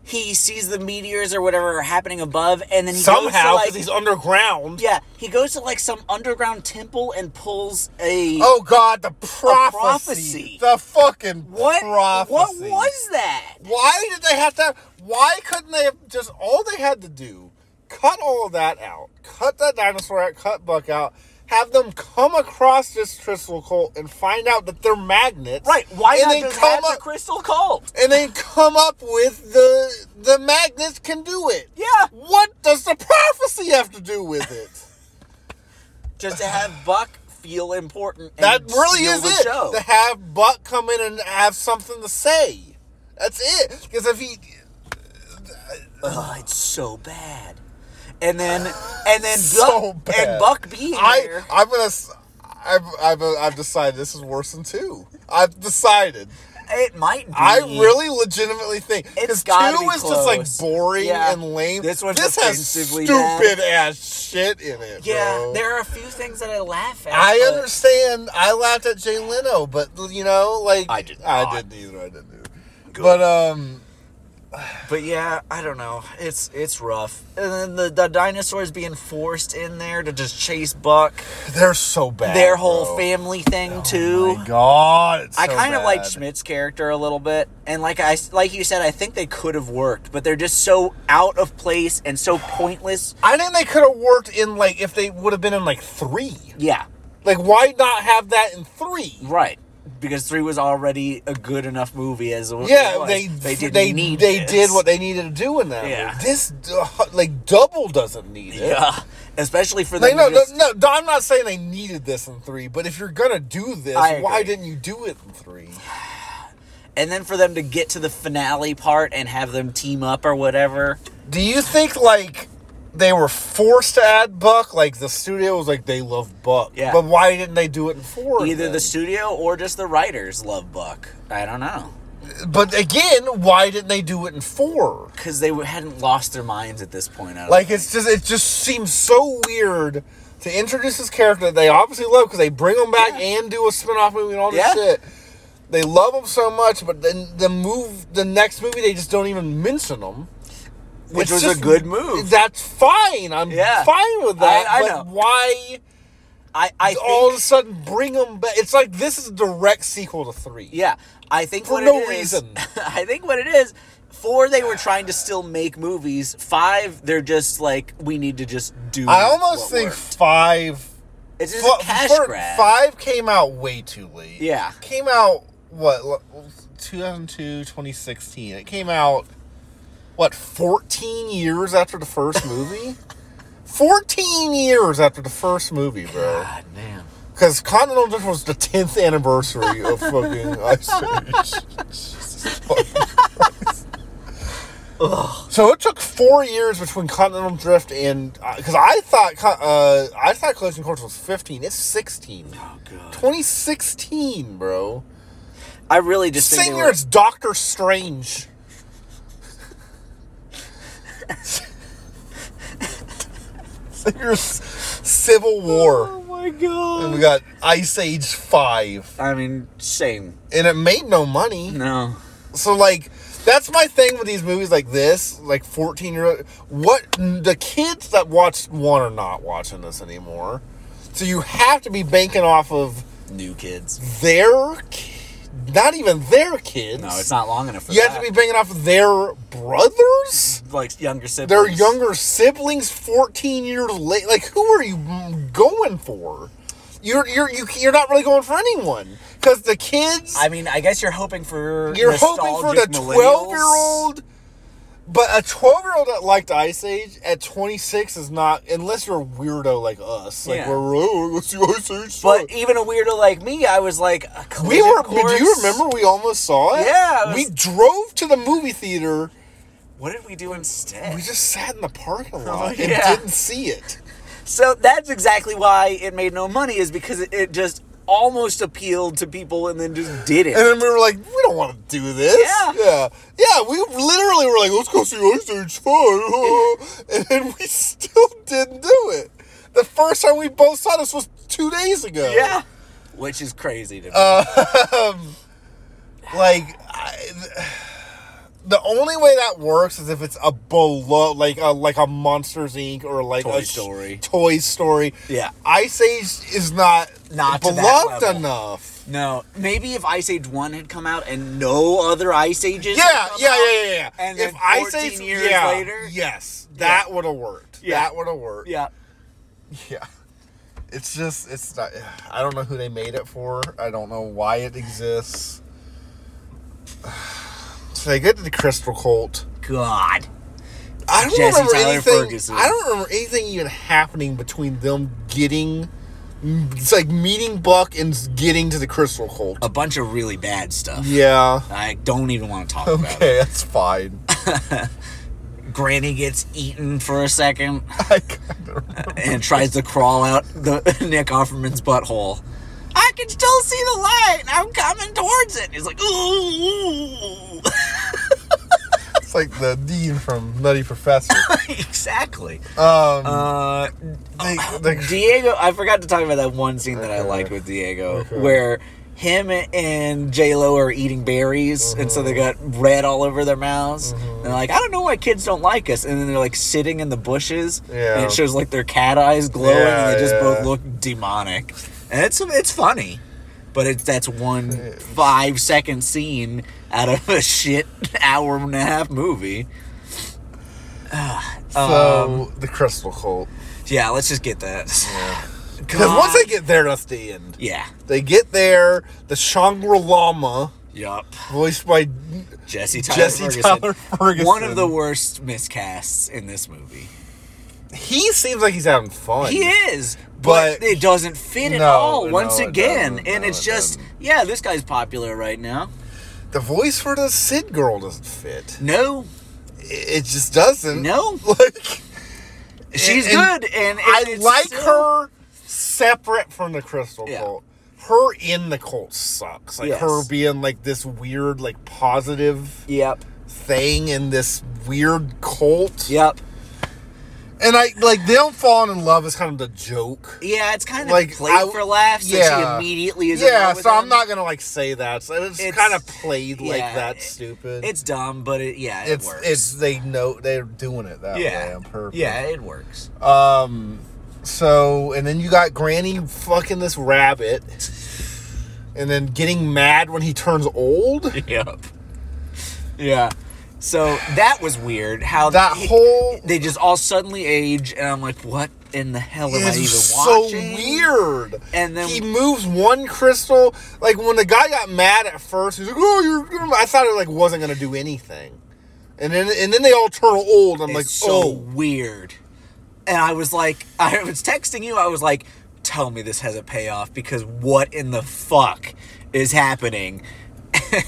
Speaker 2: he sees the meteors or whatever are happening above, and then he
Speaker 1: Somehow,
Speaker 2: goes
Speaker 1: because
Speaker 2: to like
Speaker 1: he's underground.
Speaker 2: yeah, he goes to like some underground temple and pulls a
Speaker 1: Oh God, the prophecy.
Speaker 2: prophecy.
Speaker 1: The fucking
Speaker 2: what
Speaker 1: prophecy.
Speaker 2: what was that?
Speaker 1: Why did they have to? Why couldn't they have just all they had to do? Cut all of that out. Cut that dinosaur out. Cut Buck out. Have them come across this crystal cult and find out that they're magnets.
Speaker 2: Right? Why
Speaker 1: and
Speaker 2: not
Speaker 1: then
Speaker 2: just
Speaker 1: come
Speaker 2: have the
Speaker 1: up,
Speaker 2: crystal cult?
Speaker 1: And then come up with the the magnets can do it.
Speaker 2: Yeah.
Speaker 1: What does the prophecy have to do with it?
Speaker 2: Just to have Buck feel important. And
Speaker 1: That really
Speaker 2: steal
Speaker 1: is
Speaker 2: the
Speaker 1: it.
Speaker 2: Show.
Speaker 1: To have Buck come in and have something to say. That's it. Because if he
Speaker 2: Ugh, it's so bad. And then, and then,
Speaker 1: So
Speaker 2: Buck,
Speaker 1: bad.
Speaker 2: and Buck being
Speaker 1: I
Speaker 2: there.
Speaker 1: I'm gonna. s- I've, I've, I've decided this is worse than two. I've decided.
Speaker 2: It might be.
Speaker 1: I really legitimately think because
Speaker 2: It's
Speaker 1: two
Speaker 2: gotta be
Speaker 1: is just like
Speaker 2: close.
Speaker 1: boring
Speaker 2: Yeah.
Speaker 1: and lame.
Speaker 2: This one's
Speaker 1: this has
Speaker 2: offensively
Speaker 1: stupid
Speaker 2: bad.
Speaker 1: ass shit in it.
Speaker 2: Yeah,
Speaker 1: bro.
Speaker 2: there are a few things that I laugh at.
Speaker 1: I
Speaker 2: but-
Speaker 1: understand. I laughed at Jay Leno, but you know, like
Speaker 2: I did
Speaker 1: I
Speaker 2: not.
Speaker 1: didn't either. I didn't either. But um,
Speaker 2: But yeah, I don't know. It's it's rough. And then the, the dinosaurs being forced in there to just chase Buck.
Speaker 1: They're so bad.
Speaker 2: Their whole
Speaker 1: bro.
Speaker 2: family thing
Speaker 1: Oh
Speaker 2: too.
Speaker 1: my God, it's
Speaker 2: I
Speaker 1: so
Speaker 2: kind of like
Speaker 1: bad.
Speaker 2: Schmidt's character a little bit, and like I like you said, I think they could have worked, but they're just so out of place and so pointless.
Speaker 1: I think they could have worked in like if they would have been in like three.
Speaker 2: Yeah,
Speaker 1: Like, why not have that in three?
Speaker 2: right. Because three was already a good enough movie as it was.
Speaker 1: Yeah, they they
Speaker 2: they didn't
Speaker 1: they,
Speaker 2: need this.
Speaker 1: did what they needed to do in that.
Speaker 2: Yeah.
Speaker 1: Yeah. This uh, like double doesn't need it.
Speaker 2: yeah, especially for
Speaker 1: Like
Speaker 2: them.
Speaker 1: no,
Speaker 2: to
Speaker 1: no,
Speaker 2: just-
Speaker 1: no, no, I'm not saying they needed this in three, but if you're gonna do this,
Speaker 2: I
Speaker 1: why
Speaker 2: agree.
Speaker 1: didn't you do it in three?
Speaker 2: and then for them to get to the finale part and have them team up or whatever.
Speaker 1: Do you think like they were forced to add Buck? Like the studio was like they love Buck,
Speaker 2: Yeah.
Speaker 1: But why didn't they do it in four?
Speaker 2: Either the
Speaker 1: then?
Speaker 2: studio or just the writers love Buck. I don't know.
Speaker 1: but again, why didn't they do it in four?
Speaker 2: Because they hadn't lost their minds at this point. I don't
Speaker 1: Like it's just it just seems so weird to introduce this character that they obviously love because they bring him back
Speaker 2: Yeah.
Speaker 1: and do a spin-off movie and all this
Speaker 2: Yeah.
Speaker 1: shit. They love him so much, but then the move, the next movie, they just don't even mention him.
Speaker 2: Which
Speaker 1: It's
Speaker 2: was
Speaker 1: just-
Speaker 2: a good move.
Speaker 1: That's fine. I'm
Speaker 2: Yeah.
Speaker 1: fine with that.
Speaker 2: I- I
Speaker 1: but
Speaker 2: know.
Speaker 1: why
Speaker 2: I, I think,
Speaker 1: all of a sudden bring him back? It's like this is a direct sequel to three.
Speaker 2: yeah, I think
Speaker 1: For
Speaker 2: what
Speaker 1: no
Speaker 2: it is,
Speaker 1: reason.
Speaker 2: I think what it is. Four, they were trying to still make movies. Five, they're just like we need to just do.
Speaker 1: I almost
Speaker 2: what
Speaker 1: think
Speaker 2: worked.
Speaker 1: five.
Speaker 2: it's just
Speaker 1: Fi-
Speaker 2: a cash
Speaker 1: fir-
Speaker 2: grab.
Speaker 1: Five came out way too late.
Speaker 2: Yeah.
Speaker 1: Came out, what, lo- 2002, 2016. It came out, what, 14 years after the first movie? 14 years after the first movie, bro.
Speaker 2: God damn.
Speaker 1: Because Continental Drift was the 10th anniversary of fucking Ice Age. Jesus fucking Christ. So it took four years between Continental Drift and because I thought Con- uh, I thought Collision Course was fifteen. It's sixteen.
Speaker 2: Oh god.
Speaker 1: 2016, bro.
Speaker 2: I really just think they were-
Speaker 1: Singer's Doctor Strange. Singer's Civil
Speaker 2: Oh
Speaker 1: War.
Speaker 2: my
Speaker 1: And we got
Speaker 2: god.
Speaker 1: Ice Age 5.
Speaker 2: I mean, same.
Speaker 1: And it made no money.
Speaker 2: No.
Speaker 1: So, like, that's my thing with these movies like this, like 14 year old. What the kids that watched one are not watching this anymore. So, you have to be banking off of
Speaker 2: New kids.
Speaker 1: their ki- not even their kids.
Speaker 2: No, it's not long enough for
Speaker 1: You
Speaker 2: that.
Speaker 1: have to be banging off their brothers?
Speaker 2: like younger siblings.
Speaker 1: Their younger siblings 14 years late. Like who are you mm, going for? You're you're you, you're not really going for anyone cuz the kids
Speaker 2: I mean, I guess you're hoping for
Speaker 1: you're hoping for the
Speaker 2: nostalgic
Speaker 1: 12 year
Speaker 2: millennials.
Speaker 1: old but a 12 year old that liked Ice Age at 26 is not unless you're a weirdo like us. Like
Speaker 2: Yeah.
Speaker 1: we're oh, let's see Ice Age.
Speaker 2: But even a weirdo like me, I was like, uh, a
Speaker 1: We
Speaker 2: collision
Speaker 1: were.
Speaker 2: course?
Speaker 1: Do you remember we almost saw it?
Speaker 2: Yeah, it
Speaker 1: we
Speaker 2: was-
Speaker 1: drove to the movie theater.
Speaker 2: What did we do instead?
Speaker 1: We just sat in the parking lot
Speaker 2: Oh, yeah.
Speaker 1: and didn't see it.
Speaker 2: so that's exactly why it made no money is because it, it just almost appealed to people and then just did
Speaker 1: And
Speaker 2: it.
Speaker 1: then we were like, we don't want to do this.
Speaker 2: Yeah.
Speaker 1: yeah, Yeah, We literally were like, let's go see Ice Age Five, and then we still didn't do it. The first time we both saw this was two days ago.
Speaker 2: Yeah. Which is crazy to me.
Speaker 1: Uh, like I, the only way that works is if it's a below like a like a Monsters Inc. or like
Speaker 2: Toy
Speaker 1: a sh-
Speaker 2: Story.
Speaker 1: Toy Story.
Speaker 2: Yeah.
Speaker 1: Ice Age is not
Speaker 2: Not to that
Speaker 1: beloved
Speaker 2: level.
Speaker 1: enough.
Speaker 2: no. Maybe if Ice Age 1 had come out and no other Ice Ages. had
Speaker 1: Yeah,
Speaker 2: come
Speaker 1: yeah,
Speaker 2: out,
Speaker 1: yeah, yeah, yeah.
Speaker 2: And then 14 years later?
Speaker 1: yes, that would have worked.
Speaker 2: Yeah.
Speaker 1: That would have worked.
Speaker 2: Yeah.
Speaker 1: yeah. It's just, it's not. I don't know who they made it for. I don't know why it exists. So they get to the Crystal Cult.
Speaker 2: God.
Speaker 1: I don't
Speaker 2: Jesse
Speaker 1: remember
Speaker 2: Tyler
Speaker 1: anything.
Speaker 2: Ferguson.
Speaker 1: I don't remember anything even happening between them getting. It's like meeting Buck and getting to the Crystal Cult.
Speaker 2: A bunch of really bad stuff.
Speaker 1: yeah.
Speaker 2: I don't even want to talk about it.
Speaker 1: Okay, that's fine.
Speaker 2: Granny gets eaten for a second
Speaker 1: I kind of
Speaker 2: and tries to crawl out the Nick Offerman's butthole. I can still see the light. and I'm coming towards it. He's like, ooh.
Speaker 1: it's like the dean from Nutty Professor.
Speaker 2: exactly.
Speaker 1: Um,
Speaker 2: Uh,
Speaker 1: they, they,
Speaker 2: Um, Diego, I forgot to talk about that one scene that I liked with Diego, where him and J Lo are eating berries, and so they
Speaker 1: Uh-huh.
Speaker 2: got red all over their mouths. And they're like, I don't know why kids don't like us. And then they're like sitting in the bushes, and
Speaker 1: Yeah.
Speaker 2: it shows like their cat eyes glowing,
Speaker 1: Yeah,
Speaker 2: and they just
Speaker 1: yeah.
Speaker 2: both look demonic. And it's it's funny, but it's that's one five second scene out of a shit hour and a half movie.
Speaker 1: So the crystal cult.
Speaker 2: Yeah, let's just get that.
Speaker 1: Because
Speaker 2: God.
Speaker 1: once they get there, that's the end.
Speaker 2: yeah,
Speaker 1: They get there. The Shangri Lama,
Speaker 2: yup.
Speaker 1: voiced by
Speaker 2: Jesse Tyler
Speaker 1: Jesse
Speaker 2: Ferguson.
Speaker 1: Tyler Ferguson.
Speaker 2: One of the worst miscasts in this movie.
Speaker 1: He seems like he's having fun.
Speaker 2: He is, but,
Speaker 1: But-
Speaker 2: it doesn't fit at
Speaker 1: No,
Speaker 2: all.
Speaker 1: no,
Speaker 2: Once
Speaker 1: it
Speaker 2: again,
Speaker 1: doesn't.
Speaker 2: and
Speaker 1: No,
Speaker 2: it's
Speaker 1: it
Speaker 2: just
Speaker 1: doesn't.
Speaker 2: yeah, this guy's popular right now.
Speaker 1: The voice for the Sid girl doesn't fit.
Speaker 2: No,
Speaker 1: It it just doesn't.
Speaker 2: No.
Speaker 1: Like
Speaker 2: she's
Speaker 1: Mm. and
Speaker 2: good, and, and
Speaker 1: I
Speaker 2: it's
Speaker 1: like
Speaker 2: still-
Speaker 1: her separate from the crystal
Speaker 2: Yeah.
Speaker 1: cult. Her in the cult sucks. Like
Speaker 2: Yes.
Speaker 1: her being like this weird, like positive
Speaker 2: Yep,
Speaker 1: thing in this weird cult.
Speaker 2: yep,
Speaker 1: And I like them falling in love is kind of the joke.
Speaker 2: yeah. It's kind of
Speaker 1: Like,
Speaker 2: played
Speaker 1: I-
Speaker 2: for laughs. Yeah,
Speaker 1: yeah.
Speaker 2: she immediately is. in
Speaker 1: yeah,
Speaker 2: love with
Speaker 1: so I'm
Speaker 2: him.
Speaker 1: not gonna like say that. So it's,
Speaker 2: It's-
Speaker 1: kind of played
Speaker 2: yeah,
Speaker 1: like that.
Speaker 2: it-
Speaker 1: Stupid.
Speaker 2: It's dumb, but it, yeah, it
Speaker 1: it's
Speaker 2: works.
Speaker 1: it's oh, they know they're doing it that way
Speaker 2: yeah,
Speaker 1: on purpose.
Speaker 2: yeah, it works.
Speaker 1: Um, so and then you got Granny fucking this rabbit, and then getting mad when he turns old.
Speaker 2: Yep. Yeah. So that was weird. How
Speaker 1: That
Speaker 2: he-
Speaker 1: whole
Speaker 2: they just all suddenly age, and I'm like, what in the hell am I even
Speaker 1: is so
Speaker 2: watching?
Speaker 1: weird.
Speaker 2: And then-
Speaker 1: he moves one crystal. Like when the guy got mad at first, he's like, "Oh, you're." gonna-" I thought it like wasn't gonna do anything, and then and then they all turn old. I'm
Speaker 2: It's
Speaker 1: like,
Speaker 2: so
Speaker 1: oh.
Speaker 2: weird. And I was like, I was texting you. I was like, tell me this has a payoff because what in the fuck is happening?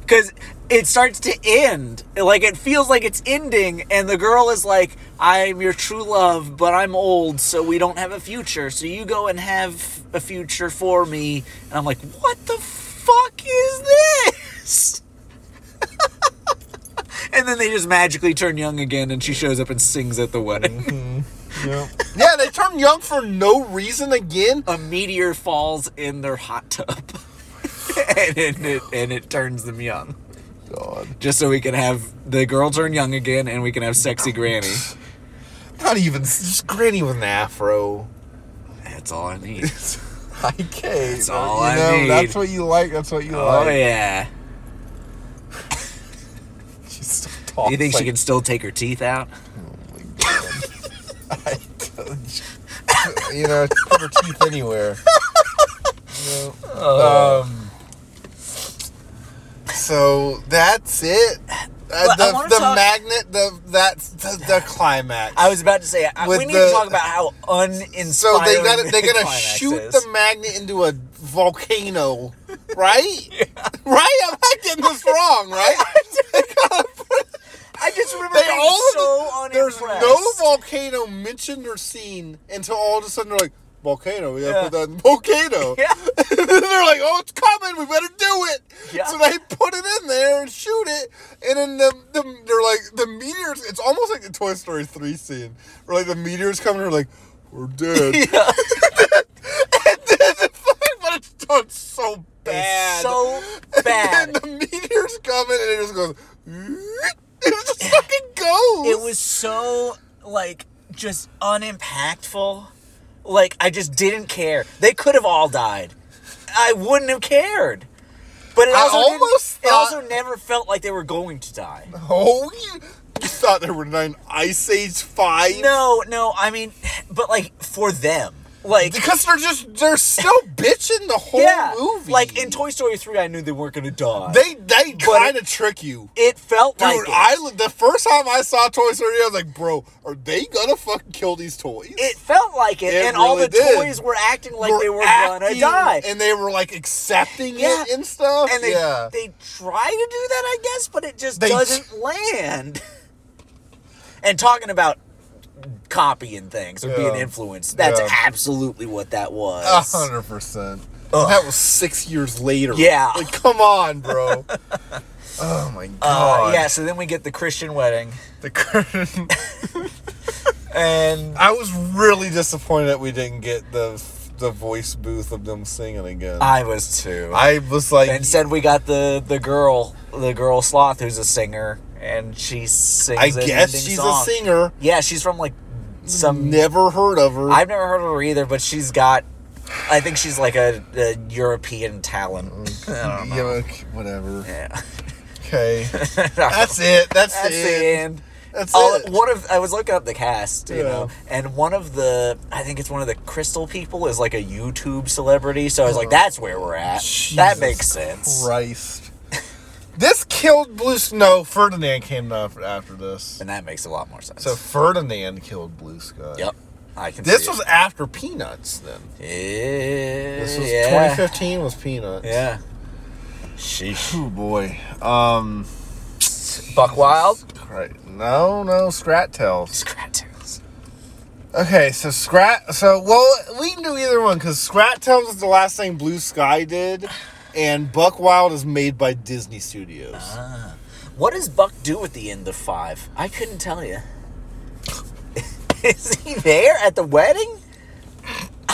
Speaker 2: Because it starts to end. Like it feels like it's ending, and the girl is like, "I'm your true love, but I'm old, so we don't have a future. So you go and have a future for me." And I'm like, "What the fuck is this?" And then they just magically turn young again, and she shows up and sings at the wedding.
Speaker 1: yeah, they turn young for no reason again.
Speaker 2: A meteor falls in their hot tub, and it, it and it turns them young.
Speaker 1: God.
Speaker 2: Just so we can have the girl turn young again, and we can have sexy granny.
Speaker 1: Not even just Granny with an afro.
Speaker 2: That's all I need.
Speaker 1: I can't. That's
Speaker 2: all I need.
Speaker 1: That's what you like. That's what you
Speaker 2: Oh
Speaker 1: like.
Speaker 2: yeah.
Speaker 1: She still talks.
Speaker 2: You think she
Speaker 1: like-
Speaker 2: can still take her teeth out?
Speaker 1: you know, put her teeth anywhere. You know?
Speaker 2: Oh.
Speaker 1: Um. So that's it. Uh,
Speaker 2: But I
Speaker 1: the
Speaker 2: wanna
Speaker 1: the
Speaker 2: talk-
Speaker 1: magnet, the that's the, the climax.
Speaker 2: I was about to say I, we
Speaker 1: With
Speaker 2: need
Speaker 1: the-
Speaker 2: to talk about how uninspiring.
Speaker 1: so they gotta they gotta
Speaker 2: climax
Speaker 1: shoot
Speaker 2: is.
Speaker 1: the magnet into a volcano, right? Right? I'm not getting this wrong, right?
Speaker 2: I just remember
Speaker 1: They
Speaker 2: being
Speaker 1: all of
Speaker 2: so
Speaker 1: There's
Speaker 2: unimpressed.
Speaker 1: no volcano mentioned or seen until all of a sudden they're like, volcano, we gotta
Speaker 2: Yeah.
Speaker 1: put that in volcano.
Speaker 2: Yeah.
Speaker 1: and they're like, oh, it's coming, we better do it.
Speaker 2: Yeah.
Speaker 1: So they put it in there and shoot it. And then the, the, they're like, the meteors, it's almost like the Toy Story 3 scene, where like the meteors coming and they're like, we're dead.
Speaker 2: Yeah.
Speaker 1: but it's done so bad.
Speaker 2: It's so
Speaker 1: And
Speaker 2: bad.
Speaker 1: the meteors coming and it just goes, it just fucking goes.
Speaker 2: it was so like just unimpactful. Like I just didn't care. They could have all died. I wouldn't have cared. But it
Speaker 1: I
Speaker 2: also didn't-
Speaker 1: almost
Speaker 2: it also
Speaker 1: thought-
Speaker 2: never felt like they were going to die.
Speaker 1: Oh, you, you thought there were nine Ice Age five?
Speaker 2: No, no, I mean, but like for them, like
Speaker 1: because they're just they're still bitching the whole
Speaker 2: yeah,
Speaker 1: movie.
Speaker 2: like in Toy Story three, I knew they weren't going to die.
Speaker 1: they they
Speaker 2: But
Speaker 1: kind of trick you.
Speaker 2: it felt
Speaker 1: Dude,
Speaker 2: like it.
Speaker 1: I the first time I saw Toy Story, I was like, "Bro, are they gonna fucking kill these toys?"
Speaker 2: It felt like it,
Speaker 1: It
Speaker 2: and all
Speaker 1: really
Speaker 2: the
Speaker 1: did.
Speaker 2: toys were acting like they were gonna
Speaker 1: acting,
Speaker 2: die.
Speaker 1: and they were like accepting
Speaker 2: Yeah.
Speaker 1: it and stuff.
Speaker 2: and they
Speaker 1: yeah,
Speaker 2: they try to do that, I guess, but it just
Speaker 1: They-
Speaker 2: doesn't land. and talking about copying things or being
Speaker 1: Yeah.
Speaker 2: influenced, that's
Speaker 1: Yeah. Oh,
Speaker 2: absolutely what that was.
Speaker 1: A
Speaker 2: Uh,
Speaker 1: hundred percent.
Speaker 2: Ugh.
Speaker 1: That was six years later.
Speaker 2: Yeah.
Speaker 1: like come on, bro. oh my god.
Speaker 2: Uh, yeah, so then we get the Christian wedding,
Speaker 1: The curtain.
Speaker 2: and
Speaker 1: I was really disappointed that we didn't get the f- the voice booth of them singing again. I,
Speaker 2: I was too.
Speaker 1: was like,
Speaker 2: Instead, we got the the girl, the girl sloth, who's a singer, and she sings.
Speaker 1: I
Speaker 2: an
Speaker 1: guess
Speaker 2: ending
Speaker 1: she's
Speaker 2: song.
Speaker 1: a singer.
Speaker 2: Yeah, she's from like some.
Speaker 1: Never heard of her.
Speaker 2: I've never heard of her either, but she's got. I think she's like a, a European talent. I don't know.
Speaker 1: Yuck, whatever.
Speaker 2: Yeah.
Speaker 1: Okay. That's it. That's,
Speaker 2: That's
Speaker 1: it.
Speaker 2: the end.
Speaker 1: That's
Speaker 2: All-
Speaker 1: it.
Speaker 2: one of I was looking up the cast, you
Speaker 1: Yeah.
Speaker 2: know, and one of the I think it's one of the crystal people is like a YouTube celebrity, so I was like, that's where we're
Speaker 1: Oh.
Speaker 2: at. that
Speaker 1: Jesus
Speaker 2: makes sense.
Speaker 1: Christ. this killed Blue Snow. Ferdinand came af- after this.
Speaker 2: And that makes a lot more sense.
Speaker 1: So Ferdinand killed Blue Sky.
Speaker 2: yep, I can.
Speaker 1: This
Speaker 2: see
Speaker 1: was after Peanuts then.
Speaker 2: it.
Speaker 1: This
Speaker 2: Yeah,
Speaker 1: was
Speaker 2: yeah,
Speaker 1: 2015 was Peanuts.
Speaker 2: yeah. Sheesh.
Speaker 1: Oh boy. Um
Speaker 2: Buck Wild.
Speaker 1: right. No, no, Scrat Tales.
Speaker 2: Scrat Tales.
Speaker 1: Okay, so Scrat so well we can do either one cuz Scrat Tales is the last thing Blue Sky did and Buck Wild is made by Disney Studios.
Speaker 2: Uh-huh. What does Buck do at the end of five? I couldn't tell you. is he there at the wedding?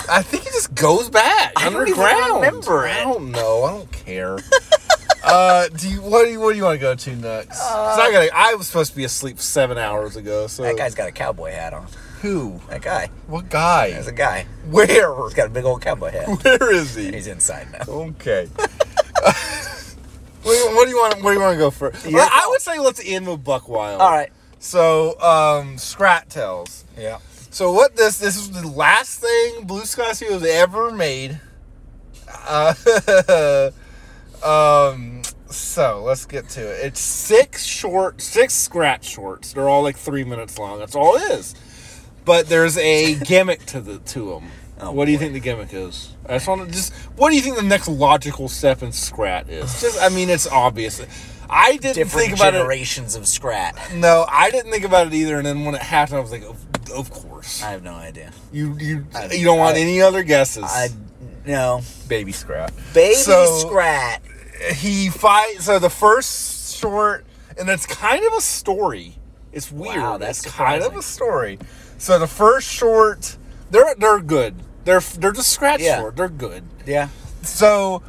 Speaker 1: I think he just goes back
Speaker 2: I don't even
Speaker 1: underground.
Speaker 2: remember
Speaker 1: I
Speaker 2: it.
Speaker 1: don't know. I don't care. uh, do you what do you what do you want to go to next? 'Cause I got I was supposed to be asleep seven hours ago. So
Speaker 2: Uh, That guy's got a cowboy hat on.
Speaker 1: who?
Speaker 2: That guy.
Speaker 1: What
Speaker 2: There's
Speaker 1: guy?
Speaker 2: a guy.
Speaker 1: Where?
Speaker 2: He's got a big old cowboy hat.
Speaker 1: Where is he?
Speaker 2: He's inside now.
Speaker 1: Okay. what, do you, what do you want? Where do you want to go first?
Speaker 2: Yeah.
Speaker 1: Well, I would say let's end with Buck Wild.
Speaker 2: All right.
Speaker 1: So, um, Scrat Tales.
Speaker 2: Yeah.
Speaker 1: So what this this is the last thing Blue Sky Studios ever made. Uh, um, so let's get to it. It's six short, six scratch shorts. They're all like three minutes long. That's all it is. But there's a gimmick to the to them.
Speaker 2: Oh,
Speaker 1: what do you
Speaker 2: boy.
Speaker 1: think the gimmick is? I just want to just. What do you think the next logical step in Scrat is? Just, I mean, it's obvious. I didn't
Speaker 2: Different
Speaker 1: think about it.
Speaker 2: generations of Scrat.
Speaker 1: No, I didn't think about it either. And then when it happened, I was like, of, of course.
Speaker 2: I have no idea.
Speaker 1: You you
Speaker 2: I-
Speaker 1: you don't want
Speaker 2: I-
Speaker 1: any other guesses.
Speaker 2: I no.
Speaker 1: Baby scrap.
Speaker 2: Baby
Speaker 1: So-
Speaker 2: Scrat.
Speaker 1: He fight. So the first short, and it's kind of a story. It's weird.
Speaker 2: Wow, that's
Speaker 1: it's kind of
Speaker 2: surprising.
Speaker 1: a story. So the first short, they're they're good. They're they're just scratch
Speaker 2: Yeah.
Speaker 1: short. They're good.
Speaker 2: Yeah.
Speaker 1: So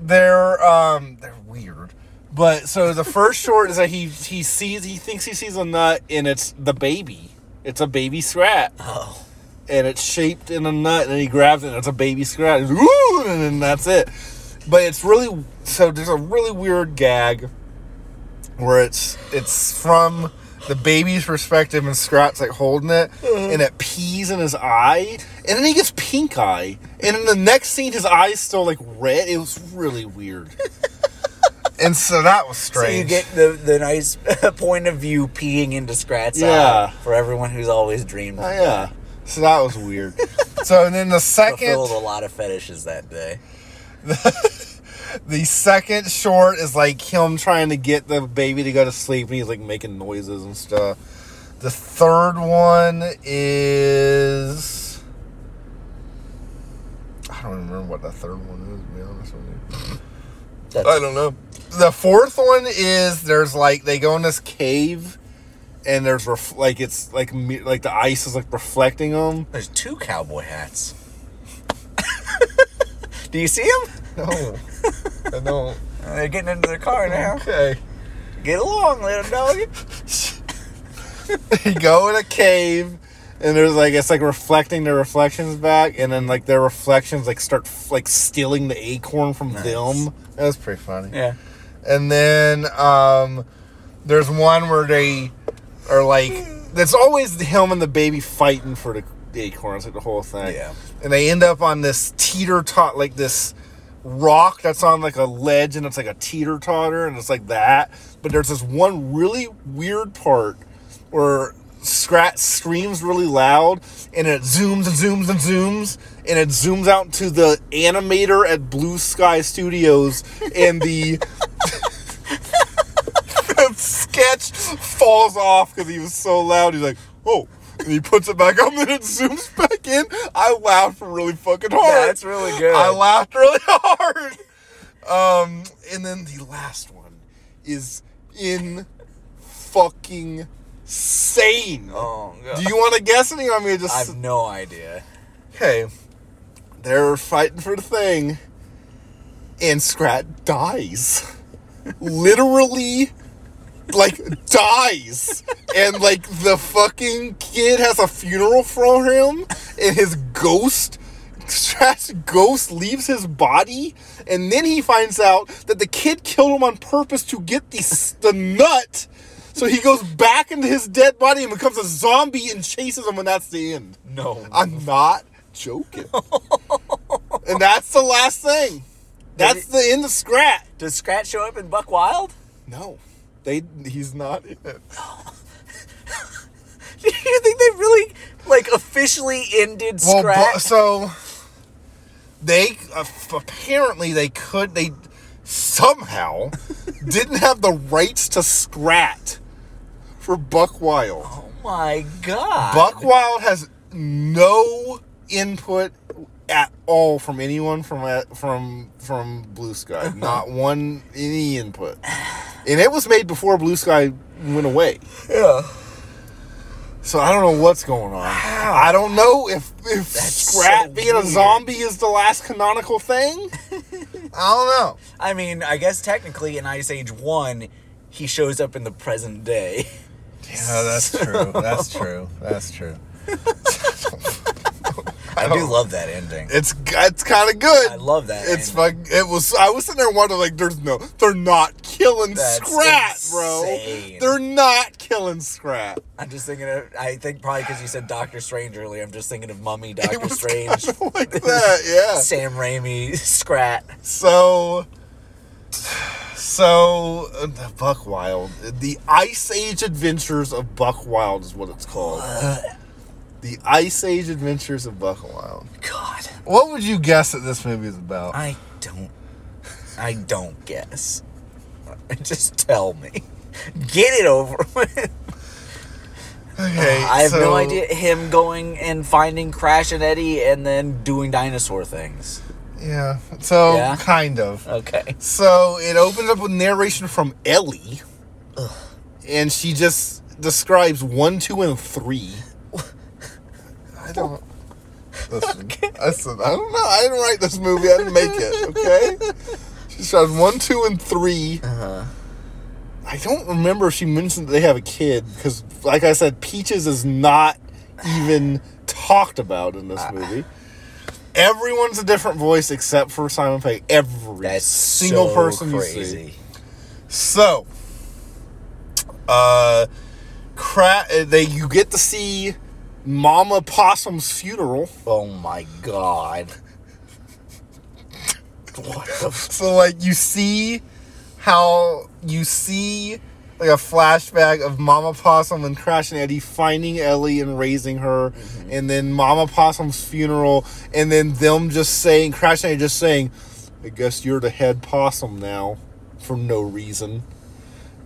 Speaker 1: they're um they're weird. But so the first short is that he he sees he thinks he sees a nut and it's the baby. It's a baby scrat.
Speaker 2: Oh.
Speaker 1: and it's shaped in a nut, and he grabs it, and it's a baby scratch. He's, Ooh, and then that's it. But it's really so. There's a really weird gag where it's it's from the baby's perspective, and Scrat's like holding it,
Speaker 2: Uh-huh.
Speaker 1: and it pees in his eye, and then he gets pink eye, and in the next scene, his eye's still like red. It was really weird. And so that was
Speaker 2: So you
Speaker 1: strange.
Speaker 2: get the, the nice point of view peeing into Scrat's eye
Speaker 1: Yeah.
Speaker 2: for everyone who's always dreamed.
Speaker 1: Oh, yeah. So that was weird. so and then the second
Speaker 2: Fulfilled a lot of fetishes that day.
Speaker 1: The second short is like him trying to get the baby to go to sleep, and he's like making noises and stuff. The third one is I don't remember what the third one is. To be honest with you,
Speaker 2: That's,
Speaker 1: I don't know. The fourth one is there's like they go in this cave, and there's ref- like it's like me- like the ice is like reflecting them.
Speaker 2: there's two cowboy hats. Do you see them?
Speaker 1: No, I don't.
Speaker 2: They're getting into their car now.
Speaker 1: Okay.
Speaker 2: Get along, little dog.
Speaker 1: they go in a cave and there's like it's like reflecting their reflections back and then like their reflections like start like stealing the acorn from them that was pretty funny
Speaker 2: Yeah.
Speaker 1: and then um there's one where they are like that's always him and the baby fighting for the, the acorns like the whole thing
Speaker 2: Yeah.
Speaker 1: and they end up on this teeter tot like this rock that's on like a ledge and it's like a teeter totter and it's like that but there's this one really weird part where Scrat screams really loud and it zooms and zooms and zooms and it zooms out to the animator at Blue Sky Studios and the the sketch falls off because he was so loud. He's like, oh. And he puts it back up and it zooms back in. I laughed really fucking hard.
Speaker 2: That's really good.
Speaker 1: I laughed really hard. Um, and then the last one is in fucking sane.
Speaker 2: Oh, God.
Speaker 1: Do you want to guess any? Or I mean,
Speaker 2: I
Speaker 1: just
Speaker 2: have no idea.
Speaker 1: okay. They're fighting for the thing, and Scrat dies. Literally, like, dies. And, like, the fucking kid has a funeral for him, and his ghost. Strat's ghost leaves his body, and then he finds out that the kid killed him on purpose to get the, s- the nut. So he goes back into his dead body and becomes a zombie and chases him, and that's the end.
Speaker 2: No.
Speaker 1: I'm not joking. and that's the last thing. That's the end of Scrat.
Speaker 2: Does Scratch show up in Buck Wild?
Speaker 1: No, they. He's not. in it.
Speaker 2: Do you think they really like officially ended
Speaker 1: Well,
Speaker 2: Scratch?
Speaker 1: bu- so they uh, f- apparently they could they somehow didn't have the rights to Scrat for Buck Wild.
Speaker 2: oh my god.
Speaker 1: Buck Wild has no input at all from anyone from uh, from from Blue Sky. Not one any input. And it was made before Blue Sky went away.
Speaker 2: Yeah.
Speaker 1: So I don't know what's going on. I don't know if if
Speaker 2: so
Speaker 1: Scrat being a
Speaker 2: weird.
Speaker 1: zombie is the last canonical thing. I don't know.
Speaker 2: I mean, I guess technically in Ice Age 1, he shows up in the present day.
Speaker 5: Yeah, that's true. That's true. That's true.
Speaker 2: I, do love that ending.
Speaker 1: It's g- it's kind of good.
Speaker 2: I love that.
Speaker 1: It's
Speaker 2: ending.
Speaker 1: fuck. It was. I was sitting there wondering, like, there's no. They're not killing
Speaker 2: That's
Speaker 1: Scrat,
Speaker 2: insane.
Speaker 1: bro. They're not killing Scrat.
Speaker 2: I'm just thinking of, I think probably because you said Doctor Strange earlier, I'm just thinking of Mummy, Doctor Strange,
Speaker 1: like that, yeah.
Speaker 2: Sam Raimi, Scrat.
Speaker 1: So, so uh, Buck Wild, the Ice Age Adventures of Buck Wild is what it's called. The Ice Age Adventures of Buck Wild.
Speaker 2: God.
Speaker 1: What would you guess that this movie is about?
Speaker 2: I don't. I don't guess. Just tell me. Get it over with.
Speaker 1: Okay,
Speaker 2: I have no
Speaker 1: so-
Speaker 2: idea. Him going and finding Crash and Eddie and then doing dinosaur things.
Speaker 1: Yeah, so
Speaker 2: Yeah?
Speaker 1: kind of.
Speaker 2: Okay.
Speaker 1: So it opens up with narration from Ellie, and she just describes one, two, and three. I don't. Listen, listen, I don't know. I didn't write this movie. I didn't make it. Okay. She describes one, two, and three. Uh-huh. I don't remember if she mentioned that they have a kid because, like I said, Peaches is not even talked about in this movie. Everyone's a different voice except for Simon Pegg. Every
Speaker 2: That's
Speaker 1: single
Speaker 2: so
Speaker 1: person you see.
Speaker 2: crazy.
Speaker 1: So, uh, cra- uh, they you get to see Mama Possum's funeral.
Speaker 2: Oh my god. What the f-
Speaker 1: So like you see how you see like a flashback of Mama Possum and Crash and Eddie finding Ellie and raising her, and then Mama Possum's funeral, and then them just saying Crash and Eddie just saying, "I guess you're the head possum now," for no reason.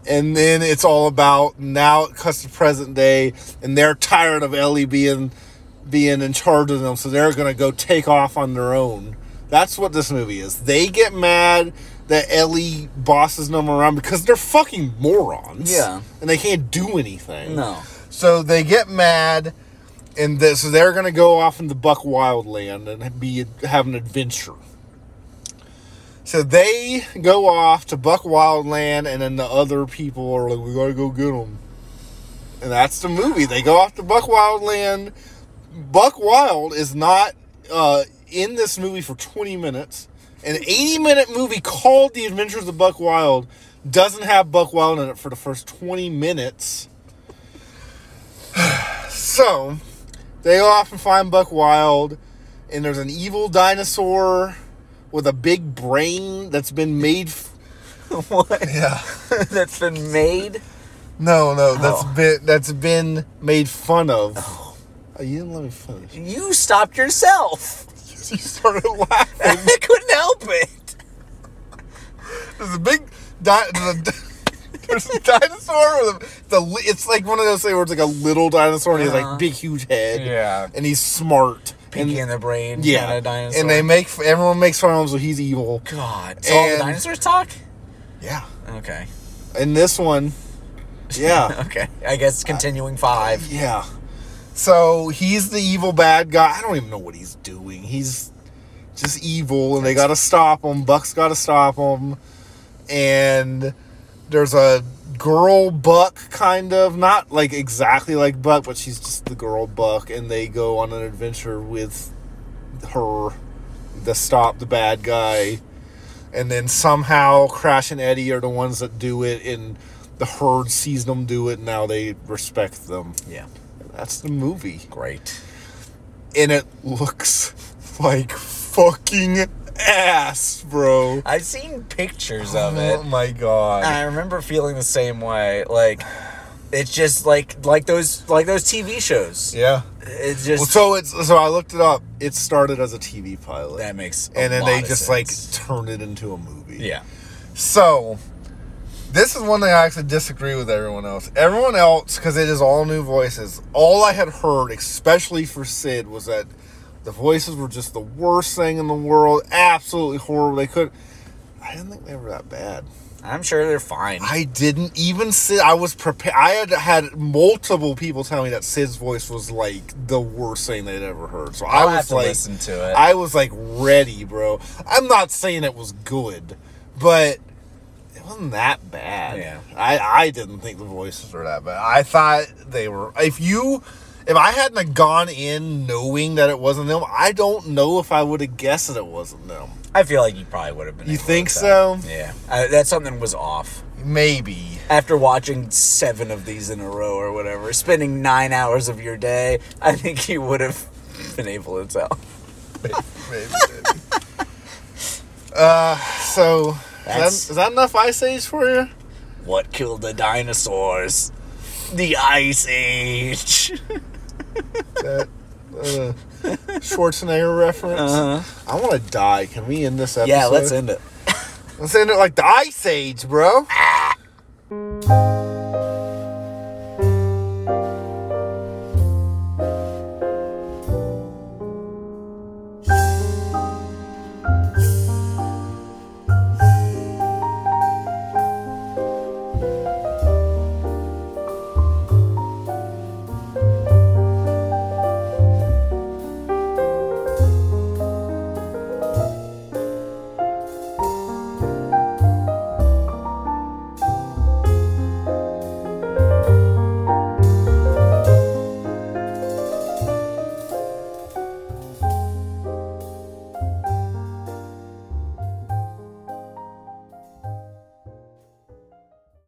Speaker 1: And then it's all about now it cuts to present day, and they're tired of Ellie being being in charge of them, so they're gonna go take off on their own. That's what this movie is. They get mad that Ellie bosses them around because they're fucking morons.
Speaker 2: Yeah.
Speaker 1: and they can't do anything.
Speaker 2: No.
Speaker 1: So they get mad, and th- so they're gonna go off into Buck Wild Land and be have an adventure. So they go off to Buck Wild Land, and then the other people are like, "We gotta go get them." And that's the movie. They go off to Buck Wild Land. Buck Wild is not uh, in this movie for 20 minutes. An 80 minute movie called The Adventures of Buck Wild doesn't have Buck Wild in it for the first 20 minutes. so they go off and find Buck Wild, and there's an evil dinosaur with a big brain that's been made. F-
Speaker 2: What?
Speaker 1: yeah.
Speaker 2: That's been made?
Speaker 1: No, no, that's been that's been made fun of. Oh, you didn't let me finish.
Speaker 2: You stopped yourself.
Speaker 1: you started laughing.
Speaker 2: I couldn't help it.
Speaker 1: There's a big di- there's a, there's a dinosaur with a, the li- it's like one of those things where it's like a little dinosaur and he has
Speaker 2: Uh-huh.
Speaker 1: like big huge head
Speaker 6: Yeah.
Speaker 1: and he's smart and
Speaker 2: Pinky in the brain.
Speaker 1: yeah
Speaker 2: kinda dinosaur.
Speaker 1: and they make f- everyone makes fun of him so he's evil
Speaker 2: God. So all the
Speaker 1: And-
Speaker 2: dinosaurs talk?
Speaker 1: yeah
Speaker 2: Okay.
Speaker 1: and this one yeah
Speaker 2: Okay. I guess continuing five.
Speaker 1: yeah so he's the evil bad guy I don't even know what he's doing he's just evil, and they got to stop them. Buck's got to stop them, and there's a girl Buck, kind of not like exactly like Buck, but she's just the girl Buck, and they go on an adventure with her to stop the bad guy, and then somehow Crash and Eddie are the ones that do it, and the herd sees them do it, and now they respect them.
Speaker 2: Yeah.
Speaker 1: That's the movie
Speaker 2: Great.
Speaker 1: and it looks like fucking ass, bro.
Speaker 2: I've seen pictures of it.
Speaker 1: Oh my god.
Speaker 2: And I remember feeling the same way. Like it's just like like those like those TV shows.
Speaker 1: yeah.
Speaker 2: It's
Speaker 1: Well,
Speaker 2: just
Speaker 1: so it's so I looked it up. It started as a TV pilot,
Speaker 2: that makes a
Speaker 1: and then
Speaker 2: lot
Speaker 1: they
Speaker 2: of
Speaker 1: just
Speaker 2: sense.
Speaker 1: like turned it into a movie.
Speaker 2: yeah.
Speaker 1: So this is one thing I actually disagree with everyone else. Everyone else, because it is all new voices. All I had heard, especially for Sid, was that the voices were just the worst thing in the world. Absolutely horrible. They could. I didn't think they were that bad.
Speaker 2: I'm sure they're fine.
Speaker 1: I didn't even Sid. I was prepared. I had had multiple people tell me that Sid's voice was like the worst thing they'd ever heard. So i
Speaker 2: I'll
Speaker 1: was
Speaker 2: have to
Speaker 1: like,
Speaker 2: listen to it.
Speaker 1: I was like ready, bro. I'm not saying it was good, but it wasn't that bad.
Speaker 2: Yeah.
Speaker 1: I I didn't think the voices were that bad. I thought they were. If you, if I hadn't have gone in knowing that it wasn't them, I don't know if I would have guessed that it wasn't them.
Speaker 2: I feel like you probably would have been.
Speaker 1: You
Speaker 2: able to
Speaker 1: think
Speaker 2: tell.
Speaker 1: so?
Speaker 2: Yeah, I, that something was off
Speaker 1: Maybe.
Speaker 2: after watching seven of these in a row or whatever. Spending nine hours of your day, I think you would have been able to tell.
Speaker 1: Maybe. uh, so is that,
Speaker 2: That's-
Speaker 1: is that enough Ice Age for you?
Speaker 2: What killed the dinosaurs? The Ice Age.
Speaker 1: That uh, Schwarzenegger reference. I want to die. Can we end this episode?
Speaker 2: yeah, Uh-huh. let's end it.
Speaker 1: Let's end it like the Ice Age, bro.